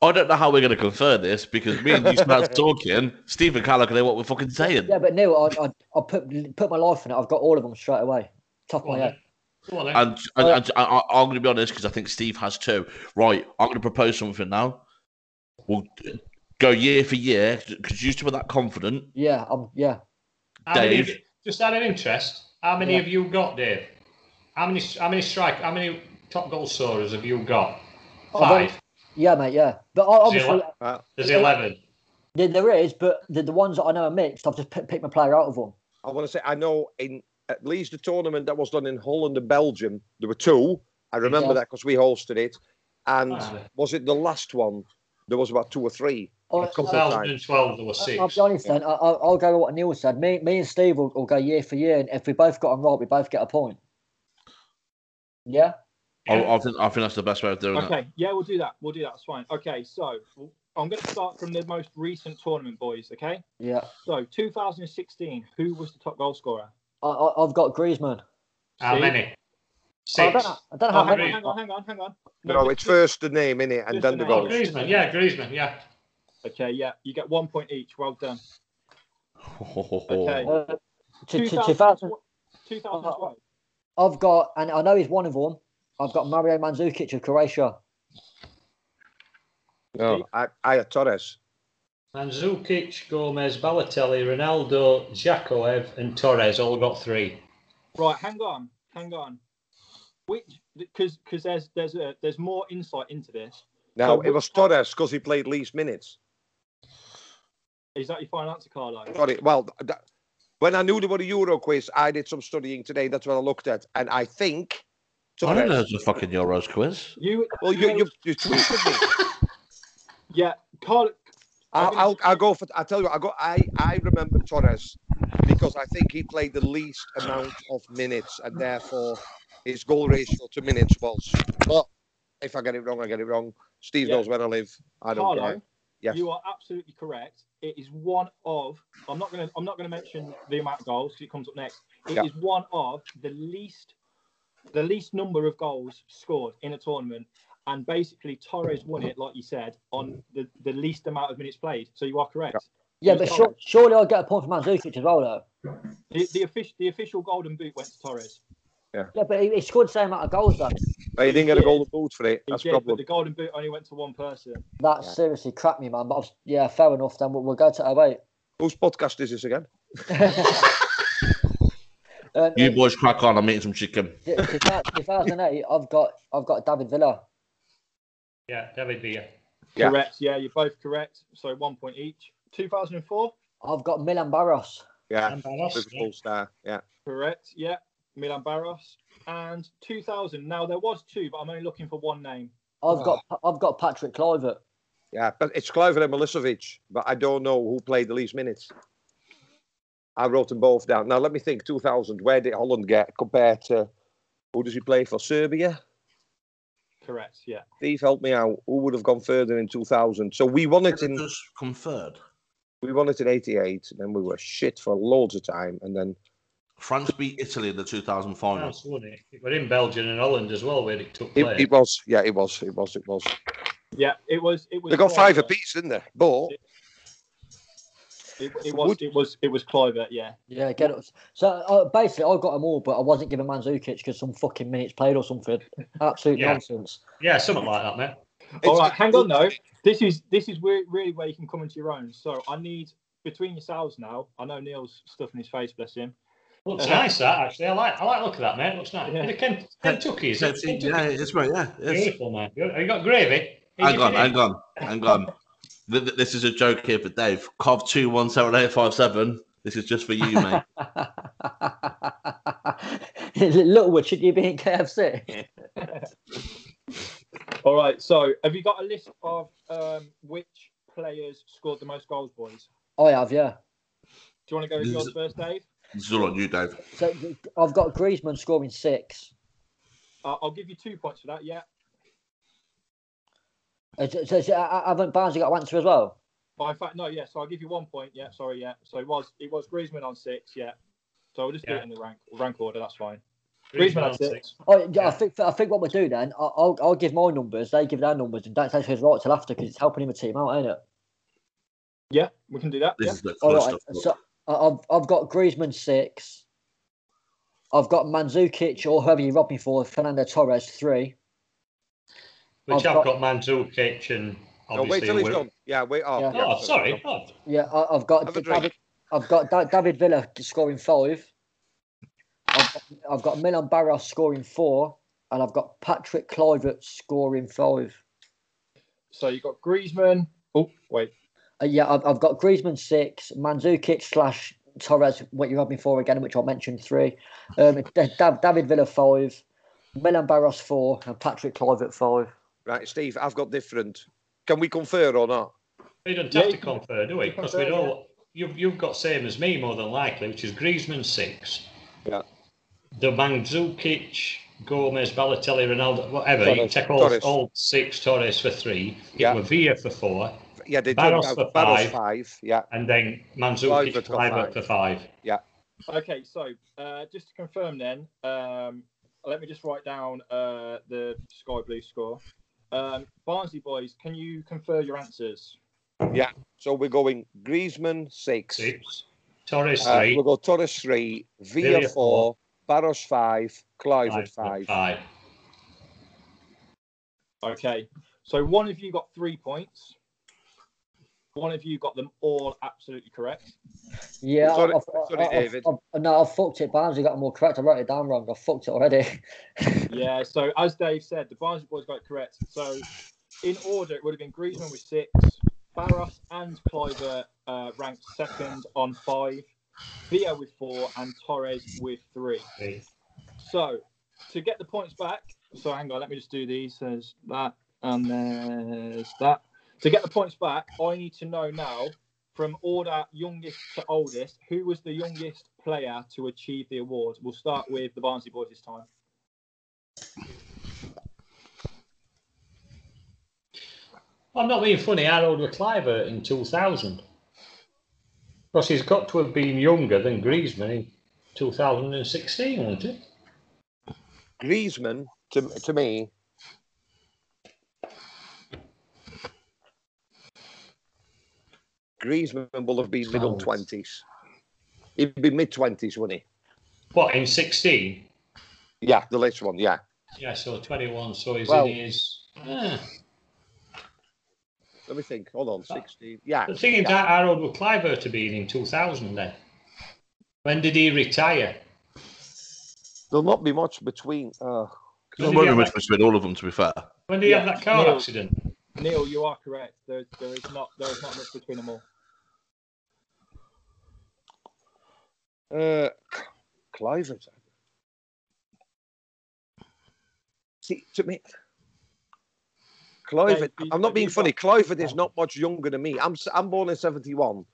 [SPEAKER 3] I don't know how we're going to confer this because me and you
[SPEAKER 5] *laughs*
[SPEAKER 3] start talking. Steve and Carlo can hear what we're fucking saying.
[SPEAKER 2] Yeah, but Neil, I, I, I put put my life on it. I've got all of them straight away. Top of
[SPEAKER 5] Go on,
[SPEAKER 2] my head.
[SPEAKER 5] then. Go on,
[SPEAKER 3] *laughs*
[SPEAKER 5] then.
[SPEAKER 3] And, and, and I, I- I'm going to be honest because I think Steve has too. Right, I'm going to propose something now. We'll go year for year because you used to be that confident.
[SPEAKER 2] Yeah, I'm. Yeah,
[SPEAKER 5] How many of
[SPEAKER 3] Dave.
[SPEAKER 5] you- just out of interest, how many
[SPEAKER 2] Yeah.
[SPEAKER 5] have you got, Dave? How many? How many strike? How many top goal scorers have you got?
[SPEAKER 2] I've only-
[SPEAKER 5] Five.
[SPEAKER 2] yeah, mate. Yeah, but I, obviously
[SPEAKER 5] what?
[SPEAKER 4] Right.
[SPEAKER 5] There's eleven.
[SPEAKER 2] there, there is. But the, the ones that I know are mixed, I've just picked, picked my player out of them.
[SPEAKER 4] I want to say I know in at least the tournament that was done in Holland and Belgium, there were two. I remember
[SPEAKER 2] Yeah.
[SPEAKER 4] that because we hosted it. And
[SPEAKER 5] Ah.
[SPEAKER 4] was it the last one? There was about two or three.
[SPEAKER 2] I,
[SPEAKER 4] A couple of times.
[SPEAKER 5] 2012, there were
[SPEAKER 2] I- I'll
[SPEAKER 5] six.
[SPEAKER 2] be honest then. I, I'll I'll go with what Neil said. Me, me and Steve will, will go year for year, and if we both got on right, we both get a point. Yeah.
[SPEAKER 3] I, I think I think that's the best way of doing it. *laughs*
[SPEAKER 6] Okay, yeah, we'll do that. We'll do that. It's fine. Okay, so I'm going to start from the most recent tournament, boys. Okay,
[SPEAKER 2] Yeah.
[SPEAKER 6] so 2016. Who was the top goal scorer?
[SPEAKER 2] I, I, I've got Griezmann.
[SPEAKER 5] How
[SPEAKER 6] See?
[SPEAKER 5] many?
[SPEAKER 2] I
[SPEAKER 5] Six.
[SPEAKER 2] don't know. I don't know how
[SPEAKER 6] Oh, hang on,
[SPEAKER 2] many.
[SPEAKER 6] hang on, hang on, hang on.
[SPEAKER 4] No, it's first the name, innit? And
[SPEAKER 6] Just
[SPEAKER 4] then
[SPEAKER 6] the
[SPEAKER 4] the
[SPEAKER 6] name.
[SPEAKER 4] goal.
[SPEAKER 5] Oh, Griezmann. Yeah, Griezmann. Yeah.
[SPEAKER 6] Okay, yeah, you get one point each. Well done.
[SPEAKER 3] Okay.
[SPEAKER 2] Uh, to, to,
[SPEAKER 6] 2000
[SPEAKER 2] 2000,
[SPEAKER 6] 2012.
[SPEAKER 2] I've got, and I know he's one of them. I've got Mario Mandzukic of Croatia.
[SPEAKER 3] Oh.
[SPEAKER 4] No, I, I Torres.
[SPEAKER 5] Mandzukic, Gomez, Balotelli, Ronaldo, Jakoev, and Torres all got three.
[SPEAKER 6] Right, hang on, hang on. Which, because because there's there's a there's more insight into this.
[SPEAKER 4] No,
[SPEAKER 6] So
[SPEAKER 4] it was Torres because he played least minutes.
[SPEAKER 6] Is that your final answer, Carlo?
[SPEAKER 4] Sorry. Well, th- when I knew there were a Euro quiz, I did some studying today. That's what I looked at, and I think.
[SPEAKER 3] I don't know.
[SPEAKER 4] Torres.
[SPEAKER 3] It's a fucking Euros quiz.
[SPEAKER 6] You
[SPEAKER 4] Well, you you, you tweeted me.
[SPEAKER 6] yeah, Carlo.
[SPEAKER 4] I'll, I'll, I'll go for. I tell you, what, I go. I, I remember Torres because I think he played the least amount of minutes, and therefore his goal ratio to minutes was. But if I get it wrong, I get it wrong. Steve
[SPEAKER 6] Yeah.
[SPEAKER 4] knows where I live. I don't
[SPEAKER 6] Carlo,
[SPEAKER 4] care. Yes.
[SPEAKER 6] you are absolutely correct. It is one of. I'm not gonna I'm not gonna mention the amount of goals 'cause it comes up next. It is
[SPEAKER 4] Yeah.
[SPEAKER 6] one of the least the least number of goals scored in a tournament. And basically, Torres won it, like you said, on the, the least amount of minutes played. So you are correct.
[SPEAKER 2] Yeah, but sure, surely I'll get a point for Mandzukic as well, though.
[SPEAKER 6] The, the, official, the official golden boot went to Torres.
[SPEAKER 2] Yeah, but he, he scored the same amount of goals, though.
[SPEAKER 4] But he didn't get a
[SPEAKER 6] Yeah.
[SPEAKER 4] golden boot for it.
[SPEAKER 6] He
[SPEAKER 4] That's a
[SPEAKER 6] did, but
[SPEAKER 4] problem.
[SPEAKER 6] the golden boot only went to one person.
[SPEAKER 2] That seriously cracked me, man. But I've, yeah, fair enough. Then we'll, we'll go to 08.
[SPEAKER 4] Whose podcast is this again?
[SPEAKER 2] Uh,
[SPEAKER 3] You boys crack on. I'm eating some chicken.
[SPEAKER 2] t- t- 2008, I've got I've got David Villa.
[SPEAKER 5] Yeah, David Villa.
[SPEAKER 4] Yeah.
[SPEAKER 6] Correct. Yeah, you're both correct. So one point each. 2004.
[SPEAKER 2] I've got Milan Barros.
[SPEAKER 4] Yeah,
[SPEAKER 5] And Barros.
[SPEAKER 4] Liverpool star. Yeah.
[SPEAKER 6] Correct. Yeah. Milan Barros. And 2000. Now, there was two, but I'm only looking for one name.
[SPEAKER 2] I've got I've got Patrick Kluivert.
[SPEAKER 4] Yeah, but it's Kluivert and Milicevic, but I don't know who played the least minutes. I wrote them both down. Now let me think. 2000. Where did Holland get compared to who does he play for? Serbia.
[SPEAKER 6] Correct. Yeah.
[SPEAKER 4] Steve, help me out. Who would have gone further in 2000? So we won it in
[SPEAKER 3] Just come third.
[SPEAKER 4] we won it in 88, and then we were shit for loads of time, and then
[SPEAKER 3] France beat Italy in the 2000 finals.
[SPEAKER 5] France won it. It were in Belgium and Holland as well where it took
[SPEAKER 4] it,
[SPEAKER 5] place.
[SPEAKER 4] it was yeah, it was it was it was.
[SPEAKER 6] Yeah. It was. It was.
[SPEAKER 4] They got five
[SPEAKER 6] Kluivert.
[SPEAKER 4] apiece, didn't they? But
[SPEAKER 6] It, it was. It was. It was Kluivert. Yeah.
[SPEAKER 2] Yeah, get it. So uh, basically, I got them all, but I wasn't giving Mandzukic because some fucking minutes played or something. Absolute
[SPEAKER 5] Yeah.
[SPEAKER 2] nonsense. *laughs*
[SPEAKER 5] yeah, something like that, mate.
[SPEAKER 6] All
[SPEAKER 4] It's-
[SPEAKER 6] right. Hang on though. This is this is where, really where you can come into your own. So I need between yourselves now. I know Neil's stuffing his face. Bless him.
[SPEAKER 5] Looks
[SPEAKER 6] Uh-huh.
[SPEAKER 5] nice that actually. I like I like the look of that, mate. Looks nice.
[SPEAKER 6] Yeah.
[SPEAKER 5] And the Ken, Kentucky, is it? Kentucky.
[SPEAKER 3] Yeah, it's right. Yeah, it's-
[SPEAKER 5] Beautiful, mate. Have you got gravy? Is
[SPEAKER 3] hang
[SPEAKER 5] it
[SPEAKER 3] on,
[SPEAKER 5] finished?
[SPEAKER 3] hang on, hang on. Th- th- This is a joke here for Dave. Cov two one seven eight five seven. This is just for you, mate.
[SPEAKER 2] Littlewood, should you be in KFC?
[SPEAKER 6] All right. So have you got a list of um, which players scored the most goals, boys?
[SPEAKER 2] I have, yeah.
[SPEAKER 6] Do you want to go with yours first, Dave?
[SPEAKER 3] This is all on you, Dave.
[SPEAKER 2] So I've got Griezmann scoring six.
[SPEAKER 6] Uh, I'll give you two points for that. Yeah.
[SPEAKER 2] Uh, so- so- so, uh, haven't Barnsley got an answer as well?
[SPEAKER 6] Oh, in fact, no. Yeah. So I'll give you one point. Yeah. Sorry. Yeah. So it was it was Griezmann on six. Yeah. So we'll just do
[SPEAKER 5] Yeah.
[SPEAKER 6] it in the rank rank order. That's fine.
[SPEAKER 5] Griezmann
[SPEAKER 6] Griezmann
[SPEAKER 5] on
[SPEAKER 6] had six.
[SPEAKER 2] Oh, yeah, I
[SPEAKER 5] Yeah.
[SPEAKER 2] think I think what we do then, I- I'll I'll give my numbers, they give their numbers, and that's actually right till after because it's helping him a team out, ain't it?
[SPEAKER 6] Yeah. We can do that.
[SPEAKER 3] This
[SPEAKER 6] Yeah.
[SPEAKER 3] is the
[SPEAKER 2] All
[SPEAKER 3] cool
[SPEAKER 2] right.
[SPEAKER 3] stuff.
[SPEAKER 2] So I- I've I've got Griezmann six. I've got Mandzukic or whoever you rob me for, Fernando Torres three.
[SPEAKER 5] Which
[SPEAKER 2] I've got-
[SPEAKER 5] I've got, Mandzukic and
[SPEAKER 4] no, Oh, wait
[SPEAKER 5] obviously.
[SPEAKER 4] till he's
[SPEAKER 5] Wil-
[SPEAKER 4] done. Yeah, wait. Oh,
[SPEAKER 2] Yeah.
[SPEAKER 5] Oh, sorry. Oh,
[SPEAKER 2] Yeah, I, I've got
[SPEAKER 4] Have a
[SPEAKER 2] Da- David,
[SPEAKER 4] drink.
[SPEAKER 2] I've got da- David Villa scoring five. I've got, I've got Milan Barros scoring four, and I've got Patrick Kluivert scoring five.
[SPEAKER 6] So you got Griezmann. Oh wait.
[SPEAKER 2] Uh, yeah, I've, I've got Griezmann six, Mandzukic slash Torres, what you had me for again, which I mentioned three. Um, Da- Da- David Villa five, Milan Barros four, and Patrick Kluivert five.
[SPEAKER 4] Right, Steve, I've got different. Can we confer or not?
[SPEAKER 5] we don't
[SPEAKER 6] Yeah,
[SPEAKER 5] have
[SPEAKER 6] you
[SPEAKER 5] to
[SPEAKER 6] can-
[SPEAKER 5] confer, do we?
[SPEAKER 6] you can
[SPEAKER 5] Because we
[SPEAKER 6] confer,
[SPEAKER 5] know
[SPEAKER 6] yeah.
[SPEAKER 5] what- you've, you've got same as me more than likely, which is Griezmann six.
[SPEAKER 4] Yeah.
[SPEAKER 5] The Mandzukic, Gomez, Balotelli, Ronaldo, whatever. You
[SPEAKER 4] Torres,
[SPEAKER 5] take all,
[SPEAKER 4] Torres.
[SPEAKER 5] all six, Torres for three.
[SPEAKER 4] Yeah.
[SPEAKER 5] It were Villa for four,
[SPEAKER 4] Yeah, they
[SPEAKER 5] Barros
[SPEAKER 4] took
[SPEAKER 5] for
[SPEAKER 4] out Barros
[SPEAKER 5] five.
[SPEAKER 4] five. Yeah,
[SPEAKER 5] and then
[SPEAKER 4] Clive
[SPEAKER 5] Mandzukic,
[SPEAKER 4] had got
[SPEAKER 5] Kluivert
[SPEAKER 4] five.
[SPEAKER 5] for five.
[SPEAKER 6] Okay. So uh, just to confirm then, um, let me just write down uh, the Sky Blue score. Um, Barnsley boys, can you confer your answers?
[SPEAKER 4] yeah. So we're going Griezmann six.
[SPEAKER 5] Six. Torres
[SPEAKER 4] Uh,
[SPEAKER 5] three.
[SPEAKER 4] we'll go Torres three, Villa,
[SPEAKER 5] Villa
[SPEAKER 4] four,
[SPEAKER 5] four,
[SPEAKER 4] Barros five, Clive
[SPEAKER 5] Kluivert
[SPEAKER 4] five.
[SPEAKER 5] five.
[SPEAKER 6] Okay. So one of you got three points. One of you got them all absolutely correct.
[SPEAKER 2] Yeah,
[SPEAKER 4] Sorry-
[SPEAKER 2] I- I-
[SPEAKER 4] sorry,
[SPEAKER 2] I- I-
[SPEAKER 4] David.
[SPEAKER 2] I- no, I fucked it. Barnsley got them all correct. I wrote it down wrong. I fucked it already. *laughs*
[SPEAKER 6] Yeah, so as Dave said, the Barnsley boys got it correct. So in order, it would have been Griezmann with six, Barros and Kluivert uh, ranked second on five, Villa with four, and Torres with three.
[SPEAKER 5] Three.
[SPEAKER 6] So to get the points back, so hang on, let me just do these. There's that and there's that. To get the points back, I need to know now from order youngest to oldest who was the youngest player to achieve the award. We'll start with the Barnsley boys this time.
[SPEAKER 5] Well, I'm not being funny. How old were Cliver in 2000? Because he's got to have been younger than Griezmann in 2016, wouldn't he?
[SPEAKER 4] Griezmann to to me. Griezmann will have been middle
[SPEAKER 5] Twelve.
[SPEAKER 4] twenties. He'd be mid twenties, wouldn't
[SPEAKER 5] What, in 16?
[SPEAKER 4] he? Yeah, the latest one. Yeah,
[SPEAKER 5] Yeah, so 21. So he's
[SPEAKER 2] Well-
[SPEAKER 5] in his. Ah.
[SPEAKER 4] let me think. Hold on, sixteen. Yeah,
[SPEAKER 5] The thing is,
[SPEAKER 4] yeah.
[SPEAKER 5] how how old would Cliver to be in 2000 then? When did he retire?
[SPEAKER 4] there'll not be much between.
[SPEAKER 3] I'm
[SPEAKER 4] Uh,
[SPEAKER 5] When did he
[SPEAKER 3] wondering
[SPEAKER 5] have
[SPEAKER 3] which
[SPEAKER 5] that,
[SPEAKER 3] between all of them. To be fair,
[SPEAKER 5] when did he have
[SPEAKER 6] Yeah.
[SPEAKER 5] that car
[SPEAKER 6] No.
[SPEAKER 5] accident?
[SPEAKER 6] Neil, you are correct. There, there is not there is not much between them all.
[SPEAKER 4] Uh, Clivert. See, to me, Clivert.
[SPEAKER 6] Dave,
[SPEAKER 4] I'm
[SPEAKER 6] have
[SPEAKER 4] not being
[SPEAKER 6] you
[SPEAKER 4] funny.
[SPEAKER 6] got-
[SPEAKER 4] Clivert is not much younger than me. I'm s- I'm born in '71,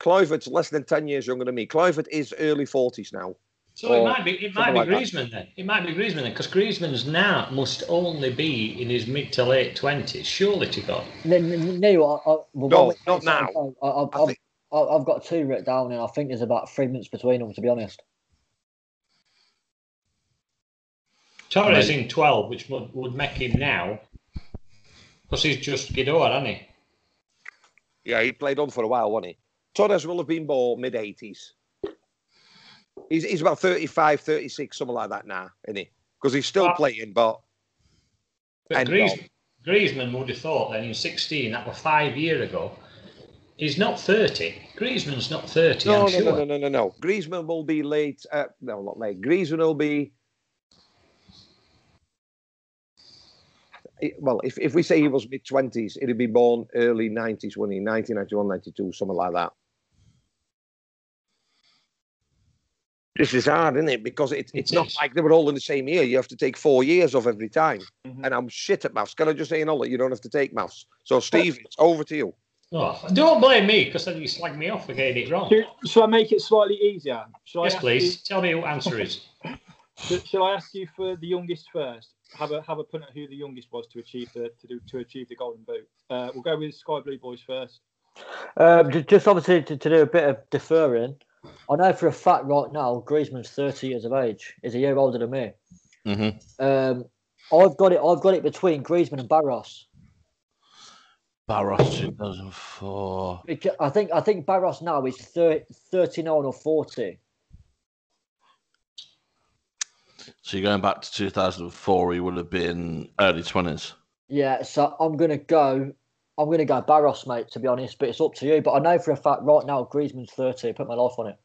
[SPEAKER 4] Kluivert's less than 10 years younger than me. Kluivert is early 40s now.
[SPEAKER 5] So it
[SPEAKER 4] Or
[SPEAKER 5] might be it might
[SPEAKER 4] something
[SPEAKER 5] be
[SPEAKER 4] like that.
[SPEAKER 5] Griezmann then. It might be Griezmann then, because Griezmann's now must only be in his mid to late twenties, surely to God.
[SPEAKER 2] N- n- Neil, I, I, well,
[SPEAKER 4] No,
[SPEAKER 2] when we-
[SPEAKER 4] not now.
[SPEAKER 2] I, I,
[SPEAKER 4] I
[SPEAKER 2] I,
[SPEAKER 4] think-
[SPEAKER 2] I, I've got two written down, and I think there's about three months between them, to be honest.
[SPEAKER 5] Torres in twelve, which would, would make him now, because he's just Gidor, hasn't he?
[SPEAKER 4] Yeah, he played on for a while, wasn't he? Torres will have been born mid 80s. He's, he's about 35, 36, something like that now, isn't he? Because he's still
[SPEAKER 5] Ah.
[SPEAKER 4] playing, but
[SPEAKER 5] But
[SPEAKER 4] And
[SPEAKER 5] Griez- Griezmann would have thought then in sixteen, that were five year ago. He's not thirty. Griezmann's not thirty.
[SPEAKER 4] no,
[SPEAKER 5] I'm
[SPEAKER 4] no,
[SPEAKER 5] sure.
[SPEAKER 4] no, no, no, no, no. Griezmann will be late. Uh, no, not late. Griezmann will be. Well, if, if we say he was mid 20s, he'd be born early 90s, wouldn't he? 1991, 92, something like that. This is hard, isn't it? Because it, it's
[SPEAKER 5] It
[SPEAKER 4] not
[SPEAKER 5] is.
[SPEAKER 4] like they were all in the same year. You have to take four years off every time.
[SPEAKER 6] Mhm.
[SPEAKER 4] And I'm shit at maths. Can I just say, in all that you don't have to take maths? So, Steve, it's over to you.
[SPEAKER 5] Oh, don't blame me, because then you slag me off for getting it wrong.
[SPEAKER 6] Should, should I make it slightly easier? Should I
[SPEAKER 5] Yes,
[SPEAKER 6] ask
[SPEAKER 5] please. Tell me what answer is. *laughs*
[SPEAKER 6] you- should, should I ask you for the youngest first? Have a have a punt at who the youngest was to achieve the to do to achieve the golden boot. Uh, we'll go with Sky Blue Boys first.
[SPEAKER 2] Um, ju- just obviously to, to do a bit of deferring, I know for a fact right now Griezmann's 30 years of age. He's a year older than me.
[SPEAKER 3] Mhm.
[SPEAKER 4] Mm-hmm.
[SPEAKER 2] Um, I've got it. I've got it between Griezmann and Barros.
[SPEAKER 3] Barros 2004.
[SPEAKER 2] Because I think I think Barros now is 30, 39 or 40.
[SPEAKER 3] So you're going back to 2004. He would have been early 20s.
[SPEAKER 2] Yeah, so I'm gonna go. I'm gonna go Barros, mate. To be honest, but it's up to you. But I know for a fact right now Griezmann's 30. Put my life on it.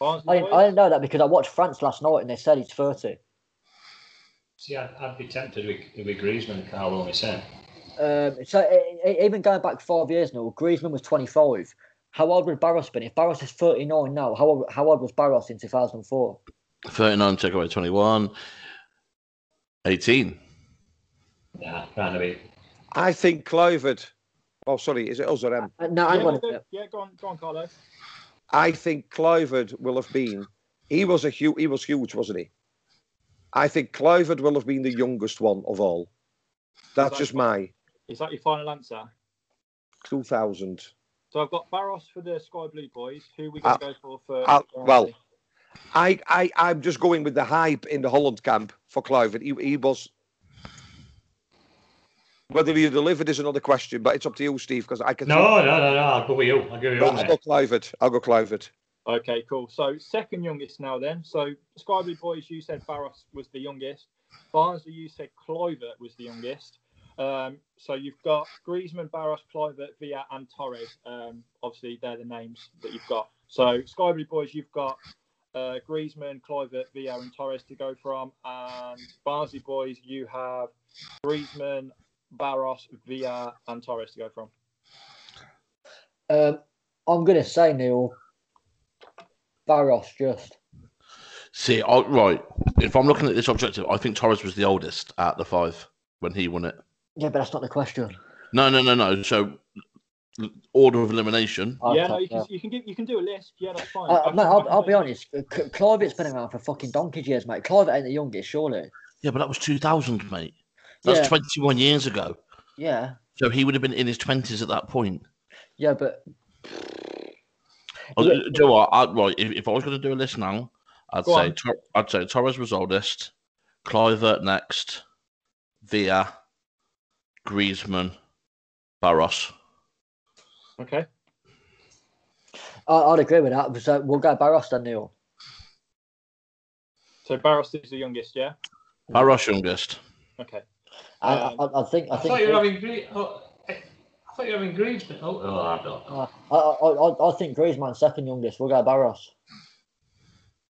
[SPEAKER 6] Barnsley
[SPEAKER 2] I didn't, I
[SPEAKER 6] Boys?
[SPEAKER 2] didn't know that because I watched France last night and they said he's 30.
[SPEAKER 5] See, I'd, I'd be tempted with, with Griezmann, Carl only said.
[SPEAKER 2] Um, so e- e- even going back five years now, Griezmann was 25. How old would Barros been? If Barros is 39 now, how old, how old was Barros in 2004?
[SPEAKER 3] 39, take away 21. 18.
[SPEAKER 5] Nah, trying to be.
[SPEAKER 4] I think Kluivert. Oh, sorry, is it us or him?
[SPEAKER 2] Uh, no,
[SPEAKER 6] Yeah,
[SPEAKER 2] hang on a
[SPEAKER 6] go-
[SPEAKER 2] minute.
[SPEAKER 6] yeah, go on, go on, Carlo.
[SPEAKER 4] I think Kluivert will have been. He was a huge. He was huge, wasn't he? I think Kluivert will have been the youngest one of all. That's just my
[SPEAKER 6] Is that your final answer?
[SPEAKER 4] 2000.
[SPEAKER 6] So I've got Barros for the Sky Blue Boys. Who are we going to go for? for
[SPEAKER 4] I'll-
[SPEAKER 6] for
[SPEAKER 4] well,
[SPEAKER 6] Andy?
[SPEAKER 4] I, I, I'm just going with the hype in the Holland camp for Kluivert. He, he was. Whether he delivered is another question, but it's up to you, Steve, because I can.
[SPEAKER 5] No, no, no, no. I'll go with you. I'll give you
[SPEAKER 4] But
[SPEAKER 5] one.
[SPEAKER 4] I'll
[SPEAKER 5] mate.
[SPEAKER 4] go Kluivert. I'll go Kluivert.
[SPEAKER 6] Okay, cool. So second youngest now then. So Sky Blue Boys, you said Barros was the youngest. Barnsley, you said Clivert was the youngest. Um, so you've got Griezmann, Barros, Clivert, Villa, and Torres. Um, obviously, they're the names that you've got. So Sky Blue Boys, you've got uh, Griezmann, Clivert, Villa, and Torres to go from. And Barnsley Boys, you have Griezmann, Barros, Villa, and Torres to go from.
[SPEAKER 2] Um, I'm gonna say Neil Barros just.
[SPEAKER 3] See, I, right. If I'm looking at this objective, I think Torres was the oldest out of the five when he won it.
[SPEAKER 2] Yeah, but that's not the question.
[SPEAKER 3] No, no, no, no. So l- order of elimination.
[SPEAKER 2] Okay,
[SPEAKER 6] yeah, no, you can, you can give, you can do a list. Yeah, that's fine.
[SPEAKER 2] Uh,
[SPEAKER 6] I
[SPEAKER 2] mate,
[SPEAKER 6] can- I
[SPEAKER 2] I'll,
[SPEAKER 6] can
[SPEAKER 2] I'll
[SPEAKER 6] do *laughs*
[SPEAKER 2] be
[SPEAKER 6] it.
[SPEAKER 2] honest. C- Clive's been around for fucking donkey's years, mate. Clive ain't the youngest, surely.
[SPEAKER 3] Yeah, but that was 2000, mate. That's
[SPEAKER 2] yeah,
[SPEAKER 3] 21 years ago.
[SPEAKER 2] yeah,
[SPEAKER 3] So he would have been in his 20s at that point.
[SPEAKER 2] yeah. But
[SPEAKER 3] Oh,
[SPEAKER 2] Yeah.
[SPEAKER 3] Do you know what? I'd, right, if, if I was going to do a list now, I'd
[SPEAKER 6] Go
[SPEAKER 3] say
[SPEAKER 6] on.
[SPEAKER 3] Tor- I'd say Torres was oldest, Clivert next, Villa, Griezmann, Barros.
[SPEAKER 6] Okay.
[SPEAKER 2] I, I'd agree with that. So we'll go Barros then, Neil.
[SPEAKER 6] So Barros is the youngest, yeah.
[SPEAKER 3] Barros youngest.
[SPEAKER 6] Okay.
[SPEAKER 2] I,
[SPEAKER 6] Um,
[SPEAKER 2] I, I think. I
[SPEAKER 5] I
[SPEAKER 2] think.
[SPEAKER 5] thought you were having Grie- oh, I I thought you were having Griezmann. Oh, oh I don't know.
[SPEAKER 2] uh, I, I, I, I think Griezmann's second youngest. We'll go Barros.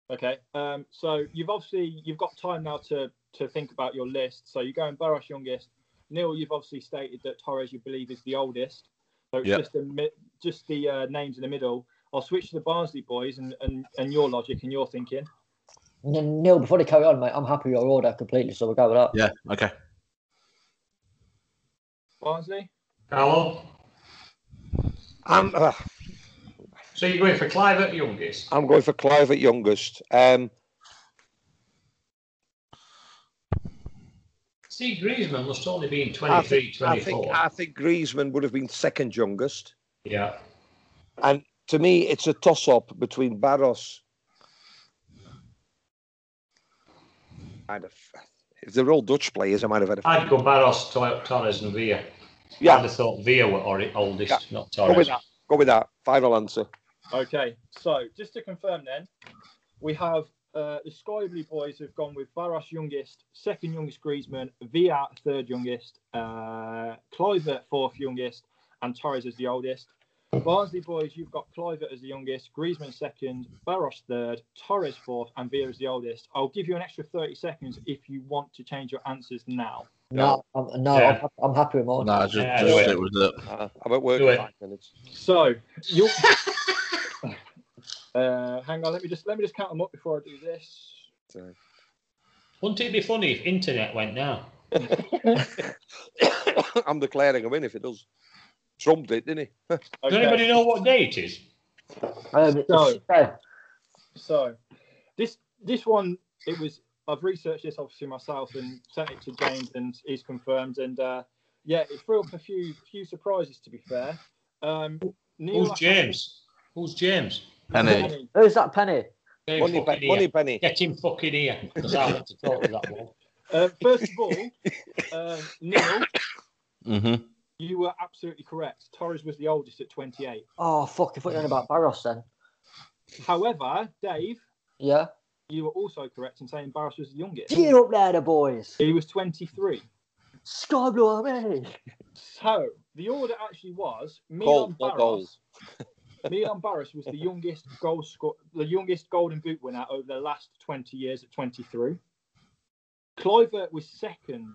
[SPEAKER 6] Okay. Um, so you've obviously you've got time now to to think about your list. So you're going Barros youngest. Neil, you've obviously stated that Torres you believe is the oldest. So it's
[SPEAKER 3] Yeah.
[SPEAKER 6] just the mi- just the uh, names in the middle. I'll switch to the Barnsley boys and, and, and your logic and your thinking.
[SPEAKER 2] N- Neil, before they carry on, mate, I'm happy with your order completely. So we'll go with that.
[SPEAKER 3] Yeah. Okay.
[SPEAKER 6] Barnsley,
[SPEAKER 5] Carlo?
[SPEAKER 4] I'm, uh,
[SPEAKER 5] So you're going for Clive at youngest?
[SPEAKER 4] I'm going for Clive at youngest. Um,
[SPEAKER 5] See, Griezmann must only be in
[SPEAKER 4] I
[SPEAKER 5] 23,
[SPEAKER 4] think, I
[SPEAKER 5] 24.
[SPEAKER 4] think I think Griezmann would have been second youngest.
[SPEAKER 5] yeah.
[SPEAKER 4] And to me, it's a toss up between Barros and if, if they're all Dutch players, I might have had a.
[SPEAKER 5] I'd go Barros, Tor- Torres, and Villa. I'd
[SPEAKER 4] Yeah,
[SPEAKER 5] have thought Villa were ori- oldest,
[SPEAKER 4] Yeah.
[SPEAKER 5] not
[SPEAKER 4] go with
[SPEAKER 5] Torres.
[SPEAKER 4] that. Go with that. Final answer.
[SPEAKER 6] Okay, so just to confirm then, we have uh, the Sky Blue boys who've gone with Barras youngest, second youngest Griezmann, Villa third youngest, uh, Clivert fourth youngest, and Torres as the oldest. Barnsley boys, you've got Clivert as the youngest, Griezmann second, Barros third, Torres fourth, and Villa as the oldest. I'll give you an extra 30 seconds if you want to change your answers now.
[SPEAKER 2] No, I'm, no,
[SPEAKER 5] Yeah.
[SPEAKER 2] I'm, hap- I'm happy with mine.
[SPEAKER 3] No, just,
[SPEAKER 5] Yeah,
[SPEAKER 3] just
[SPEAKER 5] do it.
[SPEAKER 3] stick with it.
[SPEAKER 4] Uh, I'm at work
[SPEAKER 5] Do
[SPEAKER 4] in
[SPEAKER 5] it.
[SPEAKER 4] five minutes.
[SPEAKER 6] So you uh, hang on, let me just let me just count them up before I do this.
[SPEAKER 4] So. *coughs*
[SPEAKER 5] Wouldn't it be funny if internet went now?
[SPEAKER 4] I'm declaring a win if it does. Trump did, didn't he?
[SPEAKER 5] Does anybody know what day it is?
[SPEAKER 2] Um,
[SPEAKER 6] So-
[SPEAKER 2] yeah,
[SPEAKER 6] So this this one it was I've researched this obviously myself and sent it to James and he's confirmed and uh, yeah it threw up a few few surprises to be fair. Um, Neil
[SPEAKER 5] Who's James? Who's James?
[SPEAKER 3] Penny.
[SPEAKER 2] who's that penny?
[SPEAKER 5] Get him
[SPEAKER 4] Money,
[SPEAKER 5] fucking
[SPEAKER 4] pe-
[SPEAKER 5] here.
[SPEAKER 4] money penny.
[SPEAKER 5] Get him fucking here, 'cause I want to talk to
[SPEAKER 4] *laughs*
[SPEAKER 5] that one.
[SPEAKER 6] Uh, first of all, um, Neil,
[SPEAKER 3] Mm-hmm.
[SPEAKER 6] you were absolutely correct. Torres was the oldest at 28.
[SPEAKER 2] Oh fuck! I thought you were on about Barros then.
[SPEAKER 6] However, Dave,
[SPEAKER 2] Yeah,
[SPEAKER 6] you were also correct in saying Barros was the youngest.
[SPEAKER 2] cheer up there, the boys.
[SPEAKER 6] He was 23.
[SPEAKER 2] Sky blue army.
[SPEAKER 6] So the order actually was
[SPEAKER 4] Goal,
[SPEAKER 6] Milan
[SPEAKER 4] not *laughs*
[SPEAKER 6] Barros. *laughs* Milan Barros was the youngest goal sco- the youngest Golden Boot winner over the last 20 years at 23. Kluivert was second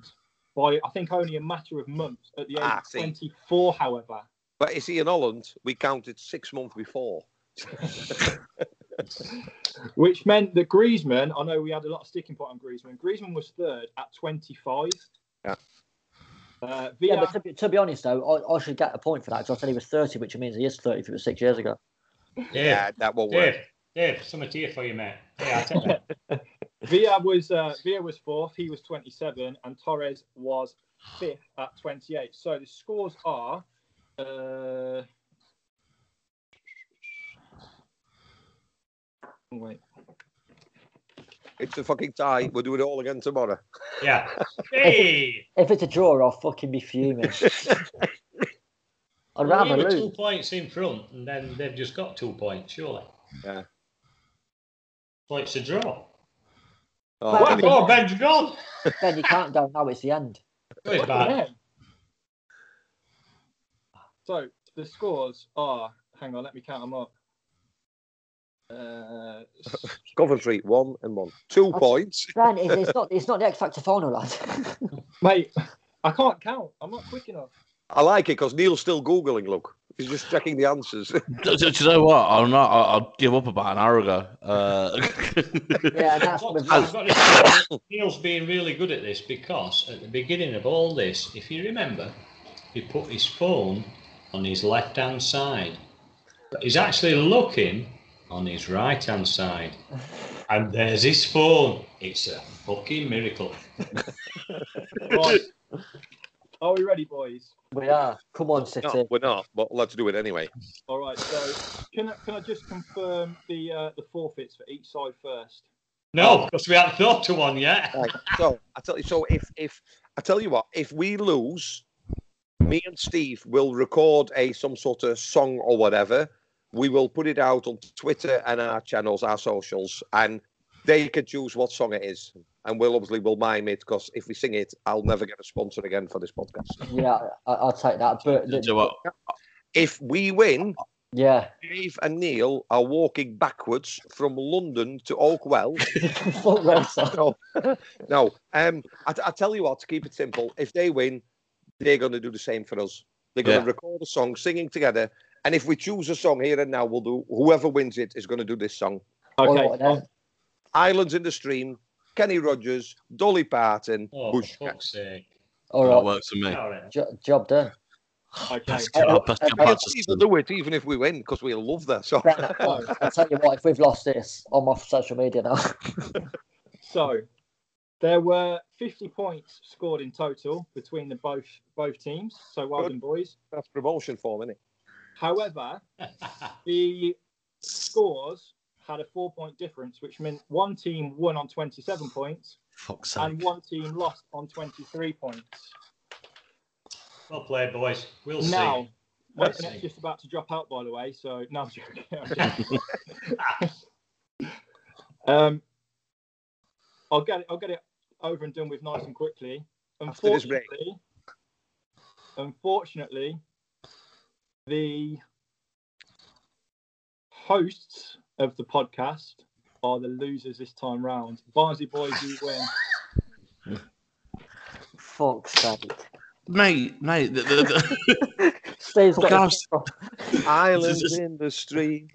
[SPEAKER 6] by I think only a matter of months at the age
[SPEAKER 4] Ah,
[SPEAKER 6] of
[SPEAKER 4] see.
[SPEAKER 6] 24. However,
[SPEAKER 4] But you see, in Holland, we counted six months before.
[SPEAKER 6] which meant that Griezmann, I know we had a lot of sticking point on Griezmann. Griezmann was third at 25.
[SPEAKER 4] Yeah.
[SPEAKER 6] Uh,
[SPEAKER 2] Yeah,
[SPEAKER 6] Villa,
[SPEAKER 2] but to be, to be honest though, I, I should get a point for that because I said he was thirty, which means he is thirty if it was six years ago.
[SPEAKER 5] Dave,
[SPEAKER 4] that won't work.
[SPEAKER 5] Dave, Dave, something here for you, mate. Yeah, I'll
[SPEAKER 2] *laughs*
[SPEAKER 5] take that.
[SPEAKER 6] Villa was uh, Villa was fourth. He was 27, and Torres was fifth at 28. So the scores are. Uh... Wait.
[SPEAKER 4] It's a fucking tie. We'll do it all again tomorrow.
[SPEAKER 5] Yeah. Hey!
[SPEAKER 2] If it's a draw, I'll fucking be fuming. I'd
[SPEAKER 5] Well, we
[SPEAKER 2] rather
[SPEAKER 5] were
[SPEAKER 2] lose.
[SPEAKER 5] two points in front, and then they've just got two points, surely.
[SPEAKER 4] Yeah.
[SPEAKER 5] So it's a draw.
[SPEAKER 2] Well,
[SPEAKER 4] Oh,
[SPEAKER 5] What?
[SPEAKER 4] Benny,
[SPEAKER 2] happened?
[SPEAKER 5] Oh, Ben's gone.
[SPEAKER 2] Ben, you can't go now. It's the end.
[SPEAKER 5] Good, man.
[SPEAKER 6] So the scores are. Hang on, let me count them up. Uh,
[SPEAKER 4] Coventry, one and one. Two points.
[SPEAKER 2] Ben, it's, *laughs* it's not. It's not the X Factor final, lad.
[SPEAKER 6] mate, I can't count. I'm not quick enough.
[SPEAKER 4] I like it because Neil's still Googling, look. He's just checking the *laughs* answers.
[SPEAKER 3] Do, do- do you know what? I'm not. I, I'll give up about an hour ago. Uh,
[SPEAKER 2] *laughs*
[SPEAKER 3] *laughs*
[SPEAKER 2] yeah, and that's
[SPEAKER 5] Well,
[SPEAKER 2] with
[SPEAKER 5] I've got *coughs* to say, Neil's being really good at this because at the beginning of all this, if you remember, he put his phone on his left hand side. But he's actually looking on his right hand side. And there's his phone. It's a fucking miracle.
[SPEAKER 6] Right. are we ready, boys?
[SPEAKER 2] we are. Come on, City.
[SPEAKER 4] no, we're not, but let's do it anyway.
[SPEAKER 6] All right. So can I, can I just confirm the uh, the forfeits for each side first?
[SPEAKER 5] No, because we haven't thought to one yet.
[SPEAKER 4] Right. So I tell you. So if if I tell you what, if we lose, me and Steve will record a some sort of song or whatever. We will put it out on Twitter and our channels, our socials, and they can choose what song it is. And we'll obviously will mime it because if we sing it, I'll never get a sponsor again for this podcast.
[SPEAKER 2] Yeah, I, I'll take that. But
[SPEAKER 3] do you know what?
[SPEAKER 4] If we win,
[SPEAKER 2] yeah, *laughs*
[SPEAKER 4] Dave and Neil are walking backwards from London to Oakwell
[SPEAKER 2] fuck Wilson.
[SPEAKER 4] no, no. Um, I, I tell you what, to keep it simple, if they win, they're going to do the same for us. They're going
[SPEAKER 3] Yeah.
[SPEAKER 4] to record a song, singing together, and if we choose a song here and now, we'll do. Whoever wins it is going to do this song.
[SPEAKER 2] *laughs*
[SPEAKER 6] Okay.
[SPEAKER 2] All right, then.
[SPEAKER 4] Islands in the Stream, Kenny Rogers, Dolly Parton,
[SPEAKER 5] Oh,
[SPEAKER 4] Bush.
[SPEAKER 5] for fuck's sake.
[SPEAKER 2] All
[SPEAKER 3] That
[SPEAKER 2] right,
[SPEAKER 3] works for me.
[SPEAKER 5] All right.
[SPEAKER 2] jo- job done.
[SPEAKER 6] Okay.
[SPEAKER 3] Pascal,
[SPEAKER 2] Uh,
[SPEAKER 3] Pascal
[SPEAKER 2] uh,
[SPEAKER 4] Either
[SPEAKER 3] Patterson.
[SPEAKER 4] do it, even if we win, because we love that. So
[SPEAKER 2] Right, no, I'll tell you what, if we've lost this, I'm off social media now. *laughs*
[SPEAKER 6] So there were 50 points scored in total between the both both teams. So well done, boys.
[SPEAKER 4] that's promotion form, isn't it?
[SPEAKER 6] However,
[SPEAKER 3] *laughs*
[SPEAKER 6] the scores had a four point difference, which meant one team won on 27 points
[SPEAKER 3] Fuck's
[SPEAKER 6] and
[SPEAKER 3] sake.
[SPEAKER 6] one team lost on 23 points.
[SPEAKER 5] Well played, boys. We'll
[SPEAKER 6] Now,
[SPEAKER 5] We'll
[SPEAKER 6] Wes Nett's
[SPEAKER 5] see.
[SPEAKER 6] just about to drop out, by the way. So no, I'm joking. *laughs* I'm joking. um, I'll get it. I'll get it over and done with nice and quickly.
[SPEAKER 4] After this break.
[SPEAKER 6] Unfortunately, unfortunately, the hosts of the podcast are the losers this time round. Barnsley boys, you win.
[SPEAKER 2] Fuck's sake.
[SPEAKER 3] Mate, mate. The, the, the,
[SPEAKER 2] Steve's got
[SPEAKER 3] Gosh.
[SPEAKER 2] his off.
[SPEAKER 4] Islands
[SPEAKER 3] This is-
[SPEAKER 4] in the
[SPEAKER 5] *laughs*
[SPEAKER 4] stream.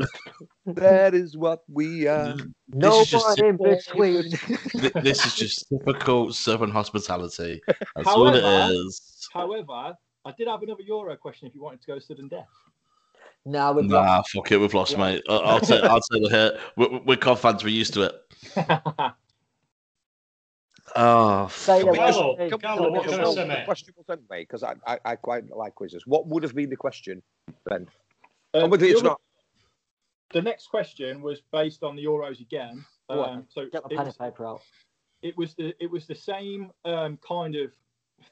[SPEAKER 4] that is what we
[SPEAKER 3] *laughs*
[SPEAKER 5] Uh,
[SPEAKER 4] are.
[SPEAKER 2] No
[SPEAKER 3] is just
[SPEAKER 2] one in between.
[SPEAKER 3] Th- this is just typical Southern hospitality. That's all
[SPEAKER 6] However-
[SPEAKER 3] it is.
[SPEAKER 6] However, I did have another Euro question if you wanted to go sudden death.
[SPEAKER 2] Now we've lost.
[SPEAKER 3] Nah, fuck it, we've lost, mate. I- I'll take, I'll take the hit. We're, we're Cod fans, we're used to it.
[SPEAKER 6] *laughs*
[SPEAKER 3] Oh,
[SPEAKER 2] Say the
[SPEAKER 3] fuck.
[SPEAKER 5] Well,
[SPEAKER 2] word, Steve.
[SPEAKER 5] Come
[SPEAKER 4] Can
[SPEAKER 5] on,
[SPEAKER 4] we
[SPEAKER 5] what
[SPEAKER 4] just
[SPEAKER 5] can I
[SPEAKER 4] know
[SPEAKER 5] say,
[SPEAKER 4] the
[SPEAKER 5] mate?
[SPEAKER 4] question was anyway? Because I, I, I quite like quizzes. What would have been the question?
[SPEAKER 6] Uh,
[SPEAKER 4] Obviously,
[SPEAKER 6] the
[SPEAKER 4] it's
[SPEAKER 6] other-
[SPEAKER 4] not.
[SPEAKER 6] The next question was based on the Euros again.
[SPEAKER 2] Right.
[SPEAKER 6] Um, so
[SPEAKER 2] Get
[SPEAKER 6] it
[SPEAKER 2] my pen
[SPEAKER 6] was,
[SPEAKER 2] and paper out.
[SPEAKER 6] it was the it was the same um, kind of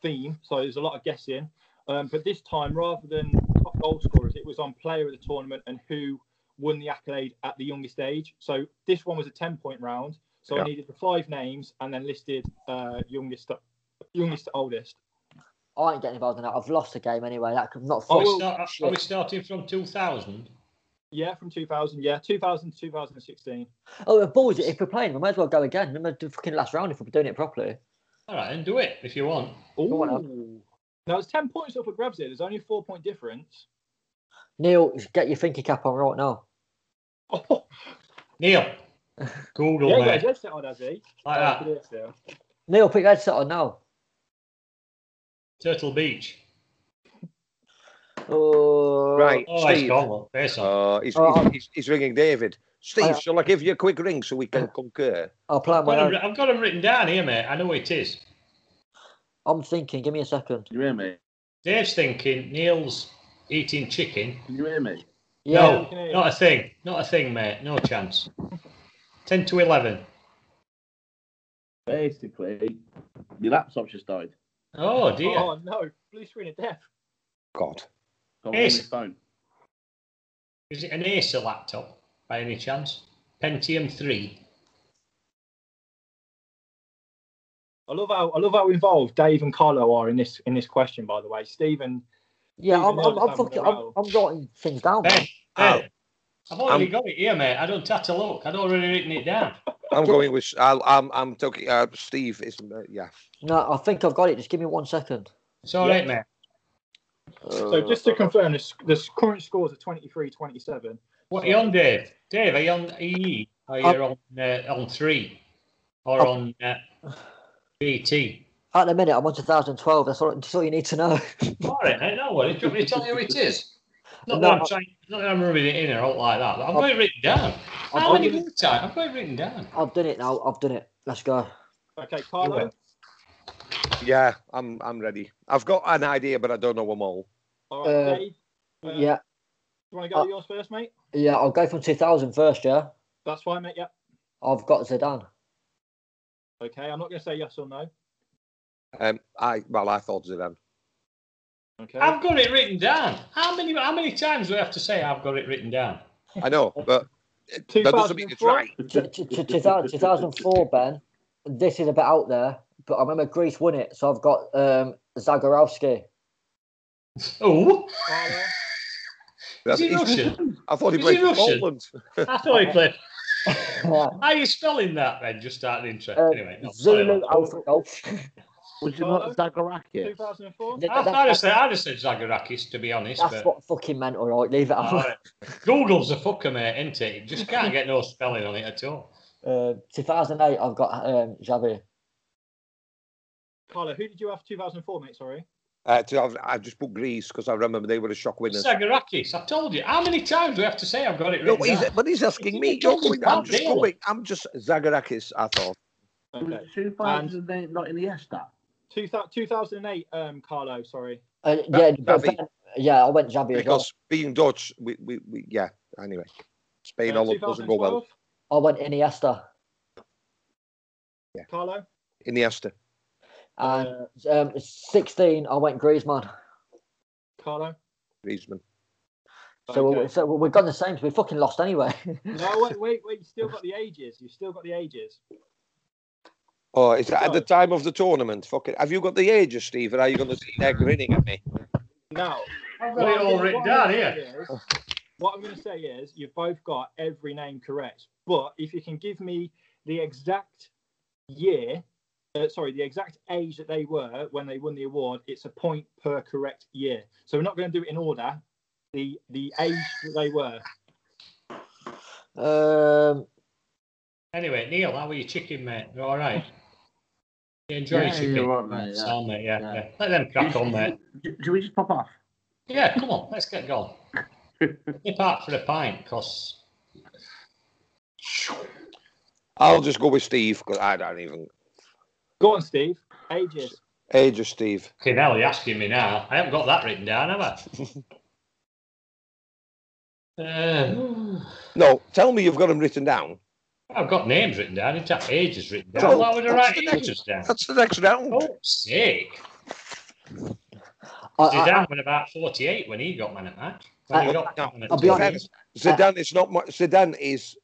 [SPEAKER 6] theme. So there's a lot of guessing, um, but this time rather than top goal scorers, it was on player of the tournament and who won the accolade at the youngest age. So this one was a ten point round. So
[SPEAKER 4] Yeah.
[SPEAKER 6] I needed the five names and then listed uh, youngest to- youngest to oldest.
[SPEAKER 2] I ain't getting involved in that. I've lost the game anyway. That could not.
[SPEAKER 5] see. Are,
[SPEAKER 2] fuck-
[SPEAKER 5] we start, are we starting from 2000?
[SPEAKER 6] Yeah, from 2000. Yeah, 2000 to 2016.
[SPEAKER 2] Oh, we're bored. If we're playing, we might as well go again. We might do fucking last round if we're doing it properly.
[SPEAKER 5] All right, then do it if you want.
[SPEAKER 2] Go on,
[SPEAKER 6] Ooh. Now it's ten points up for grabs here. There's only a four point difference. *laughs*
[SPEAKER 2] Neil, get your thinking cap on right now.
[SPEAKER 6] Oh, *laughs*
[SPEAKER 5] Neil, Google,
[SPEAKER 6] yeah, you got
[SPEAKER 5] mate.
[SPEAKER 6] his headset on, has he?
[SPEAKER 5] Like
[SPEAKER 6] Oh,
[SPEAKER 5] that.
[SPEAKER 6] good idea.
[SPEAKER 2] Neil, put your headset on now.
[SPEAKER 5] Turtle Beach.
[SPEAKER 2] Oh,
[SPEAKER 4] Right,
[SPEAKER 5] Oh, it's
[SPEAKER 4] Steve.
[SPEAKER 5] gone. look, Face
[SPEAKER 4] Uh,
[SPEAKER 5] off.
[SPEAKER 4] he's,
[SPEAKER 2] Oh,
[SPEAKER 4] he's, he's, he's ringing David. Steve,
[SPEAKER 2] Oh, yeah.
[SPEAKER 4] shall I give you a quick ring so we can concur?
[SPEAKER 2] I'll play
[SPEAKER 5] I've
[SPEAKER 2] my
[SPEAKER 5] got
[SPEAKER 2] own.
[SPEAKER 5] 'em- I've got them written down here, mate. I know it is.
[SPEAKER 2] I'm thinking. Give me a second.
[SPEAKER 9] Can you hear me?
[SPEAKER 5] Dave's thinking Neil's eating chicken.
[SPEAKER 9] Can you hear me?
[SPEAKER 2] Yeah.
[SPEAKER 5] No,
[SPEAKER 6] Yeah.
[SPEAKER 5] not a thing. Not a thing, mate. No chance. 10 to 11.
[SPEAKER 9] Basically, my laptop just died.
[SPEAKER 5] Oh, dear.
[SPEAKER 6] Oh no, blue screen of death.
[SPEAKER 4] God.
[SPEAKER 9] So I'm on
[SPEAKER 5] Yes.
[SPEAKER 9] my phone.
[SPEAKER 5] Is it an Acer laptop by any chance? Pentium 3.
[SPEAKER 6] I love how I love how involved Dave and Carlo are in this in this question. By the way, Stephen.
[SPEAKER 2] Yeah, I'm,
[SPEAKER 6] Even
[SPEAKER 2] I'm,
[SPEAKER 6] though
[SPEAKER 2] I'm
[SPEAKER 6] it's
[SPEAKER 2] fucking,
[SPEAKER 6] having a
[SPEAKER 2] I'm,
[SPEAKER 6] row.
[SPEAKER 2] I'm writing things down.
[SPEAKER 5] Ben,
[SPEAKER 2] man.
[SPEAKER 4] Ow.
[SPEAKER 5] Ben, I've already got it here, mate. I don't have to look. I'd already written it down.
[SPEAKER 4] I'm going with. I'll, I'm. I'm talking. Uh, Steve is. Uh, yeah.
[SPEAKER 2] No, I think I've got it. Just give me one second.
[SPEAKER 5] It's all
[SPEAKER 6] Yeah.
[SPEAKER 5] right, mate.
[SPEAKER 6] So
[SPEAKER 2] Uh,
[SPEAKER 6] just to confirm, the, sc- the current scores are 23-27.
[SPEAKER 5] What are you on, Dave? Dave, are you on EE? Are you on uh, on 3? Or
[SPEAKER 2] Up.
[SPEAKER 5] on uh, BT?
[SPEAKER 2] At the minute, I'm on 2012. That's all, that's all you need to know. *laughs*
[SPEAKER 5] All right, mate. No worries. Do you want me to tell you who it is?
[SPEAKER 2] No,
[SPEAKER 5] Not that
[SPEAKER 2] I-
[SPEAKER 5] I'm trying, not that I'm rubbing it in or out like that. I've got it written down. How
[SPEAKER 2] I've,
[SPEAKER 5] many
[SPEAKER 2] I've,
[SPEAKER 5] words I? I've got it written down.
[SPEAKER 2] I've done it now. I've done it. Let's go.
[SPEAKER 6] Okay, Carlo.
[SPEAKER 4] Yeah. I'm. I'm ready. I've got an idea, but I don't know them all.
[SPEAKER 6] All right,
[SPEAKER 2] Uh,
[SPEAKER 6] Dave. Uh,
[SPEAKER 2] Yeah,
[SPEAKER 6] You want to go
[SPEAKER 2] uh,
[SPEAKER 6] to yours first, mate?
[SPEAKER 2] yeah. I'll go from 2000 first. Yeah,
[SPEAKER 6] That's fine, mate. Yeah.
[SPEAKER 2] I've got Zidane.
[SPEAKER 6] Okay, I'm not going to say yes or no.
[SPEAKER 4] Um. I. Well, I thought Zidane.
[SPEAKER 6] Okay.
[SPEAKER 2] Um,
[SPEAKER 5] I've got it written down. How many how many times do I have to say I've got it written down?
[SPEAKER 4] I know, but it- that doesn't mean it's
[SPEAKER 6] 2004?
[SPEAKER 4] right.
[SPEAKER 2] T- t- t- 2000 2004, Ben. This is a bit out there, but I remember Greece won it, so I've got um, Zagorowski.
[SPEAKER 5] Oh,
[SPEAKER 2] *laughs*
[SPEAKER 6] Carlo.
[SPEAKER 5] is
[SPEAKER 4] That's,
[SPEAKER 5] he
[SPEAKER 4] he's-
[SPEAKER 5] Russian?
[SPEAKER 4] I thought he
[SPEAKER 5] is he
[SPEAKER 4] played for
[SPEAKER 5] Russian?
[SPEAKER 4] Poland.
[SPEAKER 5] I thought he played.
[SPEAKER 2] Yeah. um,
[SPEAKER 5] How are you spelling that then? Just out of interest.
[SPEAKER 2] Uh,
[SPEAKER 5] *laughs* anyway, no, sorry,
[SPEAKER 2] Zulu
[SPEAKER 5] mate.
[SPEAKER 2] Alpha Golf.
[SPEAKER 9] Was it not Dagaraki?
[SPEAKER 6] 2004.
[SPEAKER 2] Th-
[SPEAKER 5] I,
[SPEAKER 2] that-
[SPEAKER 5] I'd, have said, I'd have said Zagorakis, to be honest.
[SPEAKER 2] That's
[SPEAKER 5] but,
[SPEAKER 2] what fucking meant, all right.
[SPEAKER 4] Oh.
[SPEAKER 2] Leave it
[SPEAKER 5] All
[SPEAKER 2] out.
[SPEAKER 5] right. Google's a fucker, mate, isn't it? You just can't get no spelling on it at all.
[SPEAKER 2] *laughs* Uh, 2008, I've got um, Xavi.
[SPEAKER 6] Carlo, who did you have 2004, mate? Sorry.
[SPEAKER 4] Uh, to have, I just put Greece because I remember they were the shock winners.
[SPEAKER 5] Sagarakis, I've told you. How many times do I have to say I've got it
[SPEAKER 4] No,
[SPEAKER 5] written?
[SPEAKER 4] he's,
[SPEAKER 5] down?
[SPEAKER 4] but he's asking me.
[SPEAKER 5] It's
[SPEAKER 4] Don't go with that. I'm
[SPEAKER 5] about
[SPEAKER 4] just
[SPEAKER 5] Dale.
[SPEAKER 4] going. I'm just Zagarakis. I thought.
[SPEAKER 9] It was
[SPEAKER 6] Okay.
[SPEAKER 9] two fives and they not in the S that.
[SPEAKER 6] Two thou- 2008, um, Carlo, sorry.
[SPEAKER 2] Uh, yeah, but
[SPEAKER 4] Xavi.
[SPEAKER 2] Ben- yeah, I went Xavi as well.
[SPEAKER 4] Because being Dutch, we, we, we yeah. Anyway, Spain
[SPEAKER 6] Uh,
[SPEAKER 4] all doesn't go well.
[SPEAKER 6] 2012,
[SPEAKER 2] I went Iniesta
[SPEAKER 6] Carlo?
[SPEAKER 4] Iniesta.
[SPEAKER 2] and
[SPEAKER 6] Uh,
[SPEAKER 2] um, 16. I went Griezmann.
[SPEAKER 6] Carlo?
[SPEAKER 4] Griezmann.
[SPEAKER 2] So,
[SPEAKER 6] Okay.
[SPEAKER 2] we- so we've gone the same. So we fucking lost anyway. *laughs*
[SPEAKER 6] No, wait, wait, wait. You still got the ages. You still got the ages.
[SPEAKER 4] Oh, is that at the time of the tournament? Fuck it. Have you got the ages, Steve? Or are you going to sit there grinning at me?
[SPEAKER 6] Now,
[SPEAKER 5] I've
[SPEAKER 6] what
[SPEAKER 5] got it
[SPEAKER 6] I'm
[SPEAKER 5] all
[SPEAKER 6] gonna-
[SPEAKER 5] written
[SPEAKER 6] what I'm
[SPEAKER 5] down
[SPEAKER 6] gonna
[SPEAKER 5] here.
[SPEAKER 6] say is- What I'm going to say is, you've both got every name correct. But if you can give me the exact year, uh, sorry, the exact age that they were when they won the award, it's a point per correct year. So we're not going to do it in order. The the age that they were.
[SPEAKER 2] Um,
[SPEAKER 5] Anyway, Neil, how are you chicken, mate? You all right? You enjoy your
[SPEAKER 9] Yeah,
[SPEAKER 5] chicken?
[SPEAKER 9] you're all right, mate,
[SPEAKER 5] Sound, mate, yeah,
[SPEAKER 9] yeah.
[SPEAKER 5] yeah. Let them crack on, mate.
[SPEAKER 9] Do do we just pop off?
[SPEAKER 5] Yeah, come on, let's get *laughs* going. Nip out for a pint, because
[SPEAKER 4] I'll just go with Steve because I don't even.
[SPEAKER 6] Go on, Steve. Ages.
[SPEAKER 4] Ages, Steve.
[SPEAKER 5] fucking hell, you're asking me now. I haven't got that written down, have *laughs* I? Um,
[SPEAKER 4] No, tell me you've got him written down.
[SPEAKER 5] I've got names written down. I didn't have ages written down.
[SPEAKER 4] Go on,
[SPEAKER 5] Why would I
[SPEAKER 4] what's
[SPEAKER 5] write
[SPEAKER 4] the next-
[SPEAKER 5] ages down?
[SPEAKER 4] That's the next round.
[SPEAKER 5] Oh, sick.
[SPEAKER 2] I, I,
[SPEAKER 5] Zidane was about 48 when he got man at match. When he
[SPEAKER 2] I-
[SPEAKER 5] got
[SPEAKER 4] no,
[SPEAKER 5] man at
[SPEAKER 2] I'll be
[SPEAKER 5] match.
[SPEAKER 2] honest.
[SPEAKER 4] Zidane is not much. Zidane is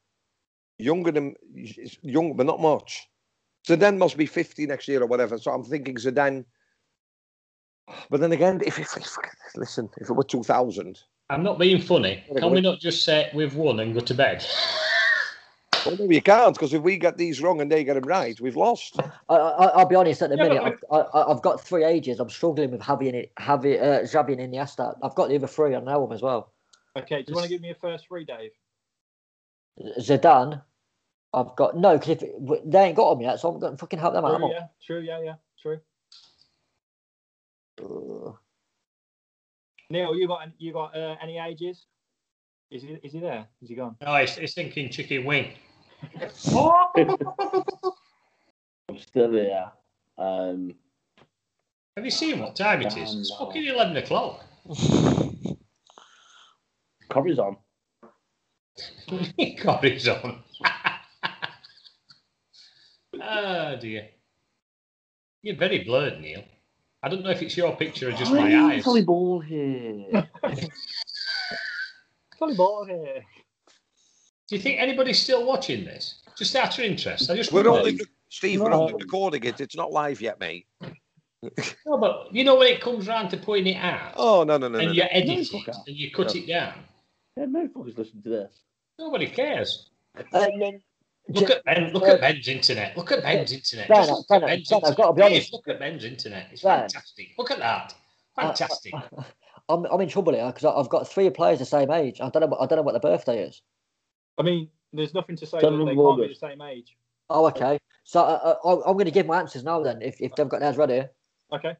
[SPEAKER 4] younger than is young, but not much. Zidane must be fifty next year or whatever. So I'm thinking Zidane. But then again, if, if, if listen, if it were two thousand,
[SPEAKER 5] I'm not being funny.
[SPEAKER 4] Gotta
[SPEAKER 5] Can
[SPEAKER 4] go.
[SPEAKER 5] we not just say we've won and go to bed?
[SPEAKER 4] well, no, you can't because if we get these wrong and they get them right, we've lost.
[SPEAKER 2] I, I, I'll be honest. At the
[SPEAKER 5] Yeah,
[SPEAKER 2] minute,
[SPEAKER 5] but-
[SPEAKER 2] I've, I, I- I've got three ages. I'm struggling with Javi and Javi, uh, Xavi and Iniesta. I've got the other three. I know them as well.
[SPEAKER 6] Okay. Do you want to give me a first three, Dave?
[SPEAKER 2] Zidane. I've got no because if w- they ain't got them yet, so I'm going to fucking help them out.
[SPEAKER 6] True.
[SPEAKER 2] am
[SPEAKER 6] Yeah. True. Yeah. Yeah. True.
[SPEAKER 2] I? Uh,
[SPEAKER 6] Neil, you got you got uh, any ages? Is he is he there? Is he gone?
[SPEAKER 5] no, he's, he's thinking chicken wing.
[SPEAKER 9] I'm still here. Um,
[SPEAKER 5] Have you seen what time it is?
[SPEAKER 9] Damn,
[SPEAKER 5] It's
[SPEAKER 9] no.
[SPEAKER 5] fucking 11 o'clock. *laughs*
[SPEAKER 9] Corrie's on.
[SPEAKER 5] God, he's *laughs* on. oh, dear. You're very blurred, Neil. I don't know if it's your picture or just my
[SPEAKER 9] Hey,
[SPEAKER 5] eyes.
[SPEAKER 9] Volleyball here.
[SPEAKER 6] Funny ball here.
[SPEAKER 5] Do you think anybody's still watching this? Just out of interest. I just
[SPEAKER 4] We're
[SPEAKER 5] wondered.
[SPEAKER 4] only Steve. We're
[SPEAKER 9] No.
[SPEAKER 4] only recording it. It's not live yet, mate.
[SPEAKER 5] No, but you know when it comes round to putting it out
[SPEAKER 4] Oh no no no no.
[SPEAKER 5] and
[SPEAKER 4] no.
[SPEAKER 5] you edit
[SPEAKER 9] No,
[SPEAKER 5] it
[SPEAKER 9] fuck out.
[SPEAKER 5] and you cut
[SPEAKER 4] No.
[SPEAKER 5] it down,
[SPEAKER 9] *laughs* yeah, no fuckers listen to this.
[SPEAKER 5] nobody cares.
[SPEAKER 2] and then-
[SPEAKER 5] Look
[SPEAKER 2] J-
[SPEAKER 5] at Ben. Look
[SPEAKER 2] uh,
[SPEAKER 5] at Ben's internet. Look at Ben's internet.
[SPEAKER 2] Ben,
[SPEAKER 5] Just look at
[SPEAKER 2] Ben,
[SPEAKER 5] Ben's
[SPEAKER 2] Ben, I've
[SPEAKER 5] internet.
[SPEAKER 2] gotta be
[SPEAKER 5] Dave,
[SPEAKER 2] honest.
[SPEAKER 5] Look at Ben's internet. It's
[SPEAKER 2] Ben.
[SPEAKER 5] fantastic. Look at that. Fantastic.
[SPEAKER 2] *laughs* I'm, I'm in trouble here because I've got three players the same age. I don't know. what- I don't know what their birthday is.
[SPEAKER 6] I mean, there's nothing to say that
[SPEAKER 9] Seven
[SPEAKER 6] they
[SPEAKER 9] of
[SPEAKER 6] can't be the
[SPEAKER 9] August.
[SPEAKER 6] same age.
[SPEAKER 2] Oh, okay. So uh, uh, I'm going to give my answers now. Then, if, if they've got theirs ready,
[SPEAKER 6] Okay.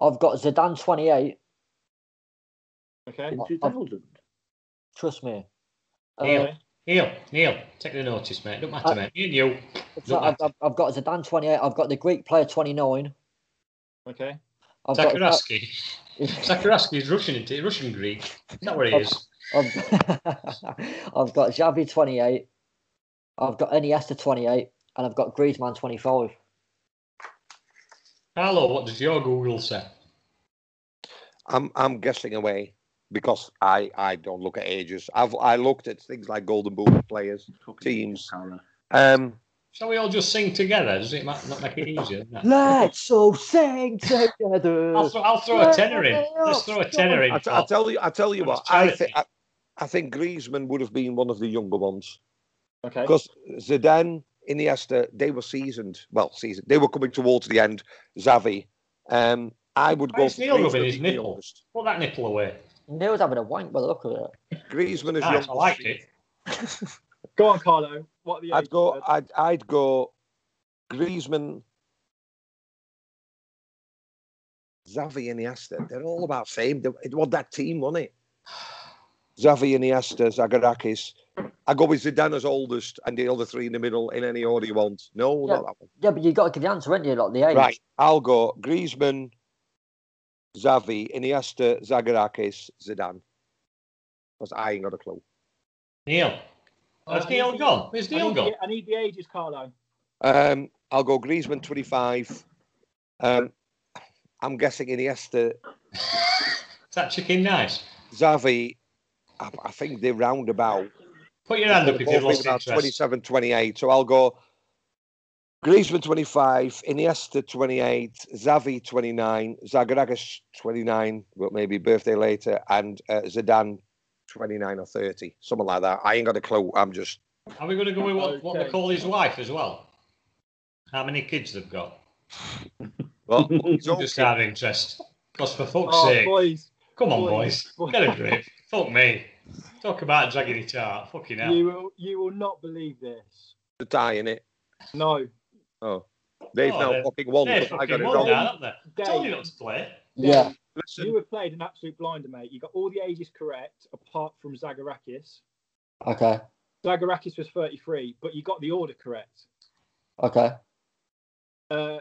[SPEAKER 2] I've got Zidane 28.
[SPEAKER 6] Okay.
[SPEAKER 9] In 2000.
[SPEAKER 2] Trust me.
[SPEAKER 5] Neil,
[SPEAKER 6] okay.
[SPEAKER 5] Neil, Neil, take the notice, mate. Don't matter,
[SPEAKER 2] Uh,
[SPEAKER 5] mate. Me and you.
[SPEAKER 2] So I've, I've, I've got Zidane 28. I've got the Greek player 29.
[SPEAKER 6] Okay.
[SPEAKER 2] I've got.
[SPEAKER 5] Sakuraski. Sakuraski is Russian, isn't he? Russian Greek. Is that what he is?
[SPEAKER 2] I've, *laughs* I've got Xavi 28. I've got Iniesta 28, and I've got Griezmann 25.
[SPEAKER 5] Carlo, what does your Google say?
[SPEAKER 4] I'm I'm guessing away because I I don't look at ages. I've I looked at things like Golden Boot players, teams.
[SPEAKER 9] Cara.
[SPEAKER 4] Um,
[SPEAKER 5] Shall we all just sing together? Does it ma- not make it easier? than that?
[SPEAKER 2] Let's all sing
[SPEAKER 9] *laughs*
[SPEAKER 5] I'll
[SPEAKER 2] together.
[SPEAKER 5] throw, I'll throw a tenner in. Let's throw a tenner in.
[SPEAKER 4] I, t- I
[SPEAKER 5] Paul.
[SPEAKER 4] tell you, I tell you
[SPEAKER 5] Well,
[SPEAKER 4] what,
[SPEAKER 5] it's
[SPEAKER 4] I
[SPEAKER 5] charity.
[SPEAKER 4] think I, I think Griezmann would have been one of the younger ones
[SPEAKER 6] Okay.
[SPEAKER 4] because Zidane, Iniesta, they were seasoned. Well, seasoned. They were coming towards the end. Xavi. Um, I would
[SPEAKER 5] Why
[SPEAKER 4] go.
[SPEAKER 5] is
[SPEAKER 4] for
[SPEAKER 5] Neil
[SPEAKER 4] Griezmann
[SPEAKER 5] rubbing his
[SPEAKER 4] being the
[SPEAKER 5] nipple?
[SPEAKER 4] youngest.
[SPEAKER 5] Put that nipple away.
[SPEAKER 2] Neil's having a wank by the look of it.
[SPEAKER 4] Griezmann is
[SPEAKER 5] Nice,
[SPEAKER 4] youngest.
[SPEAKER 5] I liked it.
[SPEAKER 6] Go on, Carlo. What are the
[SPEAKER 4] I'd
[SPEAKER 6] ages?
[SPEAKER 4] go. I'd I'd go. Griezmann. Xavi and Iniesta, they're all about fame. They- It was that team, wasn't it? *sighs* Xavi, Iniesta, Zagorakis. I go with Zidane as oldest and the other three in the middle in any order you want. No,
[SPEAKER 2] Yeah.
[SPEAKER 4] not that one.
[SPEAKER 2] Yeah, but you got to give the answer, haven't you? Like the age.
[SPEAKER 4] Right, I'll go Griezmann, Xavi, Iniesta, Zagorakis, Zidane. Because I ain't got a clue.
[SPEAKER 5] Neil. Has
[SPEAKER 6] Uh,
[SPEAKER 5] Neil gone? Is
[SPEAKER 6] I
[SPEAKER 5] Neil
[SPEAKER 6] need,
[SPEAKER 5] gone?
[SPEAKER 6] the, I need the ages, Carlo.
[SPEAKER 4] Um, I'll go Griezmann 25. Um, I'm guessing Iniesta,
[SPEAKER 5] Is that chicken nice?
[SPEAKER 4] Xavi. I, I think they're roundabout.
[SPEAKER 5] Put your hand up if
[SPEAKER 4] Both being
[SPEAKER 5] you've lost
[SPEAKER 4] about
[SPEAKER 5] interest.
[SPEAKER 4] 27, 28. So I'll go Griezmann 25, Iniesta 28, Xavi 29, Zagragis 29, well, maybe birthday later, and uh, Zidane 29 or 30, something like that. I ain't got a clue. I'm just
[SPEAKER 5] Are we going to go with what, what they
[SPEAKER 6] Okay.
[SPEAKER 5] call his wife as well? How many kids they've got?
[SPEAKER 4] well, he's old.
[SPEAKER 5] Just out of interest. Because for fuck's
[SPEAKER 6] Oh,
[SPEAKER 5] sake,
[SPEAKER 6] boys,
[SPEAKER 5] come on,
[SPEAKER 6] boys,
[SPEAKER 5] boys.
[SPEAKER 6] boys.
[SPEAKER 5] Get a grip. Fuck me. Talk about dragging it out. Fucking hell.
[SPEAKER 6] you will you will not believe this.
[SPEAKER 4] the tie in it.
[SPEAKER 6] No,
[SPEAKER 4] Oh, they've
[SPEAKER 5] Oh,
[SPEAKER 4] now
[SPEAKER 5] they're-
[SPEAKER 4] fucking won.
[SPEAKER 5] They're
[SPEAKER 4] 'cause I got
[SPEAKER 5] fucking
[SPEAKER 4] it
[SPEAKER 5] won
[SPEAKER 4] wrong.
[SPEAKER 5] now, aren't they? I told you
[SPEAKER 6] Dave,
[SPEAKER 5] not to play.
[SPEAKER 9] Yeah.
[SPEAKER 4] Listen,
[SPEAKER 6] you have played an absolute blinder, mate. You got all the ages correct apart from Zagorakis.
[SPEAKER 2] Okay.
[SPEAKER 6] Zagorakis was 33, but you got the order correct.
[SPEAKER 2] Okay.
[SPEAKER 6] Uh,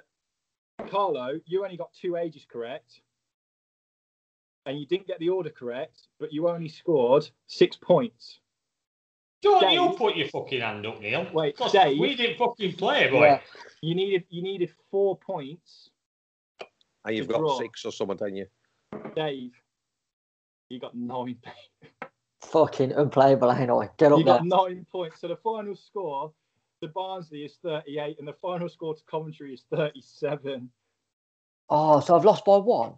[SPEAKER 6] Carlo, you only got two ages correct, and you didn't get the order correct, but you only scored six points.
[SPEAKER 5] Don't
[SPEAKER 6] Dave.
[SPEAKER 5] you put your fucking hand up, Neil.
[SPEAKER 6] Wait,
[SPEAKER 5] 'Cause
[SPEAKER 6] Dave.
[SPEAKER 5] we didn't fucking play, boy.
[SPEAKER 6] Yeah. You needed you needed four points,
[SPEAKER 4] and you've
[SPEAKER 6] It's
[SPEAKER 4] got
[SPEAKER 6] wrong.
[SPEAKER 4] six or something, haven't you?
[SPEAKER 6] Dave. You got nine. *laughs*
[SPEAKER 2] Fucking unplayable, ain't I? Get up
[SPEAKER 6] You
[SPEAKER 2] there.
[SPEAKER 6] got nine points. So the final score to Barnsley is 38, and the final score to Coventry is 37.
[SPEAKER 2] Oh, so I've lost by one.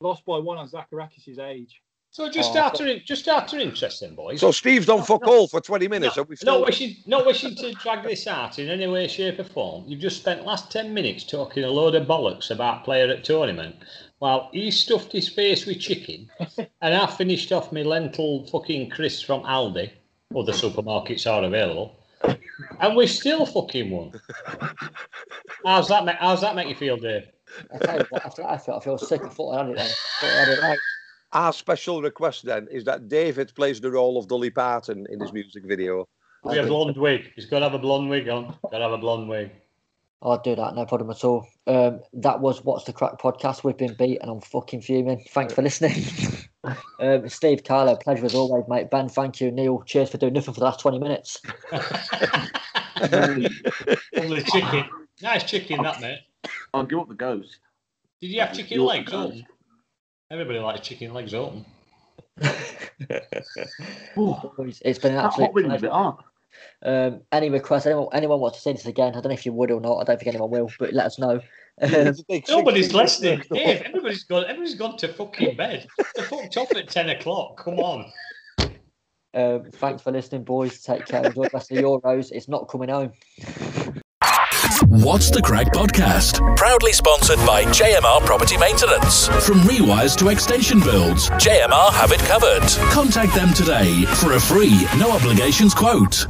[SPEAKER 6] Lost by one on Zacharakis' age.
[SPEAKER 5] So just
[SPEAKER 2] Oh.
[SPEAKER 5] after just after interest then, boys.
[SPEAKER 4] So Steve's done fuck all for 20 minutes. and we
[SPEAKER 5] Not
[SPEAKER 4] still...
[SPEAKER 5] wishing, not wishing to drag this out in any way, shape, or form. You've just spent last ten minutes talking a load of bollocks about player at tournament, while he stuffed his face with chicken, and I finished off my lentil fucking crisps from Aldi. Other supermarkets are available, and we still fucking won. How's that? Make, how's that make you feel, Dave?
[SPEAKER 2] I tell you what, after that, I feel, I feel sick. I thought I had it
[SPEAKER 5] *laughs*
[SPEAKER 2] then. I thought I had it right.
[SPEAKER 4] Our special request then is that David plays the role of Dolly Parton in his music video.
[SPEAKER 5] We have blonde wig. He's got to have a blonde wig on. Got to have a blonde wig.
[SPEAKER 2] I'll do that, no problem at all. Um, that was What's the Crack podcast. We've been beat and I'm fucking fuming. Thanks for listening. *laughs* um, Steve, Carlo, pleasure as always, mate. Ben, thank you. Neil, cheers for doing nothing for the last 20 minutes.
[SPEAKER 5] Lovely chicken. Nice chicken, that mate.
[SPEAKER 9] I'll give up the ghost.
[SPEAKER 5] Did you have chicken
[SPEAKER 9] You're
[SPEAKER 5] legs
[SPEAKER 9] the ghost.
[SPEAKER 5] open? Everybody likes chicken legs open.
[SPEAKER 9] Oh,
[SPEAKER 2] Boys, It's been an
[SPEAKER 9] that hot
[SPEAKER 2] absolute
[SPEAKER 9] wind is a bit
[SPEAKER 2] pleasure.
[SPEAKER 9] hot.
[SPEAKER 2] Um, any requests, anyone, anyone wants to see this again? I don't know if you would or not. I don't think anyone will, but let us know. *laughs* Um,
[SPEAKER 5] Nobody's listening. Dave, everybody's gone. Everybody's gone to fucking bed. They fucked off at ten o'clock. Come on.
[SPEAKER 2] um, thanks for listening, boys. Take care. Enjoy the rest of the Euros. It's not coming home.
[SPEAKER 1] What's the Crack podcast? Proudly sponsored by JMR Property Maintenance. From rewires to extension builds, JMR have it covered. Contact them today for a free, no obligations quote.